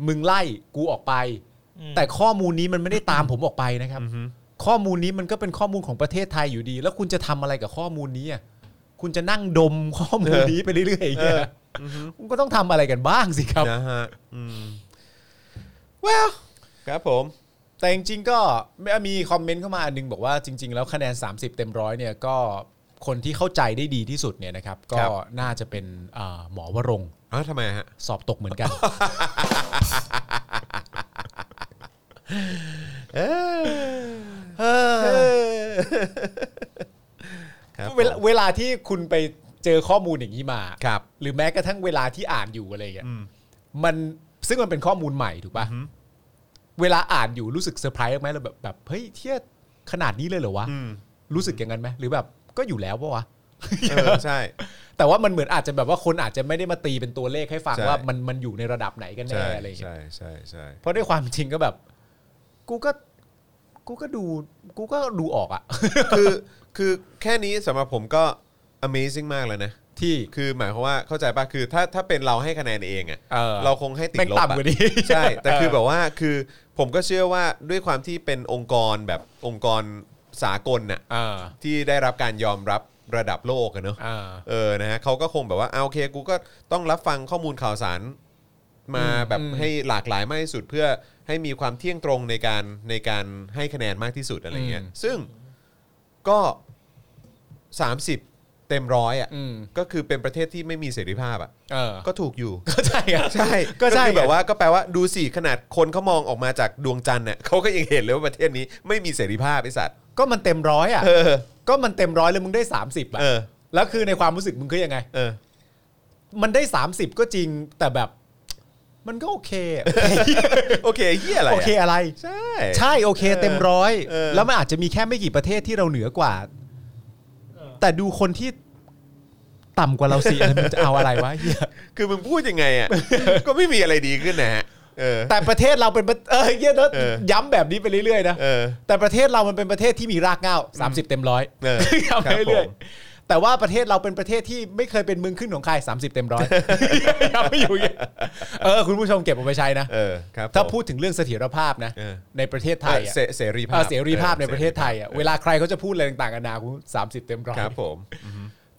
Speaker 3: มึงไล่กูออกไป
Speaker 4: อืม
Speaker 3: แต่ข้อมูลนี้มันไม่ได้ตามผมออกไปนะครับ
Speaker 2: อือฮึ
Speaker 3: ข้อมูลนี้มันก็เป็นข้อมูลของประเทศไทยอยู่ดี แล้วคุณจะทำอะไรกับข้อมูลนี้อ่ะคุณจะนั่งดมข้อมูลนี้ไปเรื่อยๆอย่างเงี้ยคุณก็ต้องทำอะไรกันบ้างสิครับ
Speaker 2: นะฮะอืม
Speaker 3: well
Speaker 2: ครับผม
Speaker 3: แต่จริงๆก็มีคอมเมนต์เข้ามาอันนึงบอกว่าจริง ๆ แล้วคะแนน 30 เต็มร้อยเนี่ยก็คนที่เข้าใจได้ดีที่สุดเนี่ยนะครับ ก็
Speaker 2: ครับ
Speaker 3: น่าจะเป็นเอ่อหมอวรงค์
Speaker 2: อ้าวทำไมฮะ
Speaker 3: สอบตกเหมือนกัน
Speaker 2: ครับผม
Speaker 3: เวลาเวลาที่คุณไปเจอข้อมูลอย่างนี้มา
Speaker 2: ครับ
Speaker 3: หรือแม้กระทั่งเวลาที่อ่านอยู่อะไรอย่างเงี้ยมันซึ่งมันเป็นข้อมูลใหม่ถูกป่ะ เวลาอ่านอยู่รู้สึกเซอร์ไพรส์ไหมเราแบบแบบเฮ้ยเทียขนาดนี้เลยเหรอวะ
Speaker 2: อืม
Speaker 3: รู้สึกอย่างนั้นไหมหรือแบบก็อยู่แล้วปะวะ
Speaker 2: เออใช่
Speaker 3: แต่ว่ามันเหมือนอาจจะแบบว่าคนอาจจะไม่ได้มาตีเป็นตัวเลขให้ฟัง
Speaker 2: ใช่
Speaker 3: ว่ามันมันอยู่ในระดับไหนกันแน่
Speaker 2: ใช่
Speaker 3: อะไรอย่างเงี้
Speaker 2: ใช่
Speaker 3: ย
Speaker 2: ใช่ใช่
Speaker 3: เพราะด้วยความจริงก็แบบ กูก็กูก็ดูกูก็ดูออกอะ
Speaker 2: คือคือแค่นี้สำหรับผมก็ amazing มากแล้วนะ
Speaker 3: ที่
Speaker 2: คือหมายความว่าเข้าใจป่ะคือถ้าถ้าเป็นเราให้คะแนนเองอะ
Speaker 3: เออ
Speaker 2: เราคงให้ติด
Speaker 3: แม่ง
Speaker 2: ลบอะ
Speaker 3: ต่ำกว่านี้
Speaker 2: ใช่ แต่คือ
Speaker 3: เออ
Speaker 2: แบบว่าคือผมก็เชื่อว่าด้วยความที่เป็นองค์กรแบบองค์กรสากลน่ะ
Speaker 3: เออ
Speaker 2: ที่ได้รับการยอมรับระดับโลกอะเนอะ
Speaker 3: อ่า
Speaker 2: เออ นะฮะเขาก็คงแบบว่าเอาโอเค กูก็ต้องรับฟังข้อมูลข่าวสาร มาแบบ
Speaker 3: อืม
Speaker 2: ให้หลากหลายมากที่สุดเพื่อให้มีความเที่ยงตรงในการในการให้คะแนนมากที่สุดอะไรเงี้ย
Speaker 3: อืม
Speaker 2: ซึ่งก็ 30 เต็มร้อยอ่ะ
Speaker 3: อืม
Speaker 2: ก็คือเป็นประเทศที่ไม่มีเสรีภาพอ่ะ
Speaker 3: เออ
Speaker 2: ก็ถูกอยู่
Speaker 3: ก็ใช่อะ
Speaker 2: ใช่
Speaker 3: ก็ใช่
Speaker 2: คือแบบ
Speaker 3: ไง
Speaker 2: ว่าก็แปลว่าดูสิขนาดคนเขามองออกมาจากดวงจันทร์เนี่ยเขาก็ยังเห็นเลยว่าประเทศนี้ไม่มีเสรีภาพไอ้สัตว์
Speaker 3: ก็มันเต็มร้อยอะ
Speaker 2: เออ
Speaker 3: ก็มันเต็มร้อยเลยมึงได้ 30อะ
Speaker 2: เออ
Speaker 3: แล้วคือในความรู้สึกมึงคือยังไง
Speaker 2: เออ
Speaker 3: มันได้ 30 ก็จริงแต่แบบ มันก็โอเค อะ
Speaker 2: โอเคเฮียอะไระ
Speaker 3: โอเคอะไร
Speaker 2: ใช่
Speaker 3: ใช่โอเค เต็มร้อย
Speaker 2: เออ
Speaker 3: แล้วมันอาจจะมีแค่ไม่กี่ประเทศที่เราเหนือกว่า แต่ดูคนที่ต่ำกว่าเรา สิ มันจะเอาอะไรวะเฮีย
Speaker 2: คือมึงพูดยังไงอ่ะ ก็ไม่มีอะไรดีขึ้นนะฮะ เออ
Speaker 3: แต่ประเทศเราเป็นประเออเฮียนะ
Speaker 2: เออ
Speaker 3: ย้ำแบบนี้ไปเรื่อยๆนะ
Speaker 2: เออ
Speaker 3: แต่ประเทศเรามันเป็นประเทศที่มีรากเหง้า30 เต็มร้อย
Speaker 2: เออ
Speaker 3: ย้ำ
Speaker 2: ค
Speaker 3: ไป
Speaker 2: รับผ
Speaker 3: เรื่อย
Speaker 2: ม
Speaker 3: ๆแต่ว่าประเทศเราเป็นประเทศที่ไม่เคยเป็นเมืองขึ้นของใคร30 เต็มร้อยย้ำไม่อยู่อย่างเงี้ยเออคุณผู้ชมเก็บเอาไปใช้นะ
Speaker 2: เออ ครับ
Speaker 3: ถ้า
Speaker 2: ผม
Speaker 3: พูดถึงเรื่องเสถียรภาพนะ
Speaker 2: เออ
Speaker 3: ในประเทศไทย
Speaker 2: เออ
Speaker 3: อะ
Speaker 2: เสเสรีภา
Speaker 3: เอ
Speaker 2: พ
Speaker 3: อเสรีภาพในประเทศไทยอ่ะ
Speaker 2: ออ
Speaker 3: เวลาใครเขาจะพูดอะไรต่างๆกันานาคุณสามสิบเต็มร้อย
Speaker 2: ครับผม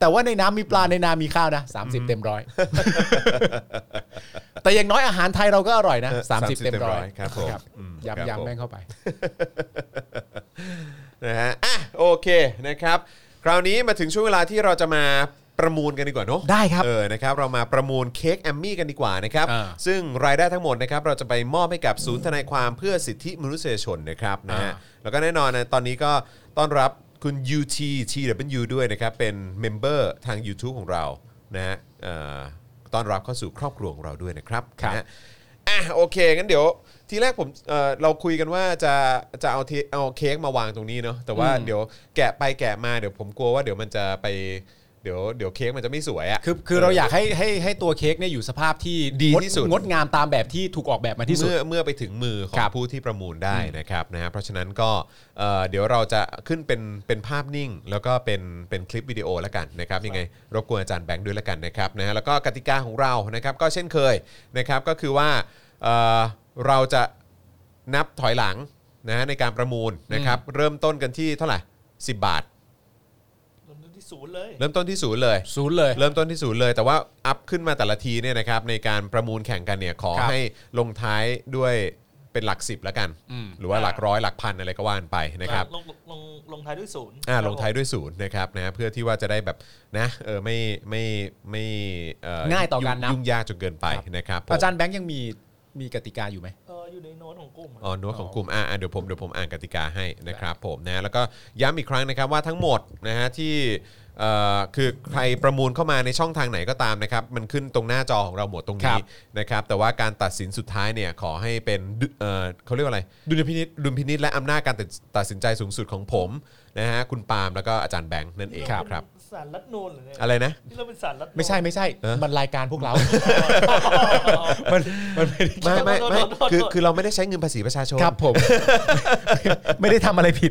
Speaker 3: แต่ว่าในน้ำมีปลาในนามีข้าวนะสามสิบเต็มร้อยแต่อย่างน้อยอาหารไทยเราก็อร่อยนะสามสิบเต็มร้อย
Speaker 2: ครับผม
Speaker 3: ครับ
Speaker 2: อืมครับผ
Speaker 3: ย้ำย้ำ
Speaker 2: ม
Speaker 3: แม่งเข้าไป
Speaker 2: นะฮะ อ่ะ โอเค นะครับ คราวนี้มาถึงช่วงเวลาที่เราจะมาประมูลกันดีกว่าเนาะ
Speaker 3: ได้ครับ
Speaker 2: เออ นะครับ เรามาประมูลเค้กแอมมี่กันดีกว่านะครับ
Speaker 3: อ่า
Speaker 2: ซึ่งรายได้ทั้งหมดนะครับ เราจะไปมอบให้กับศูนย์ทนายความเพื่อสิทธิมนุษยชนนะครับนะฮะ
Speaker 3: อ่า
Speaker 2: แล้วก็แน่นอนนะตอนนี้ก็ต้อนรับคุณ UT TW ด้วยนะครับ เป็นเมมเบอร์ทาง YouTube ของเรานะฮะเอ่อต้อนรับเข้าสู่ครอบครัวของเราด้วยนะครับ
Speaker 3: ครับ
Speaker 2: นะฮะอ่ะโอเคงั้นเดี๋ยว ทีแรกผมเอ่อเราคุยกันว่าจะจะเอาเทเอาเค้กมาวางตรงนี้เนาะแต่ว่าเดี๋ยวแกะไปแกะมาเดี๋ยวผมกลัวว่าเดี๋ยวมันจะไปเดี๋ยวเดี๋ยวเค้กมันจะไม่สวยอะ
Speaker 3: คือคือเราอยากให้ให้ให้ตัวเค้กเนี่ยอยู่สภาพที่
Speaker 2: ดี
Speaker 3: ง
Speaker 2: ที่สุด
Speaker 3: งดงามตามแบบที่ถูกออกแบบมาที่สุด
Speaker 2: เมื่อเมื่อไปถึงมือของ
Speaker 3: ครับ
Speaker 2: ผู้ที่ประมูลได้นะครับนะฮะเพราะฉะนั้นก็เอ่อเดี๋ยวเราจะขึ้นเป็นเป็นภาพนิ่ง แล้วก็เป็นเป็นคลิปวิดีโอแล้วกันนะครับยังไงรบกวนอาจารย์แบงค์ด้วยแล้วกันนะครับนะฮะแล้วก็กติกาของเรานะครับก็เช่นเคยนะครับก็คือว่าเอ่อเราจะนับถอยหลังนะฮะในการประมูลนะครับเริ่มต้นกันที่เท่าไหร่10 บาท
Speaker 4: เริ่มต้นที่ศูนย์เลย
Speaker 2: เริ่มต้นที่ศูนย์เลย
Speaker 3: ศูนย์เลย
Speaker 2: เริ่มต้นที่ศูนย์เลยแต่ว่าอัพขึ้นมาแต่ละทีเนี่ยนะครับในการประมูลแข่งกันเนี่ยขอ
Speaker 3: ครับ
Speaker 2: ให้ลงท้ายด้วย เป็นหลักสิบแล้วกัน
Speaker 3: อืม
Speaker 2: หรือว่าหลักร้อยหลักพันอะไรก็ว่ากันไปนะครับ
Speaker 4: ลงลงลงลงท้ายด้วยศูนย์
Speaker 2: อ่า
Speaker 4: ครับ
Speaker 2: ลงท้ายด้วยศูนย์นะครับนะเพื่อที่ว่าจะได้แบบนะเออไม่ไม่ไม่เอ่อ
Speaker 3: ง่ายต่อการนับ
Speaker 2: ยุ่งยากจนเกินไปนะครับผม
Speaker 3: อาจารย์แบงค์ยังมีมีกติกาอยู่ไหม
Speaker 4: เอออยู่ในโน้ตของกลุ่ม
Speaker 2: อ๋อโน้ตของกลุ่มอ่าอ่าเดี๋ยวผมเดี๋ยวผมอ่านกติกาให้นะครับผมนะแล้วก็ย้ำอีกครั้งนะครับว่าทั้งหมดนะฮะที่เอ่อคือใครประมูลเข้ามาในช่องทางไหนก็ตามนะครับมันขึ้นตรงหน้าจอของเราหมดตรง
Speaker 3: ครั
Speaker 2: นี้
Speaker 3: บ
Speaker 2: นะครับแต่ว่าการตัดสินสุดท้ายเนี่ยขอให้เป็นดุเอ่อเขาเรียกว่าอะไรดุลพินิษดุลพินิษและอำนาจการตัดตัดสินใจสูงสุดของผมนะฮะคุณปาล์มแล้วก็อาจารย์แบงค์นั่นเองนะครับ
Speaker 4: สารรัฐนูนเหรือไง
Speaker 2: อะไรนะ
Speaker 4: ที่เราเป็นสารรัฐนูญ
Speaker 3: ไม่ใช่ไม่ใช่ มันรายการพวกเรา มันมันไม่ได้
Speaker 2: ไม่ไม่ไม่คือคือเราไม่ได้ใช้เงินภาษีประชาชน
Speaker 3: ครับผม ไม่ได้ทำอะไรผิด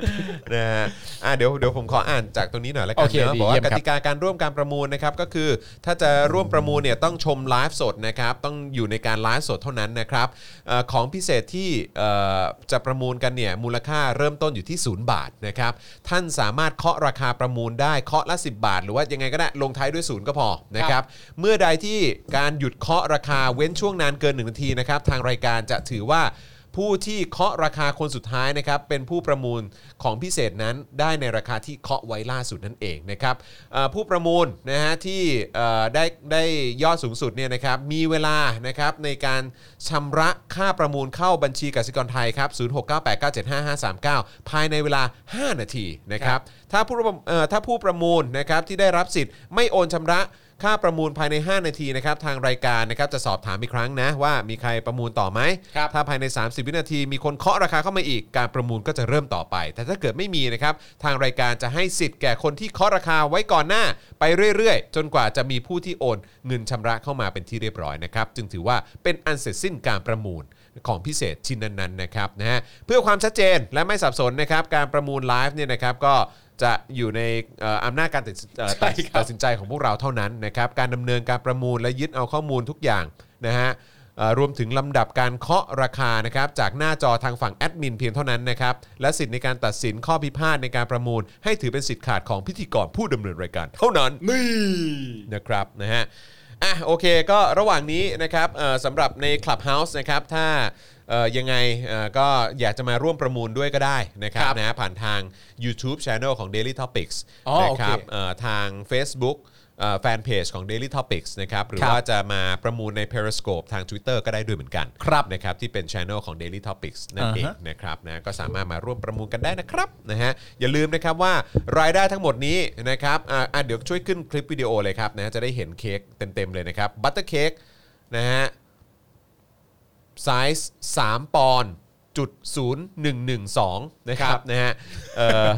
Speaker 2: นะฮะอ่ะเดี๋ยวเดี๋ยวผมขออ่านจากตรงนี้หน่อยละกั
Speaker 3: โอน เค
Speaker 2: เนอะ
Speaker 3: ดี
Speaker 2: บอกว่า
Speaker 3: เยี่ยม
Speaker 2: ก
Speaker 3: ครับ
Speaker 2: ติกาการร่วมการประมูลนะครับก็คือถ้าจะร่วมประมูลเนี่ยต้องชมไลฟ์สดนะครับต้องอยู่ในการไลฟ์สดเท่านั้นนะครับเอ่อของพิเศษที่เอ่อจะประมูลกันเนี่ยมูลค่าเริ่มต้นอยู่ที่ 0 บาทนะครับท่านสามารถเคาะราคาประมูลได้เคาะละ 10 บาท หรือว่ายังไงก็ได้ลงท้ายด้วยศูนย์ก็พอนะครับเมื่อใดที่การหยุดเคาะราคาเว้นช่วงนานเกินหนึ่งนาทีนะครับทางรายการจะถือว่า ผู้ที่เคาะราคาคนสุดท้ายนะครับเป็นผู้ประมูลของพิเศษนั้นได้ในราคาที่เคาะไว้ล่าสุดนั่นเองนะครับเอ่อผู้ประมูลนะฮะที่เอ่อได้ได้ยอดสูงสุดเนี่ยนะครับมีเวลานะครับในการชำระค่าประมูลเข้าบัญชีกสิกรไทยครับ0698975539 ภายในเวลา 5 นาทีนะครับถ้าผู้ประเอ่อถ้าผู้ประมูลนะครับที่ได้รับสิทธิ์ไม่โอนชำระ ค่าประมูลภายใน 5 นาทีนะครับทางรายการนะครับจะสอบถามอีกครั้งนะ ว่ามีใครประมูลต่อไหม
Speaker 3: ครับ
Speaker 2: ถ้าภายใน 30 วินาทีมีคนเคาะราคาเข้ามาอีก การประมูลก็จะเริ่มต่อไป แต่ถ้าเกิดไม่มีนะครับทางรายการจะให้สิทธิ์แก่คนที่เคาะราคาไว้ก่อนหน้า ไปเรื่อยๆ จนกว่าจะมีผู้ที่โอนเงินชำระเข้ามาเป็นที่เรียบร้อยนะครับจึงถือว่าเป็นอันเสร็จสิ้นการประมูล ของพิเศษชิ้นนั้นๆนะครับนะฮะเพื่อความชัดเจนและไม่สับสนนะครับการประมูลไลฟ์เนี่ยนะครับก็จะอยู่ในเอ่ออำนาจการตัดสินเอ่อตัด
Speaker 3: ใช่ครับ
Speaker 2: ตัดสินใจของพวกเราเท่านั้นนะครับการดำเนินการประมูลและยึดเอาข้อมูลทุกอย่างนะฮะเอ่อรวมถึงลำดับการเคาะราคานะครับจากหน้าจอทางฝั่งแอดมินเพียงเท่านั้นนะครับและสิทธิ์ในการตัดสินข้อพิพาทในการประมูล ให้ถือเป็นสิทธิ์ขาดของพิธีกรผู้ดำเนินรายการเท่านั้น นะครับนะฮะอ่ะโอเคก็ระหว่างนี้นะครับเอ่อสำหรับใน Clubhouse นะครับถ้าเอ่อยังไงเอ่อก็อยากจะมาร่วมประมูลด้วยก็ได้นะครับนะฮะผ่านทาง YouTube Channel ของ Daily Topics
Speaker 3: อ๋อ
Speaker 2: นะ
Speaker 3: โอ
Speaker 2: ค
Speaker 3: เค
Speaker 2: รัเอ่อทาง Facebook แฟนเพจของ Daily Topics นะครับหรือ
Speaker 3: ครับ
Speaker 2: ว่าจะมาประมูลใน Periscope ทาง Twitter ก็ได้ด้วยเหมือนกัน
Speaker 3: ครับ
Speaker 2: นะครับที่เป็น Channel ของ Daily Topics นั่น
Speaker 3: อ่าฮะ
Speaker 2: เอง นะครับนะก็สามารถมาร่วมประมูลกันได้นะครับนะฮะอย่าลืมนะครับว่ารายได้ทั้งหมดนี้นะครับอ่าอ่ะเดี๋ยวช่วยขึ้นคลิปวิดีโอเลยครับนะจะได้เห็นเค้กเต็มๆเลยนะครับบัตเตอร์เค้กนะฮะไซส์3ปอนด์จุดศูนย์หนึ่งหนึ่งสองนะครับนะฮะเอ่ อ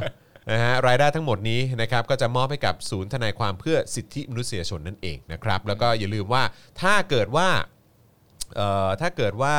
Speaker 2: นะฮะรายได้ทั้งหมดนี้นะครับก็จะมอบให้กับศูนย์ทนายความเพื่อสิทธิมนุษยชนนั่นเองนะครับแล้วก็อย่าลืมว่าถ้าเกิดว่า เอ่อถ้าเกิดว่า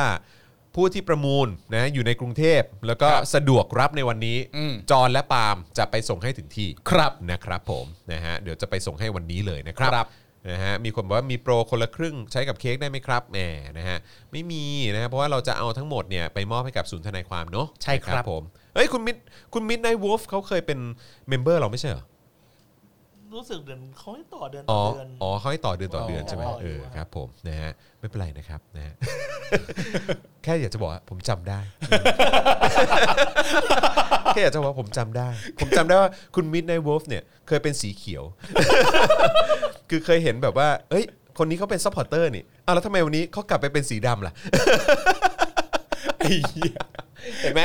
Speaker 2: ผู้ที่ประมูลนะอยู่ในกรุงเทพ แล้วก็สะดวกรับในวันนี้
Speaker 3: อืม
Speaker 2: จอนและปาล์มจะไปส่งให้ถึงที่
Speaker 3: ครับ
Speaker 2: นะครับผมนะฮะเดี๋ยวจะไปส่งให้วันนี้เลยนะครับ
Speaker 3: ครับ
Speaker 2: นะฮะมีคนบอกว่ามีโปรคนละครึ่งใช้กับเค้กได้ไหมครับแหมนะฮะไม่มีนะฮะเพราะว่าเราจะเอาทั้งหมดเนี่ยไปมอบให้กับศูนย์ทนายความเนาะ
Speaker 3: ใช่ครับ
Speaker 2: นะผมเอ้ยคุณมิดคุณมิดไนท์วูฟเขาเคยเป็นเมมเบอร์เราไม่ใช่เหรอ
Speaker 4: รู้สึกเดือนเขาให้ต่อเดือน
Speaker 2: อ๋
Speaker 4: ต่
Speaker 2: อ
Speaker 4: อเดือน
Speaker 2: อ๋อเขาให้ต่อเดือนต่อเดือนใช่ไหม
Speaker 4: ต่อเดือน
Speaker 2: เออครับผมนะฮะไม่เป็นไรนะครับนะ ฮะ แค่อยากจะบอกว่าผมจำได้ แค่อยากจะบอกว่าผมจำได้ ผมจำได้ว่าคุณมิดไนวอลฟ์เนี่ยเคยเป็นสีเขียว คือเคยเห็นแบบว่าเอ้ย คนนี้เขาเป็นซัพพอร์เตอร์นี่อ้าวแล้วทำไมวันนี้เขากลับไปเป็นสีดำล่ะ
Speaker 3: ไอ้เหี้ย
Speaker 2: เห็นไหม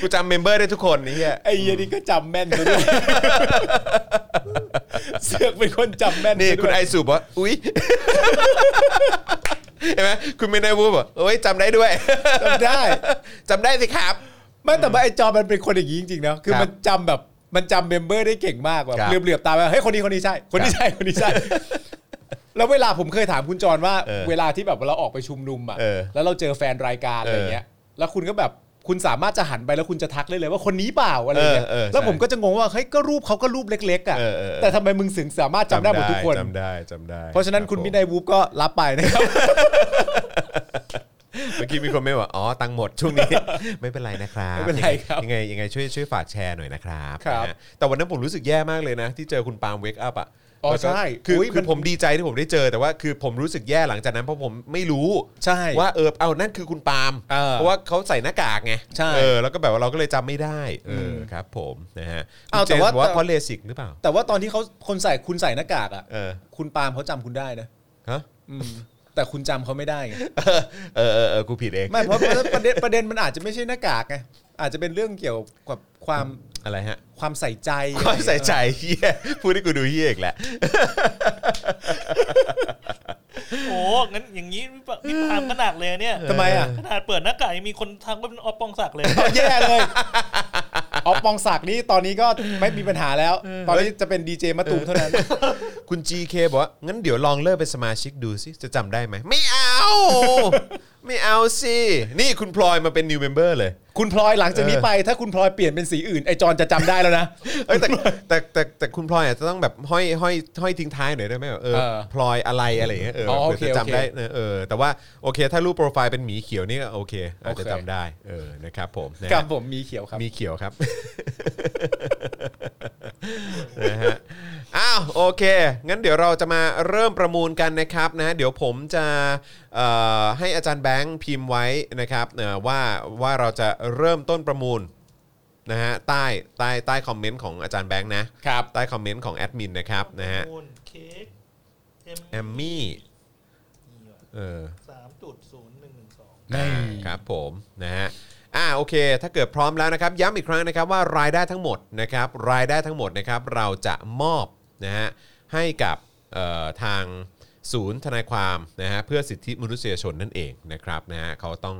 Speaker 2: กูจำเมมเบอร์ได้ทุกคนนี่เฮีย
Speaker 3: ไอ้เหี้ยนี่ก็จำแม่นซะ ด้วย เสือกเป็นคนจำแม่น
Speaker 2: นี่
Speaker 3: ซะ
Speaker 2: คุณ
Speaker 3: ด้วย
Speaker 2: ไอซูบอกว่าอุ๊ย เห็นไหมคุณมิดไนวอลฟ์บอกเอ้ยจำได้ด้วย
Speaker 3: จำได้
Speaker 2: จำได้สิครับ
Speaker 3: ไม่แต่ว่าไอ้จอมันเป็นคนอย่างนี้จริงๆนะคือ
Speaker 2: ครับ
Speaker 3: มันจำแบบมันจำเมมเบอร์ได้เก่งมากแบบ
Speaker 2: ครับ
Speaker 3: เหลือบๆตาไปเฮ้ยคนนี้คนนี้ใช่ คน
Speaker 2: ค
Speaker 3: นี้
Speaker 2: รับ
Speaker 3: ใช่คน นี้ใช่ แล้วเวลาผมเคยถามคุณจรว่า
Speaker 2: เออ
Speaker 3: เวลาที่แบบเราออกไปชุมนุมอ่ะ
Speaker 2: เออ
Speaker 3: แล้วเราเจอแฟนรายการอะไรเงี้ย แล้วคุณก็แบบคุณสามารถจะหันไปแล้วคุณจะทักเลยเลยว่าคนนี้เปล่าอะไรเงี้ย
Speaker 2: เออเออ
Speaker 3: แล้วผม
Speaker 2: ใช่
Speaker 3: ก็จะงงว่าเฮ้ยก็รูปเขาก็รูปเล็กๆอ่ะ
Speaker 2: เออเออเออ
Speaker 3: แต่ทำไมมึงถึงสามารถจำได้หมดทุกคน
Speaker 2: จำได้จำได้
Speaker 3: เพราะฉะนั้น
Speaker 2: รับ
Speaker 3: คุณ
Speaker 2: ผม
Speaker 3: มิดไนวูฟก็รับไปนะครับ
Speaker 2: เมื่อกี้มีคนไม่ว่าอ๋อตังค์หมดช่วงนี้ ไม่เป็นไรนะครับ
Speaker 3: ไม่เป็นไรครับ
Speaker 2: ยังไงยังไงยังไงช่วยช่วยฝากแชร์หน่อยนะครับ
Speaker 3: ครับ
Speaker 2: นะฮะแต่วันนั้นผมรู้สึกแย่มากเลยนะ ที่เจอคุณปาล์มเวกอัพอ่ะ
Speaker 3: อ๋อ
Speaker 2: แล้วก็
Speaker 3: ใช่
Speaker 2: คือ
Speaker 3: อุ๊ย
Speaker 2: คื
Speaker 3: มั
Speaker 2: อน ผมดีใจที่ผมได้เจอแต่ว่าคือผมรู้สึกแย่หลังจากนั้นเพราะผมไม่รู้
Speaker 3: ใช่
Speaker 2: ว่าเออเอานั่นคือคุณปาล์ม
Speaker 3: เออ
Speaker 2: เพราะว่าเขาใส่หน้ากากไง
Speaker 3: ใช่
Speaker 2: เออแล้วก็แบบว่าเราก็เลยจำไม่ได้เอออ
Speaker 3: ม
Speaker 2: ครับ ผมนะฮะ
Speaker 3: อ้าว
Speaker 2: คุณเจน
Speaker 3: แต่ว่า
Speaker 2: บอกว่า
Speaker 3: แต่
Speaker 2: เพราะเลสิกหรือเปล่า
Speaker 3: แต่ว่าตอนที่เขาคนใส่คุณใส่หน้ากากอ่ะ
Speaker 2: เออ
Speaker 3: คุณปาล์มเขาจำคุณได้นะ
Speaker 2: ฮะ
Speaker 3: อืมแต่คุณจำเขาไม่ได้ไง
Speaker 2: เออเออเออกูผิดเอง
Speaker 3: ไม่เพราะเพราะประเด็นประเด็นมันอาจจะไม่ใช่หน้ากากไงอาจจะเป็นเรื่องเกี่ยวกับความ
Speaker 2: อะไรฮะ
Speaker 3: ความใส่ใจ
Speaker 2: ความใส่ใจเฮียพูดให้กูดูเฮียอีกแหละ
Speaker 4: โอ้งั้นอย่างนี้พี่ปะพี่ปาล์มก็หนักเลยเนี่ย
Speaker 3: ทำไมอ่ะ
Speaker 4: ขนาดเปิดหน้ากากยังมีคนทักว่าเป็นออปปองศักดิ์เลย
Speaker 3: เอาแย่เลยออฟปองศักดิ์นี่ตอนนี้ก็ไม่มีปัญหาแล้ว ตอนนี้จะเป็นดีเจมะตูมเท่านั้น
Speaker 2: คุณ GK บอกว่า งั้นเดี๋ยวลองเลิกเป็นสมาชิกดูสิ จะจำได้ไหม ไม่เอา ไม่เอาสิ นี่คุณพลอยมาเป็น new member เลย
Speaker 3: คุณพลอยหลังจากนี้ไป ถ้าคุณพลอยเปลี่ยนเป็นสีอื่นไอจอนจะจำได้แล้วนะ
Speaker 2: เอ้ยแต่แต่แต่แต่แต่คุณพลอยอาจจะต้องแบบห้อยห้อยห้อยทิ้งท้ายหน่อยได้ไหมแบบเออ
Speaker 3: เออ
Speaker 2: พลอยอะไรอะไรอย่างเงี้ยเออ
Speaker 3: อ๋อโอ
Speaker 2: เผื่อ
Speaker 3: เค
Speaker 2: จะ
Speaker 3: โอเค
Speaker 2: จำได้เออเออแต่ว่าโอเค ถ้ารูปโปรไฟล์เป็นหมีเขียวนี่ก็โอเคอาจจะ
Speaker 3: โอเค
Speaker 2: จำได้เออนะครับผมนะฮะ
Speaker 3: กับผมมีเขียวครับ
Speaker 2: มีเขียวครับ นะฮะ อ้าว โอเค งั้นเดี๋ยวเราจะมาเริ่มประมูลกันนะครับนะ เดี๋ยวผมจะเอ่อให้อาจารย์แบงค์พิมพ์ไว้นะครับเอ่อว่าว่าเราจะเริ่มต้นประมูลนะฮะใต้ใต้ใต้คอมเมนต์ของอาจารย์แบงค์นะ
Speaker 3: ครับ
Speaker 2: ใต้คอมเมนต์ของแอดมินนะครับนะฮะ
Speaker 4: มูลเค้กเอ็ม
Speaker 2: แอมมี่เออ
Speaker 4: สามจุดศูนย์หนึ่งหนึ่งสอง
Speaker 2: ครับผมนะฮะอ่าโอเค ถ้าเกิดพร้อมแล้วนะครับ ย้ำอีกครั้งนะครับว่ารายได้ทั้งหมดนะครับรายได้ทั้งหมดนะครับเราจะมอบนะฮะให้กับเอ่อทางศูนย์ทนายความนะฮะเพื่อสิทธิมนุษยชนนั่นเองนะครับนะฮะเขาต้อง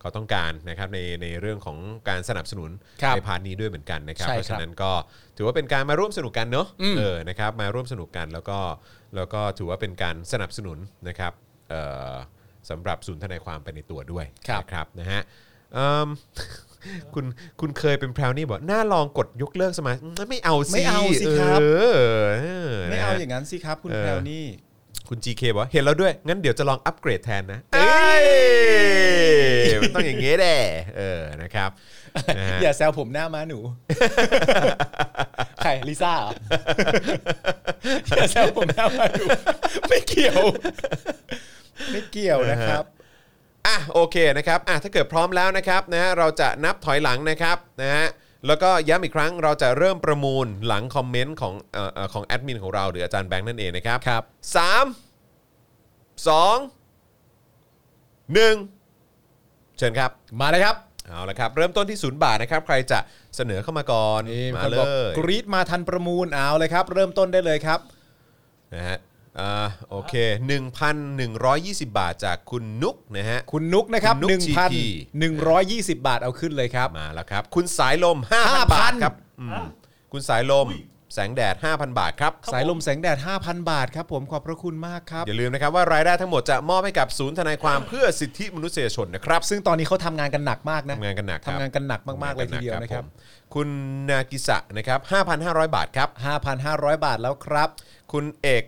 Speaker 2: เขาต้องการนะครับในในเรื่องของการสนับสนุน
Speaker 3: ครับ
Speaker 2: ในพาร์ทนี้ด้วยเหมือนกันนะครับ
Speaker 3: ใช่ค
Speaker 2: เพ
Speaker 3: รับ
Speaker 2: ราะฉะนั้นก็ถือว่าเป็นการมาร่วมสนุกกันเนอะเออนะครับมาร่วมสนุกกันแล้วก็แล้วก็ถือว่าเป็นการสนับสนุนนะครับเอ่อสำหรับศูนย์ทนายความไปในตัวด้วย
Speaker 3: ครับ
Speaker 2: นะครับนะฮะเอิ่ม คุณคุณเคยเป็นแพรวนี่บอกน่าลองกดยกเลิกสมาชิกไม่เอาสิ
Speaker 3: ไม่เอาสิครับ
Speaker 2: เออเออ
Speaker 3: ไม่เอาอ
Speaker 2: นะฮะ
Speaker 3: ย่างนั้นสิครับ คุณ
Speaker 2: เออ
Speaker 3: แพรวนี่
Speaker 2: คุณ GK บอกว่าเห็นแล้วด้วย งั้นเดี๋ยวจะลองอัปเกรดแทนนะเอ้ยมันต้องอย่างงี้แด่เออนะครับนะฮะ
Speaker 3: อย่าแซวผมหน้าม้าหนู ใครลิซ่าเหรอ อย่าแซวผมหน้าม้าหนู ไม่เกี่ยว ไม่เกี่ยวนะครับ
Speaker 2: อ่ะโอเคนะครับอ่ะถ้าเกิดพร้อมแล้วนะครับนะฮะเราจะนับถอยหลังนะครับนะฮะแล้วก็ย้ำอีกครั้งเราจะเริ่มประมูลหลังคอมเมนต์ของเอ่อเอ่อของแอดมินของเราหรืออาจารย์แบงค์นั่นเองนะครับ
Speaker 3: ครับ
Speaker 2: สามสองหนึ่งเชิญครับ
Speaker 3: มาเลยครับ
Speaker 2: เอาละครับ เริ่มต้นที่ศูนย์บาทนะครับ ใครจะเสนอเข้ามาก่อน
Speaker 3: นี่
Speaker 2: มา
Speaker 3: คน
Speaker 2: เล
Speaker 3: บอก
Speaker 2: ย
Speaker 3: กรีดมาทันประมูลเอาเลยครับ เริ่มต้นได้เลยครับ
Speaker 2: นะฮะอ่าโอเค 1,120 บาทจากคุณนุกนะฮะ
Speaker 3: คุณนุกนะครับ
Speaker 2: คุณนุ๊ก GP
Speaker 3: 1,120 บาทเอาขึ้นเลยครับ
Speaker 2: มาแล้วครับ คุณสายลม
Speaker 3: 5,000
Speaker 2: 5,000 บาทครับอืม
Speaker 4: อ่ะ
Speaker 2: คุณสายลมแสงแดด 5,000 บาทครับ
Speaker 3: สายลมแสงแดด 5,000 บาทครับผมขอบพระคุณมากครับ
Speaker 2: อย่าลืมนะครับว่ารายได้ทั้งหมดจะมอบให้กับศูนย์ทนายความเพื่อสิทธิมนุษยชนนะครับซึ่ง
Speaker 3: ซึ่งตอนนี้เขาทำงานกันหนักมากนะ
Speaker 2: ทำงานกันหนักครับ
Speaker 3: ทำงานกันหนักมากๆเลยทีเดียวนะครั
Speaker 2: ผ
Speaker 3: บ
Speaker 2: มคุณนากิสะนะครับ5,500 บาทครับ
Speaker 3: 5,500 บาทแล้วครับ
Speaker 2: คุณเอก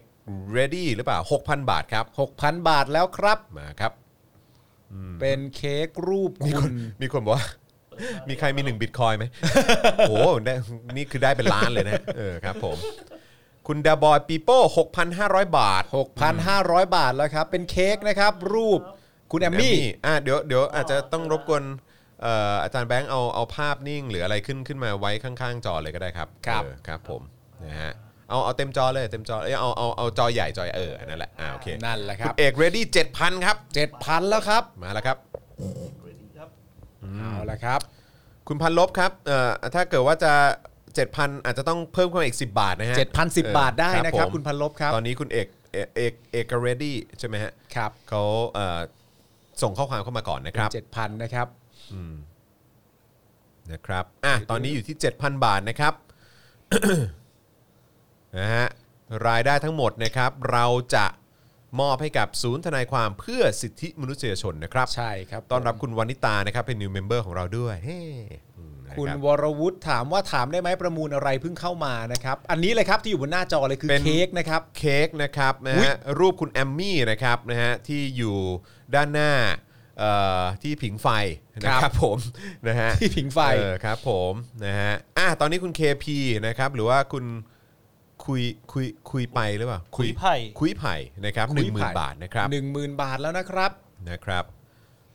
Speaker 2: ready หรือเปล่า 6,000 บาทครับ
Speaker 3: 6,000 บาทแล้วครับ
Speaker 2: มาครับ
Speaker 3: เป็นเค้กรูปคุณ
Speaker 2: มีคนบอกว่า มีใครมีหนึ่งบิตคอยน์ไหม โอ้โหได้นี่คือได้เป็นล้านเลยนะเออครับผม คุณดาบอยปีโป้6,500 บาท
Speaker 3: 6,500 บาทแล้วครับ เป็นเค้กนะครับ รูปคุณแอมมี่
Speaker 2: อ่ะเดี๋ยวเดี๋ยวอาจจะต้องรบกวนเอ่ออาจารย์แบงค์เอาเอาภาพนิ่ง หรืออะไรขึ้นขึ้นมาไว้ข้างๆ จอเลยก็ได้ครับ
Speaker 3: ครับ
Speaker 2: เออครับผมนะฮะเอาเอาเต็มจอเลยเต็มจอเอ้ยเอาเอาเอาจอใหญ่จอใหญ่เอออันนั่นแหละอ่าโอเค
Speaker 3: นั่นแหละค
Speaker 2: คุ
Speaker 3: รับ
Speaker 2: ณเอก ready 7,000 ครับ
Speaker 3: 7,000 แล้วครับ
Speaker 2: มาแล้วครับ
Speaker 3: เอาละครับ
Speaker 2: คุณพันลบครับเอ่อถ้าเกิดว่าจะ 7,000 อาจจะต้องเพิ่มเข้ามาอีก 10 บาทนะฮะ
Speaker 3: 7,010
Speaker 2: เออบ
Speaker 3: าทได้นะครับ
Speaker 2: ผม
Speaker 3: คุณพันลบครับ
Speaker 2: ตอนนี้คุณเอกเอกเอกเอก ready ใช่ไหมฮะ
Speaker 3: ครับ
Speaker 2: เขาเอ่อส่งข้อความเข้ามาก่อนนะครับ
Speaker 3: 7,000นะครับ
Speaker 2: นะครับอ่ะตอนนี้อยู่ที่ 7,000 บาทนะครับ นะฮะรายได้ทั้งหมดนะครับ เราจะมอบให้กับศูนย์ทนายความเพื่อสิทธิมนุษยชนนะครับ
Speaker 3: ใช่ครับ
Speaker 2: ต้อนรับคุณวานิตานะครับเป็น new member ของเราด้วยเฮ้อืมนะ
Speaker 3: คุณ
Speaker 2: รับ
Speaker 3: วรวุฒิถามว่าถามได้ไหมประมูลอะไรเพิ่งเข้ามานะครับ อันนี้เลยครับที่อยู่บนหน้าจอเลยคือเค้กนะครับ
Speaker 2: เค้กนะครับนะ
Speaker 3: อุ๊ย
Speaker 2: ฮะรูปคุณแอมมี่นะครับนะฮะที่อยู่ด้านหน้า เอ่อที่ผิงไฟนะครับผมนะฮะ
Speaker 3: ที่ผิงไฟ
Speaker 2: เออครับผมนะฮะอ่ะตอนนี้คุณ KP นะครับหรือว่าคุณคุยคุยคุยไปหรือเปล่า
Speaker 4: คุยไผ่
Speaker 2: คุยไผ่นะครับหนึ่งหมื่นบาทนะครับ
Speaker 3: หนึ่งหมื่นบาทแล้วนะครับ
Speaker 2: นะครับ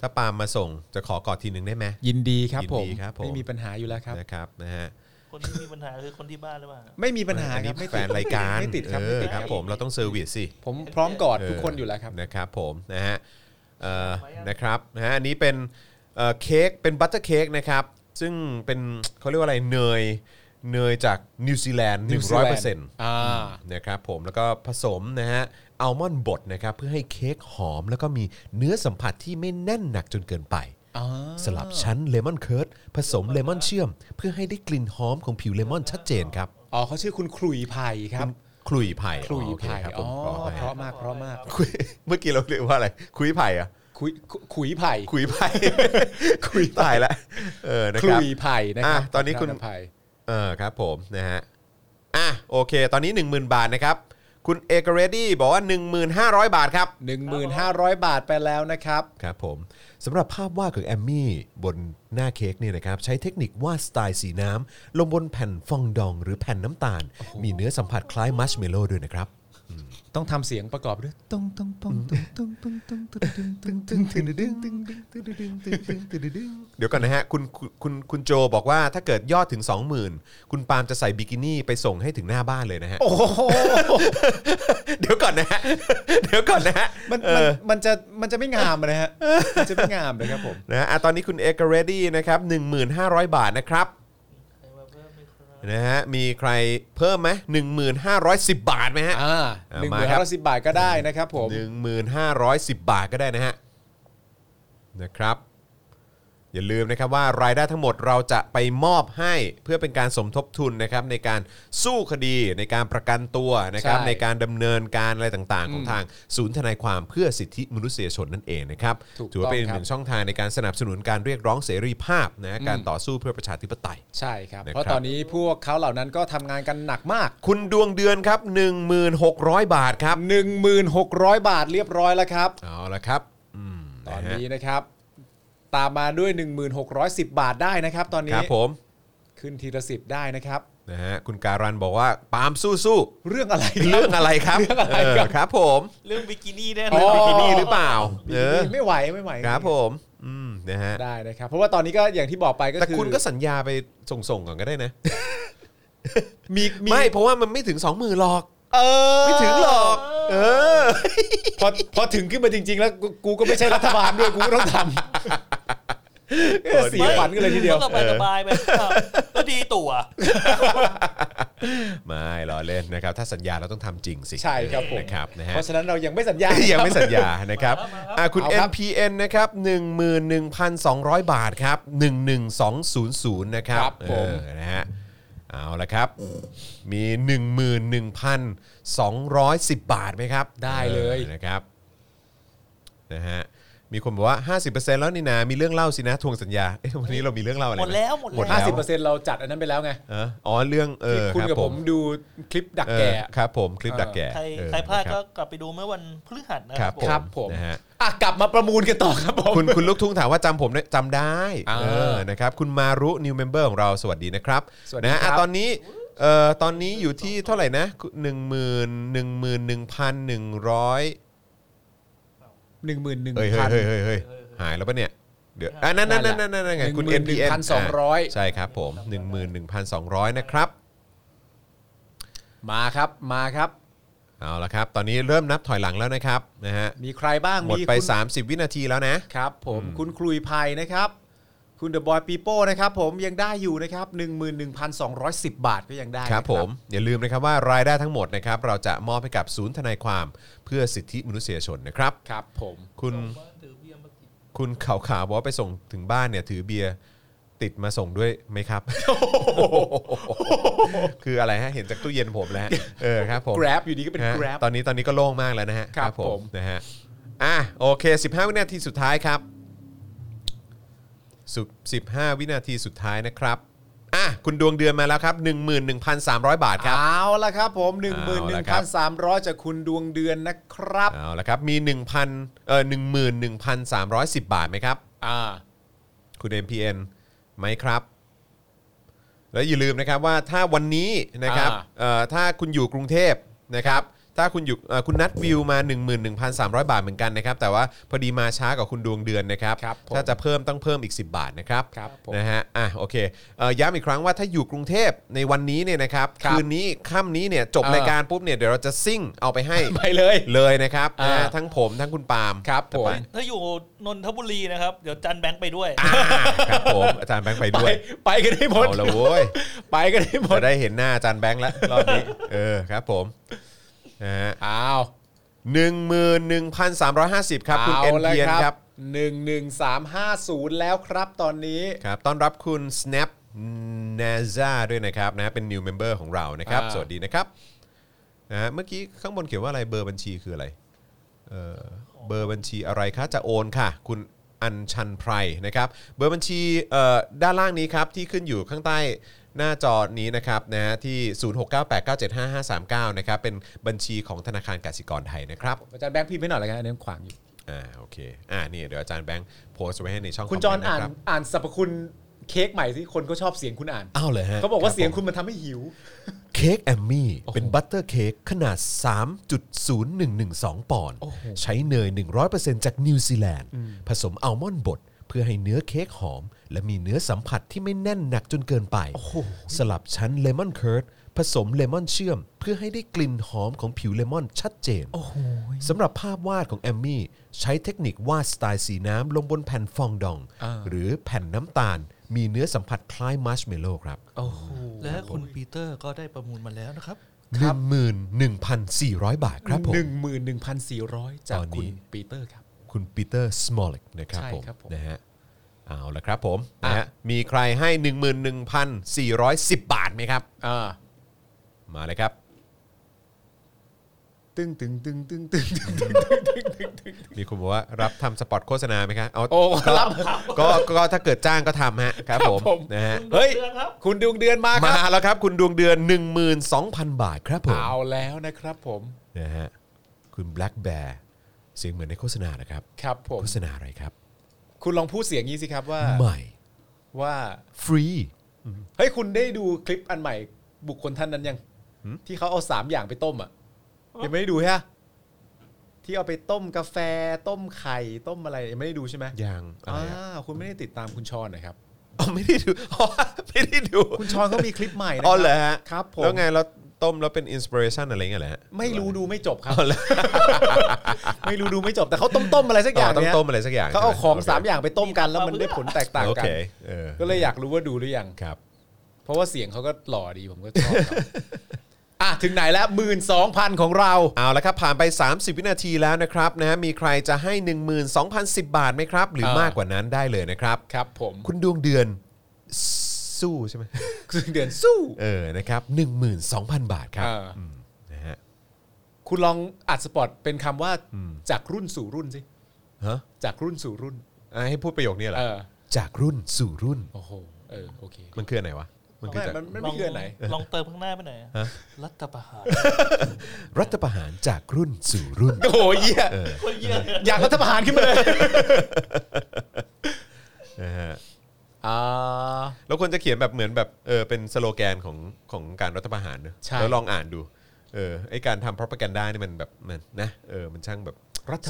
Speaker 2: ถ้าปาล์มมาส่งจะขอกอดทีหนึ่งได้ไหม
Speaker 3: ยินดีครับ
Speaker 2: ยิ
Speaker 3: ผ
Speaker 2: น
Speaker 3: ม
Speaker 2: ดีครับผม
Speaker 3: ไม่มีปัญหาอยู่แล้วครับ
Speaker 2: นะครับนะฮะ
Speaker 4: คนที่มีปัญหาคือคนที่บ้านหรือเปล่า
Speaker 3: ไม่มีปัญหา
Speaker 2: อัน
Speaker 3: ค
Speaker 2: นี้
Speaker 3: รับไม่
Speaker 2: แฟนรายการ
Speaker 3: ไม่ติดครับ
Speaker 2: เอ
Speaker 3: ไม่
Speaker 2: อ
Speaker 3: ติด
Speaker 2: ค
Speaker 3: ค
Speaker 2: รั
Speaker 3: รั
Speaker 2: บบ ผมเราต้องเซอร์วิสสิ
Speaker 3: ผมพร้อมกอดทุกคนอยู่แล้วครับ
Speaker 2: นะครับผมนะฮะเอ่อนะครับนะฮะอันนี้เป็นเอ่อเค้กเป็นบัตเตอร์เค้กนะครับ ซึ่งเป็นเขาเรียกว่าอะไรเนยเนยจากนิวซีแลนด์
Speaker 3: นิ
Speaker 2: 1
Speaker 3: ว
Speaker 2: 0
Speaker 3: ซีแลนด์
Speaker 2: 0
Speaker 3: อ่า
Speaker 2: นะครับผมแล้วก็ผสมนะฮะอัลมอนด์บดนะครับ เพื่อให้เค้กหอม แล้วก็มีเนื้อสัมผัสที่ไม่แน่นหนักจนเกินไป
Speaker 3: อ๋อ
Speaker 2: สลับชั้นเลมอนเคิร์ดผสมเลมอนเชื่อม เพื่อให้ได้กลิ่นหอมของผิวเลมอนชัดเจนครับ
Speaker 3: อ๋อเขาชื่อคุณครุยไผ่ครับ
Speaker 2: คลุยไผ่
Speaker 3: คลุยไผ่
Speaker 2: โอเคครับผ
Speaker 3: อ๋อ
Speaker 2: มขออภัย
Speaker 3: เพ
Speaker 2: ฮะ
Speaker 3: ราะมากเพราะมาก
Speaker 2: คุย เมื่อกี้เราเรียกว่าอะไร คุยไผ่อะ
Speaker 3: คุยคุคุยไผ่
Speaker 2: คุยไผ่ คุยตายละเออนะ
Speaker 3: ค
Speaker 2: ค
Speaker 3: ลุ
Speaker 2: รับ
Speaker 3: ยไผ่นะครับ
Speaker 2: อ่ะตอนนี้คุณ
Speaker 3: รัฐไผ่
Speaker 2: เออครับผมนะฮะอ่ะโอเค ตอนนี้ 10,000 บาทนะครับ คุณเอกเรดี้บอกว่า 1,500 บาทครับ
Speaker 3: หนึ่งหมื่นห้าร้อยบาทไปแล้วนะครับ
Speaker 2: ครับผมสำหรับภาพวาดของแอมมี่บนหน้าเค้กเนี่ยนะครับใช้เทคนิควาดสไตล์สีน้ำลงบนแผ่นฟองดองหรือแผ่นน้ำตาล มีเนื้อสัมผัสคล้ายมัชเมลโล่ด้วยนะครับ
Speaker 3: ต้องทำเสียงประกอบด้วย
Speaker 7: ตรงตรงตรงตรงตรงตรงตรงตรงตรงตรงตรงตรงตรงตรง
Speaker 2: เดี๋ยวก่อนนะฮะคุณคุณคุณคุณโจบอกว่าถ้าเกิดยอดถึง 20,000 คุณปาล์มจะใส่บิกินี่ไปส่งให้ถึงหน้าบ้านเลยนะฮะ
Speaker 3: โอ้โห
Speaker 2: เดี๋ยวก่อนนะฮะ เดี๋ยวก่อนนะฮะ
Speaker 3: มัน
Speaker 2: เอ
Speaker 3: มั
Speaker 2: อ
Speaker 3: นมันจะมันจะไม่งามนะฮะมันจะไม่งามเลยครับผม
Speaker 2: นะฮะอ่ะตอนนี้คุณเอกเรดดี้นะครับ1,500 บาทนะครับ
Speaker 4: ใครมาเพิ่มไหมครับ
Speaker 2: นะฮะ มีใครเพิ่มไหม1,510 บาทไหมฮะ
Speaker 3: อ่า
Speaker 2: เอา
Speaker 3: หนึ่งห
Speaker 2: มา
Speaker 3: มื่น
Speaker 2: ครับ
Speaker 3: ห้าร้อยสิบบาทก็ได้นะครับผม
Speaker 2: 1,510 บาทก็ได้นะฮะ นะครับ อย่าลืมนะครับว่ารายได้ทั้งหมดเราจะไปมอบให้เพื่อเป็นการสมทบทุนนะครับในการสู้คดีในการประกันตัวนะครับ
Speaker 3: ใช่
Speaker 2: ในการดำเนินการอะไรต่างๆ ของทางศูนย์ทนายความเพื่อสิทธิมนุษยชนนั่นเองนะครับถือว่าเป็นอีกหนึ่งช่องทางในการสนับสนุนการเรียกร้องเสรีภาพนะการต่อสู้เพื่อประชาธิปไตย
Speaker 3: ใช่ครับ
Speaker 2: นะครับ
Speaker 3: เพราะตอนนี้พวกเขาเหล่านั้นก็ทำงานกันหนักมาก
Speaker 2: คุณดวงเดือนครับ 1,600 บาทครับ
Speaker 3: 1,600 บาทเรียบร้อยแล้วครับ
Speaker 2: เอาละครับอืม
Speaker 3: ตอนะ
Speaker 2: ฮะ
Speaker 3: นี้นะครับ ตามมาด้วย 1,610 บาทได้นะครับ ตอน
Speaker 2: ค
Speaker 3: นี้
Speaker 2: รับผม
Speaker 3: ขึ้นทีละสิบได้นะครับ
Speaker 2: นะฮะคุณการันบอกว่าปาล์มสู้ๆ
Speaker 3: เรื่องอะไรคบ
Speaker 2: เรื่องอะไรครับ
Speaker 3: เรื่องอะไรครับ
Speaker 2: เครับผม
Speaker 4: เรื่องบิกินี่แน่น
Speaker 3: อ๋
Speaker 4: อ
Speaker 3: อ
Speaker 4: น
Speaker 2: บิกินี่หรือเปล่า
Speaker 3: บิ
Speaker 2: เออ
Speaker 3: กินี่ไม่ไหวไม่ไหว
Speaker 2: ครับผมอืมนะฮะ
Speaker 3: ได้นะครับ เพราะว่าตอนนี้ก็อย่างที่บอกไปก็
Speaker 2: แต่
Speaker 3: คือ
Speaker 2: คุณก็สัญญาไปส่งส่งๆก่อนก็ได้นะ
Speaker 3: มีมี
Speaker 2: ไม่เพราะว่ามันไม่ถึง 2 0,000ื่นหรอก
Speaker 3: เออ
Speaker 2: ไม่ถึงหรอก เออ
Speaker 3: พอพอถึงขึ้นมาจริง ๆ แล้วกูกูก็ไม่ใช่รัฐบาลด้วยกูก็ต้องทำเออเสียขวัญกันเลยทีเดียว
Speaker 4: ก็ไปสบายไปก็ดีตัว
Speaker 2: ไม่ล้อเล่นนะครับ ถ้าสัญญาเราต้องทำจริงสิ
Speaker 3: ใช่ครับผม
Speaker 2: นะครับนะฮะ
Speaker 3: เพราะฉะนั้นเรายังไม่สัญญา
Speaker 2: ยังไม่สัญญานะครับอ่ะคุณ
Speaker 3: เอาครับ
Speaker 2: MPN นะครับ11,200 บาทครับ 11200 นะครับ
Speaker 3: ครับผม
Speaker 2: เออนะฮะเอาละครับ มี 11,210 บาทไหมครับ
Speaker 3: ได้เลย
Speaker 2: ออนะครับนะฮะมีคนบอกว่า 50%แล้วนี่นะมีเรื่องเล่าสินะทวงสัญญาเอ๊ะวันนี้เรามีเรื่องเล่าอะไรนะ
Speaker 4: หมดแล้วหมดแล้ว
Speaker 3: ห้าสิบเปอร์เซ็นต์เราจัดอันนั้นไปแล้วไง
Speaker 2: เอออ๋อเรื่องเออ
Speaker 3: ที่คุณ
Speaker 2: รับ
Speaker 3: กับผมดูคลิปดัก
Speaker 2: เออ
Speaker 3: แก่
Speaker 2: ครับผมคลิปดักแก่
Speaker 4: ใคร
Speaker 2: เออ
Speaker 4: ใครพลาด
Speaker 2: นะ
Speaker 4: ก็
Speaker 2: รับ
Speaker 4: กลับไปดูเมื่อวันพฤหัสนะ
Speaker 2: ค
Speaker 4: ค
Speaker 2: รั
Speaker 4: รั
Speaker 2: บบ ผม
Speaker 3: ครับผม
Speaker 2: นะฮะ
Speaker 3: อ่ะกลับมาประมูลกันต่อครับผม
Speaker 2: คุณคุณลูกทุ่งถามว่าจำผมได้จำได้
Speaker 3: อ่า
Speaker 2: เออนะครับคุณมารุ new member ของเราสวัสดีนะครับ
Speaker 3: สวัสดี
Speaker 2: นะครับ อ่ะตอนนี้เอ่อตอนนี้อยู่ที่เท่าไหร่นะหนึ่งหมื่นหนึ่งหมื่นหนึ่งพันหนึ่งร้อย
Speaker 3: หนึ่งหมื่นหนึ่ง
Speaker 2: เฮ้ย
Speaker 3: พั
Speaker 2: เฮ้ย
Speaker 3: น
Speaker 2: เฮ้ยเฮ้ยเฮ้ยหายแล้วปะเนี่ยเดี๋ยวอ่ะนั่นนั่นนั่นนั่นนั่นนั่นไงคุณ NPN
Speaker 3: 11,200
Speaker 2: ใช่ครับผม 11,200 นะครับ
Speaker 3: มาครับมาครับ
Speaker 2: เอาละครับ ตอนนี้เริ่มนับถอยหลังแล้วนะครับนะฮะ
Speaker 3: มีใครบ้าง
Speaker 2: หมดไป
Speaker 3: คุณ
Speaker 2: 30 วินาทีแล้วนะ
Speaker 3: ครับ ผมคุณคลุยภัยนะครับ คุณเดอะบอยปีโป้นะครับ ผมยังได้อยู่นะครับ 11,210 บาทก็ยังได้
Speaker 2: ครับ
Speaker 3: นะ
Speaker 2: ผมอย่าลืมนะครับว่ารายได้ทั้งหมดนะครับเราจะมอบให้กับศูนย์ทนายความเพื่อสิทธิมนุษยชนนะครับ
Speaker 3: ครับผม
Speaker 2: คุณคุณขาวขาวๆบอกว่าไปส่งถึงบ้านเนี่ยถือเบียร์ติดมาส่งด้วยไหมครับ คืออะไรฮะเห็นจากตู้เย็นผมแล้วฮะเออครับผม
Speaker 3: แกร็บอยู่ดีก็เป็น
Speaker 2: ฮะ
Speaker 3: แกร็บ
Speaker 2: ตอนนี้ตอนนี้ก็โล่งมากแล้วนะฮะ
Speaker 3: ครับผม
Speaker 2: นะฮะอ่ะโอเค 15 วินาทีสุดท้ายครับสุด15 วินาทีสุดท้ายนะครับ อ่ะคุณดวงเดือนมาแล้วครับ 11,300 บาทครับ
Speaker 3: เอาละครับผม
Speaker 2: เอาละครับ
Speaker 3: 11,300 จากคุณดวงเดือนนะครับ
Speaker 2: เอาละครับมี1,000เอ่อ11,310 บาทไหมครับ
Speaker 3: อ่า
Speaker 2: คุณ MPN ไหมครับ แล้วอย่าลืมนะครับว่าถ้าวันนี้นะครับ
Speaker 3: อ่า
Speaker 2: เอ่อถ้าคุณอยู่กรุงเทพนะครับ ถ้าคุณอยู่เอ่อคุณนัดวิวมา 11,300 บาทเหมือนกันนะครับ แต่ว่าพอดีมาช้ากับคุณดวงเดือนนะครับ
Speaker 3: ครับผม
Speaker 2: ถ้าจะเพิ่มต้องเพิ่มอีก 10 บาทนะครับ
Speaker 3: ครับผม
Speaker 2: นะฮะอ่ะโอเคเอ่อย้ำอีกครั้งว่าถ้าอยู่กรุงเทพในวันนี้เนี่ยนะครับ
Speaker 3: ครั
Speaker 2: คื
Speaker 3: บ
Speaker 2: นนี้ค่ำนี้เนี่ยจบ
Speaker 3: เออ
Speaker 2: รายการปุ๊บเนี่ยเดี๋ยวเราจะซิ่งเอาไปให้
Speaker 3: ไปเลย
Speaker 2: เลยนะครับ
Speaker 3: อ่า
Speaker 2: นะฮะทั้งผมทั้งคุณปาล์ม
Speaker 3: ครับผม
Speaker 4: ถ้าอยู่นนทบุรีนะครับ เดี๋ยวจันแบงค์ไปด้วย
Speaker 2: อ่าครับผมอาจารย์แบงค์ไป
Speaker 3: ไป
Speaker 2: ด้วย
Speaker 3: ไปกันได้หมด
Speaker 2: เอาละโว้ย
Speaker 3: ไปกันได้หมด
Speaker 2: จะได้เห็นหน้าอาจารย์แบงค์แล้วรอบ นี้ เออครับผมนะฮะ
Speaker 3: อ้าว
Speaker 2: หนึ่งหมื่นหนึ่งพันสามร้อยห้าสิบครับ คุณ
Speaker 3: เอา
Speaker 2: เอ็น
Speaker 3: ละ
Speaker 2: เพียน
Speaker 3: ค
Speaker 2: ค
Speaker 3: รั
Speaker 2: รั
Speaker 3: บบ หนึ่งหนึ่งสามห้าศูนย์แล้วครับตอนนี้
Speaker 2: ครับต้อนรับคุณ snap n a z a ด้วยนะครับนะฮะเป็น new member ของเรานะครับ
Speaker 3: อ่า
Speaker 2: สวัสดีนะครับนะฮะเมื่อกี้ข้างบนเขียนว่าอะไรเบอร์บัญชีคืออะไรเออเบอร์บัญชีอะไรคะจะโอนค่ะ คุณอัญชันไพรนะครับเบอร์บัญชีเอ่อด้านล่างนี้ครับที่ขึ้นอยู่ข้างใต้หน้าจอนี้นะครับนะฮะที่ 0698975539นะครับเป็นบัญชีของธนาคารกสิกรไทยนะครับ
Speaker 3: อาจารย์แบงค์พิมพ์ให้หน่อยละกันอันนี้ขวางอยู่
Speaker 2: อ่าโอเค อ่านี่เดี๋ยวอาจารย์แบงค์โพสต์ไว้ให้ในช่อง
Speaker 3: คุณ
Speaker 2: ม
Speaker 3: จ
Speaker 2: เม
Speaker 3: อน
Speaker 2: ต์
Speaker 3: อ่านะ
Speaker 2: รับ
Speaker 3: อ่านสรรพคุณเค้กใหม่สิคนก็ชอบเสียงคุณอ่าน
Speaker 2: อ้าวเลยฮะ
Speaker 3: เขาบอกว่าเสียงคุ
Speaker 2: รับผ
Speaker 3: ณมันทำให้หิว
Speaker 2: มเค้กแอมมี่ เป็นบัตเตอร์เค้กขนาด 3.0112 ปอนด์ใช้เนย 100%จากนิวซีแลนด์ผสมอัลมอนด์บด เพื่อให้เนื้อเค้กหอม และมีเนื้อสัมผัสที่ไม่แน่นหนักจนเกินไป สลับชั้นเลมอนเคิร์ดผสมเลมอนเชื่อม เพื่อให้ได้กลิ่นหอมของผิวเลมอนชัดเจน สำหรับภาพวาดของแอมมี่ ใช้เทคนิควาดสไตล์สีน้ำลงบนแผ่นฟองดอง หรือแผ่นน้ำตาล มีเนื้อสัมผัสคล้ายมัชเมลโล่ครับ
Speaker 4: และคุณปีเตอร์ก็ได้ประมูลมาแล้วนะครับ
Speaker 2: 11,400 บาทครับผม
Speaker 3: 11,400 จาก
Speaker 2: ตอนนี้
Speaker 3: คุณปีเตอร์ครับ
Speaker 2: คุณปีเตอร์สมอลลิกนะครับ
Speaker 3: ใช่
Speaker 2: ผม
Speaker 3: ครับผม
Speaker 2: นะฮะเอาละครับผม
Speaker 3: อ่ะ
Speaker 2: นะฮะมีใครให้ 11,410 บาทไหมครับ
Speaker 3: อ่า
Speaker 2: มาเลยครับ
Speaker 3: ตึงตึงตึงตึงตึงตึงตึงตึงตึงตึง
Speaker 2: มีคุณบอกว่ารับทำสปอตโฆษณาไหมครับเอา
Speaker 3: โอ้รับ
Speaker 2: ก็ก็ก็ถ้าเกิดจ้างก็ทำฮะครับผมนะฮะ
Speaker 3: เฮ้ย
Speaker 4: เดือนครับ
Speaker 3: คุณดวงเดือนมาค
Speaker 2: มา
Speaker 3: รับ
Speaker 2: แล้วครับคุณดวงเดือน 12,000 บาทครับผม
Speaker 3: เอาแล้วนะครับผม
Speaker 2: นะฮะคุณ Black Bear เสียงเหมือนในโฆษณาเหรอครับ
Speaker 3: ครับผม
Speaker 2: โฆษณาอะไรครับ
Speaker 3: คุณลองพูดเสียงนี้สิครับว่า
Speaker 2: ใหม่
Speaker 3: ว่า
Speaker 2: ฟรี
Speaker 3: เฮ้ย คุณได้ดูคลิปอันใหม่บุคคลท่านนั้นยัง ที่เขาเอาสามอย่างไปต้มอ่ะยังไม่ได้ดูใช่ปะที่เอาไปต้มกาแฟต้มไข่ต้มอะไรยังไม่ได้ดูใช่ไหม
Speaker 2: อย่างอะไร
Speaker 3: อ่า
Speaker 2: อะ
Speaker 3: คุณไม่ได้ติดตามคุณชอนนะครับ
Speaker 2: อ๋อไม่ได้ดู อ๋อไม่ได้ดู
Speaker 3: คุณชอนเขามีคลิปใหม่นะค
Speaker 2: อ๋
Speaker 3: รั
Speaker 2: อเหรอฮะ
Speaker 3: ครับผม
Speaker 2: แล้วไงเราต้มแล้วเป็นอินสปิเรชันอะไรเงี้ยเหรอฮะ
Speaker 3: ไม่รู้ดูไม่จบครับ
Speaker 2: อ๋อเหรอ
Speaker 3: ไม่รู้ดูไม่จบแต่เขาต้มต้มๆอะไรสักอย่าง
Speaker 2: ต้ม
Speaker 3: เนี่ย
Speaker 2: ต้มอะไรสักอย่าง
Speaker 3: เขาเอาของ
Speaker 2: ใช่ไห
Speaker 3: สามอย่างไปต้มกันแล้วมันได้ผลแตกต่าง
Speaker 2: โอ
Speaker 3: กั
Speaker 2: เคน เออ
Speaker 3: ก็เลยอยากรู้ว่าดูหรือยัง
Speaker 2: ครับ
Speaker 3: เพราะว่าเสียงเขาก็หล่อดีผมก็ชอบเขาอ่ะถึงไหนแล้วหมื่นสองพันของเรา
Speaker 2: เอาละครับ ผ่านไป 30 วินาทีแล้วนะครับนะฮะมีใครจะให้ 12,010 บาทไหมครับ หรือ
Speaker 3: เออ
Speaker 2: มากกว่านั้นได้เลยนะครับ
Speaker 3: ครับผม
Speaker 2: คุณดวงเดือนสู้ใช่ไหม
Speaker 3: คุณเดือนสู้
Speaker 2: เออ นะครับ 12,000 บาทครับ
Speaker 3: เอออื
Speaker 2: มนะฮะ
Speaker 3: คุณลองอัดสปอตเป็นคำว่าจากรุ่นสู่รุ่นสิ
Speaker 2: ฮะ
Speaker 3: จากรุ่นสู่รุ่น
Speaker 2: อ่ะให้พูดประโยคนี้เหรอ
Speaker 3: เออ
Speaker 2: จากรุ่นสู่รุ่น
Speaker 3: โอ้โหเออโอเค
Speaker 2: มันคืออะไรวะ มันคือ
Speaker 3: ไม่
Speaker 2: จาก
Speaker 3: มันมันไม่เกินไหน
Speaker 4: ลองเติมข้างหน้าไปหน่อยรัฐประหาร
Speaker 2: รัฐประหารจากรุ่นสู่รุ่น
Speaker 3: โอ้โหเยี่ย
Speaker 4: คนเยี่ยเลย
Speaker 3: อยากรัฐประหารขึ้นมาเลย
Speaker 2: นะฮะ
Speaker 3: อ่า
Speaker 2: แล้วควรจะเขียนแบบเหมือนแบบเออเป็นสโลแกนของของการรัฐประหารเนอะ
Speaker 3: ใช่
Speaker 2: แล้วลองอ่านดู เออ ไอการทำ propaganda นี่มันแบบมันนะ เออ มันช่างแบบ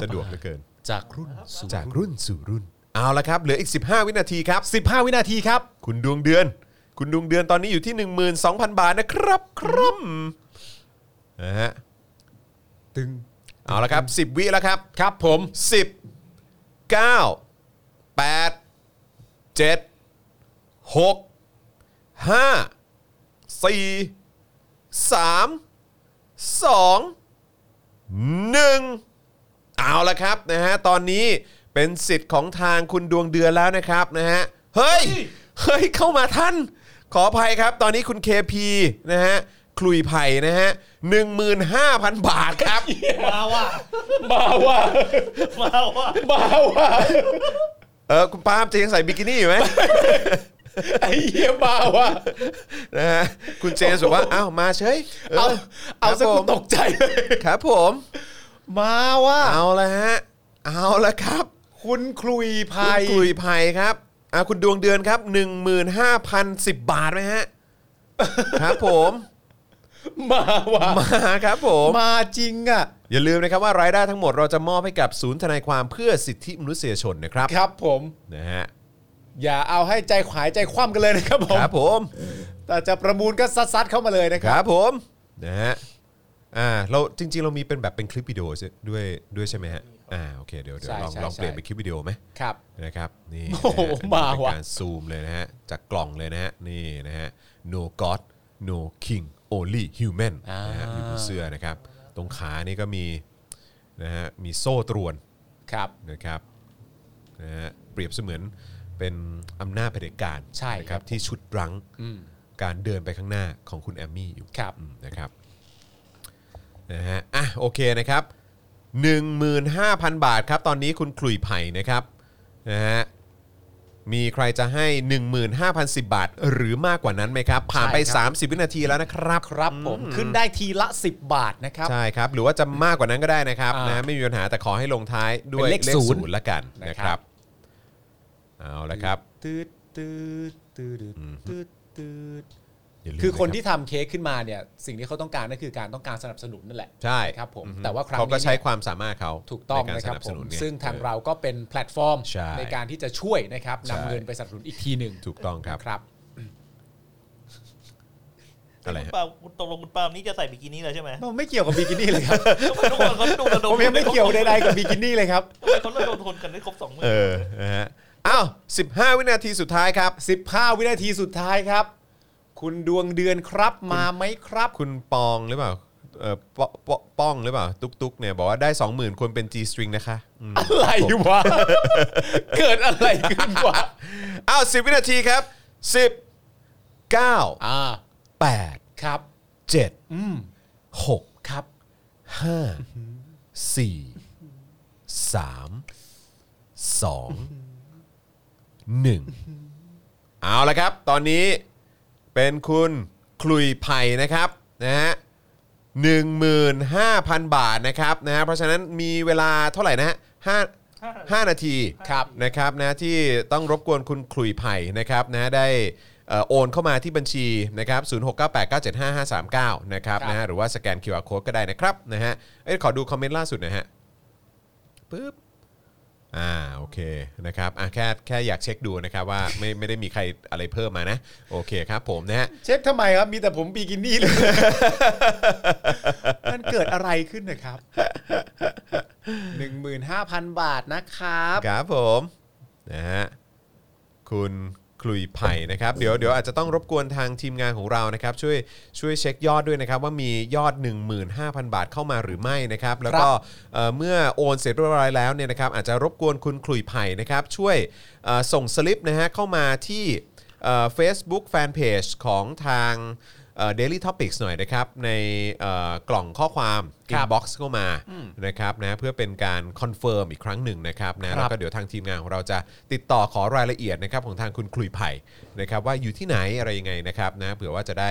Speaker 2: สะดวกเหลือเกิน
Speaker 3: จากรุ่นสู่
Speaker 2: จากรุ่นสู่รุ่น เอาละครับ เหลืออีก 15 วินาทีครับ
Speaker 3: สิบห้าวินาทีครับ
Speaker 2: คุณดวงเดือน คุณดวงเดือนตอนนี้อยู่ที่ 12,000 บาทนะครับครับนะฮะ
Speaker 3: ตึง
Speaker 2: เอาละครับ 10 วิแล้วครับ ครับผม 10 9 8 7 6 5 4 3 2 1 เอาละครับนะฮะตอนนี้เป็นสิทธิ์ของทางคุณดวงเดือนแล้วนะครับนะฮะเฮ้ย เฮ้ย เข้ามาท่าน ขออภัยครับ ตอนนี้คุณ KP นะฮะคลุยไผ่นะฮะ15,000 บาทครับ
Speaker 4: มาว่ะ
Speaker 3: มาว่ะ
Speaker 4: มาว่ะ
Speaker 3: มาว่ะ
Speaker 2: เออคุณปาล์มจะยังใส่บิกินี่อยู่ไหม ไอ้เหี้ยบ้าว่ะนะฮะคุณเจนส์บอกว่าอ้าวมาเฉย
Speaker 3: เอาเอา
Speaker 2: ค
Speaker 3: ซะ
Speaker 2: รับผ
Speaker 3: กู
Speaker 2: ม
Speaker 3: ตกใจเลย
Speaker 2: ครับผม
Speaker 3: มาว่า
Speaker 2: เอาละฮะเอาละครับ
Speaker 3: คุณคลุย
Speaker 2: คุ
Speaker 3: ภั
Speaker 2: ณ
Speaker 3: ย
Speaker 2: กุยภัยครับอ่ะคุณดวงเดือนครับ 15,010 บาทไหมฮะ ครับผม
Speaker 3: มาว่า
Speaker 2: มาครับผม
Speaker 3: มาจริงอ่ะ
Speaker 2: อย่าลืมนะครับว่ารายได้ทั้งหมดเราจะมอบให้กับศูนย์ทนายความเพื่อสิทธิมนุษยชนนะครับ
Speaker 3: ครับผม
Speaker 2: นะฮะ
Speaker 3: อย่าเอาให้ใจขวายใจคว่ำกันเลยนะครับผม
Speaker 2: ครับผม
Speaker 3: แต่จะประมูลก็ซัดๆเข้ามาเลยนะค
Speaker 2: ค
Speaker 3: รั
Speaker 2: รับ บผมนะฮะอ่าเราจริง ๆ เรามีเป็นแบบเป็นคลิปวิดีโอใช่ด้วยด้วยใช่ไหมฮะอ่าโอเคเดี๋ยวเดี๋ยว
Speaker 3: ใช่
Speaker 2: ลอง
Speaker 3: ใช่
Speaker 2: ลองเปลี่ยน
Speaker 3: ใช่
Speaker 2: เป็นคลิปวิดีโอไหม
Speaker 3: ครับ
Speaker 2: นะครับนี่
Speaker 3: โอ้โห
Speaker 2: นะฮะ
Speaker 3: มา
Speaker 2: เป็น
Speaker 3: ว่ะ
Speaker 2: การซูมเลยนะฮะจากกล่องเลยนะฮะนี่นะฮะ no god no king only human นะฮะอยู่บนเสื้อนะครับ ตรงขานี่ก็มีนะฮะมีโซ่ตรวน
Speaker 3: ครับ
Speaker 2: นะครับนะฮะเปรียบเสมือนเป็นอำนาจเผด็จการ
Speaker 3: ใช่
Speaker 2: นะค
Speaker 3: ครั
Speaker 2: รับบ ที่ชุดรั้งการเดินไปข้างหน้าของคุณแอมมี่อยู่
Speaker 3: ครับ
Speaker 2: อืมนะครับนะฮะอ่ะโอเคนะครับ 15,000 บาทครับ ตอนนี้คุณคลุยไผ่นะครับนะฮะมีใครจะให้ 15,010 บาท หรือมากกว่านั้นไหมครับ ผ่านไป
Speaker 3: ใช่ครั
Speaker 2: 30
Speaker 3: บ
Speaker 2: วินาทีแล้วนะครับ
Speaker 3: ครับผมขึ้นได้ทีละ 10 บาทนะครับ
Speaker 2: ใช่ครับ หรือว่าจะมากกว่านั้นก็ได้นะครับ
Speaker 3: อ่าน
Speaker 2: นะไม่มีปัญหาแต่ขอให้ลงท้ายด้วยเล
Speaker 3: เป็นเล
Speaker 2: ข
Speaker 3: ข
Speaker 2: ศู
Speaker 3: ศูน
Speaker 2: น
Speaker 3: ย์
Speaker 2: ย์ละกันนะ
Speaker 3: นะ
Speaker 2: ค
Speaker 3: ครั
Speaker 2: รับ
Speaker 3: บ
Speaker 2: เอาละครับ
Speaker 3: ตืดตืดตืดตืดตืด
Speaker 2: อย่าลืม
Speaker 3: คือคนที่
Speaker 2: ะรับ
Speaker 3: ทำเค้กขึ้นมาเนี่ยสิ่งที่เขาต้องการนั่นคือการต้องการสนับสนุนนั่นแหละ
Speaker 2: ใช่
Speaker 3: ครับผม
Speaker 2: อือฮึ
Speaker 3: แต่ว่าครั้งนี้
Speaker 2: เขาก็ใช้ความสามารถเขา
Speaker 3: ถูกต้อง
Speaker 2: ใา
Speaker 3: นะครับ
Speaker 2: ส
Speaker 3: ผ
Speaker 2: ส
Speaker 3: ม
Speaker 2: นุนเนี่ย
Speaker 3: ซึ่งทางเราก็เป็นแพลตฟอร์ม
Speaker 2: ใช่
Speaker 3: ในการที่จะช่วยนะครับ
Speaker 2: ใช่
Speaker 3: นำเงินไปสนับสนุนอีกทีหนึ่ง
Speaker 2: ถูกต้องครับ
Speaker 3: ครับ
Speaker 2: อะไร
Speaker 4: คุณ
Speaker 2: ฮะ
Speaker 4: ปาล์มคุณตกลงคุณปาล์มนี่จะใส่บิกินี่แล้วใช่ไหม
Speaker 3: มันไม่เกี่ยวกับบิกินี่เลยครับ
Speaker 4: ทำไมทุกคนเขาดูระด
Speaker 3: ผม มยังไม่เกี่ยวใดๆกับบิกินี่เลยครับ
Speaker 4: ทำไมเขาระดมทุนกันได้ครบสองหมื่น
Speaker 2: เออนะฮะอ้าว15 วินาทีสุดท้ายครับ
Speaker 3: 15 วินาทีสุดท้ายครับ คุณดวงเดือนครับมาไหมครับ
Speaker 2: คุณปองหรือเปล่าเออปปป้องหรือเปล่า ตุ๊กตุ๊กเนี่ยบอกว่าได้ 20,000ควรเป็น G string นะคะอืม
Speaker 3: อะไรวะ เกิดอะไรขึ้นวะ
Speaker 2: อ้าว10 วินาทีครับ 10 9
Speaker 3: อ่า
Speaker 2: 8
Speaker 3: ครับ
Speaker 2: 7
Speaker 3: อืม
Speaker 2: 6
Speaker 3: ครับ
Speaker 2: ห้าสี่สามสองหนึ่งเอาละครับ ตอนนี้เป็นคุณคลุยไผ่นะครับนะฮะหนึ่งหมื่นห้าพันบาทนะครับนะฮะเพราะฉะนั้นมีเวลาเท่าไหร่นะฮะห้าห้านาที
Speaker 3: ครับ
Speaker 2: นะครับนะที่ต้องรบกวนคุณคลุยไผ่นะครับนะฮะได้เอ่อโอนเข้ามาที่บัญชีนะครับ0698975539นะครับ
Speaker 3: ครับ
Speaker 2: นะฮะหรือว่าสแกน QR Code ก็ได้นะครับนะฮะเอ้ยขอดูคอมเมนต์ล่าสุดหนะฮะ ปึ๊บ อ่า โอเค นะครับ อ่ะแค่ แค่อยากเช็คดูนะครับว่าไม่ไม่ได้มีใครอะไรเพิ่มมานะ โอเคครับผมนะฮะ
Speaker 3: เช็คทำไมครับมีแต่ผมบิกินี่เลย มันเกิดอะไรขึ้นนะครับ 15,000 บาทนะครับ
Speaker 2: ครับผม นะฮะ คุณคลุยไผ่นะครับ เดี๋ยวเดี๋ยวอาจจะต้องรบกวนทางทีมงานของเรานะครับ ช่วยช่วยเช็คยอดด้วยนะครับ ว่ามียอด 15,000 บาทเข้ามาหรือไม่นะครับ แล้วก็เอ่อเมื่อโอนเสร็จเรียบร้อยแล้วเนี่ยนะครับอาจจะรบกวนคุณคลุยไผ่นะครับ ช่วยเอ่อส่งสลิปนะฮะเข้ามาที่เฟซบุ๊กแฟนเพจของทางเดลี่ท็อปิกหน่อยนะครับ ในเอ่อกล่องข้อความ
Speaker 3: ค
Speaker 2: อิ
Speaker 3: รั
Speaker 2: น
Speaker 3: บ
Speaker 2: บ็อกซ์เข้ามานะครับนะเพื่อเป็นการคอนเฟิร์มอีกครั้งหนึ่งนะครับนะ
Speaker 3: ครับ
Speaker 2: แล้วก็เดี๋ยวทางทีมงานของเราจะติดต่อขอรายละเอียดนะครับของทางคุณคลุยไผ่นะครับว่าอยู่ที่ไหนอะไรยังไงนะครับนะเผื่อว่าจะได้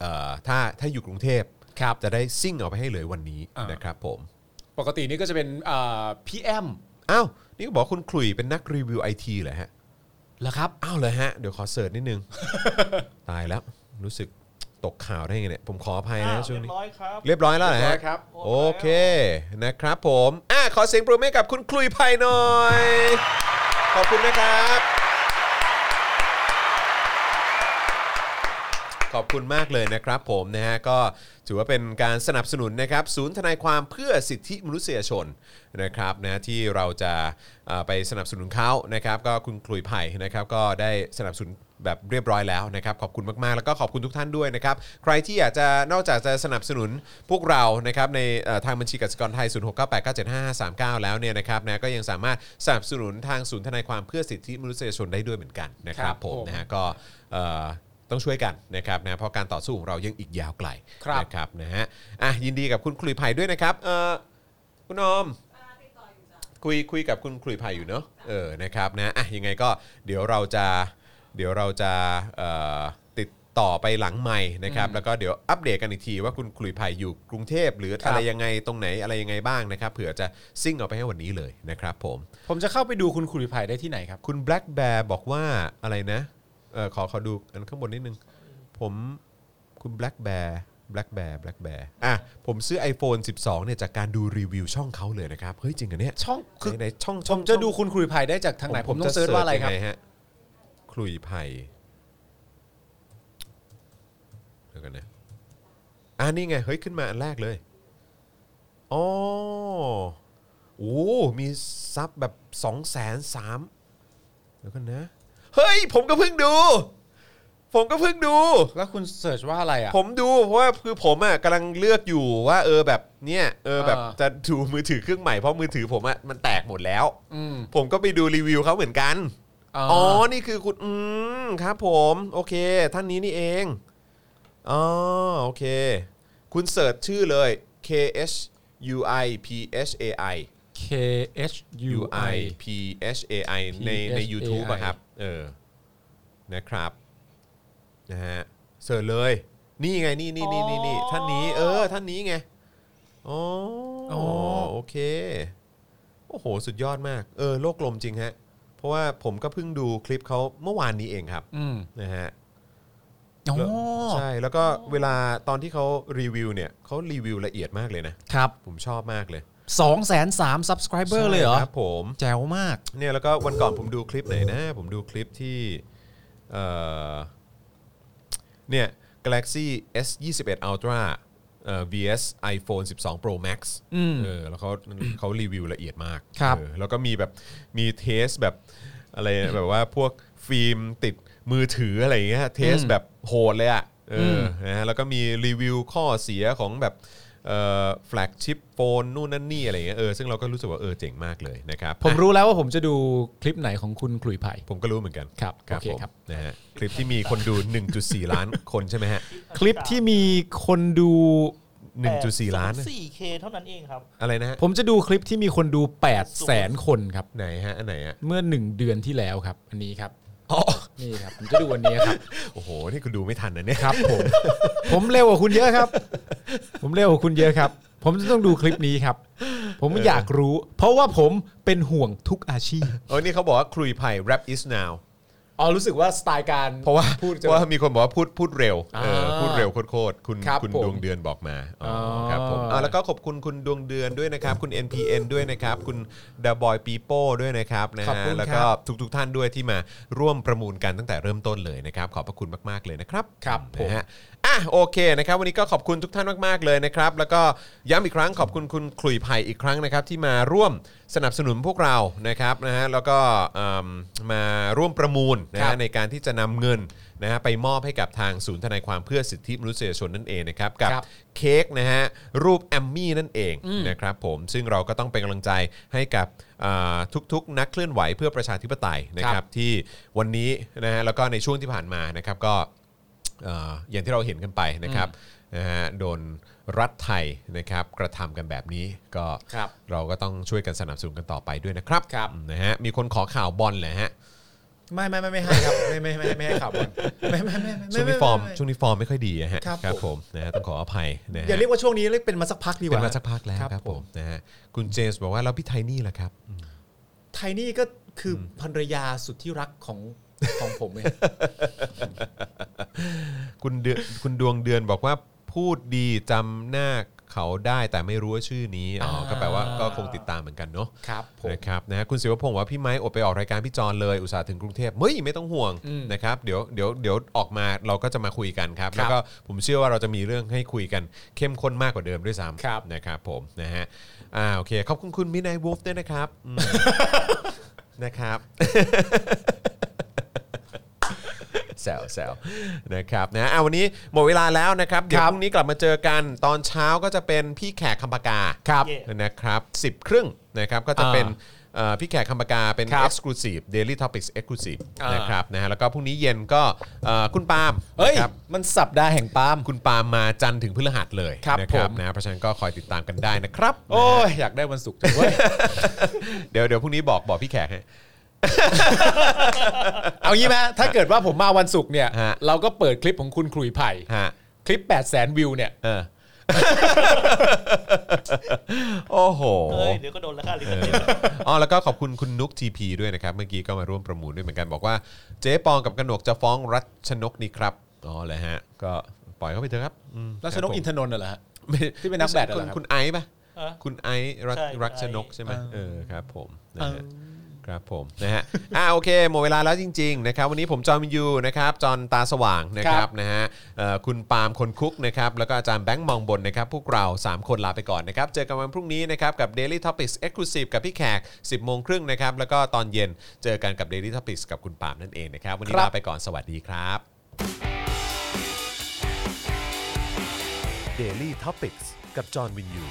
Speaker 2: เอ่อถ้าถ้าอยู่กรุงเทพ
Speaker 3: ครับ
Speaker 2: จะได้ซิ่งเอาไปให้เลยวันนี้
Speaker 3: อ่าน
Speaker 2: นะครับผม
Speaker 3: ปกตินี่ก็จะเป็นเอ่อพี่แอม
Speaker 2: อ้าวนี่ก็บอกคุณคลุยเป็นนักรีวิวไอทีเหรอฮะ
Speaker 3: เหรอครับ
Speaker 2: อ้าวเหรอฮะเดี๋ยวขอเสิร์ชนิดนึง ตายแล้วรู้สึกตกข่าวได้ไงเนี่ยผมขออภัย
Speaker 4: อ้าว
Speaker 2: นะช่วง
Speaker 4: เรีย
Speaker 2: นี้
Speaker 4: บร้อยครับ
Speaker 2: เรียบร้อยแล้วเหรอฮะ
Speaker 3: เรียบร้อยครับ
Speaker 2: โอเคนะครับผมอ่ะขอเสียงปรบมือให้กับคุณคลุยไพหน่อย ขอบคุณนะครับ ขอบคุณมากเลยนะครับผมนะฮะก็ถือว่าเป็นการสนับสนุนนะครับศูนย์ทนายความเพื่อสิทธิมนุษยชนนะครับนะที่เราจะเอ่อไปสนับสนุนเขานะครับก็คุณคลุยไผ่นะครับก็ได้สนับสนุนแบบเรียบร้อยแล้วนะครับขอบคุณมากๆ แล้วก็ขอบคุณทุกท่านด้วยนะครับใครที่อยากจะนอกจากจะสนับสนุนพวกเรานะครับในเอ่อทางบัญชีกสิกรไทย 0698975539 แล้วเนี่ยนะครับนะก็ยังสามารถสนับสนุนทางศูนย์ทนายความเพื่อสิทธิมนุษยชนได้ด้วยเหมือนกันนะครับ
Speaker 3: ครับ
Speaker 2: ผม
Speaker 3: ผม
Speaker 2: นะฮะก็เอ่อ ต้องช่วยกันนะครับนะเพราะการต่อสู้ของเรายังอีกยาวไกล
Speaker 3: ครับ
Speaker 2: นะครับนะฮะอ่ะยินดีกับคุณคลุยไผ่ด้วยนะครับเออคุณนอมคุยคุยกับคุณคลุยไผ่อยู่เนอะเออนะครับนะอ่ะยังไงก็เดี๋ยวเราจะ เดี๋ยวเราจะเอ่อติดต่อไปหลังใหม่นะครับ แล้วก็เดี๋ยวอัปเดตกันอีกทีว่าคุณขลุยไผ่อยู่กรุงเทพ หรืออะไรยังไงตรงไหนอะไรยังไงบ้างนะครับเผื่อจะซิ่งเอาไปให้วันนี้เลยนะครับผม
Speaker 3: ผมจะเข้าไปดูคุณคุริภัยได้ที่ไหนครับ
Speaker 2: คุณ Black Bear บอกว่าอะไรนะเออขอขอดูอันข้างบนนิดนึง ผมคุณ Black Bear Black Bear Black Bear อ่ะผมซื้อ iPhone 12 เนี่ยจากการดูรีวิวช่องเขาเลยนะครับ เฮ้ย จริงเหรอเนี่ย
Speaker 3: ช่องคือ
Speaker 2: ในช่อง
Speaker 3: ผ
Speaker 2: ช่อง
Speaker 3: มจะดูคุณคุริภัยได้จากทางไหนผมต้องเซิร์ชว่าอะไรครับ
Speaker 2: ยังงฮะคลุยไผ่เดี๋ยวกันนะอ่านี่ไง เฮ้ย ขึ้นมาอันแรกเลยอ๋อโอ้มีซับแบบ2องแสนสาม เดี๋ยวกันนะ เฮ้ย ผมก็เพิ่งดู ผมก็เพิ่งดู
Speaker 3: แล้วคุณเสิร์ชว่าอะไรอ่ะ
Speaker 2: ผมดูเพราะว่าคือผมอ่ะกำลังเลือกอยู่ว่า เออแบบเนี่ยเออแบบ
Speaker 3: อ่า
Speaker 2: จะดูมือถือเครื่องใหม่เพราะมือถือผมอ่ะมันแตกหมดแล้ว
Speaker 3: อืม
Speaker 2: ผมก็ไปดูรีวิวเขาเหมือนกัน
Speaker 3: อ๋
Speaker 2: อ๋อ
Speaker 3: อ
Speaker 2: นี่คือคุณ อืม ครับผม โอเค ท่านนี้นี่เอง อ๋อ โอเค คุณเสิร์ชชื่อเลย K H U I P H A I
Speaker 3: K H
Speaker 2: U I P H A I ในใน u t u b e อะครับ เออ นะครับ นะฮะ เสิร์ชเลย นี่ไง นี่นี่นี่นี่นี่ท่านนี้ เออ ท่านนี้ไง อ๋ออ
Speaker 3: อ
Speaker 2: โอเค โอ้โห สุดยอดมาก เออ โลกกลมจริงฮะ เพราะว่าผมก็เพิ่งดูคลิปเขาเมื่อวานนี้เองครับ
Speaker 3: อืม
Speaker 2: นะฮะ
Speaker 3: อ๋อ
Speaker 2: ใช่ แล้วก็เวลาตอนที่เขารีวิวเนี่ยเขารีวิวละเอียดมากเลยนะ
Speaker 3: ครับ
Speaker 2: ผมชอบมากเลย
Speaker 3: สองแสนสาม subscriber เลยเหรอ
Speaker 2: ใช่ครับผม
Speaker 3: แจ๋วมาก
Speaker 2: เนี่ยแล้วก็วันก่อนผมดูคลิปไหนนะ ผมดูคลิปที่เอ่อเนี่ย Galaxy S 2 1 Ultra เอ่อ vs iPhone 12 Pro Max
Speaker 3: อืม
Speaker 2: เออแล้วเขาเขารีวิวละเอียดมาก
Speaker 3: ครับ
Speaker 2: เออแล้วก็มีแบบมีเทสแบบอะไร แบบว่าพวกฟิล์มติดมือถืออะไรอย่างเงี้ยเทสแบบโหดเลยอ่ะเอออนะฮะแล้วก็มีรีวิวข้อเสียของแบบเอ่อแฟลกชิปโฟนนู่นนั่นนี่อะไรอย่างเงี้ยเออซึ่งเราก็รู้สึกว่าเออเจ๋งมากเลยนะครับ
Speaker 3: ผมรู้แล้วว่าผมจะดูคลิปไหนของคุณขลุยไผ่
Speaker 2: ผมก็รู้เหมือนกัน
Speaker 3: ครับ
Speaker 2: ครับ
Speaker 3: โอเค
Speaker 2: ผม
Speaker 3: ครับ
Speaker 2: นะฮะคลิปที่มีคนดู 1.4 ล้านคนใช่ไหม ฮะ
Speaker 3: คลิปที่มีคนดู
Speaker 2: 1.4 ล้าน
Speaker 4: 4K เท่านั้นเองครับ
Speaker 2: อะไรนะฮะ
Speaker 3: ผมจะดูคลิปที่มีคนดู8 0 0แสนคนครับ
Speaker 2: ไหนฮะ อันไหนอ่ะ
Speaker 3: เมื่อหนึ่งเดือนที่แล้วครับ อันนี้ครับ
Speaker 2: อ๋อ
Speaker 3: นี่ครับ ผมจะดูวันนี้ครับ
Speaker 2: โอ้โห นี่คุณดูไม่ทันนะเนี่ย
Speaker 3: ครับผม ผมเร็วกว่าคุณเยอะครับ ผมเร็วกว่าคุณเยอะครับ ผมจะต้องดูคลิปนี้ครับ ผมอยากรู้ เพราะว่าผมเป็นห่วงทุกอาชีพ
Speaker 2: โอ้นี่เขาบอกว่าคลุยไผ่ rap is now
Speaker 3: อ๋อรู้สึกว่าสไตล์การ
Speaker 2: เพราะว่า
Speaker 3: พูด
Speaker 2: เพ
Speaker 3: จะ
Speaker 2: ราะว่ามีคนบอกว่าพูดพูดเร็ว
Speaker 3: อ่า
Speaker 2: เออพูดเร็วโคตรๆคุณ
Speaker 3: ครับ
Speaker 2: คุณ
Speaker 3: ผม
Speaker 2: ดวงเดือนบอกมาอ๋ออ
Speaker 3: อ
Speaker 2: ครับผมอ่าแล้วก็ขอบคุณคุณดวงเดือนด้วยนะครับ คุณ NPN ด้วยนะครับ คุณ The Boy People ด้วยนะครับนะ
Speaker 3: ขอบ
Speaker 2: ฮะ
Speaker 3: คุณ
Speaker 2: แล้ว
Speaker 3: ค
Speaker 2: ก็
Speaker 3: รับ
Speaker 2: ทุกๆท่านด้วยที่มาร่วมประมูลกันตั้งแต่เริ่มต้นเลยนะครับ ขอบพระคุณมาก ๆ เลยนะครับ
Speaker 3: ครับผม
Speaker 2: นะฮะอ่ะโอเคนะครับ วันนี้ก็ขอบคุณทุกท่านมากๆเลยนะครับ แล้วก็ย้ำอีกครั้งขอบคุณคุณขลุยไผ่อีกครั้งนะครับ ที่มาร่วมสนับสนุนพวกเรานะครับนะฮะแล้วก็เอิ่มมาร่วมประมูลนะ
Speaker 3: ครั
Speaker 2: ฮะ
Speaker 3: บ
Speaker 2: ในการที่จะนำเงินนะฮะไปมอบให้กับทางศูนย์ทนายความเพื่อสิทธิมนุษยชนนั่นเองนะครับกับ
Speaker 3: ครับ
Speaker 2: เค้กนะฮะรูปแอมมี่นั่นเองนะครับผมซึ่งเราก็ต้องเป็นกำลังใจให้กับอ่าทุกๆ นักเคลื่อนไหวเพื่อประชาธิปไตยนะค
Speaker 3: ค
Speaker 2: รั
Speaker 3: รั
Speaker 2: บบ ที่วันนี้นะฮะแล้วก็ในช่วงที่ผ่านมานะครับก็เอ่ออย่างที่เราเห็นกันไปนะครับนะฮะโดนรัฐไทยนะครับกระทำกันแบบนี้ก็
Speaker 3: ครับ
Speaker 2: เราก็ต้องช่วยกันสนับสนุนกันต่อไปด้วยนะครับ
Speaker 3: ครับ
Speaker 2: นะฮะมีคนขอข่าวบอลเลยฮะ
Speaker 3: ไม่ไม่ไม่ไม่ให้ครับ ไม่ไม่ไม่ไม่ให้ข่าวบอล ไม่ไม่ไม่ไม่
Speaker 2: ช่วงนี้
Speaker 3: ไไ
Speaker 2: ฟอร์มช่วงนี้ฟอร์มไม่ค่อยดีอะฮะ
Speaker 3: ครับ
Speaker 2: ผมนะฮะต้องขออภัยนะฮะ
Speaker 3: อย่าเรียกว่าช่วงนี้เรียกเป็นมาสักพักดีก
Speaker 2: เป็
Speaker 3: ว่า
Speaker 2: นมาสักพักแล้ว
Speaker 3: ครับ
Speaker 2: ครับผ
Speaker 3: ผม ม
Speaker 2: นะฮะคุณเจมส์บอกว่าแล้วพี่ไทนี่ล่ะครับ
Speaker 3: ไทนี่ก็คืออภรรยาสุดที่รักของของผมเลย
Speaker 2: คุณเดื อนคุณดวงเดือนบอกว่าพูดดีจำหน้าเขาได้แต่ไม่รู้ว่าชื่อนี้อ๋ออา ก็แปลว่าก็คงติดตามเหมือนกันเนาะ
Speaker 3: ครับผม
Speaker 2: นะครับนะฮะคุณศิวพงศ์บอกว่าพี่ไม้อดไปออกรายการพี่จอนเลยอุตส่าห์ถึงกรุงเทพเฮ้ยไม่ต้องห่วง
Speaker 3: อืม
Speaker 2: นะครับเดี๋ยวเดี๋ยวเดี๋ยวออกมาเราก็จะมาคุยกันครับ
Speaker 3: ครับ
Speaker 2: แล้วก็ผมเชื่อว่าเราจะมีเรื่องให้คุยกันเข้มข้นมากกว่าเดิมด้วย
Speaker 3: ครับ
Speaker 2: ซ้ำนะครับผมนะฮะอ่าโอเคขอบคุณคุณมินายวูฟด้วยนะครับอื ม นะครับ แซวแซวนะครับนะอ่ะวันนี้หมดเวลาแล้วนะครับ เดี๋ยวพรุ่งนี้กลับมาเจอกันตอนเช้าก็จะเป็นพี่แขกคำปากา
Speaker 3: ครับ
Speaker 4: เย่
Speaker 2: นะครับสิบครึ่งนะครับก็จะเป็นเอ่อพี่แขกคำปากาเป็น
Speaker 3: ครับ
Speaker 2: Exclusive Daily Topics Exclusive
Speaker 3: อ่าน
Speaker 2: นะครับนะฮะแล้วก็พรุ่งนี้เย็นก็เอ่อคุณปาล์ม
Speaker 3: เฮ้ย
Speaker 2: นะครับ
Speaker 3: มันสัปดาห์แห่งปาล์ม
Speaker 2: คุณปาล์มมาจันทร์ถึงพฤหัสเลย
Speaker 3: ครับ
Speaker 2: นะ
Speaker 3: ผม
Speaker 2: นะเพราะฉะนั้นก็คอยติดตามกันได้นะครับ
Speaker 3: โอ้ยอยากได้วันศุกร์จังเว้ย
Speaker 2: เดี๋ยวเดี๋ยวพรุ่งนี้บอกบอกพี่แขกฮะ
Speaker 3: เอางี้ไหมถ้าเกิดว่าผมมาวันศุกร์เนี่ย
Speaker 2: ฮะ
Speaker 3: เราก็เปิดคลิปของคุณขลุยไผ่
Speaker 2: ฮะ
Speaker 3: คลิป 8 0 0แสนวิวเนี่ย
Speaker 2: เออ โอ้โห
Speaker 4: เฮ้ยเดี๋ยวก็โดนราคาลิขสิทธิ์
Speaker 2: อ๋อแล้วก็ขอบคุณคุณนุกทีพีด้วยนะครับ เมื่อกี้ก็มาร่วมประมูลด้วยเหมือนกันบอกว่าเจ๊ปองกับกนกจะฟ้องรัชนกนี่ครับอ๋อเลยฮะ ก็ปล่อยเขาไปเถอะครับอืม
Speaker 3: แล้วชน
Speaker 2: ค
Speaker 3: ก
Speaker 2: รับผม
Speaker 3: อินทนนท์น่ะเหรอฮะ
Speaker 2: ไม่
Speaker 3: ที่เป็นนักแบดเหรอ
Speaker 2: คุณ
Speaker 3: ครับ
Speaker 2: คุณไอซ์ปะ
Speaker 4: ฮะ
Speaker 2: คุณไอซ์รัก
Speaker 4: ใช่
Speaker 2: รักชนก
Speaker 4: ไอซ์
Speaker 2: ใช่ไหมเออครับผมนะฮะครับผมนะฮะอ่าโอเคหมดเวลาแล้วจริงๆนะครับวันนี้ผมจอห์นวินยูนะครับจอห์นตาสว่างนะครับนะฮะเอ่อคุณปาล์มคนคุกนะครับแล้วก็อาจารย์แบงค์มองบนนะครับพวกเราสามคนลาไปก่อนนะครับเจอกันวันพรุ่งนี้นะครับกับ Daily Topics Exclusive กับพี่แขก 10โมงครึ่งนะครับแล้วก็ตอนเย็นเจอกันกับ Daily Topics กับคุณปาล์มนั่นเองนะครับวันนี้
Speaker 3: ครับ
Speaker 2: ลาไปก่อนสวัสดีครับ
Speaker 1: Daily t o p i c กกับจอห์นวินยู